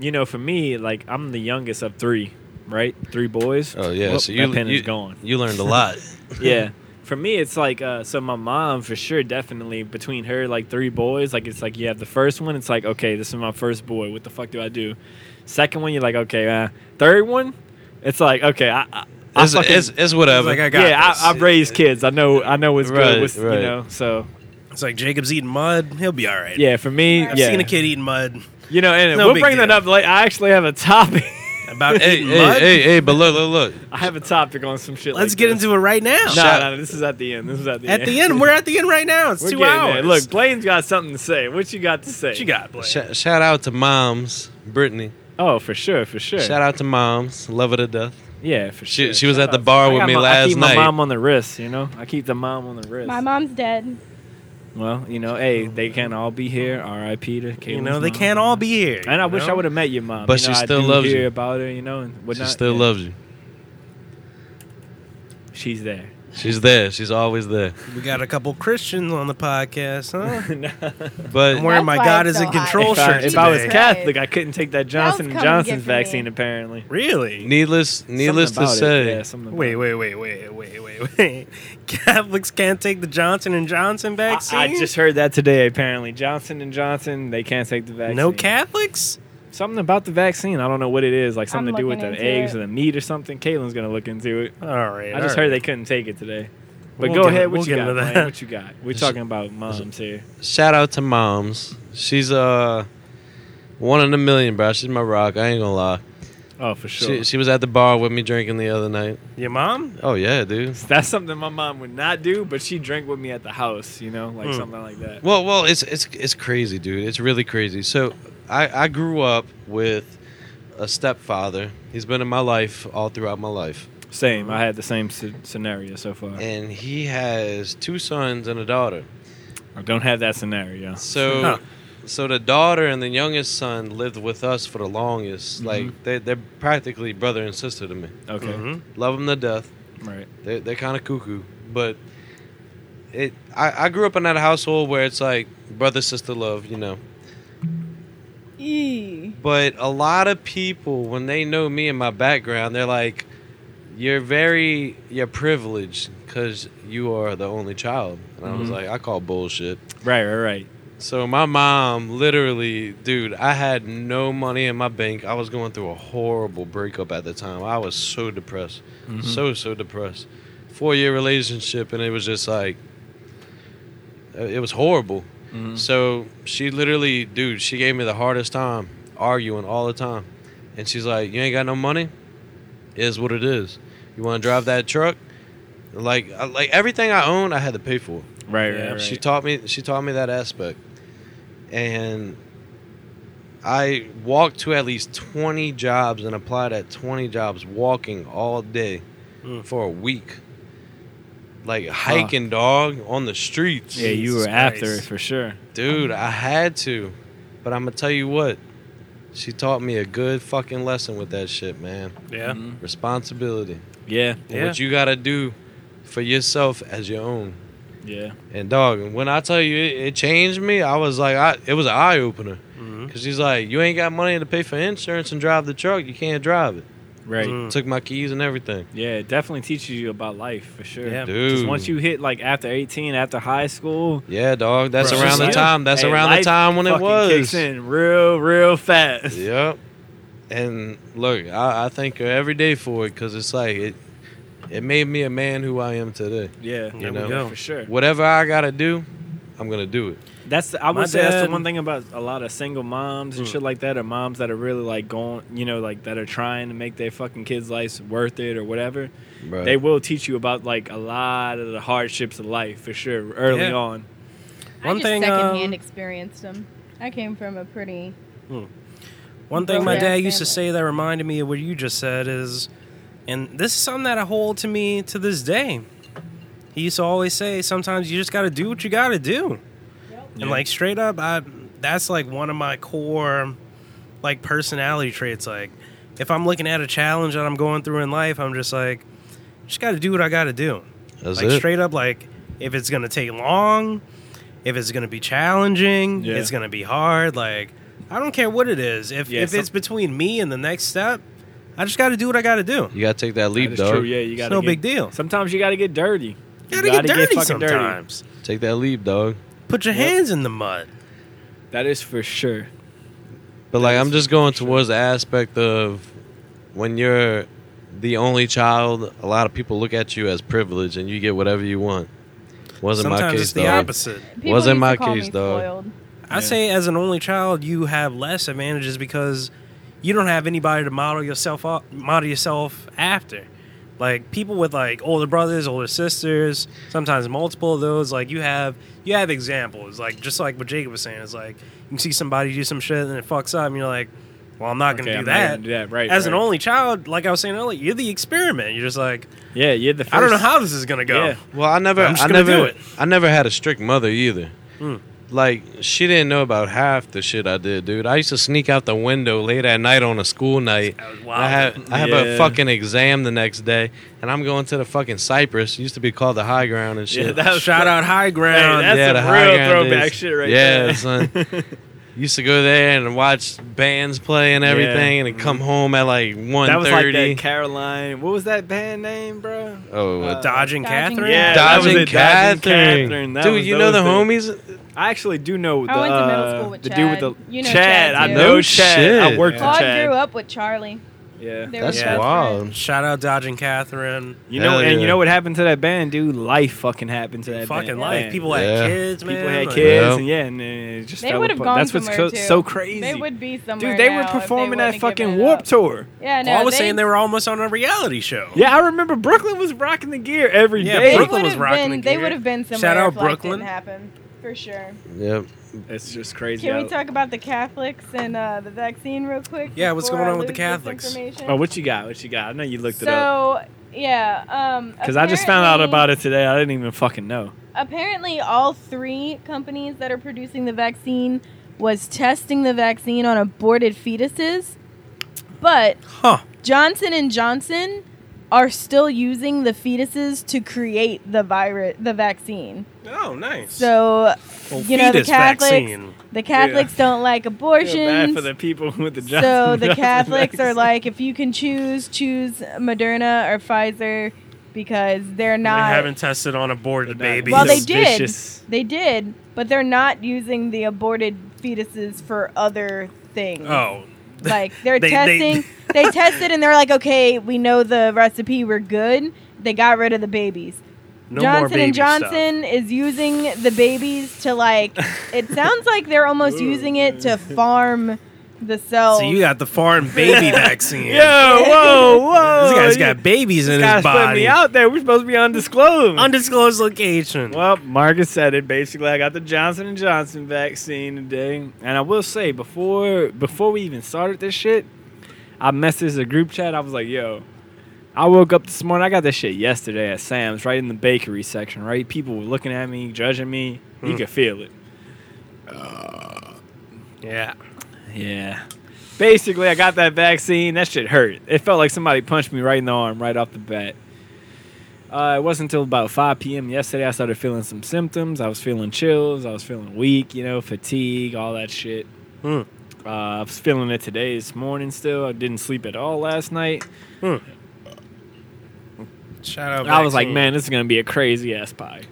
Speaker 1: you know, for me, like I'm the youngest of three, right? Three boys.
Speaker 6: Oh yeah,
Speaker 1: Whoop,
Speaker 6: so
Speaker 1: that
Speaker 6: you
Speaker 1: pen
Speaker 6: you,
Speaker 1: is gone.
Speaker 6: you
Speaker 1: <laughs>
Speaker 6: learned a lot.
Speaker 1: yeah. For me it's like uh so my mom for sure definitely between her like three boys, like it's like you have the first one, it's like, okay, this is my first boy, what the fuck do I do? Second one, you're like, okay, uh third one, it's like, okay, I, I, I
Speaker 6: it's,
Speaker 1: fucking-
Speaker 6: it's, it's whatever.
Speaker 2: Like I got
Speaker 1: <laughs> yeah,
Speaker 2: this.
Speaker 1: I, I've raised kids. I know, I know what's
Speaker 6: Right,
Speaker 1: good. What's,
Speaker 6: right.
Speaker 1: You know, so
Speaker 2: It's like Jacob's eating mud. He'll be all right.
Speaker 1: yeah, for me,
Speaker 3: I've
Speaker 2: I've
Speaker 1: yeah,
Speaker 2: seen a kid eating mud.
Speaker 1: you know, and
Speaker 2: No
Speaker 1: we'll
Speaker 2: big
Speaker 1: bring that
Speaker 2: deal.
Speaker 1: up. Like, I actually have a topic. <laughs>
Speaker 2: About
Speaker 6: hey,
Speaker 2: eating
Speaker 6: hey,
Speaker 2: mud.
Speaker 6: hey, hey, but look, look, look.
Speaker 1: I have a topic on some shit.
Speaker 2: Let's
Speaker 1: like
Speaker 2: get
Speaker 1: this.
Speaker 2: into it right now.
Speaker 1: No,
Speaker 6: Shut-
Speaker 1: no, this is at the end. This is at the end.
Speaker 2: At the
Speaker 1: <laughs>
Speaker 2: end, we're at the end right now. It's
Speaker 1: We're
Speaker 2: two
Speaker 1: getting
Speaker 2: hours.
Speaker 1: there. Look, Blaine's got something to say. What you got to say?
Speaker 2: what you got, Blaine?
Speaker 6: Sh- shout out to moms, Brittany.
Speaker 1: Oh, for sure, for sure.
Speaker 6: Shout out to moms, love her to death.
Speaker 1: Yeah, for
Speaker 6: She
Speaker 1: sure.
Speaker 6: she was
Speaker 1: Shout
Speaker 6: at the
Speaker 1: out.
Speaker 6: bar
Speaker 1: I
Speaker 6: with
Speaker 1: got
Speaker 6: me
Speaker 1: my- I
Speaker 6: last
Speaker 1: keep
Speaker 6: night.
Speaker 1: my mom on the wrist, you know. I keep the mom on the wrist.
Speaker 3: My mom's dead.
Speaker 1: Well, you know, hey, they can't all be here. R.I.P. to Caitlin's
Speaker 2: you know, they
Speaker 1: mom.
Speaker 2: can't all be here.
Speaker 1: And I
Speaker 2: you
Speaker 1: wish I
Speaker 2: know?
Speaker 1: would have met your mom.
Speaker 6: But
Speaker 1: you
Speaker 6: she
Speaker 1: know, I
Speaker 6: still
Speaker 1: do
Speaker 6: loves
Speaker 1: hear
Speaker 6: you.
Speaker 1: about her, you know, and
Speaker 6: she
Speaker 1: whatnot.
Speaker 6: still
Speaker 1: Yeah.
Speaker 6: loves you.
Speaker 2: <laughs>
Speaker 1: She's there. <laughs>
Speaker 6: She's there. She's always there.
Speaker 2: We got a couple Christians on the podcast,
Speaker 1: <laughs>
Speaker 2: huh? I'm
Speaker 6: But
Speaker 2: wearing my
Speaker 3: why
Speaker 2: God
Speaker 3: it's
Speaker 2: is in
Speaker 3: so hot.
Speaker 2: control
Speaker 1: if I,
Speaker 2: shirt.
Speaker 1: if I was
Speaker 2: today.
Speaker 3: Jesus
Speaker 1: Catholic,
Speaker 3: Christ.
Speaker 1: I couldn't take that Johnson and
Speaker 3: come and get
Speaker 1: Johnson's
Speaker 3: for me.
Speaker 1: vaccine. Apparently,
Speaker 2: really?
Speaker 6: needless, needless
Speaker 1: Something
Speaker 6: to
Speaker 1: about it,
Speaker 6: say,
Speaker 1: yeah, something about
Speaker 2: Wait, wait, wait, wait, wait, wait, wait. <laughs> Catholics can't take the Johnson and Johnson
Speaker 1: I,
Speaker 2: vaccine.
Speaker 1: I just heard that today. Apparently, Johnson and Johnson they can't take the vaccine.
Speaker 2: no Catholics.
Speaker 1: Something about the vaccine. I don't know what it is. Like something
Speaker 3: I'm
Speaker 1: to do with the
Speaker 3: looking into
Speaker 1: eggs
Speaker 3: it.
Speaker 1: or the meat or something. Caitlin's gonna look into it.
Speaker 2: All right.
Speaker 1: I just
Speaker 2: all
Speaker 1: heard
Speaker 2: right.
Speaker 1: they couldn't take it today. But
Speaker 2: We'll
Speaker 1: go
Speaker 2: get-
Speaker 1: ahead. What
Speaker 2: we'll
Speaker 1: you
Speaker 2: get
Speaker 1: got?
Speaker 2: into
Speaker 1: Blaine?
Speaker 2: that.
Speaker 1: What you got? We're
Speaker 6: Is-
Speaker 1: talking about moms here.
Speaker 6: shout out to moms. She's uh one in a million, bro. She's my rock. I ain't gonna lie.
Speaker 1: Oh, for sure.
Speaker 6: She, she was at the bar with me drinking the other night.
Speaker 2: Your mom?
Speaker 6: Oh yeah, dude.
Speaker 1: That's something my mom would not do, but she drank with me at the house. You know, like
Speaker 2: Hmm.
Speaker 1: something like that.
Speaker 6: Well, well, it's it's it's crazy, dude. It's really crazy. So, I I grew up with a stepfather. He's been in my life all throughout my life,
Speaker 1: Same. I had the same sce- scenario so far.
Speaker 6: and he has two sons and a daughter.
Speaker 1: I don't have that scenario.
Speaker 6: So,
Speaker 2: Huh.
Speaker 6: so the daughter and the youngest son lived with us for the longest. Like they they're practically brother and sister to me.
Speaker 1: Okay.
Speaker 2: Mhm.
Speaker 6: Love them to death.
Speaker 1: Right.
Speaker 6: They're, they're kind of cuckoo, but it. I, I grew up in that household where it's like brother sister love, you know.
Speaker 3: E.
Speaker 6: But a lot of people, when they know me and my background, they're like, "You're very you're privileged because you are the only child." And I was
Speaker 1: Mhm.
Speaker 6: like, "I call bullshit."
Speaker 1: Right. Right. Right.
Speaker 6: So my mom, literally, dude, I had no money in my bank. I was going through a horrible breakup at the time. I was so depressed,
Speaker 1: Mm-hmm.
Speaker 2: Mm-hmm.
Speaker 6: so so depressed. Four year relationship, and it was just like, uh, it was horrible. So she literally, dude, she gave me the hardest time, arguing all the time. And she's like, "You ain't got no money. It Is what it is. You want to drive that truck? Like, I- like everything I own, I had to pay for."
Speaker 1: Right.
Speaker 2: Yeah,
Speaker 1: right, right.
Speaker 6: She taught me she taught me that aspect. And I walked to at least 20 jobs and applied at 20 jobs walking all day
Speaker 1: Hmm.
Speaker 2: Mm.
Speaker 6: for a week. Like hiking dog on the streets.
Speaker 1: yeah, you were
Speaker 2: Jesus
Speaker 1: after
Speaker 2: Christ.
Speaker 1: it for sure.
Speaker 6: Dude, I had to. But I'm going to tell you what. She taught me a good fucking lesson with that shit, man.
Speaker 2: Yeah.
Speaker 1: Mhm.
Speaker 6: Responsibility.
Speaker 1: Yeah.
Speaker 6: and
Speaker 2: Yeah.
Speaker 6: What you got to do for yourself as your own.
Speaker 1: Yeah.
Speaker 6: And dog, when I tell you it, it changed me, I was like, I, it was an eye opener.
Speaker 1: Mm-hmm.
Speaker 2: Mhm.
Speaker 6: Cause she's like, you ain't got money to pay for insurance and drive the truck. You can't drive it.
Speaker 1: Right.
Speaker 2: Mm.
Speaker 6: Took my keys and everything.
Speaker 1: Yeah, it definitely teaches you about life for sure.
Speaker 2: Yeah.
Speaker 1: 'Cause
Speaker 6: Dude,
Speaker 1: once you hit like after 18, after high school,
Speaker 6: yeah, dog. That's
Speaker 2: Bro,
Speaker 6: around the
Speaker 2: yeah.
Speaker 6: time. That's
Speaker 1: hey,
Speaker 6: around the
Speaker 1: life
Speaker 6: time when it
Speaker 1: fucking
Speaker 6: was.
Speaker 1: kicks in real, real fast.
Speaker 6: Yep. And look, I, I thank her every day for it because it's like it, it made me a man who I am today.
Speaker 1: Yeah,
Speaker 2: There
Speaker 6: we
Speaker 2: go.
Speaker 1: for sure.
Speaker 6: Whatever I gotta do, I'm gonna do it.
Speaker 1: That's the, I
Speaker 2: My
Speaker 1: would say that's
Speaker 2: dad-
Speaker 1: the one thing about a lot of single moms and
Speaker 2: Mm.
Speaker 1: shit like that, or moms that are really like going, you know, like that are trying to make their fucking kids' lives worth it or whatever.
Speaker 6: Bro.
Speaker 1: They will teach you about like a lot of the hardships of life for sure early
Speaker 2: Yeah.
Speaker 1: on.
Speaker 2: One
Speaker 3: I just
Speaker 2: thing,
Speaker 3: secondhand
Speaker 2: um,
Speaker 3: experienced them. I came from a pretty
Speaker 2: One thing my
Speaker 3: Broke
Speaker 2: dad
Speaker 3: down
Speaker 2: used to
Speaker 3: family.
Speaker 2: say that reminded me of what you just said is, and this is something that I hold to me to this day. He used to always say, sometimes you just got to do what you got to do.
Speaker 1: Yeah.
Speaker 2: And like straight up, I that's like one of my core like personality traits. Like if I'm looking at a challenge that I'm going through in life, I'm just like, just got to do what I got to do.
Speaker 6: That's
Speaker 2: like
Speaker 6: it.
Speaker 2: straight up, like if it's gonna take long, if it's gonna be challenging,
Speaker 1: Yeah.
Speaker 2: it's gonna be hard. Like I don't care what it is. If
Speaker 1: Yeah,
Speaker 2: if
Speaker 1: some-
Speaker 2: it's between me and the next step, I just got to do what I got to do.
Speaker 6: you gotta take that
Speaker 1: That
Speaker 6: leap,
Speaker 1: is
Speaker 6: dog.
Speaker 1: true. Yeah, you got
Speaker 2: It's no big deal.
Speaker 1: Sometimes you got to get dirty.
Speaker 2: You gotta, get dirty sometimes.
Speaker 6: Take that leap, dog.
Speaker 2: Put your
Speaker 1: Yep.
Speaker 2: hands in the mud.
Speaker 1: That is for sure.
Speaker 6: But like I'm
Speaker 1: That's
Speaker 6: just going towards the aspect of when you're the only child, a lot of people look at you as privileged and you get whatever you want. Wasn't
Speaker 2: sometimes
Speaker 6: my case
Speaker 2: it's the
Speaker 6: though.
Speaker 2: opposite.
Speaker 3: people
Speaker 6: Wasn't
Speaker 3: used
Speaker 6: my
Speaker 3: to call
Speaker 6: case,
Speaker 3: me
Speaker 6: though.
Speaker 3: spoiled.
Speaker 1: Yeah.
Speaker 2: I say as an only child, you have less advantages because you don't have anybody to model yourself up, model yourself after. Like people with like older brothers, older sisters, sometimes multiple of those. Like you have you have examples. Like just like what Jacob was saying, it's like you see somebody do some shit and it fucks up, and you're like, well, I'm not gonna
Speaker 1: Okay,
Speaker 2: do
Speaker 1: I'm not
Speaker 2: that.
Speaker 1: gonna do that, right,
Speaker 2: As an
Speaker 1: right.
Speaker 2: only child, like I was saying earlier, you're the experiment. You're just like,
Speaker 1: Yeah, you're the. First.
Speaker 2: I don't know how this is gonna go.
Speaker 1: Yeah.
Speaker 6: Well, I never
Speaker 2: I'm just
Speaker 6: I
Speaker 2: gonna
Speaker 6: never
Speaker 2: do it. Hmm.
Speaker 6: I never had a strict mother either. Like she didn't know about half the shit I did, dude. I used to sneak out the window late at night on a school night.
Speaker 2: wild.
Speaker 6: I have I have
Speaker 1: Yeah.
Speaker 6: a fucking exam the next day, and I'm going to the fucking Cypress. It used to be called the High Ground and shit.
Speaker 1: Yeah, that was
Speaker 2: Shout out High Ground.
Speaker 1: Hey, that's
Speaker 6: yeah,
Speaker 1: some
Speaker 6: the high
Speaker 1: real
Speaker 6: ground
Speaker 1: throwback
Speaker 6: is-
Speaker 1: shit right
Speaker 6: yeah,
Speaker 1: there. <laughs>
Speaker 6: son. Used to go there and watch bands play and everything, and then come home at like one
Speaker 1: Mm-hmm. That was like
Speaker 6: thirty.
Speaker 1: that Caroline. What was that band name, bro?
Speaker 6: oh,
Speaker 1: uh,
Speaker 2: Dodging
Speaker 3: Dodging
Speaker 2: Catherine.
Speaker 1: Yeah, that was
Speaker 6: Dodging
Speaker 1: it, Dodging
Speaker 6: Catherine,
Speaker 1: Catherine. That was-
Speaker 6: dude. You
Speaker 1: that
Speaker 6: know
Speaker 1: was
Speaker 6: the
Speaker 1: the-
Speaker 6: homies.
Speaker 1: I actually do know the,
Speaker 3: I went to middle
Speaker 1: uh,
Speaker 3: school with
Speaker 1: the dude with
Speaker 3: Chad.
Speaker 1: the
Speaker 3: You know
Speaker 1: Chad.
Speaker 3: Chad,
Speaker 1: I
Speaker 3: too.
Speaker 1: know
Speaker 6: No
Speaker 1: Chad. I
Speaker 6: shit.
Speaker 1: worked with
Speaker 3: Claude
Speaker 1: Chad.
Speaker 3: grew up with Charlie.
Speaker 1: Yeah.
Speaker 3: They were
Speaker 6: That's
Speaker 3: best friends.
Speaker 6: wild.
Speaker 2: Shout out Dodging Catherine.
Speaker 1: You know,
Speaker 6: Hell
Speaker 1: and you
Speaker 6: yeah.
Speaker 1: know what happened to that band, dude? Life fucking happened to that
Speaker 2: Fucking
Speaker 1: band.
Speaker 2: life.
Speaker 1: Man.
Speaker 2: People
Speaker 6: Yeah.
Speaker 2: had kids, man.
Speaker 1: People had
Speaker 2: Like,
Speaker 1: kids,
Speaker 6: Yep.
Speaker 1: and yeah, and uh, it just
Speaker 3: They
Speaker 1: fell
Speaker 3: would have
Speaker 1: apart.
Speaker 3: gone
Speaker 1: That's what's
Speaker 3: somewhere
Speaker 1: so,
Speaker 3: too.
Speaker 1: so crazy.
Speaker 3: They would be somewhere.
Speaker 1: dude, they
Speaker 3: now
Speaker 1: were
Speaker 3: if
Speaker 1: performing that
Speaker 3: wouldn't have
Speaker 1: fucking
Speaker 3: given it
Speaker 1: Warp
Speaker 3: up.
Speaker 1: Tour.
Speaker 3: Yeah, no.
Speaker 2: Paul was
Speaker 3: they,
Speaker 2: saying they were almost on a reality show.
Speaker 1: Yeah, I remember Brooklyn was rocking the gear every day.
Speaker 2: Yeah,
Speaker 3: They
Speaker 2: Brooklyn
Speaker 3: would
Speaker 2: was
Speaker 3: have
Speaker 2: rocking
Speaker 3: been,
Speaker 2: the
Speaker 3: They
Speaker 2: gear.
Speaker 3: would have been
Speaker 2: Shout
Speaker 3: somewhere.
Speaker 2: out
Speaker 3: if life
Speaker 2: Brooklyn.
Speaker 3: Didn't happen for sure.
Speaker 6: Yep.
Speaker 1: It's just crazy.
Speaker 3: Can we
Speaker 1: out-
Speaker 3: talk about the Catholics and uh, the vaccine real quick?
Speaker 2: Yeah, what's
Speaker 3: before
Speaker 2: going
Speaker 3: I
Speaker 2: on with the
Speaker 3: lose this
Speaker 2: Catholics?
Speaker 3: information?
Speaker 1: <laughs> Oh, what you got? What you got? I know you looked it up.
Speaker 3: so yeah, um,
Speaker 1: Because I just found out about it today. I didn't even fucking know.
Speaker 3: Apparently, all three companies that are producing the vaccine was testing the vaccine on aborted fetuses, but
Speaker 2: Huh.
Speaker 3: Johnson and Johnson are still using the fetuses to create the virus, the vaccine.
Speaker 2: Oh, nice.
Speaker 3: So
Speaker 2: Well,
Speaker 3: you know the
Speaker 2: fetus
Speaker 3: Catholics,
Speaker 2: vaccine.
Speaker 3: the Catholics don't like
Speaker 1: Feel
Speaker 3: abortions.
Speaker 1: bad for the people <laughs> with the Johnson.
Speaker 2: <laughs>
Speaker 3: so the
Speaker 1: Johnson
Speaker 3: Catholics are
Speaker 1: vaccine.
Speaker 3: like, if you can choose, choose Moderna or Pfizer because they're
Speaker 2: They
Speaker 3: not.
Speaker 2: haven't tested on aborted
Speaker 1: They're not-
Speaker 2: babies.
Speaker 3: well, they
Speaker 1: So
Speaker 3: did.
Speaker 1: vicious.
Speaker 3: They did, but they're not using the aborted fetuses for other things.
Speaker 2: Oh,
Speaker 3: <laughs> Like they're
Speaker 2: They- they-
Speaker 3: testing.
Speaker 2: <laughs>
Speaker 3: They, tested and they're like, okay, we know the recipe. We're good. They got rid of the babies.
Speaker 2: no
Speaker 3: Johnson
Speaker 2: more baby
Speaker 3: and
Speaker 2: stuff.
Speaker 3: Johnson is using the babies to like.
Speaker 2: <laughs>
Speaker 3: it sounds like they're almost using it to farm the cells.
Speaker 2: So you got the foreign
Speaker 3: <laughs>
Speaker 2: baby vaccine.
Speaker 1: Yo, whoa,
Speaker 2: <laughs>
Speaker 1: whoa!
Speaker 2: This guy's
Speaker 1: you-
Speaker 2: got babies in
Speaker 1: this
Speaker 2: his
Speaker 1: guy's putting
Speaker 2: body.
Speaker 1: me out there. We're supposed to be undisclosed.
Speaker 2: Undisclosed location.
Speaker 1: Well, Marcus said it. Basically, I got the Johnson and Johnson vaccine today, and I will say before before we even started this shit, I messaged the group chat. I was like, "Yo, I woke up this morning. I got this shit yesterday at Sam's, right in the bakery section. Right, people were looking at me, judging me. You could feel it.
Speaker 2: Yeah.
Speaker 1: Yeah. Basically, I got that vaccine. That shit hurt. It felt like somebody punched me right in the arm right off the bat. Uh, it wasn't until about 5 p.m. yesterday I started feeling some symptoms. I was feeling chills. I was feeling weak, you know, fatigue, all that shit.
Speaker 2: Hmm.
Speaker 1: Uh, I was feeling it today, this morning still. I didn't sleep at all last night.
Speaker 2: Shout out.
Speaker 1: I was like,
Speaker 2: vaccine.
Speaker 1: man, this is going to be a crazy ass pie.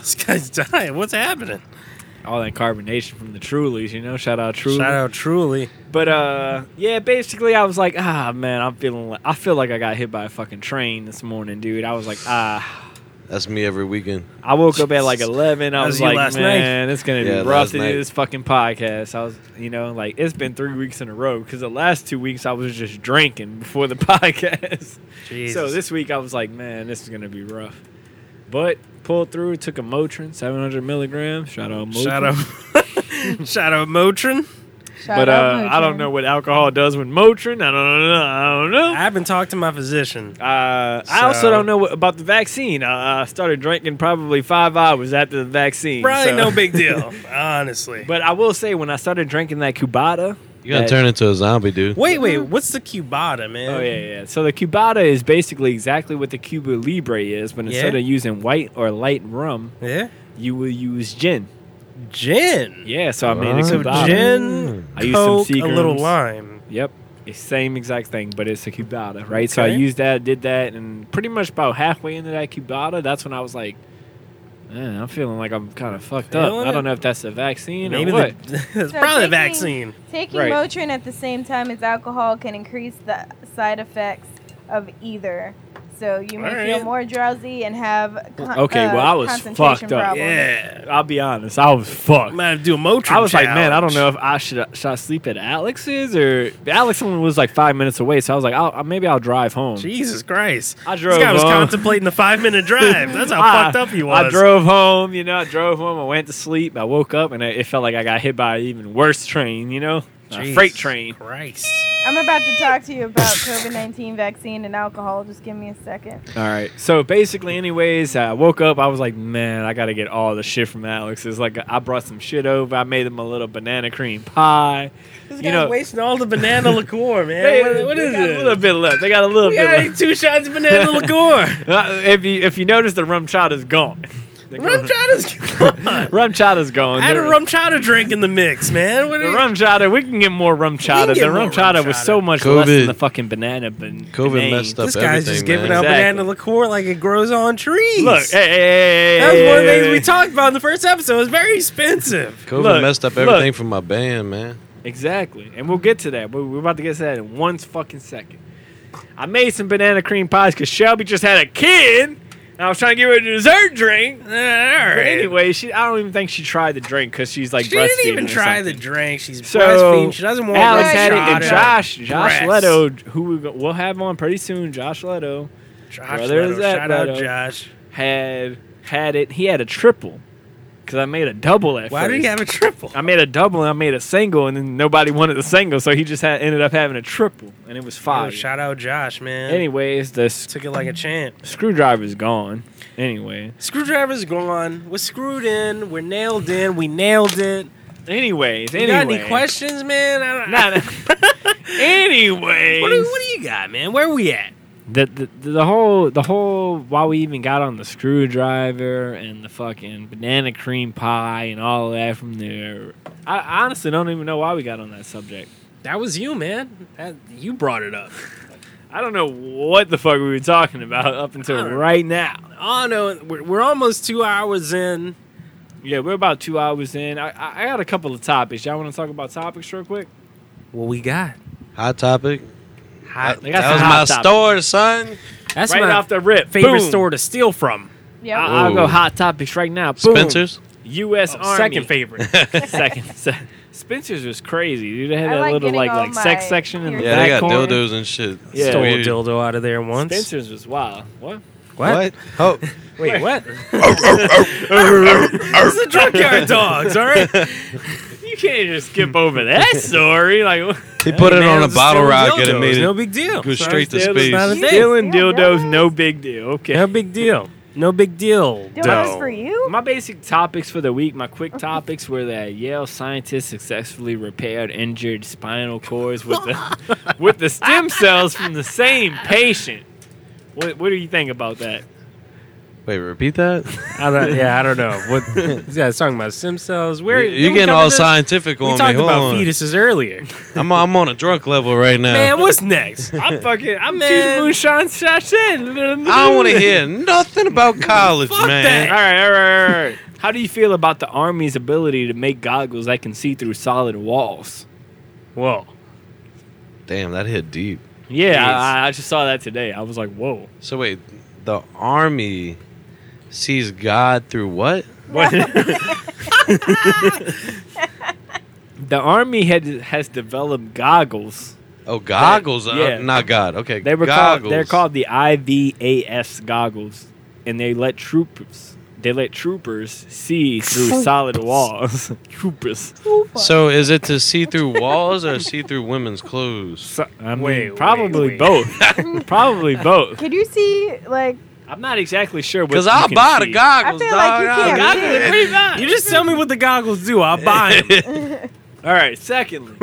Speaker 2: this guy's dying. What's happening?
Speaker 1: All that carbonation from the Trulies, you know? Shout out Trulies.
Speaker 2: Shout out Truly.
Speaker 1: But uh, yeah, basically, I was like, ah, man, I'm feeling, like, I feel like I got hit by a fucking train this morning, dude. I was like, ah,
Speaker 6: That's me every weekend.
Speaker 1: I woke up at like 11. I
Speaker 2: That was
Speaker 1: was
Speaker 2: you
Speaker 1: like,
Speaker 2: last
Speaker 1: man, it's gonna
Speaker 6: Yeah,
Speaker 1: be rough
Speaker 6: last
Speaker 1: to
Speaker 6: night.
Speaker 1: do this fucking podcast. I was, you know, like it's been three weeks in a row because the last two weeks I was just drinking before the <laughs> podcast.
Speaker 2: Jesus.
Speaker 1: So this week I was like, man, this is gonna be rough. But pulled through, took a Motrin, 700 milligrams. Shout out Motrin.
Speaker 2: shout out. shout out <laughs> Motrin.
Speaker 3: Shout
Speaker 1: But
Speaker 3: out
Speaker 1: uh, I don't
Speaker 3: Motrin.
Speaker 1: know what alcohol does with Motrin. I don't know. I don't know.
Speaker 2: I haven't talked to my physician.
Speaker 1: Uh, I also
Speaker 2: So-
Speaker 1: don't know what, about the vaccine. I, I started drinking probably five hours after the vaccine.
Speaker 2: Probably
Speaker 1: so-
Speaker 2: no big deal, honestly.
Speaker 1: <laughs> But I will say, when I started drinking that Cubata,
Speaker 6: You gotta
Speaker 1: that-
Speaker 6: turn into a zombie, dude.
Speaker 2: wait, wait. What's the cubata, man?
Speaker 1: Oh yeah, yeah. So the Cubata is basically exactly what the Cuba Libre is, but instead
Speaker 2: Yeah.
Speaker 1: of using white or light rum,
Speaker 2: Yeah.
Speaker 1: you will use gin.
Speaker 2: Gin.
Speaker 1: Yeah. So I made a
Speaker 2: So
Speaker 1: Cubata.
Speaker 2: Oh, gin,
Speaker 1: I used some
Speaker 2: Coke, a little
Speaker 1: Seagrams.
Speaker 2: lime.
Speaker 1: Yep. It's same exact thing, but it's a cubata, right? So I
Speaker 2: Okay.
Speaker 1: used that, did that, and pretty much about halfway into that cubata, that's when I was like, "Man, I'm feeling like I'm kind of fucked up.
Speaker 2: Feeling
Speaker 1: I
Speaker 2: it.
Speaker 1: don't know if that's the vaccine
Speaker 2: Maybe
Speaker 1: or what."
Speaker 2: the, <laughs> it's
Speaker 3: So
Speaker 2: probably the
Speaker 3: taking-
Speaker 2: vaccine.
Speaker 3: Taking
Speaker 1: Right.
Speaker 3: Motrin at the same time as alcohol can increase the side effects of either. So you may
Speaker 2: All
Speaker 3: feel
Speaker 2: right.
Speaker 3: more drowsy and have con-
Speaker 1: Okay,
Speaker 3: uh,
Speaker 1: well, I was
Speaker 3: concentration
Speaker 1: fucked up.
Speaker 3: problems.
Speaker 2: Yeah.
Speaker 1: I'll be honest, I was
Speaker 2: I
Speaker 1: fucked.
Speaker 2: might have to do a Motrin.
Speaker 1: I was like, man, I
Speaker 2: challenge."
Speaker 1: don't know if I should should I sleep at Alex's or Alex only was like five minutes away, so I was like, I'll, maybe I'll drive home.
Speaker 2: Jesus Christ.
Speaker 1: I drove
Speaker 2: This guy was
Speaker 1: home.
Speaker 2: contemplating the five minute drive. That's how
Speaker 1: <laughs> I-
Speaker 2: fucked up he was.
Speaker 1: I drove home, you know, I drove home, I went to sleep, I woke up, and it, it felt like I got hit by an even worse train, you know, a
Speaker 2: Jesus
Speaker 1: freight train.
Speaker 2: Christ.
Speaker 3: I'm about to talk to you about COVID 19 vaccine and alcohol. Just give me a second.
Speaker 1: All right. So basically, anyways, I woke up. I was like, man, I got to get all the shit from Alex. It's like I brought some shit over. I made him a little banana cream pie.
Speaker 2: This
Speaker 1: You
Speaker 2: guy's
Speaker 1: know-
Speaker 2: wasting <laughs> all the banana liqueur, man.
Speaker 1: They-
Speaker 2: what, what
Speaker 1: they
Speaker 2: is
Speaker 1: got
Speaker 2: it?
Speaker 1: A little bit left. They got a little
Speaker 2: we
Speaker 1: bit
Speaker 2: got
Speaker 1: left.
Speaker 2: two shots of
Speaker 1: <laughs>
Speaker 2: banana liqueur.
Speaker 1: Uh, if you if you notice, the rum chata is gone. <laughs> The
Speaker 2: rum chowder's
Speaker 1: <laughs>
Speaker 2: gone.
Speaker 1: rum chata's gone.
Speaker 2: Add a
Speaker 1: The-
Speaker 2: rum chowder drink in the mix, man. What
Speaker 1: The
Speaker 2: are you-
Speaker 1: rum chata. We can get more rum chata.
Speaker 2: get
Speaker 1: The
Speaker 2: more
Speaker 1: rum
Speaker 2: rum
Speaker 1: chata was
Speaker 2: chata.
Speaker 1: so much less
Speaker 6: COVID-
Speaker 1: than the fucking banana. Ban-
Speaker 6: COVID
Speaker 1: banane.
Speaker 6: messed up
Speaker 2: this guy's just
Speaker 6: everything,
Speaker 2: giving
Speaker 6: man.
Speaker 2: out
Speaker 1: Exactly.
Speaker 2: banana liqueur like it grows on trees.
Speaker 1: Look, hey, hey, hey, hey,
Speaker 2: that was one of the
Speaker 1: hey,
Speaker 2: things we
Speaker 1: hey.
Speaker 2: talked about in the first episode. It's very expensive.
Speaker 6: COVID
Speaker 1: Look,
Speaker 6: messed up
Speaker 1: look.
Speaker 6: everything from my band, man.
Speaker 1: Exactly. And we'll get to that. We're, we're about to get to that in one fucking second. I made some banana cream pies because Shelby just had a kid. And I was trying to give her a dessert drink.
Speaker 2: All right.
Speaker 1: But anyway, she, I don't even think she tried the drink because she's like
Speaker 2: she didn't
Speaker 1: breastfeeding
Speaker 2: even
Speaker 1: or
Speaker 2: try the
Speaker 1: something.
Speaker 2: drink. She's
Speaker 1: So
Speaker 2: breastfeeding. She doesn't want
Speaker 1: Alex
Speaker 2: rum
Speaker 1: had it, and
Speaker 2: chowder.
Speaker 1: Josh, Josh
Speaker 2: Breasts.
Speaker 1: Leto, who we go- we'll have on pretty soon, Josh Leto
Speaker 2: Josh
Speaker 1: Brother,
Speaker 2: Leto,
Speaker 1: is that
Speaker 2: shout out
Speaker 1: Leto?
Speaker 2: Josh.
Speaker 1: had had it. He had a triple because I made a double at
Speaker 2: Why
Speaker 1: first.
Speaker 2: did he have a triple?
Speaker 1: I made a double and I made a single, and then nobody wanted the single, so he just had, ended up having a triple, and it was
Speaker 2: Oh,
Speaker 1: five.
Speaker 2: shout out Josh, man.
Speaker 1: Anyways, the s-
Speaker 2: took it like a champ.
Speaker 1: screwdriver's gone. Anyway,
Speaker 2: Screwdriver's gone. We're screwed in. We're nailed in. We nailed it.
Speaker 1: anyways,
Speaker 2: You
Speaker 1: anyway.
Speaker 2: got any questions, man? I don't,
Speaker 1: <laughs>
Speaker 2: <laughs>
Speaker 1: Nah, nah. anyways,
Speaker 2: What, do, what do you got, man? Where we at?
Speaker 1: the, the the whole the whole why we even got on the screwdriver and the fucking banana cream pie and all that from there. I I honestly don't even know why we got on that subject.
Speaker 2: That was you, man. That, you brought it up.
Speaker 1: I don't know what the fuck we were talking about up
Speaker 2: I
Speaker 1: until
Speaker 2: don't know.
Speaker 1: right now.
Speaker 2: Oh no, we're, we're almost two hours in.
Speaker 1: Yeah, we're about two hours in. I- I, I got a couple of topics. Y'all want to talk about topics real quick?
Speaker 2: What we got?
Speaker 6: Hot topic.
Speaker 2: Hot.
Speaker 1: They got
Speaker 6: That
Speaker 1: some
Speaker 6: was
Speaker 1: hot
Speaker 6: my
Speaker 1: topics.
Speaker 6: store, son.
Speaker 2: That's
Speaker 1: right
Speaker 2: my
Speaker 1: off the rip.
Speaker 2: favorite
Speaker 1: Boom.
Speaker 2: store to steal from.
Speaker 3: Yep.
Speaker 1: I- I'll
Speaker 6: Ooh.
Speaker 1: go hot topics right now. Boom. <laughs>
Speaker 6: Spencer's.
Speaker 1: U.S. Army.
Speaker 2: Oh, Second
Speaker 6: <laughs>
Speaker 2: favorite.
Speaker 1: <laughs>
Speaker 2: <laughs>
Speaker 1: second. se- Spencer's was crazy, dude. They had
Speaker 3: I
Speaker 1: that
Speaker 3: like
Speaker 1: little
Speaker 3: getting
Speaker 1: like
Speaker 3: all
Speaker 1: like sex
Speaker 3: my
Speaker 1: section in the
Speaker 3: ears.
Speaker 6: Yeah,
Speaker 1: back
Speaker 6: they got
Speaker 1: corner.
Speaker 6: dildos and shit. It's
Speaker 1: Yeah.
Speaker 2: Stole a
Speaker 6: weird.
Speaker 2: dildo out of there once.
Speaker 1: Spencer's was wild. What?
Speaker 2: What?
Speaker 6: Oh,
Speaker 2: Wait, what? It's the junkyard
Speaker 6: <laughs>
Speaker 2: dogs. All right.
Speaker 1: <laughs> You can't just skip over
Speaker 6: <laughs>
Speaker 1: that story. Like
Speaker 6: he put it
Speaker 2: Man,
Speaker 6: on a
Speaker 2: just
Speaker 6: bottle
Speaker 2: stealing
Speaker 6: rocket and
Speaker 2: dildos.
Speaker 6: made it
Speaker 2: No big deal.
Speaker 6: go straight to
Speaker 1: Dildos, not a
Speaker 6: space.
Speaker 1: thing. stealing dildos, no big deal. Okay.
Speaker 2: No big deal. No big deal.
Speaker 3: Dildos
Speaker 2: though.
Speaker 3: for you?
Speaker 1: My basic topics for the week, my quick topics were that Yale scientists successfully repaired injured spinal cords with
Speaker 6: <laughs>
Speaker 1: the with the stem cells from the same patient. What, what do you think about that?
Speaker 6: Wait,
Speaker 1: <laughs>
Speaker 6: repeat that.
Speaker 2: I don't, yeah, I don't know.
Speaker 6: <laughs>
Speaker 2: What? Yeah, it's talking about stem cells. Where
Speaker 6: You-
Speaker 2: did
Speaker 6: You're
Speaker 2: we
Speaker 6: getting
Speaker 2: cover
Speaker 6: all
Speaker 2: this?
Speaker 6: scientific
Speaker 2: We
Speaker 6: on me.
Speaker 2: talked
Speaker 6: Hold
Speaker 2: about
Speaker 6: on.
Speaker 2: fetuses
Speaker 6: <laughs>
Speaker 2: earlier.
Speaker 6: I'm, I'm on a drunk level right now.
Speaker 2: Man, what's
Speaker 6: <laughs>
Speaker 2: next?
Speaker 1: I'm fucking. I'm
Speaker 2: Man.
Speaker 1: choosing moonshine sachet.
Speaker 6: I don't want to hear nothing about college,
Speaker 2: Fuck
Speaker 1: <laughs> All
Speaker 6: man.
Speaker 1: right, all right, all right. How do you feel about the army's ability to make goggles that can see through solid walls?
Speaker 2: Whoa.
Speaker 6: Damn, that hit deep.
Speaker 1: Yeah,
Speaker 2: Jeez.
Speaker 1: I, I just saw that today. I was like, whoa.
Speaker 6: So wait, the army sees God through what? <laughs>
Speaker 1: What? <laughs> the army had has developed goggles.
Speaker 6: Oh, goggles. uh,
Speaker 1: yeah.
Speaker 6: not God. Okay,
Speaker 1: They were
Speaker 6: goggles.
Speaker 1: called they're called the IVAS goggles, and they let troopers they let troopers see through solid
Speaker 6: <laughs>
Speaker 1: walls. troopers.
Speaker 6: So is it to see through walls or see through women's clothes?
Speaker 1: So, I mean,
Speaker 2: Wait, wait,
Speaker 1: probably
Speaker 2: wait. <laughs>
Speaker 1: both. probably both.
Speaker 3: Could you see, like, <laughs>
Speaker 1: I'm not exactly sure.
Speaker 6: Because
Speaker 1: Because
Speaker 6: I'll buy the goggles,
Speaker 3: I feel
Speaker 6: dog.
Speaker 3: like you
Speaker 6: I'll-
Speaker 1: <laughs>
Speaker 3: can't
Speaker 1: Goggles
Speaker 3: see.
Speaker 1: are pretty bad.
Speaker 2: You just tell me what the goggles do. I'll
Speaker 6: <laughs>
Speaker 2: buy them.
Speaker 1: Mm. All
Speaker 2: <laughs>
Speaker 1: right. Secondly,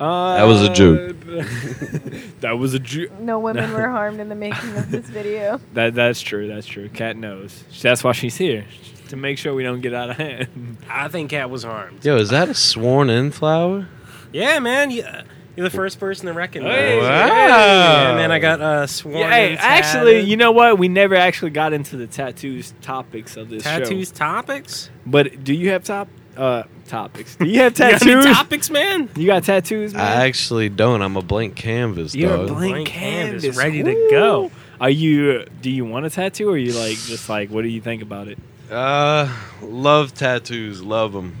Speaker 1: uh,
Speaker 6: was a joke.
Speaker 1: <laughs> that was a joke.
Speaker 3: No women were harmed in the making of this
Speaker 6: <laughs>
Speaker 3: video.
Speaker 1: That that's true. That's true. Cat knows. That's why she's here to make sure we don't get out of
Speaker 2: <laughs>
Speaker 1: hand.
Speaker 2: I think Cat was harmed.
Speaker 6: Yo, is that a sworn in flower?
Speaker 2: Yeah, man. Yeah. You're the first person to recognize.
Speaker 1: Hey.
Speaker 2: it.
Speaker 6: Wow.
Speaker 2: And then I got uh, sworn.
Speaker 1: Yeah, hey,
Speaker 2: in
Speaker 1: actually,
Speaker 2: tatted-
Speaker 1: you know what? We never actually got into the tattoos topics of this
Speaker 2: tattoos
Speaker 1: show.
Speaker 2: topics.
Speaker 1: But do you have top uh topics? Do you
Speaker 2: <laughs>
Speaker 1: have
Speaker 2: You got any
Speaker 1: tattoos?
Speaker 2: topics, man.
Speaker 1: You got tattoos, man.
Speaker 6: I actually don't. I'm a blank canvas,
Speaker 1: You're a
Speaker 6: dog.
Speaker 1: blank,
Speaker 2: Blank
Speaker 1: canvas,
Speaker 2: canvas, ready to
Speaker 1: Ooh.
Speaker 2: go.
Speaker 1: Are you? Do you want a tattoo, or are you like just like? What do you think about it?
Speaker 6: Uh, love tattoos, love them.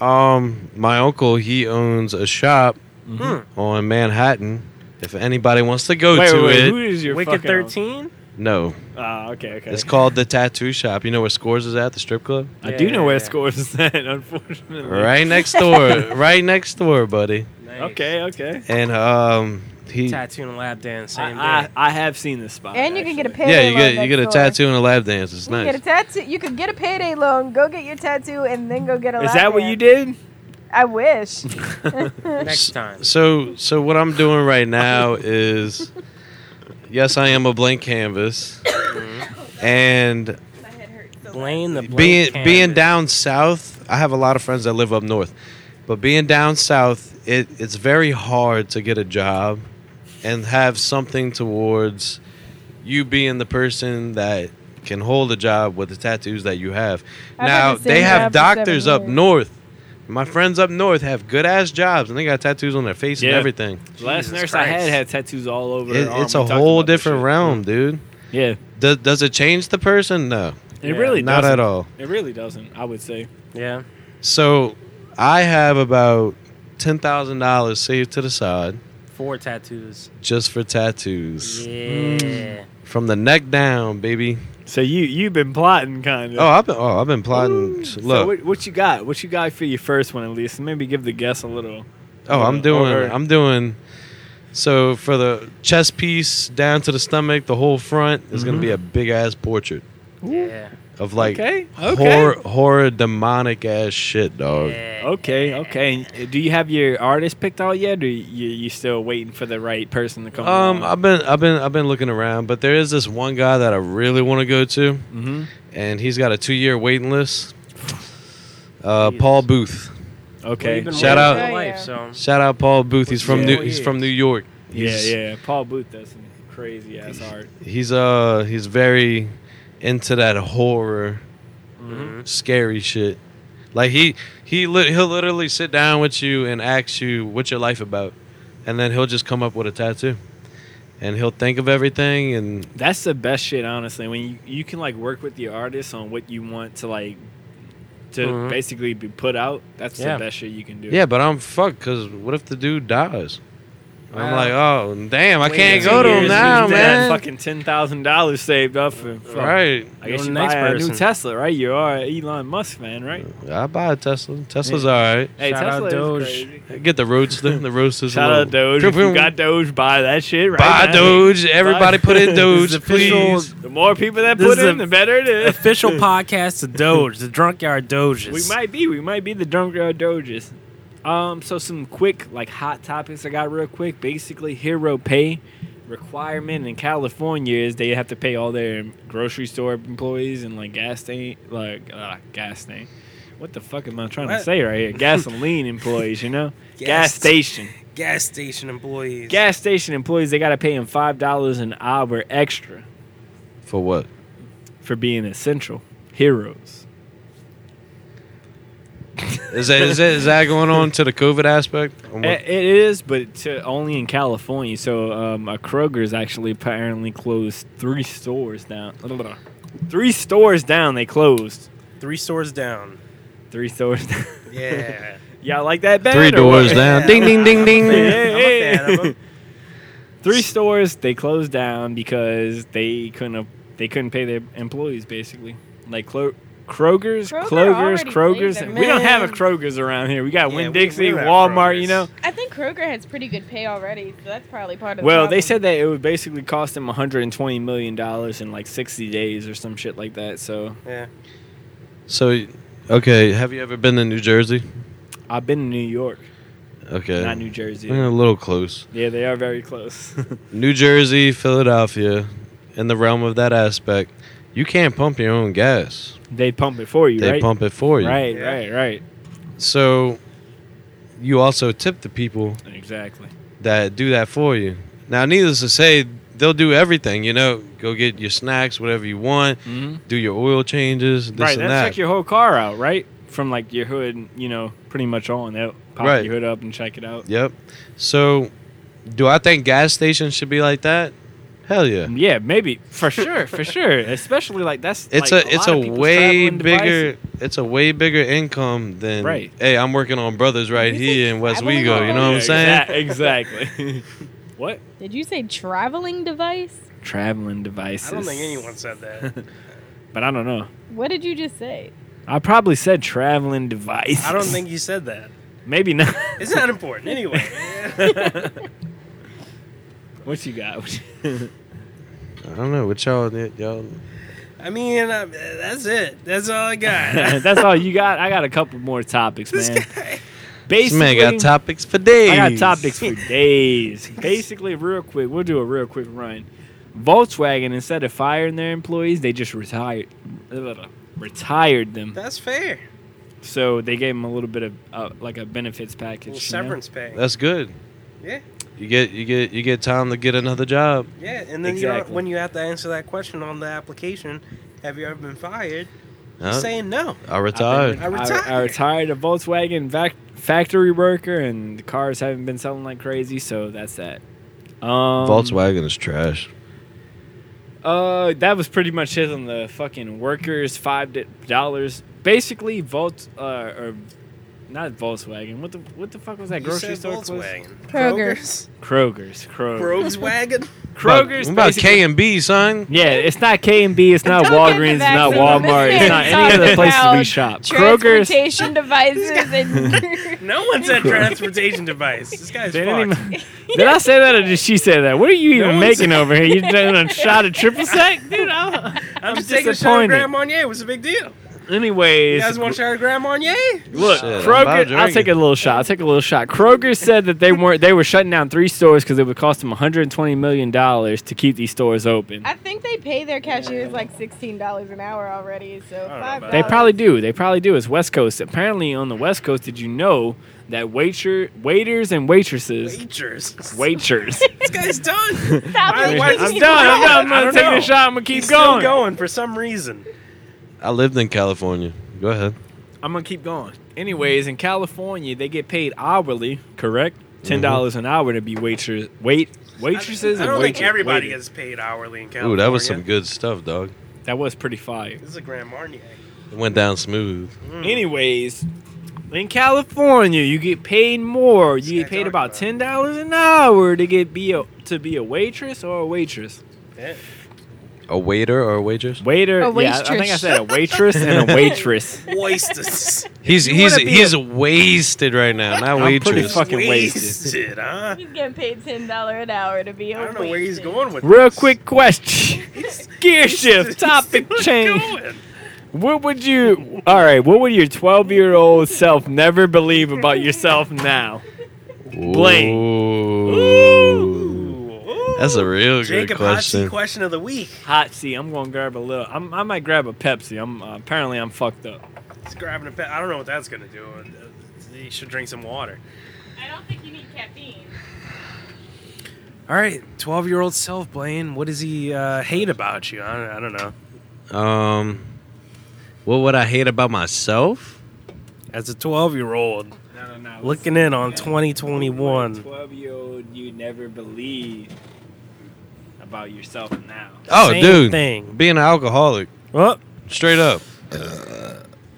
Speaker 6: Um, my uncle he owns a shop
Speaker 2: Hmm.
Speaker 6: on Manhattan. If anybody wants to go
Speaker 1: wait,
Speaker 6: to
Speaker 1: wait, wait,
Speaker 6: it,
Speaker 1: Who is your
Speaker 2: Wicked
Speaker 1: fucking-
Speaker 2: thirteen.
Speaker 6: no,
Speaker 1: Ah, okay, okay.
Speaker 6: it's called the Tattoo Shop. You know where Scores is at, the strip club,
Speaker 1: <laughs> I
Speaker 2: Yeah,
Speaker 1: do
Speaker 2: yeah,
Speaker 1: <laughs> know where
Speaker 2: yeah.
Speaker 1: scores is at, unfortunately.
Speaker 6: right next door, right next door, buddy.
Speaker 1: Okay, okay.
Speaker 6: And um, he
Speaker 2: Tattoo and lap dance
Speaker 1: Ah,
Speaker 2: same day.
Speaker 1: I, I, I have seen this spot.
Speaker 3: And you can get a
Speaker 1: actually.
Speaker 3: payday
Speaker 6: yeah, you
Speaker 3: loan.
Speaker 6: get you
Speaker 3: next
Speaker 6: get a
Speaker 3: door.
Speaker 6: tattoo and a lap dance. It's
Speaker 3: You can
Speaker 6: nice.
Speaker 3: get a tattoo. You can get a payday loan. Go get your tattoo and then go get a.
Speaker 1: Is
Speaker 3: lap
Speaker 1: that what
Speaker 3: dance.
Speaker 1: you did? <laughs>
Speaker 3: I wish. <laughs>
Speaker 2: Next time.
Speaker 6: So so what I'm doing right now is yes, I am a blank canvas.
Speaker 1: Mm-hmm.
Speaker 6: and
Speaker 2: Blaine the
Speaker 6: being
Speaker 2: blank canvas.
Speaker 6: being down south, I have a lot of friends that live up north. But being down south, it, it's very hard to get a job and have something towards you being the person that can hold a job with the tattoos that you have.
Speaker 3: I've
Speaker 6: now
Speaker 3: had the same
Speaker 6: they have
Speaker 3: job for seven
Speaker 6: doctors up
Speaker 3: years.
Speaker 6: north. My friends up north have good ass jobs and they got tattoos on their face and
Speaker 1: Yeah.
Speaker 6: everything.
Speaker 1: Last
Speaker 2: Jesus
Speaker 1: nurse I
Speaker 2: Christ.
Speaker 1: had had tattoos all over.
Speaker 6: It-
Speaker 1: her arm.
Speaker 6: it's
Speaker 1: We
Speaker 6: a
Speaker 1: talked
Speaker 6: whole
Speaker 1: about this
Speaker 6: different
Speaker 1: shit.
Speaker 6: realm, dude.
Speaker 1: Yeah,
Speaker 6: Does, does it change the person? No,
Speaker 1: it
Speaker 2: Yeah,
Speaker 1: really
Speaker 6: not
Speaker 1: doesn't.
Speaker 6: at all.
Speaker 1: It really doesn't. I would say.
Speaker 2: yeah.
Speaker 6: So I have about ten thousand dollars saved to the side
Speaker 2: Four tattoos.
Speaker 6: just for tattoos
Speaker 2: Yeah.
Speaker 6: from the neck down, baby.
Speaker 1: Mm. So you you've been plotting kind of.
Speaker 6: Oh, I've been oh I've been plotting.
Speaker 1: So
Speaker 6: Look,
Speaker 1: what, what you got? What you got for your first one at least? Maybe give the guests a little.
Speaker 6: oh I'm
Speaker 1: or-
Speaker 6: doing
Speaker 1: or-
Speaker 6: I'm doing. So for the chest piece down to the stomach, the whole front is gonna be a big ass portrait
Speaker 2: Yeah.
Speaker 6: of like
Speaker 1: Okay, okay.
Speaker 6: horror horror demonic ass shit, dog.
Speaker 2: Yeah.
Speaker 1: Okay, okay. And uh, Do you have your artist picked out yet, or you you still waiting for the right person to come?
Speaker 6: Um,
Speaker 1: along?
Speaker 6: I've been I've been I've been looking around, but there is this one guy that I really want to go to.
Speaker 1: Mhm.
Speaker 6: and he's got a two year waiting list. Uh,
Speaker 2: Jesus.
Speaker 6: Paul Booth.
Speaker 1: Okay.
Speaker 2: Well, you've been
Speaker 6: Shout
Speaker 2: waiting
Speaker 6: out-
Speaker 2: for your
Speaker 3: Yeah,
Speaker 2: Life, so.
Speaker 3: yeah.
Speaker 6: <laughs> Shout out Paul Booth. He's from
Speaker 1: Yeah.
Speaker 6: New, he's from New York.
Speaker 1: Yeah,
Speaker 6: He's,
Speaker 1: yeah. Paul Booth does some crazy ass art.
Speaker 6: He's uh he's very into that horror,
Speaker 2: Mhm.
Speaker 6: scary shit. Like he he li- he'll literally sit down with you and ask you what's your life about, and then he'll just come up with a tattoo, and he'll think of everything and
Speaker 1: That's the best shit, honestly. When you, you can like work with the artist on what you want to like to
Speaker 2: Mhm.
Speaker 1: basically be put out. That's
Speaker 2: Yeah.
Speaker 1: the best shit you can do.
Speaker 6: Mm-hmm. yeah. But I'm fucked because what if the dude dies? I'm
Speaker 2: Wow.
Speaker 6: like oh damn I
Speaker 2: Wait
Speaker 6: can't
Speaker 2: two
Speaker 6: go to
Speaker 2: years
Speaker 6: him
Speaker 2: and
Speaker 6: now
Speaker 1: you just had
Speaker 6: man.
Speaker 1: Fucking ten thousand dollars saved up for. for
Speaker 6: Right.
Speaker 1: I guess
Speaker 2: You're
Speaker 1: you
Speaker 2: a nice
Speaker 1: buy a new
Speaker 2: person.
Speaker 1: Tesla, right? You are an Elon Musk fan, right?
Speaker 6: I buy a Tesla. Tesla's
Speaker 1: Yeah.
Speaker 6: all right.
Speaker 1: Hey,
Speaker 2: Shout out
Speaker 1: Tesla is
Speaker 2: Doge.
Speaker 1: crazy.
Speaker 6: Get the Roadster. The Roadster's
Speaker 1: Shout
Speaker 6: a
Speaker 1: out
Speaker 6: little-
Speaker 1: Doge. If you got Doge, buy that shit right
Speaker 6: buy
Speaker 1: now.
Speaker 6: Doge. Everybody
Speaker 1: Buy-
Speaker 6: put
Speaker 1: <laughs>
Speaker 6: in
Speaker 2: is
Speaker 1: This
Speaker 6: Doge,
Speaker 2: official.
Speaker 6: please.
Speaker 1: The more people that
Speaker 2: This
Speaker 1: put
Speaker 2: is
Speaker 1: in,
Speaker 2: a-
Speaker 1: the better it is.
Speaker 2: Official podcast of Doge, the drunk yard Doges.
Speaker 1: We might be. We might be the drunk girl doges. Um, so some quick like hot topics I got real quick. Basically, hero pay requirement in California is they have to pay all their grocery store employees and like gas stain, like uh, gas stain. What the fuck am I trying to
Speaker 2: What? <laughs>
Speaker 1: say right here? Gasoline employees, you know, gas,
Speaker 2: Gas-
Speaker 1: station,
Speaker 2: gas station employees.
Speaker 1: gas station employees. They got to pay them five dollars an hour extra
Speaker 6: For what?
Speaker 1: for being essential heroes.
Speaker 6: Is that is that, is that going on to the COVID aspect? I'm
Speaker 1: It, Eh, it is, but to only in California. So um, a Kroger's actually apparently closed three stores down. Three stores down, they closed.
Speaker 2: Three stores down.
Speaker 1: Three stores <laughs> down.
Speaker 2: Yeah.
Speaker 1: Y'all like that bad?
Speaker 6: Three
Speaker 1: eh, or
Speaker 6: doors
Speaker 1: what?
Speaker 6: down.
Speaker 2: Yeah.
Speaker 6: Ding ding ding ding.
Speaker 1: <laughs> Yeah.
Speaker 2: I'm a fan of 'em.
Speaker 1: Three stores, they closed down because they couldn't af- they couldn't pay their employees basically. Like Clo- Kroger's,
Speaker 3: Kroger
Speaker 1: Kroger's,
Speaker 3: already
Speaker 1: Kroger's.
Speaker 3: pays them.
Speaker 1: We don't have a
Speaker 3: Man.
Speaker 1: Kroger's around here. We got
Speaker 2: Yeah,
Speaker 1: Winn
Speaker 2: we-
Speaker 1: Dixie,
Speaker 2: we don't have
Speaker 1: Walmart.
Speaker 2: Kroger's.
Speaker 1: You know,
Speaker 3: I think Kroger has pretty good pay already, so that's probably part of. the
Speaker 1: Well, they
Speaker 3: problem.
Speaker 1: said that it would basically cost them 120 million dollars in like 60 days or some shit like that. So
Speaker 2: Yeah.
Speaker 6: So, okay. Have you ever been to New Jersey?
Speaker 1: I've been in New York,
Speaker 6: Okay.
Speaker 1: not New Jersey.
Speaker 6: Eh, a little close.
Speaker 1: Yeah, they are very close. <laughs>
Speaker 6: New Jersey, Philadelphia, in the realm of that aspect, you can't pump your own gas.
Speaker 1: they pump it for you,
Speaker 6: They
Speaker 1: right?
Speaker 6: pump it for you.
Speaker 1: Right,
Speaker 2: Yeah.
Speaker 1: right, right.
Speaker 6: So, you also tip the people
Speaker 1: Exactly.
Speaker 6: that do that for you. Now, needless to say, they'll do everything. You know, go get your snacks, whatever you want,
Speaker 1: hmm
Speaker 6: do your oil changes, this
Speaker 1: Right,
Speaker 6: and
Speaker 1: that
Speaker 6: that.
Speaker 1: check your whole car out, right? From like your hood, you know, pretty much on. They'll pop
Speaker 6: Right.
Speaker 1: your hood up and check it out.
Speaker 6: yep. So, do I think gas stations should be like that? Hell yeah.
Speaker 1: Yeah, maybe
Speaker 6: <laughs>
Speaker 1: for sure, for sure. Especially like that's
Speaker 6: It's
Speaker 1: like,
Speaker 6: a
Speaker 1: lot
Speaker 6: it's a
Speaker 1: of people's
Speaker 6: way
Speaker 1: traveling devices.
Speaker 6: bigger it's a way bigger income than
Speaker 1: Right.
Speaker 6: hey I'm working on brothers right
Speaker 3: You
Speaker 6: here
Speaker 3: think
Speaker 6: in West
Speaker 3: traveling
Speaker 6: Wego you know what I'm
Speaker 1: Oh, Yeah,
Speaker 6: saying
Speaker 1: exa- Exactly. <laughs> what?
Speaker 3: Did you say traveling device?
Speaker 1: Traveling devices.
Speaker 2: I don't think anyone said that.
Speaker 1: But I don't know.
Speaker 3: What did you just say?
Speaker 1: I probably said traveling device.
Speaker 2: I don't think you said that.
Speaker 1: <laughs> Maybe not. <laughs>
Speaker 2: It's not important anyway.
Speaker 1: What you <laughs> got?
Speaker 6: I don't know what y'all did. Y'all,
Speaker 2: I mean, uh, that's it. That's all I
Speaker 1: <laughs>
Speaker 2: got.
Speaker 1: That's all you got. I got a couple more topics,
Speaker 2: this
Speaker 1: man.
Speaker 2: guy.
Speaker 6: this
Speaker 1: Basically,
Speaker 6: man got topics for days.
Speaker 1: I got topics for days. Basically, real quick, we'll do a real quick run. Volkswagen, instead of firing their employees, they just retired retired them.
Speaker 2: That's fair.
Speaker 1: So they gave them a little bit of uh, like a benefits
Speaker 2: Little
Speaker 1: package. you know?
Speaker 2: severance pay.
Speaker 6: That's good.
Speaker 2: Yeah,
Speaker 6: You get you get you get time to get another job.
Speaker 2: yeah. And then you don't,
Speaker 1: Exactly.
Speaker 2: when you have to answer that question on the application, have you ever been fired?
Speaker 6: Huh?
Speaker 2: You're saying no.
Speaker 6: I retired.
Speaker 2: I
Speaker 1: I,
Speaker 2: retired.
Speaker 1: I retired a Volkswagen vac- factory worker, and the cars haven't been selling like crazy, so that's that. Um,
Speaker 6: Volkswagen is trash.
Speaker 1: Uh, that was pretty much it on the fucking workers five di- dollars. Basically, Volt uh, or not Volkswagen. What the what the fuck was that
Speaker 2: You
Speaker 1: grocery
Speaker 2: said
Speaker 1: store? closed?
Speaker 2: Volkswagen.
Speaker 3: Kroger.
Speaker 2: Kroger's.
Speaker 1: Kroger's. Kroger.
Speaker 2: Kroger's wagon.
Speaker 1: Kroger's.
Speaker 6: What about
Speaker 1: basically-
Speaker 6: K and B, son?
Speaker 1: Yeah, it's not K and B. It's not
Speaker 3: Don't get the
Speaker 1: Walgreens. It's not
Speaker 3: vaccine.
Speaker 1: Walmart. It's
Speaker 3: This
Speaker 1: not any
Speaker 3: man's
Speaker 1: of the
Speaker 3: talking
Speaker 1: places we
Speaker 3: about
Speaker 1: shop. Kroger's. <laughs>
Speaker 3: Transportation devices and <laughs>
Speaker 2: No one said transportation device. This guy's
Speaker 1: They didn't
Speaker 2: fucked.
Speaker 1: even-
Speaker 2: <laughs>
Speaker 1: did I say that or did she say that? What are you even
Speaker 2: one
Speaker 1: making over here? You doing a shot
Speaker 2: <laughs>
Speaker 1: of triple sec, dude? I'm,
Speaker 2: I'm
Speaker 1: I'm
Speaker 2: just taking a shot at
Speaker 1: disappointed.
Speaker 2: Grand Marnier. What's the big deal? You
Speaker 1: Anyways,
Speaker 2: guys want a shot at Grand Marnier?
Speaker 1: Look,
Speaker 6: Shit, I'm about
Speaker 1: Kroger.
Speaker 6: to
Speaker 1: I'll
Speaker 6: drink
Speaker 1: take a
Speaker 6: it.
Speaker 1: little shot. I'll take a little shot. Kroger said that they weren't. They were shutting down three stores because it would cost them 120 million dollars to keep these stores open.
Speaker 3: I think they pay their cashiers like sixteen dollars an hour already. So
Speaker 2: know
Speaker 3: five.
Speaker 2: about
Speaker 1: They probably do. They probably do. It's West Coast. Apparently, on the West Coast, did you know that waiter, waiters, and waitresses,
Speaker 2: Waitress.
Speaker 1: waiters.
Speaker 2: <laughs> This guy's done.
Speaker 3: Stop
Speaker 2: Why-
Speaker 3: it.
Speaker 2: why
Speaker 1: I'm done. I'm done. I'm
Speaker 2: I
Speaker 1: not
Speaker 2: don't
Speaker 1: taking
Speaker 2: know.
Speaker 1: a shot. I'm gonna keep
Speaker 2: He's
Speaker 1: going.
Speaker 2: Still going for some reason.
Speaker 6: I lived in California. Go ahead.
Speaker 1: I'm gonna keep going. Anyways, in California, they get paid hourly. Correct. Ten dollars an hour to be waitress, wait, waitresses,
Speaker 2: I
Speaker 1: and
Speaker 2: don't think
Speaker 1: waiter-
Speaker 2: everybody
Speaker 1: waiters.
Speaker 2: gets paid hourly in California.
Speaker 6: Ooh, that was some good stuff, dog.
Speaker 1: That was pretty fire.
Speaker 2: This is a Grand Marnier.
Speaker 1: <laughs>
Speaker 6: It went down smooth.
Speaker 2: Mm.
Speaker 1: Anyways, in California, you get paid more. You
Speaker 2: guy
Speaker 1: get paid
Speaker 2: talking
Speaker 1: about
Speaker 2: about.
Speaker 1: ten dollars an hour to get be a, to be a waitress or a waitress.
Speaker 2: Yeah.
Speaker 6: A waiter or a waitress?
Speaker 1: Waiter.
Speaker 3: A
Speaker 1: Yeah, I- I think I
Speaker 3: waitress.
Speaker 1: said a waitress
Speaker 3: <laughs>
Speaker 1: and a waitress.
Speaker 2: Oysters.
Speaker 6: He's he's
Speaker 1: wanna be
Speaker 6: he's wasted right now.
Speaker 1: <laughs>
Speaker 6: Not
Speaker 1: I'm pretty
Speaker 6: waitress.
Speaker 1: fuck- Fucking wasted.
Speaker 2: wasted, huh?
Speaker 3: He's getting paid ten dollars an hour to be.
Speaker 2: I don't know where he's going with
Speaker 1: Real
Speaker 2: this. <laughs>
Speaker 1: quick question. Gear shift. Topic
Speaker 2: Where's he
Speaker 1: change.
Speaker 2: going?
Speaker 1: What would you? All right. What would your 12 year old self never believe about yourself now? Blade.
Speaker 6: Ooh.
Speaker 2: Ooh.
Speaker 6: That's a real good
Speaker 2: Jacob
Speaker 6: question.
Speaker 2: Hotzi question of the week.
Speaker 1: Hot seat. I'm gonna grab a little. I'm, I might grab a Pepsi. I'm uh, apparently I'm fucked up.
Speaker 2: He's grabbing a pet. I don't know what that's going to do. He should drink some water.
Speaker 3: I don't think you need caffeine.
Speaker 2: All right, 12 year old self, Blaine. What does he uh, hate about you? I, I don't know.
Speaker 6: Um, what would I hate about myself?
Speaker 2: As a 12 year old,
Speaker 1: No, no, no.
Speaker 2: looking in on 2021.
Speaker 1: 12 year old you never believe about yourself now.
Speaker 6: Oh,
Speaker 2: Same
Speaker 6: dude,
Speaker 2: thing. Oh,
Speaker 6: being an alcoholic,
Speaker 2: Well,
Speaker 6: straight up.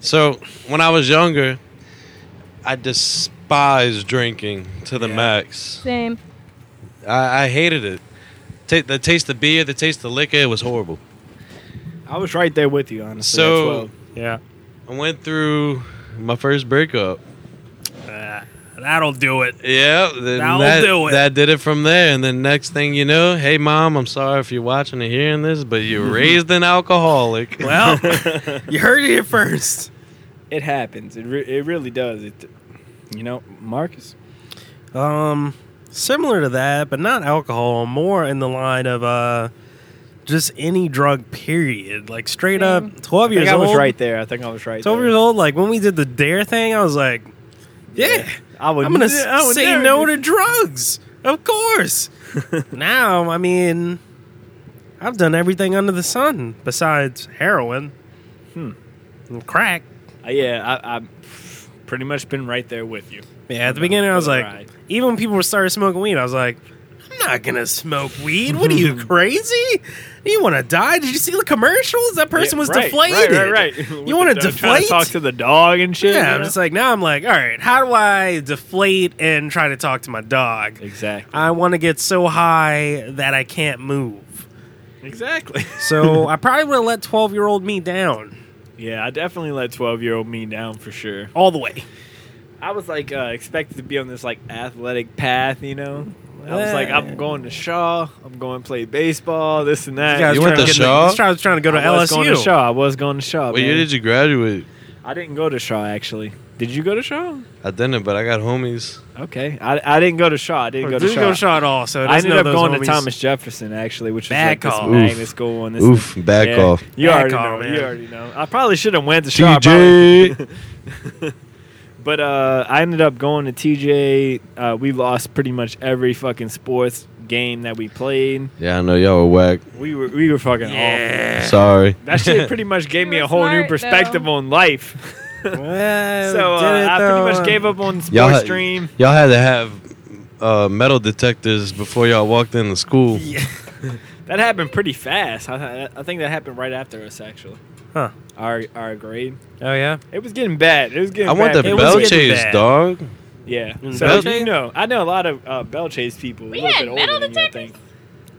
Speaker 6: So when I was younger, I despised drinking to the
Speaker 2: Yeah.
Speaker 6: max.
Speaker 3: Same.
Speaker 6: I, I hated it. Ta the taste of beer, the taste of liquor, it was horrible.
Speaker 1: I was right there with you, honestly.
Speaker 6: So-
Speaker 1: at 12.
Speaker 2: yeah.
Speaker 6: I went through my first breakup.
Speaker 2: Uh, that'll do it.
Speaker 6: Yeah, then
Speaker 2: That'll
Speaker 6: that,
Speaker 2: do it.
Speaker 6: that did it from there. And then next thing you know, hey mom, I'm sorry if you're watching or hearing this,
Speaker 2: <laughs>
Speaker 6: but you raised an alcoholic.
Speaker 2: Well, <laughs> you heard it here first.
Speaker 1: it happens. It, re- it really does. It, you know, Marcus.
Speaker 2: Um, similar to that, but not alcohol. More in the line of uh, just any drug. Period. Like straight
Speaker 3: Same.
Speaker 2: up, twelve
Speaker 1: I think
Speaker 2: years
Speaker 1: I
Speaker 2: old.
Speaker 1: was right there. I think I was right.
Speaker 2: Twelve
Speaker 1: there.
Speaker 2: years old. Like when we did the dare thing, I was like, yeah,
Speaker 1: I would,
Speaker 2: I'm gonna
Speaker 1: ne- I would
Speaker 2: say
Speaker 1: never
Speaker 2: no
Speaker 1: do-
Speaker 2: to drugs. Of course.
Speaker 1: <laughs>
Speaker 2: now, I mean, I've done everything under the sun besides heroin, hmm, and crack.
Speaker 1: Uh, yeah, I, I've pretty much been right there with you.
Speaker 2: Yeah, at the beginning, I was like,
Speaker 1: Right.
Speaker 2: even when people were started smoking weed, I was like, I'm not gonna smoke weed. What are
Speaker 1: <laughs>
Speaker 2: you crazy? You want to die? Did you see the commercials? That person
Speaker 1: Yeah,
Speaker 2: was
Speaker 1: right,
Speaker 2: deflated.
Speaker 1: Right, right. right. <laughs> With
Speaker 2: You want
Speaker 1: the
Speaker 2: to
Speaker 1: dog- trying
Speaker 2: deflate?
Speaker 1: talk to the dog and shit.
Speaker 2: yeah,
Speaker 1: you
Speaker 2: I'm
Speaker 1: know?
Speaker 2: just like now. I'm like, all right, how do I deflate and try to talk to my dog?
Speaker 1: exactly,
Speaker 2: I want to get so high that I can't move.
Speaker 1: exactly. <laughs>
Speaker 2: So I probably would have let 12 year old me down
Speaker 1: Yeah, I definitely let 12 year old me down for sure.
Speaker 2: all the way.
Speaker 1: I was like uh, expected to be on this like athletic path, you know. I was like, I'm going to Shaw. I'm going to play baseball. This and that.
Speaker 6: You went
Speaker 2: trying
Speaker 6: to
Speaker 2: get in
Speaker 6: Shaw?
Speaker 2: This guy was trying to go to
Speaker 1: I was
Speaker 2: LSU.
Speaker 1: going to Shaw. I was going to Shaw.
Speaker 6: <laughs> What year
Speaker 1: man.
Speaker 6: did you graduate?
Speaker 1: I didn't go to Shaw actually. Did you go to Shaw?
Speaker 6: I didn't, but I got homies.
Speaker 1: Okay, I, I didn't go to Shaw. I didn't
Speaker 2: Or
Speaker 1: go to
Speaker 2: didn't
Speaker 1: Shaw.
Speaker 2: go to Shaw at all. So
Speaker 1: I
Speaker 2: doesn't
Speaker 1: ended
Speaker 2: know
Speaker 1: up
Speaker 2: those
Speaker 1: going
Speaker 2: homies.
Speaker 1: to Thomas Jefferson actually, which was
Speaker 2: Bad
Speaker 1: like this
Speaker 2: call.
Speaker 1: magnet
Speaker 6: Oof.
Speaker 1: school on this.
Speaker 6: Oof, back
Speaker 1: yeah.
Speaker 6: off.
Speaker 1: You
Speaker 2: Bad
Speaker 1: already
Speaker 2: call,
Speaker 1: know.
Speaker 2: man.
Speaker 1: You already know. I probably should have went to Shaw. I
Speaker 6: TJ.
Speaker 1: <laughs> But uh, I ended up going to TJ. Uh, we lost pretty much every fucking sports game that we played.
Speaker 6: Yeah, I know y'all were whack.
Speaker 1: We were we were fucking awful.
Speaker 2: Yeah.
Speaker 6: Sorry.
Speaker 1: That
Speaker 6: <laughs>
Speaker 1: shit pretty much gave
Speaker 3: You
Speaker 1: me
Speaker 3: were
Speaker 1: a whole new
Speaker 3: smart,
Speaker 1: perspective
Speaker 3: though.
Speaker 1: on life. <laughs>
Speaker 2: Well,
Speaker 1: so
Speaker 2: did
Speaker 1: uh,
Speaker 2: it,
Speaker 1: I pretty
Speaker 2: though.
Speaker 1: much gave up on
Speaker 6: Y'all
Speaker 1: sports
Speaker 6: had-
Speaker 1: stream.
Speaker 6: Y'all had to have uh, metal detectors before y'all walked into school.
Speaker 1: That happened pretty fast. I, I think that happened right after us actually.
Speaker 2: Huh.
Speaker 1: Our our grade.
Speaker 2: Oh yeah.
Speaker 1: It was getting bad. It was getting.
Speaker 6: I want the
Speaker 1: bad.
Speaker 2: It was
Speaker 6: bell
Speaker 2: getting
Speaker 6: chase,
Speaker 2: bad.
Speaker 6: dog.
Speaker 1: Yeah.
Speaker 2: Mm,
Speaker 1: So
Speaker 6: bell
Speaker 1: you
Speaker 6: chase?
Speaker 1: know, I know a lot of uh, bell chase people.
Speaker 3: We
Speaker 1: a little
Speaker 3: had
Speaker 1: bit older
Speaker 3: metal
Speaker 1: than you, I
Speaker 3: detectors?
Speaker 1: think.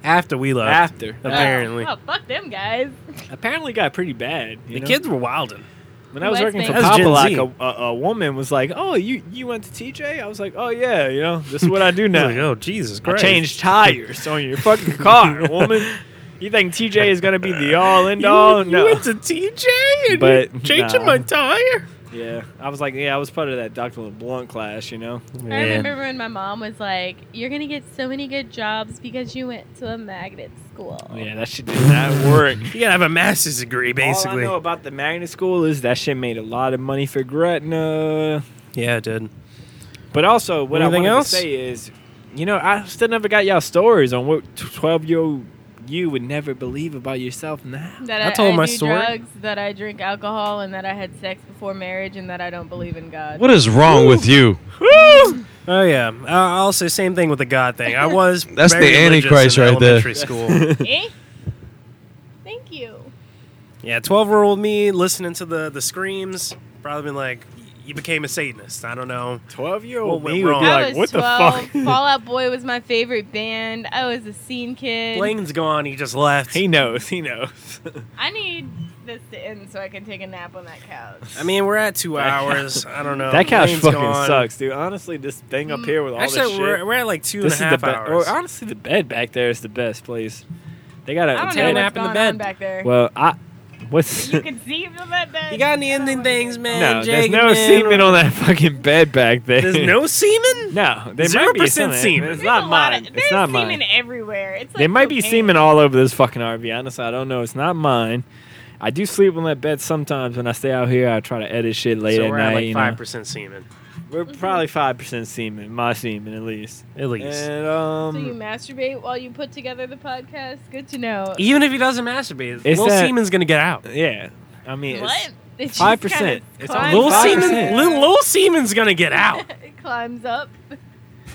Speaker 2: After we left,
Speaker 1: After Uh,
Speaker 2: apparently
Speaker 3: Oh, fuck them guys.
Speaker 1: apparently got pretty bad. you
Speaker 2: the
Speaker 1: know?
Speaker 2: kids were wilding.
Speaker 1: When I was
Speaker 3: West
Speaker 1: working for
Speaker 3: Bank.
Speaker 2: That was Gen
Speaker 1: Papa
Speaker 2: Z.
Speaker 1: Lock, a, a, a woman was like, "Oh, you you went to TJ?" I was like, "Oh yeah, you know, this is
Speaker 2: <laughs>
Speaker 1: what I do
Speaker 2: No.
Speaker 1: now.
Speaker 2: Like, oh Jesus
Speaker 1: I
Speaker 2: Christ!
Speaker 1: change tires on your fucking car,
Speaker 2: <laughs>
Speaker 1: woman. You think TJ is gonna be the all end all? No.
Speaker 2: to TJ
Speaker 1: and But, you're changing nah. my
Speaker 2: tire.
Speaker 1: yeah, I was like, yeah, I was part of that Dr. LeBlanc class, you know.
Speaker 3: I remember when my mom was like, "You're gonna get so many good jobs because you went to a magnet school."
Speaker 1: Yeah, that shit did <laughs> not work.
Speaker 2: You gotta have a master's degree,
Speaker 1: All I
Speaker 2: basically.
Speaker 1: know about the magnet school is that shit made a lot of money for Gretna.
Speaker 2: yeah, it did.
Speaker 1: But also, what
Speaker 2: Anything
Speaker 1: I wanted
Speaker 2: else?
Speaker 1: to say is, you know, I still never got y'all stories on what twelve-year-old you would never believe about yourself now.
Speaker 3: That
Speaker 2: I
Speaker 3: I,
Speaker 2: told
Speaker 3: I
Speaker 2: my
Speaker 3: do
Speaker 2: story.
Speaker 3: drugs, that I drink alcohol, and that I had sex before marriage, and that I don't believe in God.
Speaker 6: What is wrong with you?
Speaker 2: Oh yeah. Uh, also, same thing with the God thing. I was
Speaker 6: <laughs> That's
Speaker 2: very
Speaker 6: the
Speaker 2: religious
Speaker 6: Antichrist
Speaker 2: in
Speaker 6: right there.
Speaker 2: elementary
Speaker 6: <laughs>
Speaker 2: School.
Speaker 3: <laughs> eh? Thank you.
Speaker 2: yeah, twelve year old me listening to the the screams, probably been like, "You became a Satanist." I don't know.
Speaker 1: Twelve-year-old
Speaker 2: What
Speaker 1: me
Speaker 2: went
Speaker 1: would be
Speaker 2: wrong?
Speaker 3: I
Speaker 1: like,
Speaker 3: was
Speaker 1: "What
Speaker 3: 12.
Speaker 1: the fuck?" <laughs>
Speaker 3: Fall Out Boy was my favorite band. I was a scene kid.
Speaker 2: Blaine's gone. He just left.
Speaker 1: he knows. He knows.
Speaker 3: I need this to end so I can take a nap on that
Speaker 1: <laughs>
Speaker 3: couch.
Speaker 2: I mean, we're at two hours. I <laughs> don't know.
Speaker 1: that couch
Speaker 2: Blaine's
Speaker 1: fucking
Speaker 2: gone.
Speaker 1: sucks, dude. Honestly, this thing up here with all
Speaker 2: Actually,
Speaker 1: this
Speaker 2: we're,
Speaker 1: shit.
Speaker 2: we're at like two and a
Speaker 1: This is the
Speaker 2: half
Speaker 1: best.
Speaker 2: hours.
Speaker 1: honestly, the bed back there is the best place. They got
Speaker 3: I
Speaker 1: a
Speaker 3: don't
Speaker 2: take
Speaker 3: know
Speaker 2: a
Speaker 1: ten
Speaker 2: nap
Speaker 1: app.
Speaker 3: what's
Speaker 2: in
Speaker 3: going
Speaker 2: the
Speaker 3: on
Speaker 2: bed.
Speaker 3: back there.
Speaker 1: Well, I what's
Speaker 3: you can see from that bed.
Speaker 2: You got any
Speaker 3: I don't
Speaker 2: ending
Speaker 3: wanna
Speaker 2: things,
Speaker 3: do-
Speaker 2: man?
Speaker 1: <laughs> no? There's
Speaker 2: Jacob,
Speaker 1: no
Speaker 2: man?
Speaker 1: semen on that fucking bed back there.
Speaker 2: There's no semen.
Speaker 1: <laughs> No, they
Speaker 2: Zero
Speaker 1: might be
Speaker 2: percent
Speaker 1: semen.
Speaker 2: semen.
Speaker 1: It's
Speaker 3: There's
Speaker 1: not
Speaker 3: a lot
Speaker 1: mine.
Speaker 3: Of,
Speaker 1: it's
Speaker 3: there's
Speaker 1: not
Speaker 3: semen
Speaker 1: mine.
Speaker 3: everywhere. It's like
Speaker 1: They might be
Speaker 3: cocaine.
Speaker 1: semen all over this fucking RV. Honestly, I don't know. It's not mine. I do sleep on that bed sometimes when I stay out here. I try to edit shit late
Speaker 2: so
Speaker 1: at
Speaker 2: we're
Speaker 1: night.
Speaker 2: at like
Speaker 1: you
Speaker 2: five
Speaker 1: know.
Speaker 2: percent semen,
Speaker 1: We're probably five percent semen, my semen at least.
Speaker 2: at least.
Speaker 1: And
Speaker 3: So you
Speaker 1: um,
Speaker 3: masturbate while you put together the podcast? Good to know.
Speaker 2: Even if he doesn't masturbate,
Speaker 1: It's
Speaker 2: little
Speaker 1: that-
Speaker 2: semen's gonna get out.
Speaker 1: yeah, I mean, it's-
Speaker 3: What? It just
Speaker 1: 5%.
Speaker 3: kinda
Speaker 1: It's only
Speaker 3: climbs
Speaker 2: Little
Speaker 3: up.
Speaker 1: 5%.
Speaker 2: semen, little, little semen's gonna get
Speaker 1: <laughs>
Speaker 2: out.
Speaker 3: it climbs up.
Speaker 2: <laughs>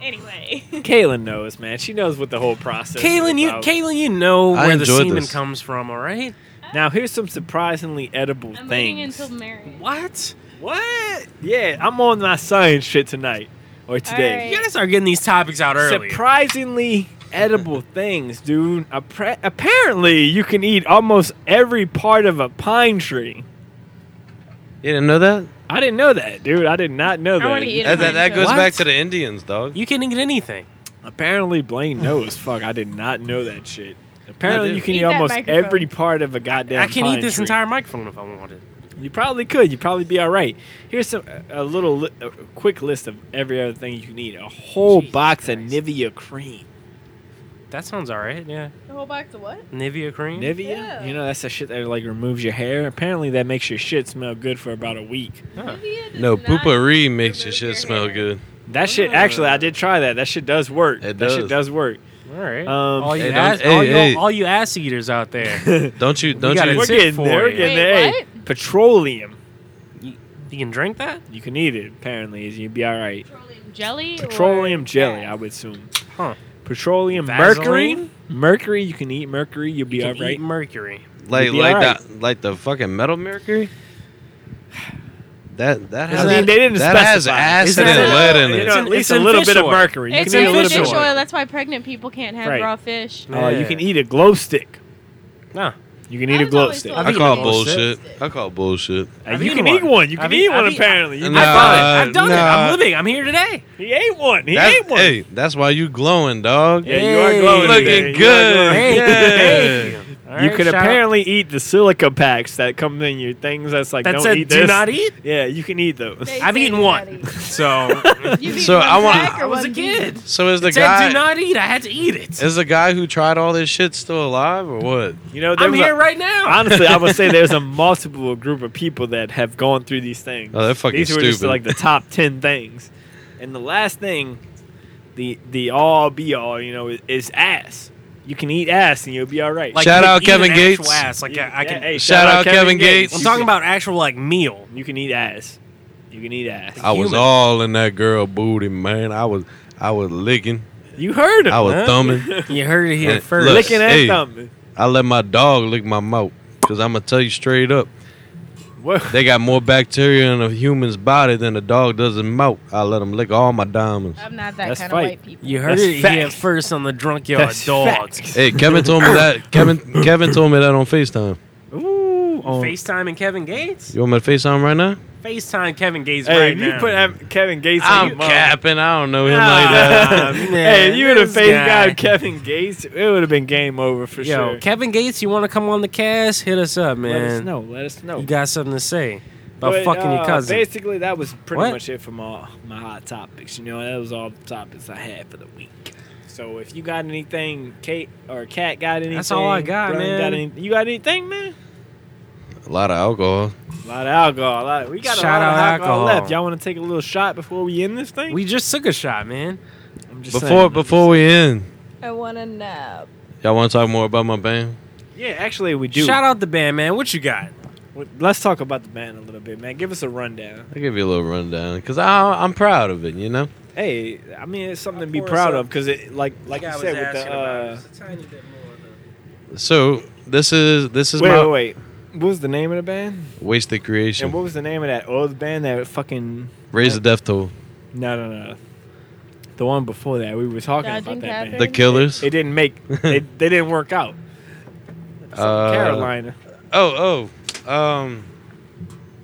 Speaker 3: Anyway,
Speaker 1: Kaylin knows, man. She knows what the whole process. is
Speaker 2: Kaylin, you
Speaker 1: about.
Speaker 2: Kaylin, you know
Speaker 6: I
Speaker 2: where the
Speaker 6: enjoyed
Speaker 2: semen
Speaker 6: this.
Speaker 2: comes from, all right?
Speaker 1: now here's some surprisingly edible
Speaker 3: I'm waiting
Speaker 1: things.
Speaker 3: until marriage.
Speaker 2: What?
Speaker 1: what? Yeah, I'm on my science shit tonight or today.
Speaker 3: right.
Speaker 2: You gotta start getting these topics out early.
Speaker 1: surprisingly edible <laughs> things, dude. Appra- apparently, you can eat almost every part of a pine tree.
Speaker 6: You didn't know that?
Speaker 1: I didn't know that, dude. I did not know
Speaker 3: I wanna
Speaker 1: that.
Speaker 3: eat
Speaker 6: That, that, that goes
Speaker 2: What?
Speaker 6: back to the Indians, dog.
Speaker 2: You can eat anything.
Speaker 1: Apparently, Blaine knows. Fuck, I did not know that shit. Apparently,
Speaker 6: I do.
Speaker 1: you can
Speaker 3: Eat
Speaker 1: eat
Speaker 3: that
Speaker 1: almost
Speaker 3: microphone.
Speaker 1: every part of a goddamn.
Speaker 2: I can
Speaker 1: pine
Speaker 2: eat this
Speaker 1: tree.
Speaker 2: entire microphone if I wanted.
Speaker 1: You probably could. You'd probably be all right. Here's some a little li- a quick list of every other thing you can eat. A whole
Speaker 2: Jesus
Speaker 1: box of
Speaker 2: Christ.
Speaker 1: Nivea cream.
Speaker 2: That sounds all right. Yeah,
Speaker 3: The whole box of what?
Speaker 2: Nivea cream.
Speaker 1: Nivea,
Speaker 3: Yeah.
Speaker 1: you know that's the shit that like removes your hair. Apparently, that makes your shit smell good for about a week.
Speaker 3: Nivea does
Speaker 6: No,
Speaker 3: not
Speaker 6: poopery makes your
Speaker 3: remove
Speaker 6: shit smell
Speaker 3: hair.
Speaker 6: good.
Speaker 1: That shit
Speaker 3: Oh.
Speaker 2: Ooh.
Speaker 1: actually, I did try that. That shit does work.
Speaker 6: It
Speaker 1: that shit
Speaker 6: does.
Speaker 1: does work.
Speaker 2: <laughs> all right.
Speaker 1: Um,
Speaker 2: all you
Speaker 6: Hey, don't-
Speaker 2: ass, all,
Speaker 6: hey, hey.
Speaker 2: You, all you ass eaters out there,
Speaker 6: Don't you? Don't
Speaker 2: gotta
Speaker 1: <laughs>
Speaker 6: you?
Speaker 1: We're
Speaker 2: sit
Speaker 1: getting
Speaker 2: for
Speaker 1: there. We're
Speaker 2: you.
Speaker 1: getting
Speaker 3: Wait,
Speaker 1: there. Hey,
Speaker 3: what?
Speaker 1: petroleum.
Speaker 2: you can drink that.
Speaker 1: You can eat it. Apparently, you'd be all right.
Speaker 3: Petroleum jelly. or
Speaker 1: Petroleum jelly,
Speaker 3: gas?
Speaker 1: I would assume.
Speaker 2: Huh.
Speaker 1: Petroleum mercury.
Speaker 2: Vaseline?
Speaker 1: Mercury, you can eat mercury. You'll be
Speaker 2: You
Speaker 1: all
Speaker 2: can eat
Speaker 1: right.
Speaker 2: mercury.
Speaker 6: Like
Speaker 1: You'd be
Speaker 6: like
Speaker 1: alright.
Speaker 6: that like the fucking metal mercury. That that
Speaker 1: I
Speaker 6: has
Speaker 1: mean, they didn't
Speaker 6: that has
Speaker 1: specify.
Speaker 6: acid
Speaker 2: Isn't
Speaker 6: and
Speaker 2: it-
Speaker 6: lead in
Speaker 1: You
Speaker 6: it.
Speaker 1: know,
Speaker 2: It's
Speaker 1: at
Speaker 2: in-
Speaker 1: least
Speaker 2: it's
Speaker 1: a
Speaker 2: in
Speaker 1: little
Speaker 2: fish
Speaker 1: bit of
Speaker 2: oil.
Speaker 1: mercury. You
Speaker 3: It's
Speaker 1: can eat a
Speaker 3: in
Speaker 1: little
Speaker 3: fish
Speaker 1: bit.
Speaker 2: fish
Speaker 1: of
Speaker 2: oil.
Speaker 1: mercury.
Speaker 3: oil. That's why pregnant people can't have
Speaker 1: Right.
Speaker 3: raw fish.
Speaker 1: Uh, you can eat a glow stick.
Speaker 2: Nah,
Speaker 1: You can eat a
Speaker 3: was
Speaker 1: glow
Speaker 3: always
Speaker 1: stick.
Speaker 3: told-
Speaker 6: I
Speaker 2: think
Speaker 6: call
Speaker 2: it
Speaker 6: bullshit.
Speaker 3: bullshit.
Speaker 6: I call bullshit.
Speaker 1: Uh,
Speaker 2: I've
Speaker 1: you
Speaker 2: eaten
Speaker 1: can eat
Speaker 2: one.
Speaker 1: one. You can
Speaker 2: I've
Speaker 1: eat
Speaker 2: eat-
Speaker 1: one.
Speaker 2: I've eat-
Speaker 1: Apparently, You-
Speaker 6: Nah,
Speaker 2: I've done it. I'm
Speaker 6: nah.
Speaker 2: living. I'm here today.
Speaker 1: he ate one. He
Speaker 6: That's,
Speaker 1: ate one.
Speaker 6: hey, that's why you glowing, dog.
Speaker 1: Yeah, you are
Speaker 2: Hey.
Speaker 1: glowing.
Speaker 6: Looking
Speaker 1: today. You are
Speaker 6: good.
Speaker 1: glowing.
Speaker 6: Hey.
Speaker 2: Thank you. All
Speaker 1: You
Speaker 2: right,
Speaker 1: could
Speaker 2: shout out.
Speaker 1: apparently eat the silica packs that come in your things. That's like
Speaker 2: that
Speaker 1: don't
Speaker 2: said,
Speaker 1: eat
Speaker 2: do
Speaker 1: this.
Speaker 2: not
Speaker 1: <laughs>
Speaker 2: eat.
Speaker 1: Yeah, you can eat those.
Speaker 3: They
Speaker 2: I've
Speaker 3: say
Speaker 2: eaten
Speaker 3: you
Speaker 2: one.
Speaker 3: gotta
Speaker 1: <laughs>
Speaker 3: eat.
Speaker 2: So
Speaker 3: You've eaten
Speaker 6: So I
Speaker 3: one
Speaker 6: wanna-
Speaker 3: pack or
Speaker 2: I was a
Speaker 3: one piece?
Speaker 2: kid.
Speaker 6: So is the
Speaker 2: It said,
Speaker 6: guy
Speaker 2: do not eat. I had to eat it.
Speaker 6: is the guy who tried all this shit still alive or what?
Speaker 1: You know,
Speaker 2: I'm
Speaker 1: there's a-
Speaker 2: here right now.
Speaker 1: Honestly, I would say there's a multiple group of people that have gone through these things.
Speaker 6: Oh, they're fucking
Speaker 1: these were just
Speaker 6: stupid.
Speaker 1: like the top ten things, and the last thing, the the all be all, you know, is, is ass. You can eat ass and you'll be all right.
Speaker 2: Like,
Speaker 6: Shout
Speaker 2: you
Speaker 6: out
Speaker 2: can eat an
Speaker 6: Kevin
Speaker 2: actual
Speaker 6: Gates.
Speaker 2: Ass. Like
Speaker 1: You-
Speaker 2: I I
Speaker 1: yeah,
Speaker 2: can.
Speaker 1: hey,
Speaker 6: Shout out Kevin Gates.
Speaker 2: I'm
Speaker 1: You
Speaker 2: talking
Speaker 1: can-
Speaker 2: about actual like meal.
Speaker 1: You can eat ass. You can eat ass.
Speaker 6: I was
Speaker 2: Human.
Speaker 6: all in that girl booty, man. I was I was licking.
Speaker 1: You heard him.
Speaker 6: I was
Speaker 1: huh? <laughs>
Speaker 6: thumbing.
Speaker 2: You heard it
Speaker 6: Hey,
Speaker 2: here first.
Speaker 6: look.
Speaker 1: Licking and
Speaker 6: Hey.
Speaker 1: thumbing.
Speaker 6: I let my dog lick my mouth. Cause I'ma tell you straight up.
Speaker 1: What?
Speaker 6: They got more bacteria in a human's body than a dog does in mouth. I let them lick all my diamonds.
Speaker 3: I'm not that
Speaker 1: That's
Speaker 3: kind
Speaker 1: fight.
Speaker 3: of white people.
Speaker 2: You heard
Speaker 1: That's
Speaker 2: it here
Speaker 1: facts.
Speaker 2: first on the Drunk Yard
Speaker 1: That's
Speaker 2: Dogs.
Speaker 1: facts.
Speaker 6: Hey, Kevin told me <coughs> that. Kevin Kevin told me that on Facetime.
Speaker 1: Ooh. on-
Speaker 2: FaceTime and Kevin Gates.
Speaker 6: You want me to Facetime right now?
Speaker 2: FaceTime Kevin Gates
Speaker 1: Hey,
Speaker 2: right
Speaker 1: if you
Speaker 2: now.
Speaker 1: put Ev- Kevin Gates on your
Speaker 6: I'm
Speaker 1: mom-
Speaker 6: capping. I don't know him
Speaker 1: Nah.
Speaker 6: like
Speaker 1: <laughs>
Speaker 6: that.
Speaker 1: hey, if you would have
Speaker 2: Ah, this
Speaker 1: faced
Speaker 2: guy.
Speaker 1: guy Kevin Gates, it would have been game over for
Speaker 2: Yo,
Speaker 1: sure.
Speaker 2: Kevin Gates, you want to come on the cast? Hit us up, man.
Speaker 1: Let us know. Let us know.
Speaker 2: You got something to say about
Speaker 1: But,
Speaker 2: fucking your
Speaker 1: uh,
Speaker 2: cousin?
Speaker 1: Basically, that was pretty
Speaker 2: What?
Speaker 1: much it from all my hot topics. You know, that was all the topics I had for the week. So if you got anything, Kate or Cat got anything?
Speaker 2: That's all I got,
Speaker 1: Brian Got
Speaker 2: man.
Speaker 1: any, you got anything, man?
Speaker 6: A lot of alcohol.
Speaker 1: A lot of alcohol. A lot, we got
Speaker 2: Shout
Speaker 1: a
Speaker 2: out
Speaker 1: lot of alcohol,
Speaker 2: alcohol.
Speaker 1: left. Y'all want to take a little shot before we end this thing?
Speaker 2: we just took a shot, man.
Speaker 1: I'm just
Speaker 6: Before
Speaker 1: saying, I'm
Speaker 6: before we end,
Speaker 3: I want a nap.
Speaker 6: y'all want to talk more about my band?
Speaker 1: just- yeah, actually, we do.
Speaker 2: Shout out the band, man. What you got?
Speaker 1: Let's talk about the band a little bit, man. Give us a rundown.
Speaker 6: I'll give you a little rundown because I'm proud of it. You know,
Speaker 1: Hey, I mean, it's something to be
Speaker 2: Pour us
Speaker 1: proud
Speaker 2: up.
Speaker 1: of because it, like, like you said, with the. Uh,
Speaker 6: so this is this is
Speaker 1: wait,
Speaker 6: my
Speaker 1: wait, wait. What was the name of the band?
Speaker 6: wasted
Speaker 1: And what
Speaker 6: creation.
Speaker 1: was the name of that old band that fucking?
Speaker 6: Raise the death toll.
Speaker 1: No, no, no. The one before that, we were talking
Speaker 3: Dodging
Speaker 1: about that
Speaker 3: Catherine?
Speaker 1: band.
Speaker 6: The Killers.
Speaker 1: It didn't <laughs> make. they, they didn't work out. Some
Speaker 6: Uh,
Speaker 1: Carolina
Speaker 6: Oh oh um.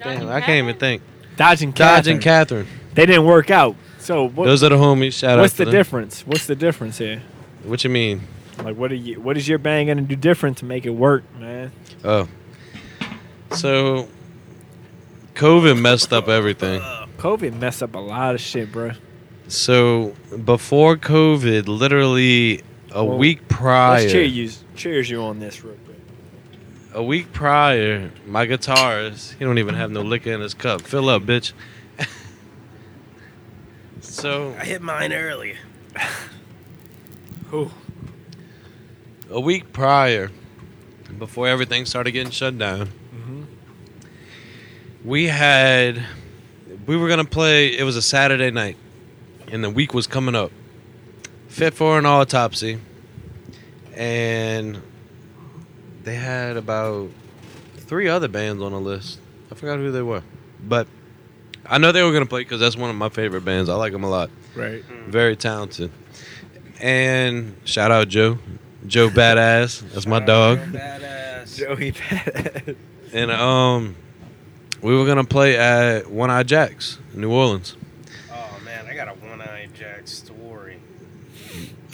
Speaker 6: Damn, I can't even think.
Speaker 1: dodging
Speaker 6: Dodge
Speaker 1: Catherine.
Speaker 6: and Catherine.
Speaker 1: they didn't work out. So what,
Speaker 6: Those are the homies. Shout
Speaker 1: what's
Speaker 6: out.
Speaker 1: the
Speaker 6: to them.
Speaker 1: difference? What's the difference here?
Speaker 6: What you mean?
Speaker 1: Like, what are you? What is your band gonna do different to make it work, man?
Speaker 6: Oh. So, COVID messed up everything.
Speaker 1: COVID messed up a lot of shit, bro.
Speaker 6: So before COVID, literally a
Speaker 1: Well,
Speaker 6: week prior,
Speaker 1: Let's cheer you. Cheers you on this real quick.
Speaker 6: a week prior, my guitarist, he don't even have no liquor in his cup. Fill up, bitch. <laughs> so
Speaker 2: I hit mine early.
Speaker 1: Who?
Speaker 6: a week prior, before everything started getting shut down, we had we were gonna play. It was a Saturday night, and the week was coming up. Fit for an autopsy, and they had about three other bands on the list. I forgot who they were, but I know they were gonna play because that's one of my favorite bands. I like them a lot
Speaker 1: Right.
Speaker 6: very talented. And shout out Joe, Joe Badass. That's my dog.
Speaker 1: Joey Badass.
Speaker 6: And um, we were gonna play at One Eye Jacks, in New Orleans.
Speaker 2: Oh man, I got a one-eyed Jack story.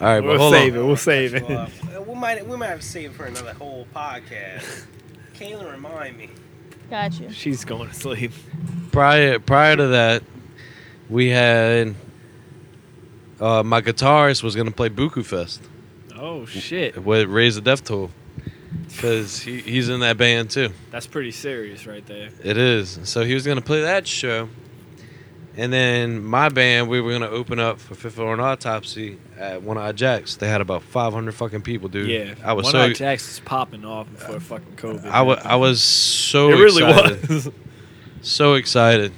Speaker 6: All right, but
Speaker 1: We'll
Speaker 6: hold
Speaker 1: save it.
Speaker 6: on.
Speaker 1: Well save it.
Speaker 2: Well, uh, we might we might have to save it for another whole
Speaker 1: <laughs>
Speaker 2: podcast. Kayla, remind me.
Speaker 3: Gotcha.
Speaker 1: She's going to sleep.
Speaker 6: Prior prior to that, we had uh, my guitarist was gonna play Buku Fest
Speaker 1: Oh shit.
Speaker 6: with Raise the Death Toll, because he, he's in that band too.
Speaker 1: That's pretty serious right there.
Speaker 6: It is. So he was gonna play that show, and then my band we were gonna open up for Fifth Floor and Autopsy at One Eye Jacks. They had about 500 fucking people, dude.
Speaker 1: Yeah.
Speaker 6: I was
Speaker 1: One
Speaker 6: so
Speaker 1: Eye Jacks is popping off before fucking COVID.
Speaker 6: I wa- I was so
Speaker 1: it really
Speaker 6: excited,
Speaker 1: was.
Speaker 6: <laughs>
Speaker 1: <laughs>
Speaker 6: so excited,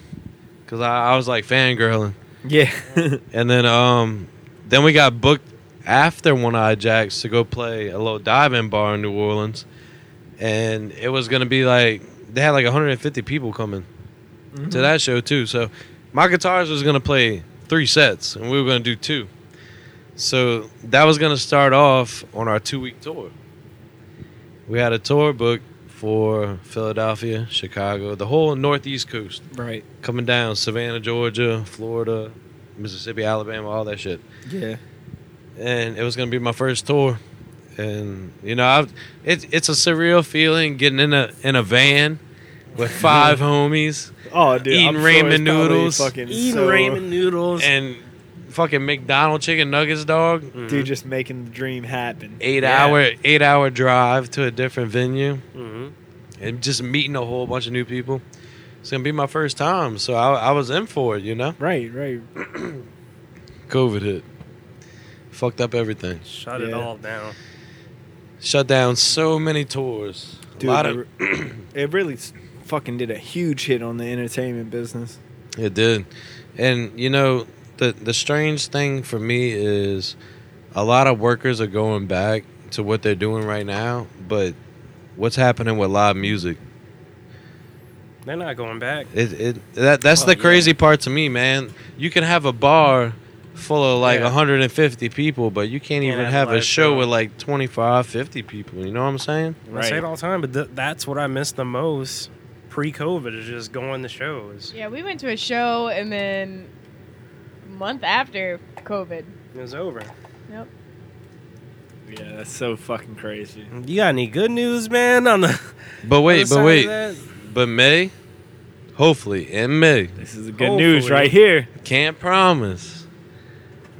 Speaker 6: cause I, I was like fangirling,
Speaker 1: yeah.
Speaker 6: and then um then we got booked after One Eye Jacks to go play a little diving bar in New Orleans, and it was gonna be like they had like 150 people coming. to
Speaker 1: Mm-hmm.
Speaker 6: that show too. So my guitarist was gonna play three sets, and we were gonna do two. So that was gonna start off on our two week tour. We had a tour booked for Philadelphia, Chicago, the whole Northeast coast,
Speaker 1: Right.
Speaker 6: coming down Savannah, Georgia, Florida, Mississippi, Alabama, all that shit.
Speaker 1: Yeah.
Speaker 6: and it was gonna be my first tour. And you know, I've, it's it's a surreal feeling getting in a in a van with five homies
Speaker 1: Oh, dude.
Speaker 6: Eating
Speaker 1: I'm sure
Speaker 6: ramen
Speaker 1: it's probably
Speaker 6: noodles.
Speaker 1: Fucking
Speaker 2: Eating
Speaker 1: so-
Speaker 2: ramen noodles.
Speaker 6: and fucking McDonald's chicken nuggets, dog.
Speaker 1: <laughs> Dude, just making the dream happen.
Speaker 6: Eight
Speaker 2: Yeah.
Speaker 6: hour eight hour drive to a different venue
Speaker 2: hmm
Speaker 6: and just meeting a whole bunch of new people. It's gonna be my first time, so I, I was in for it. You know,
Speaker 1: Right, right.
Speaker 6: COVID hit, fucked up everything,
Speaker 2: Shut it
Speaker 1: Yeah.
Speaker 2: all down.
Speaker 6: shut down so many tours.
Speaker 1: Dude,
Speaker 6: a lot of <clears throat>
Speaker 1: it- it really s- fucking did a huge hit on the entertainment business.
Speaker 6: It did. And you know, the the strange thing for me is a lot of workers are going back to what they're doing right now, but what's happening with live music?
Speaker 2: They're not going back.
Speaker 6: It it that that's
Speaker 1: Oh,
Speaker 6: the
Speaker 1: yeah.
Speaker 6: crazy part to me, man. You can have a bar full of like
Speaker 2: Yeah.
Speaker 6: 150 people, but you can't, even have, a
Speaker 2: live
Speaker 6: show
Speaker 2: show.
Speaker 6: with like 25, 50 people. You know what I'm saying?
Speaker 2: I say it all the time, but th- that's what I miss the most pre-COVID is just going to shows.
Speaker 3: Yeah, we went to a show and then a month after COVID.
Speaker 2: It was over.
Speaker 3: Yep.
Speaker 1: Yeah, that's so fucking crazy.
Speaker 2: You got any good news, man? On the
Speaker 6: But wait,
Speaker 2: other
Speaker 6: but
Speaker 2: side of
Speaker 6: wait,
Speaker 2: that?
Speaker 6: but May, hopefully in May,
Speaker 1: This is the good news
Speaker 2: Hopefully.
Speaker 1: right here.
Speaker 6: can't promise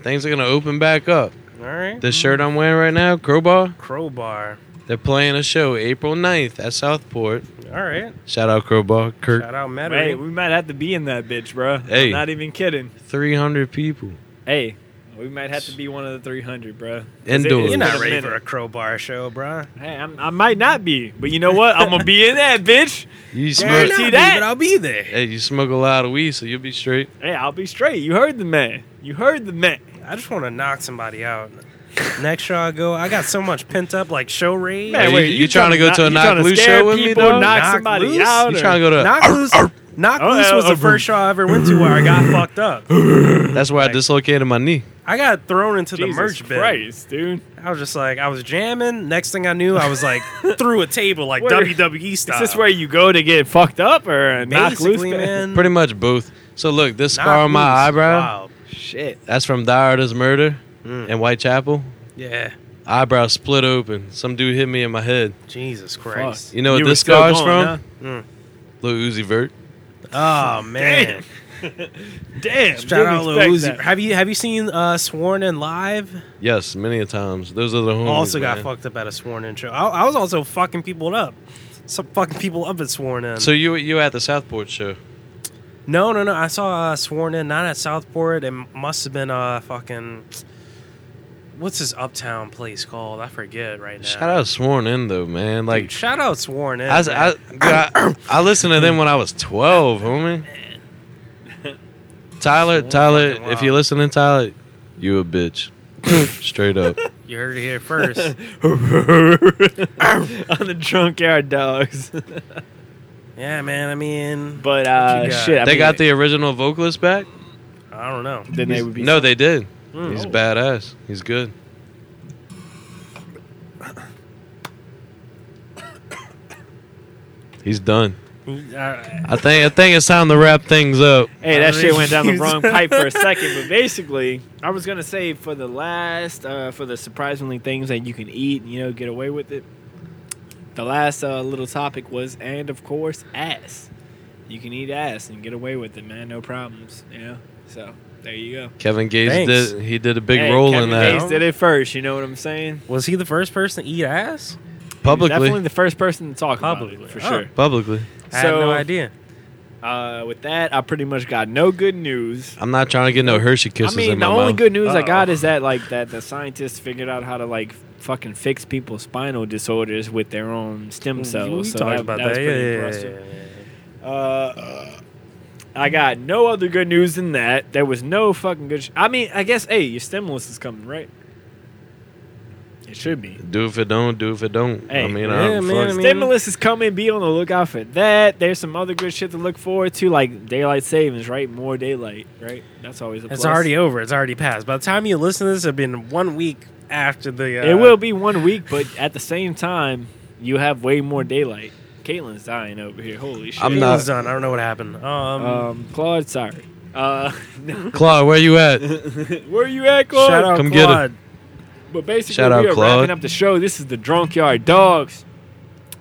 Speaker 6: things are gonna open back up.
Speaker 2: All right.
Speaker 6: The shirt I'm wearing right now, Crowbar,
Speaker 2: crowbar.
Speaker 6: they're playing a show April 9th at Southport.
Speaker 2: All right.
Speaker 6: Shout out Crowbar, Kirk.
Speaker 2: Shout out
Speaker 1: Hey,
Speaker 2: Metairie.
Speaker 1: we might have to be in that bitch, bro.
Speaker 6: Hey.
Speaker 1: I'm not even kidding.
Speaker 6: 300 people.
Speaker 1: Hey, we might have to be one of the 300, bro.
Speaker 6: Indoors.
Speaker 2: You're
Speaker 1: Wait
Speaker 2: not
Speaker 1: a
Speaker 2: ready
Speaker 1: minute.
Speaker 2: for a crowbar show, bruh.
Speaker 1: Hey, I'm, I might not be, but you know what? I'm gonna be
Speaker 2: <laughs>
Speaker 1: in that bitch. Guarantee
Speaker 6: You smoke,
Speaker 1: Guaranteed. that.
Speaker 2: I'll be there.
Speaker 6: hey, you smoke a lot of weed, so you'll be straight.
Speaker 1: Hey, I'll be straight. You heard the man. You heard the man.
Speaker 2: I just want to knock somebody out. Next show I go, I got so much pent up like show rage.
Speaker 1: Man,
Speaker 6: Hey,
Speaker 1: wait,
Speaker 6: you- you tryna go
Speaker 1: kno-
Speaker 6: to a
Speaker 1: you
Speaker 6: knock
Speaker 1: tryna
Speaker 6: loose
Speaker 1: scare
Speaker 6: show with me,
Speaker 1: people,
Speaker 6: dog?
Speaker 1: Knock,
Speaker 2: Knock
Speaker 1: somebody
Speaker 2: loose?
Speaker 1: out.
Speaker 6: You
Speaker 1: or-
Speaker 6: trying to go to.
Speaker 2: Knock loose. Knock
Speaker 1: Oh,
Speaker 2: loose was
Speaker 1: oh,
Speaker 2: the first show I ever went to where I
Speaker 6: <laughs>
Speaker 2: got fucked up.
Speaker 6: That's where I dislocated my knee.
Speaker 2: I got thrown into
Speaker 1: Jesus
Speaker 2: the merch bin.
Speaker 1: Christ, dude.
Speaker 2: I was just like, I was jamming. Next thing I knew, I was
Speaker 1: <laughs>
Speaker 2: like through a table like
Speaker 1: Where-
Speaker 2: WWE style.
Speaker 1: Is this where you go to get fucked up or knock
Speaker 2: basically,
Speaker 1: loose?
Speaker 2: man.
Speaker 6: Pretty much both. So look, this
Speaker 2: knock
Speaker 6: scar on my
Speaker 2: hmm. loose is
Speaker 6: eyebrow,
Speaker 2: wild.
Speaker 1: <laughs>
Speaker 2: Mm,
Speaker 1: Shit.
Speaker 6: that's from Diarda's murder
Speaker 2: Hmm.
Speaker 6: in Whitechapel.
Speaker 2: Yeah,
Speaker 6: Eyebrow split open. Some dude hit me in my head.
Speaker 2: Jesus Christ.
Speaker 6: You know what
Speaker 1: were
Speaker 6: this
Speaker 1: still
Speaker 6: scar's
Speaker 1: going,
Speaker 6: from?
Speaker 1: huh?
Speaker 6: Lil Uzi Vert.
Speaker 2: Oh man.
Speaker 1: <laughs> Damn.
Speaker 2: Shout out Lil
Speaker 1: didn't expect
Speaker 2: Uzi.
Speaker 1: that.
Speaker 2: Have you have you seen uh, Sworn in live?
Speaker 6: Yes, many a times. Those are the homies.
Speaker 2: also got
Speaker 6: man.
Speaker 2: fucked up at a Sworn in show. I, I was also fucking people up. Some fucking people up at Sworn in.
Speaker 6: So you you at the Southport show?
Speaker 2: no, no, no. I saw uh, Sworn in not at Southport. It must have been uh fucking. What's this uptown place called? I forget right now.
Speaker 6: Shout out Sworn In though, man. Like
Speaker 2: Dude, shout out Sworn in.
Speaker 6: I, s- I- I- I listened to them when I was 12,
Speaker 2: <laughs>
Speaker 6: homie. Tyler, Tyler,
Speaker 2: fucking
Speaker 6: if you're
Speaker 2: wild.
Speaker 6: listening, Tyler, you
Speaker 2: <laughs>
Speaker 6: a bitch. Straight up.
Speaker 2: you heard it here
Speaker 1: <laughs>
Speaker 6: <laughs>
Speaker 2: first.
Speaker 1: on the drunk yard dogs.
Speaker 2: <laughs> yeah, man. I mean,
Speaker 1: But uh,
Speaker 2: you got?
Speaker 1: shit, I
Speaker 6: They
Speaker 1: mean,
Speaker 6: got the original vocalist back?
Speaker 2: I don't know.
Speaker 1: Then they would be
Speaker 6: No, they did.
Speaker 2: Mm.
Speaker 6: He's
Speaker 1: Oh.
Speaker 6: badass. He's good. <coughs> He's done.
Speaker 2: Uh,
Speaker 6: I think I think it's time to wrap things up.
Speaker 1: Hey, that
Speaker 2: I
Speaker 1: shit went down the
Speaker 2: <laughs> refuse.
Speaker 1: wrong pipe for a second. But basically, I was gonna say for the last, uh, for the surprisingly things that you can eat, you know, get away with it. The last uh, little topic was, and of course, ass. You can eat ass and get away with it, man. No problems. You know. So there you go.
Speaker 6: Kevin Gates
Speaker 2: Thanks.
Speaker 6: did he did a big
Speaker 1: Hey,
Speaker 6: role
Speaker 1: Kevin
Speaker 6: in that.
Speaker 1: Gates did it first. You know what I'm saying?
Speaker 2: was he the first person to eat ass?
Speaker 6: Publicly.
Speaker 1: Definitely the first person to talk about
Speaker 2: Publicly.
Speaker 1: it, for
Speaker 2: Oh.
Speaker 1: sure.
Speaker 6: Publicly.
Speaker 2: I had
Speaker 1: So-
Speaker 2: no idea.
Speaker 1: Uh, with that, I pretty much got no good news.
Speaker 6: I'm not trying to get no Hershey kisses
Speaker 1: I mean,
Speaker 6: in my
Speaker 1: the only
Speaker 6: mouth.
Speaker 1: good news I got
Speaker 2: Uh-oh.
Speaker 1: is that like that the scientists figured out how to like fucking fix people's spinal disorders with their own
Speaker 6: Mm,
Speaker 1: stem cells. so that, that was pretty impressive. Uh, I got no other good news than that. There was no fucking good. Sh- I mean, I guess hey, your stimulus is coming, right? It should be.
Speaker 6: do if it don't, do if it don't. I
Speaker 1: Hey,
Speaker 6: mean,
Speaker 2: yeah,
Speaker 6: I don't
Speaker 2: man, I
Speaker 6: fuck.
Speaker 2: mean-
Speaker 1: Stimulus is coming. Be on the lookout for that. There's some other good shit to look forward to, like daylight savings, right? More daylight, right? That's always a
Speaker 2: It's
Speaker 1: plus.
Speaker 2: already over. It's already passed. By the time you listen to this, it'll been one week after the. Uh,
Speaker 1: It will be one week, but at the same time, You have way more daylight. Caitlin's dying over here. Holy shit.
Speaker 2: It
Speaker 6: I'm not-
Speaker 2: was done. I don't know what happened. Um,
Speaker 1: Um, Claude, sorry. Uh, <laughs>
Speaker 6: Claude, where you <laughs> at?
Speaker 1: where you at, Claude?
Speaker 2: shout out
Speaker 6: Come get
Speaker 2: Claude.
Speaker 1: But basically,
Speaker 6: Shout out,
Speaker 1: we are
Speaker 6: Claude.
Speaker 1: wrapping up the show. This is the Drunk Yard Dogs.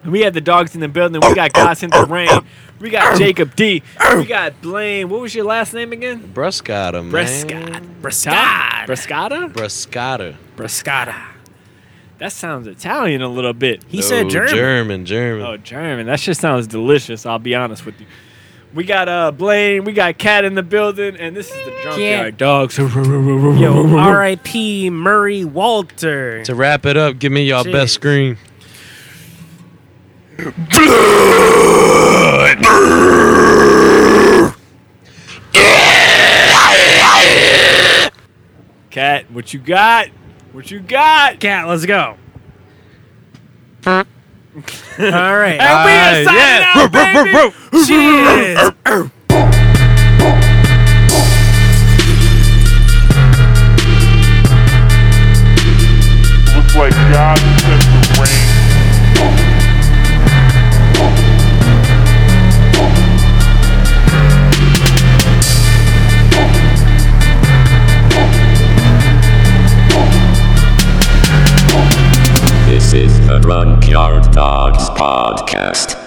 Speaker 1: We had the dogs in the building. We got Gossip the Rain. We got Jacob D. We got Blaine. What was your last name again?
Speaker 6: Brescata, man.
Speaker 1: Prescott.
Speaker 2: Brescott.
Speaker 1: Brescata?
Speaker 6: Brescata.
Speaker 2: Brescata.
Speaker 1: That sounds Italian a little bit.
Speaker 2: He said German.
Speaker 6: Oh, German, German.
Speaker 1: Oh, German. That shit sounds delicious. I'll be honest with you. We got uh Blaine. We got Cat in the building, and this is the Drunk
Speaker 3: Yeah.
Speaker 1: Yard Dogs.
Speaker 6: <laughs>
Speaker 2: Yo, R.I.P. Murray Walter.
Speaker 6: To wrap it up, give me y'all
Speaker 2: Jeez.
Speaker 6: best scream.
Speaker 1: Cat, what you got? What you got?
Speaker 2: Cat, let's
Speaker 6: <laughs>
Speaker 2: go. All
Speaker 6: <laughs>
Speaker 2: right.
Speaker 1: And we are
Speaker 6: Ah,
Speaker 1: signing
Speaker 6: yeah.
Speaker 1: out, baby.
Speaker 2: Cheers.
Speaker 4: Looks like God sent the rain.
Speaker 5: This is the Drunk Yard Dogs podcast.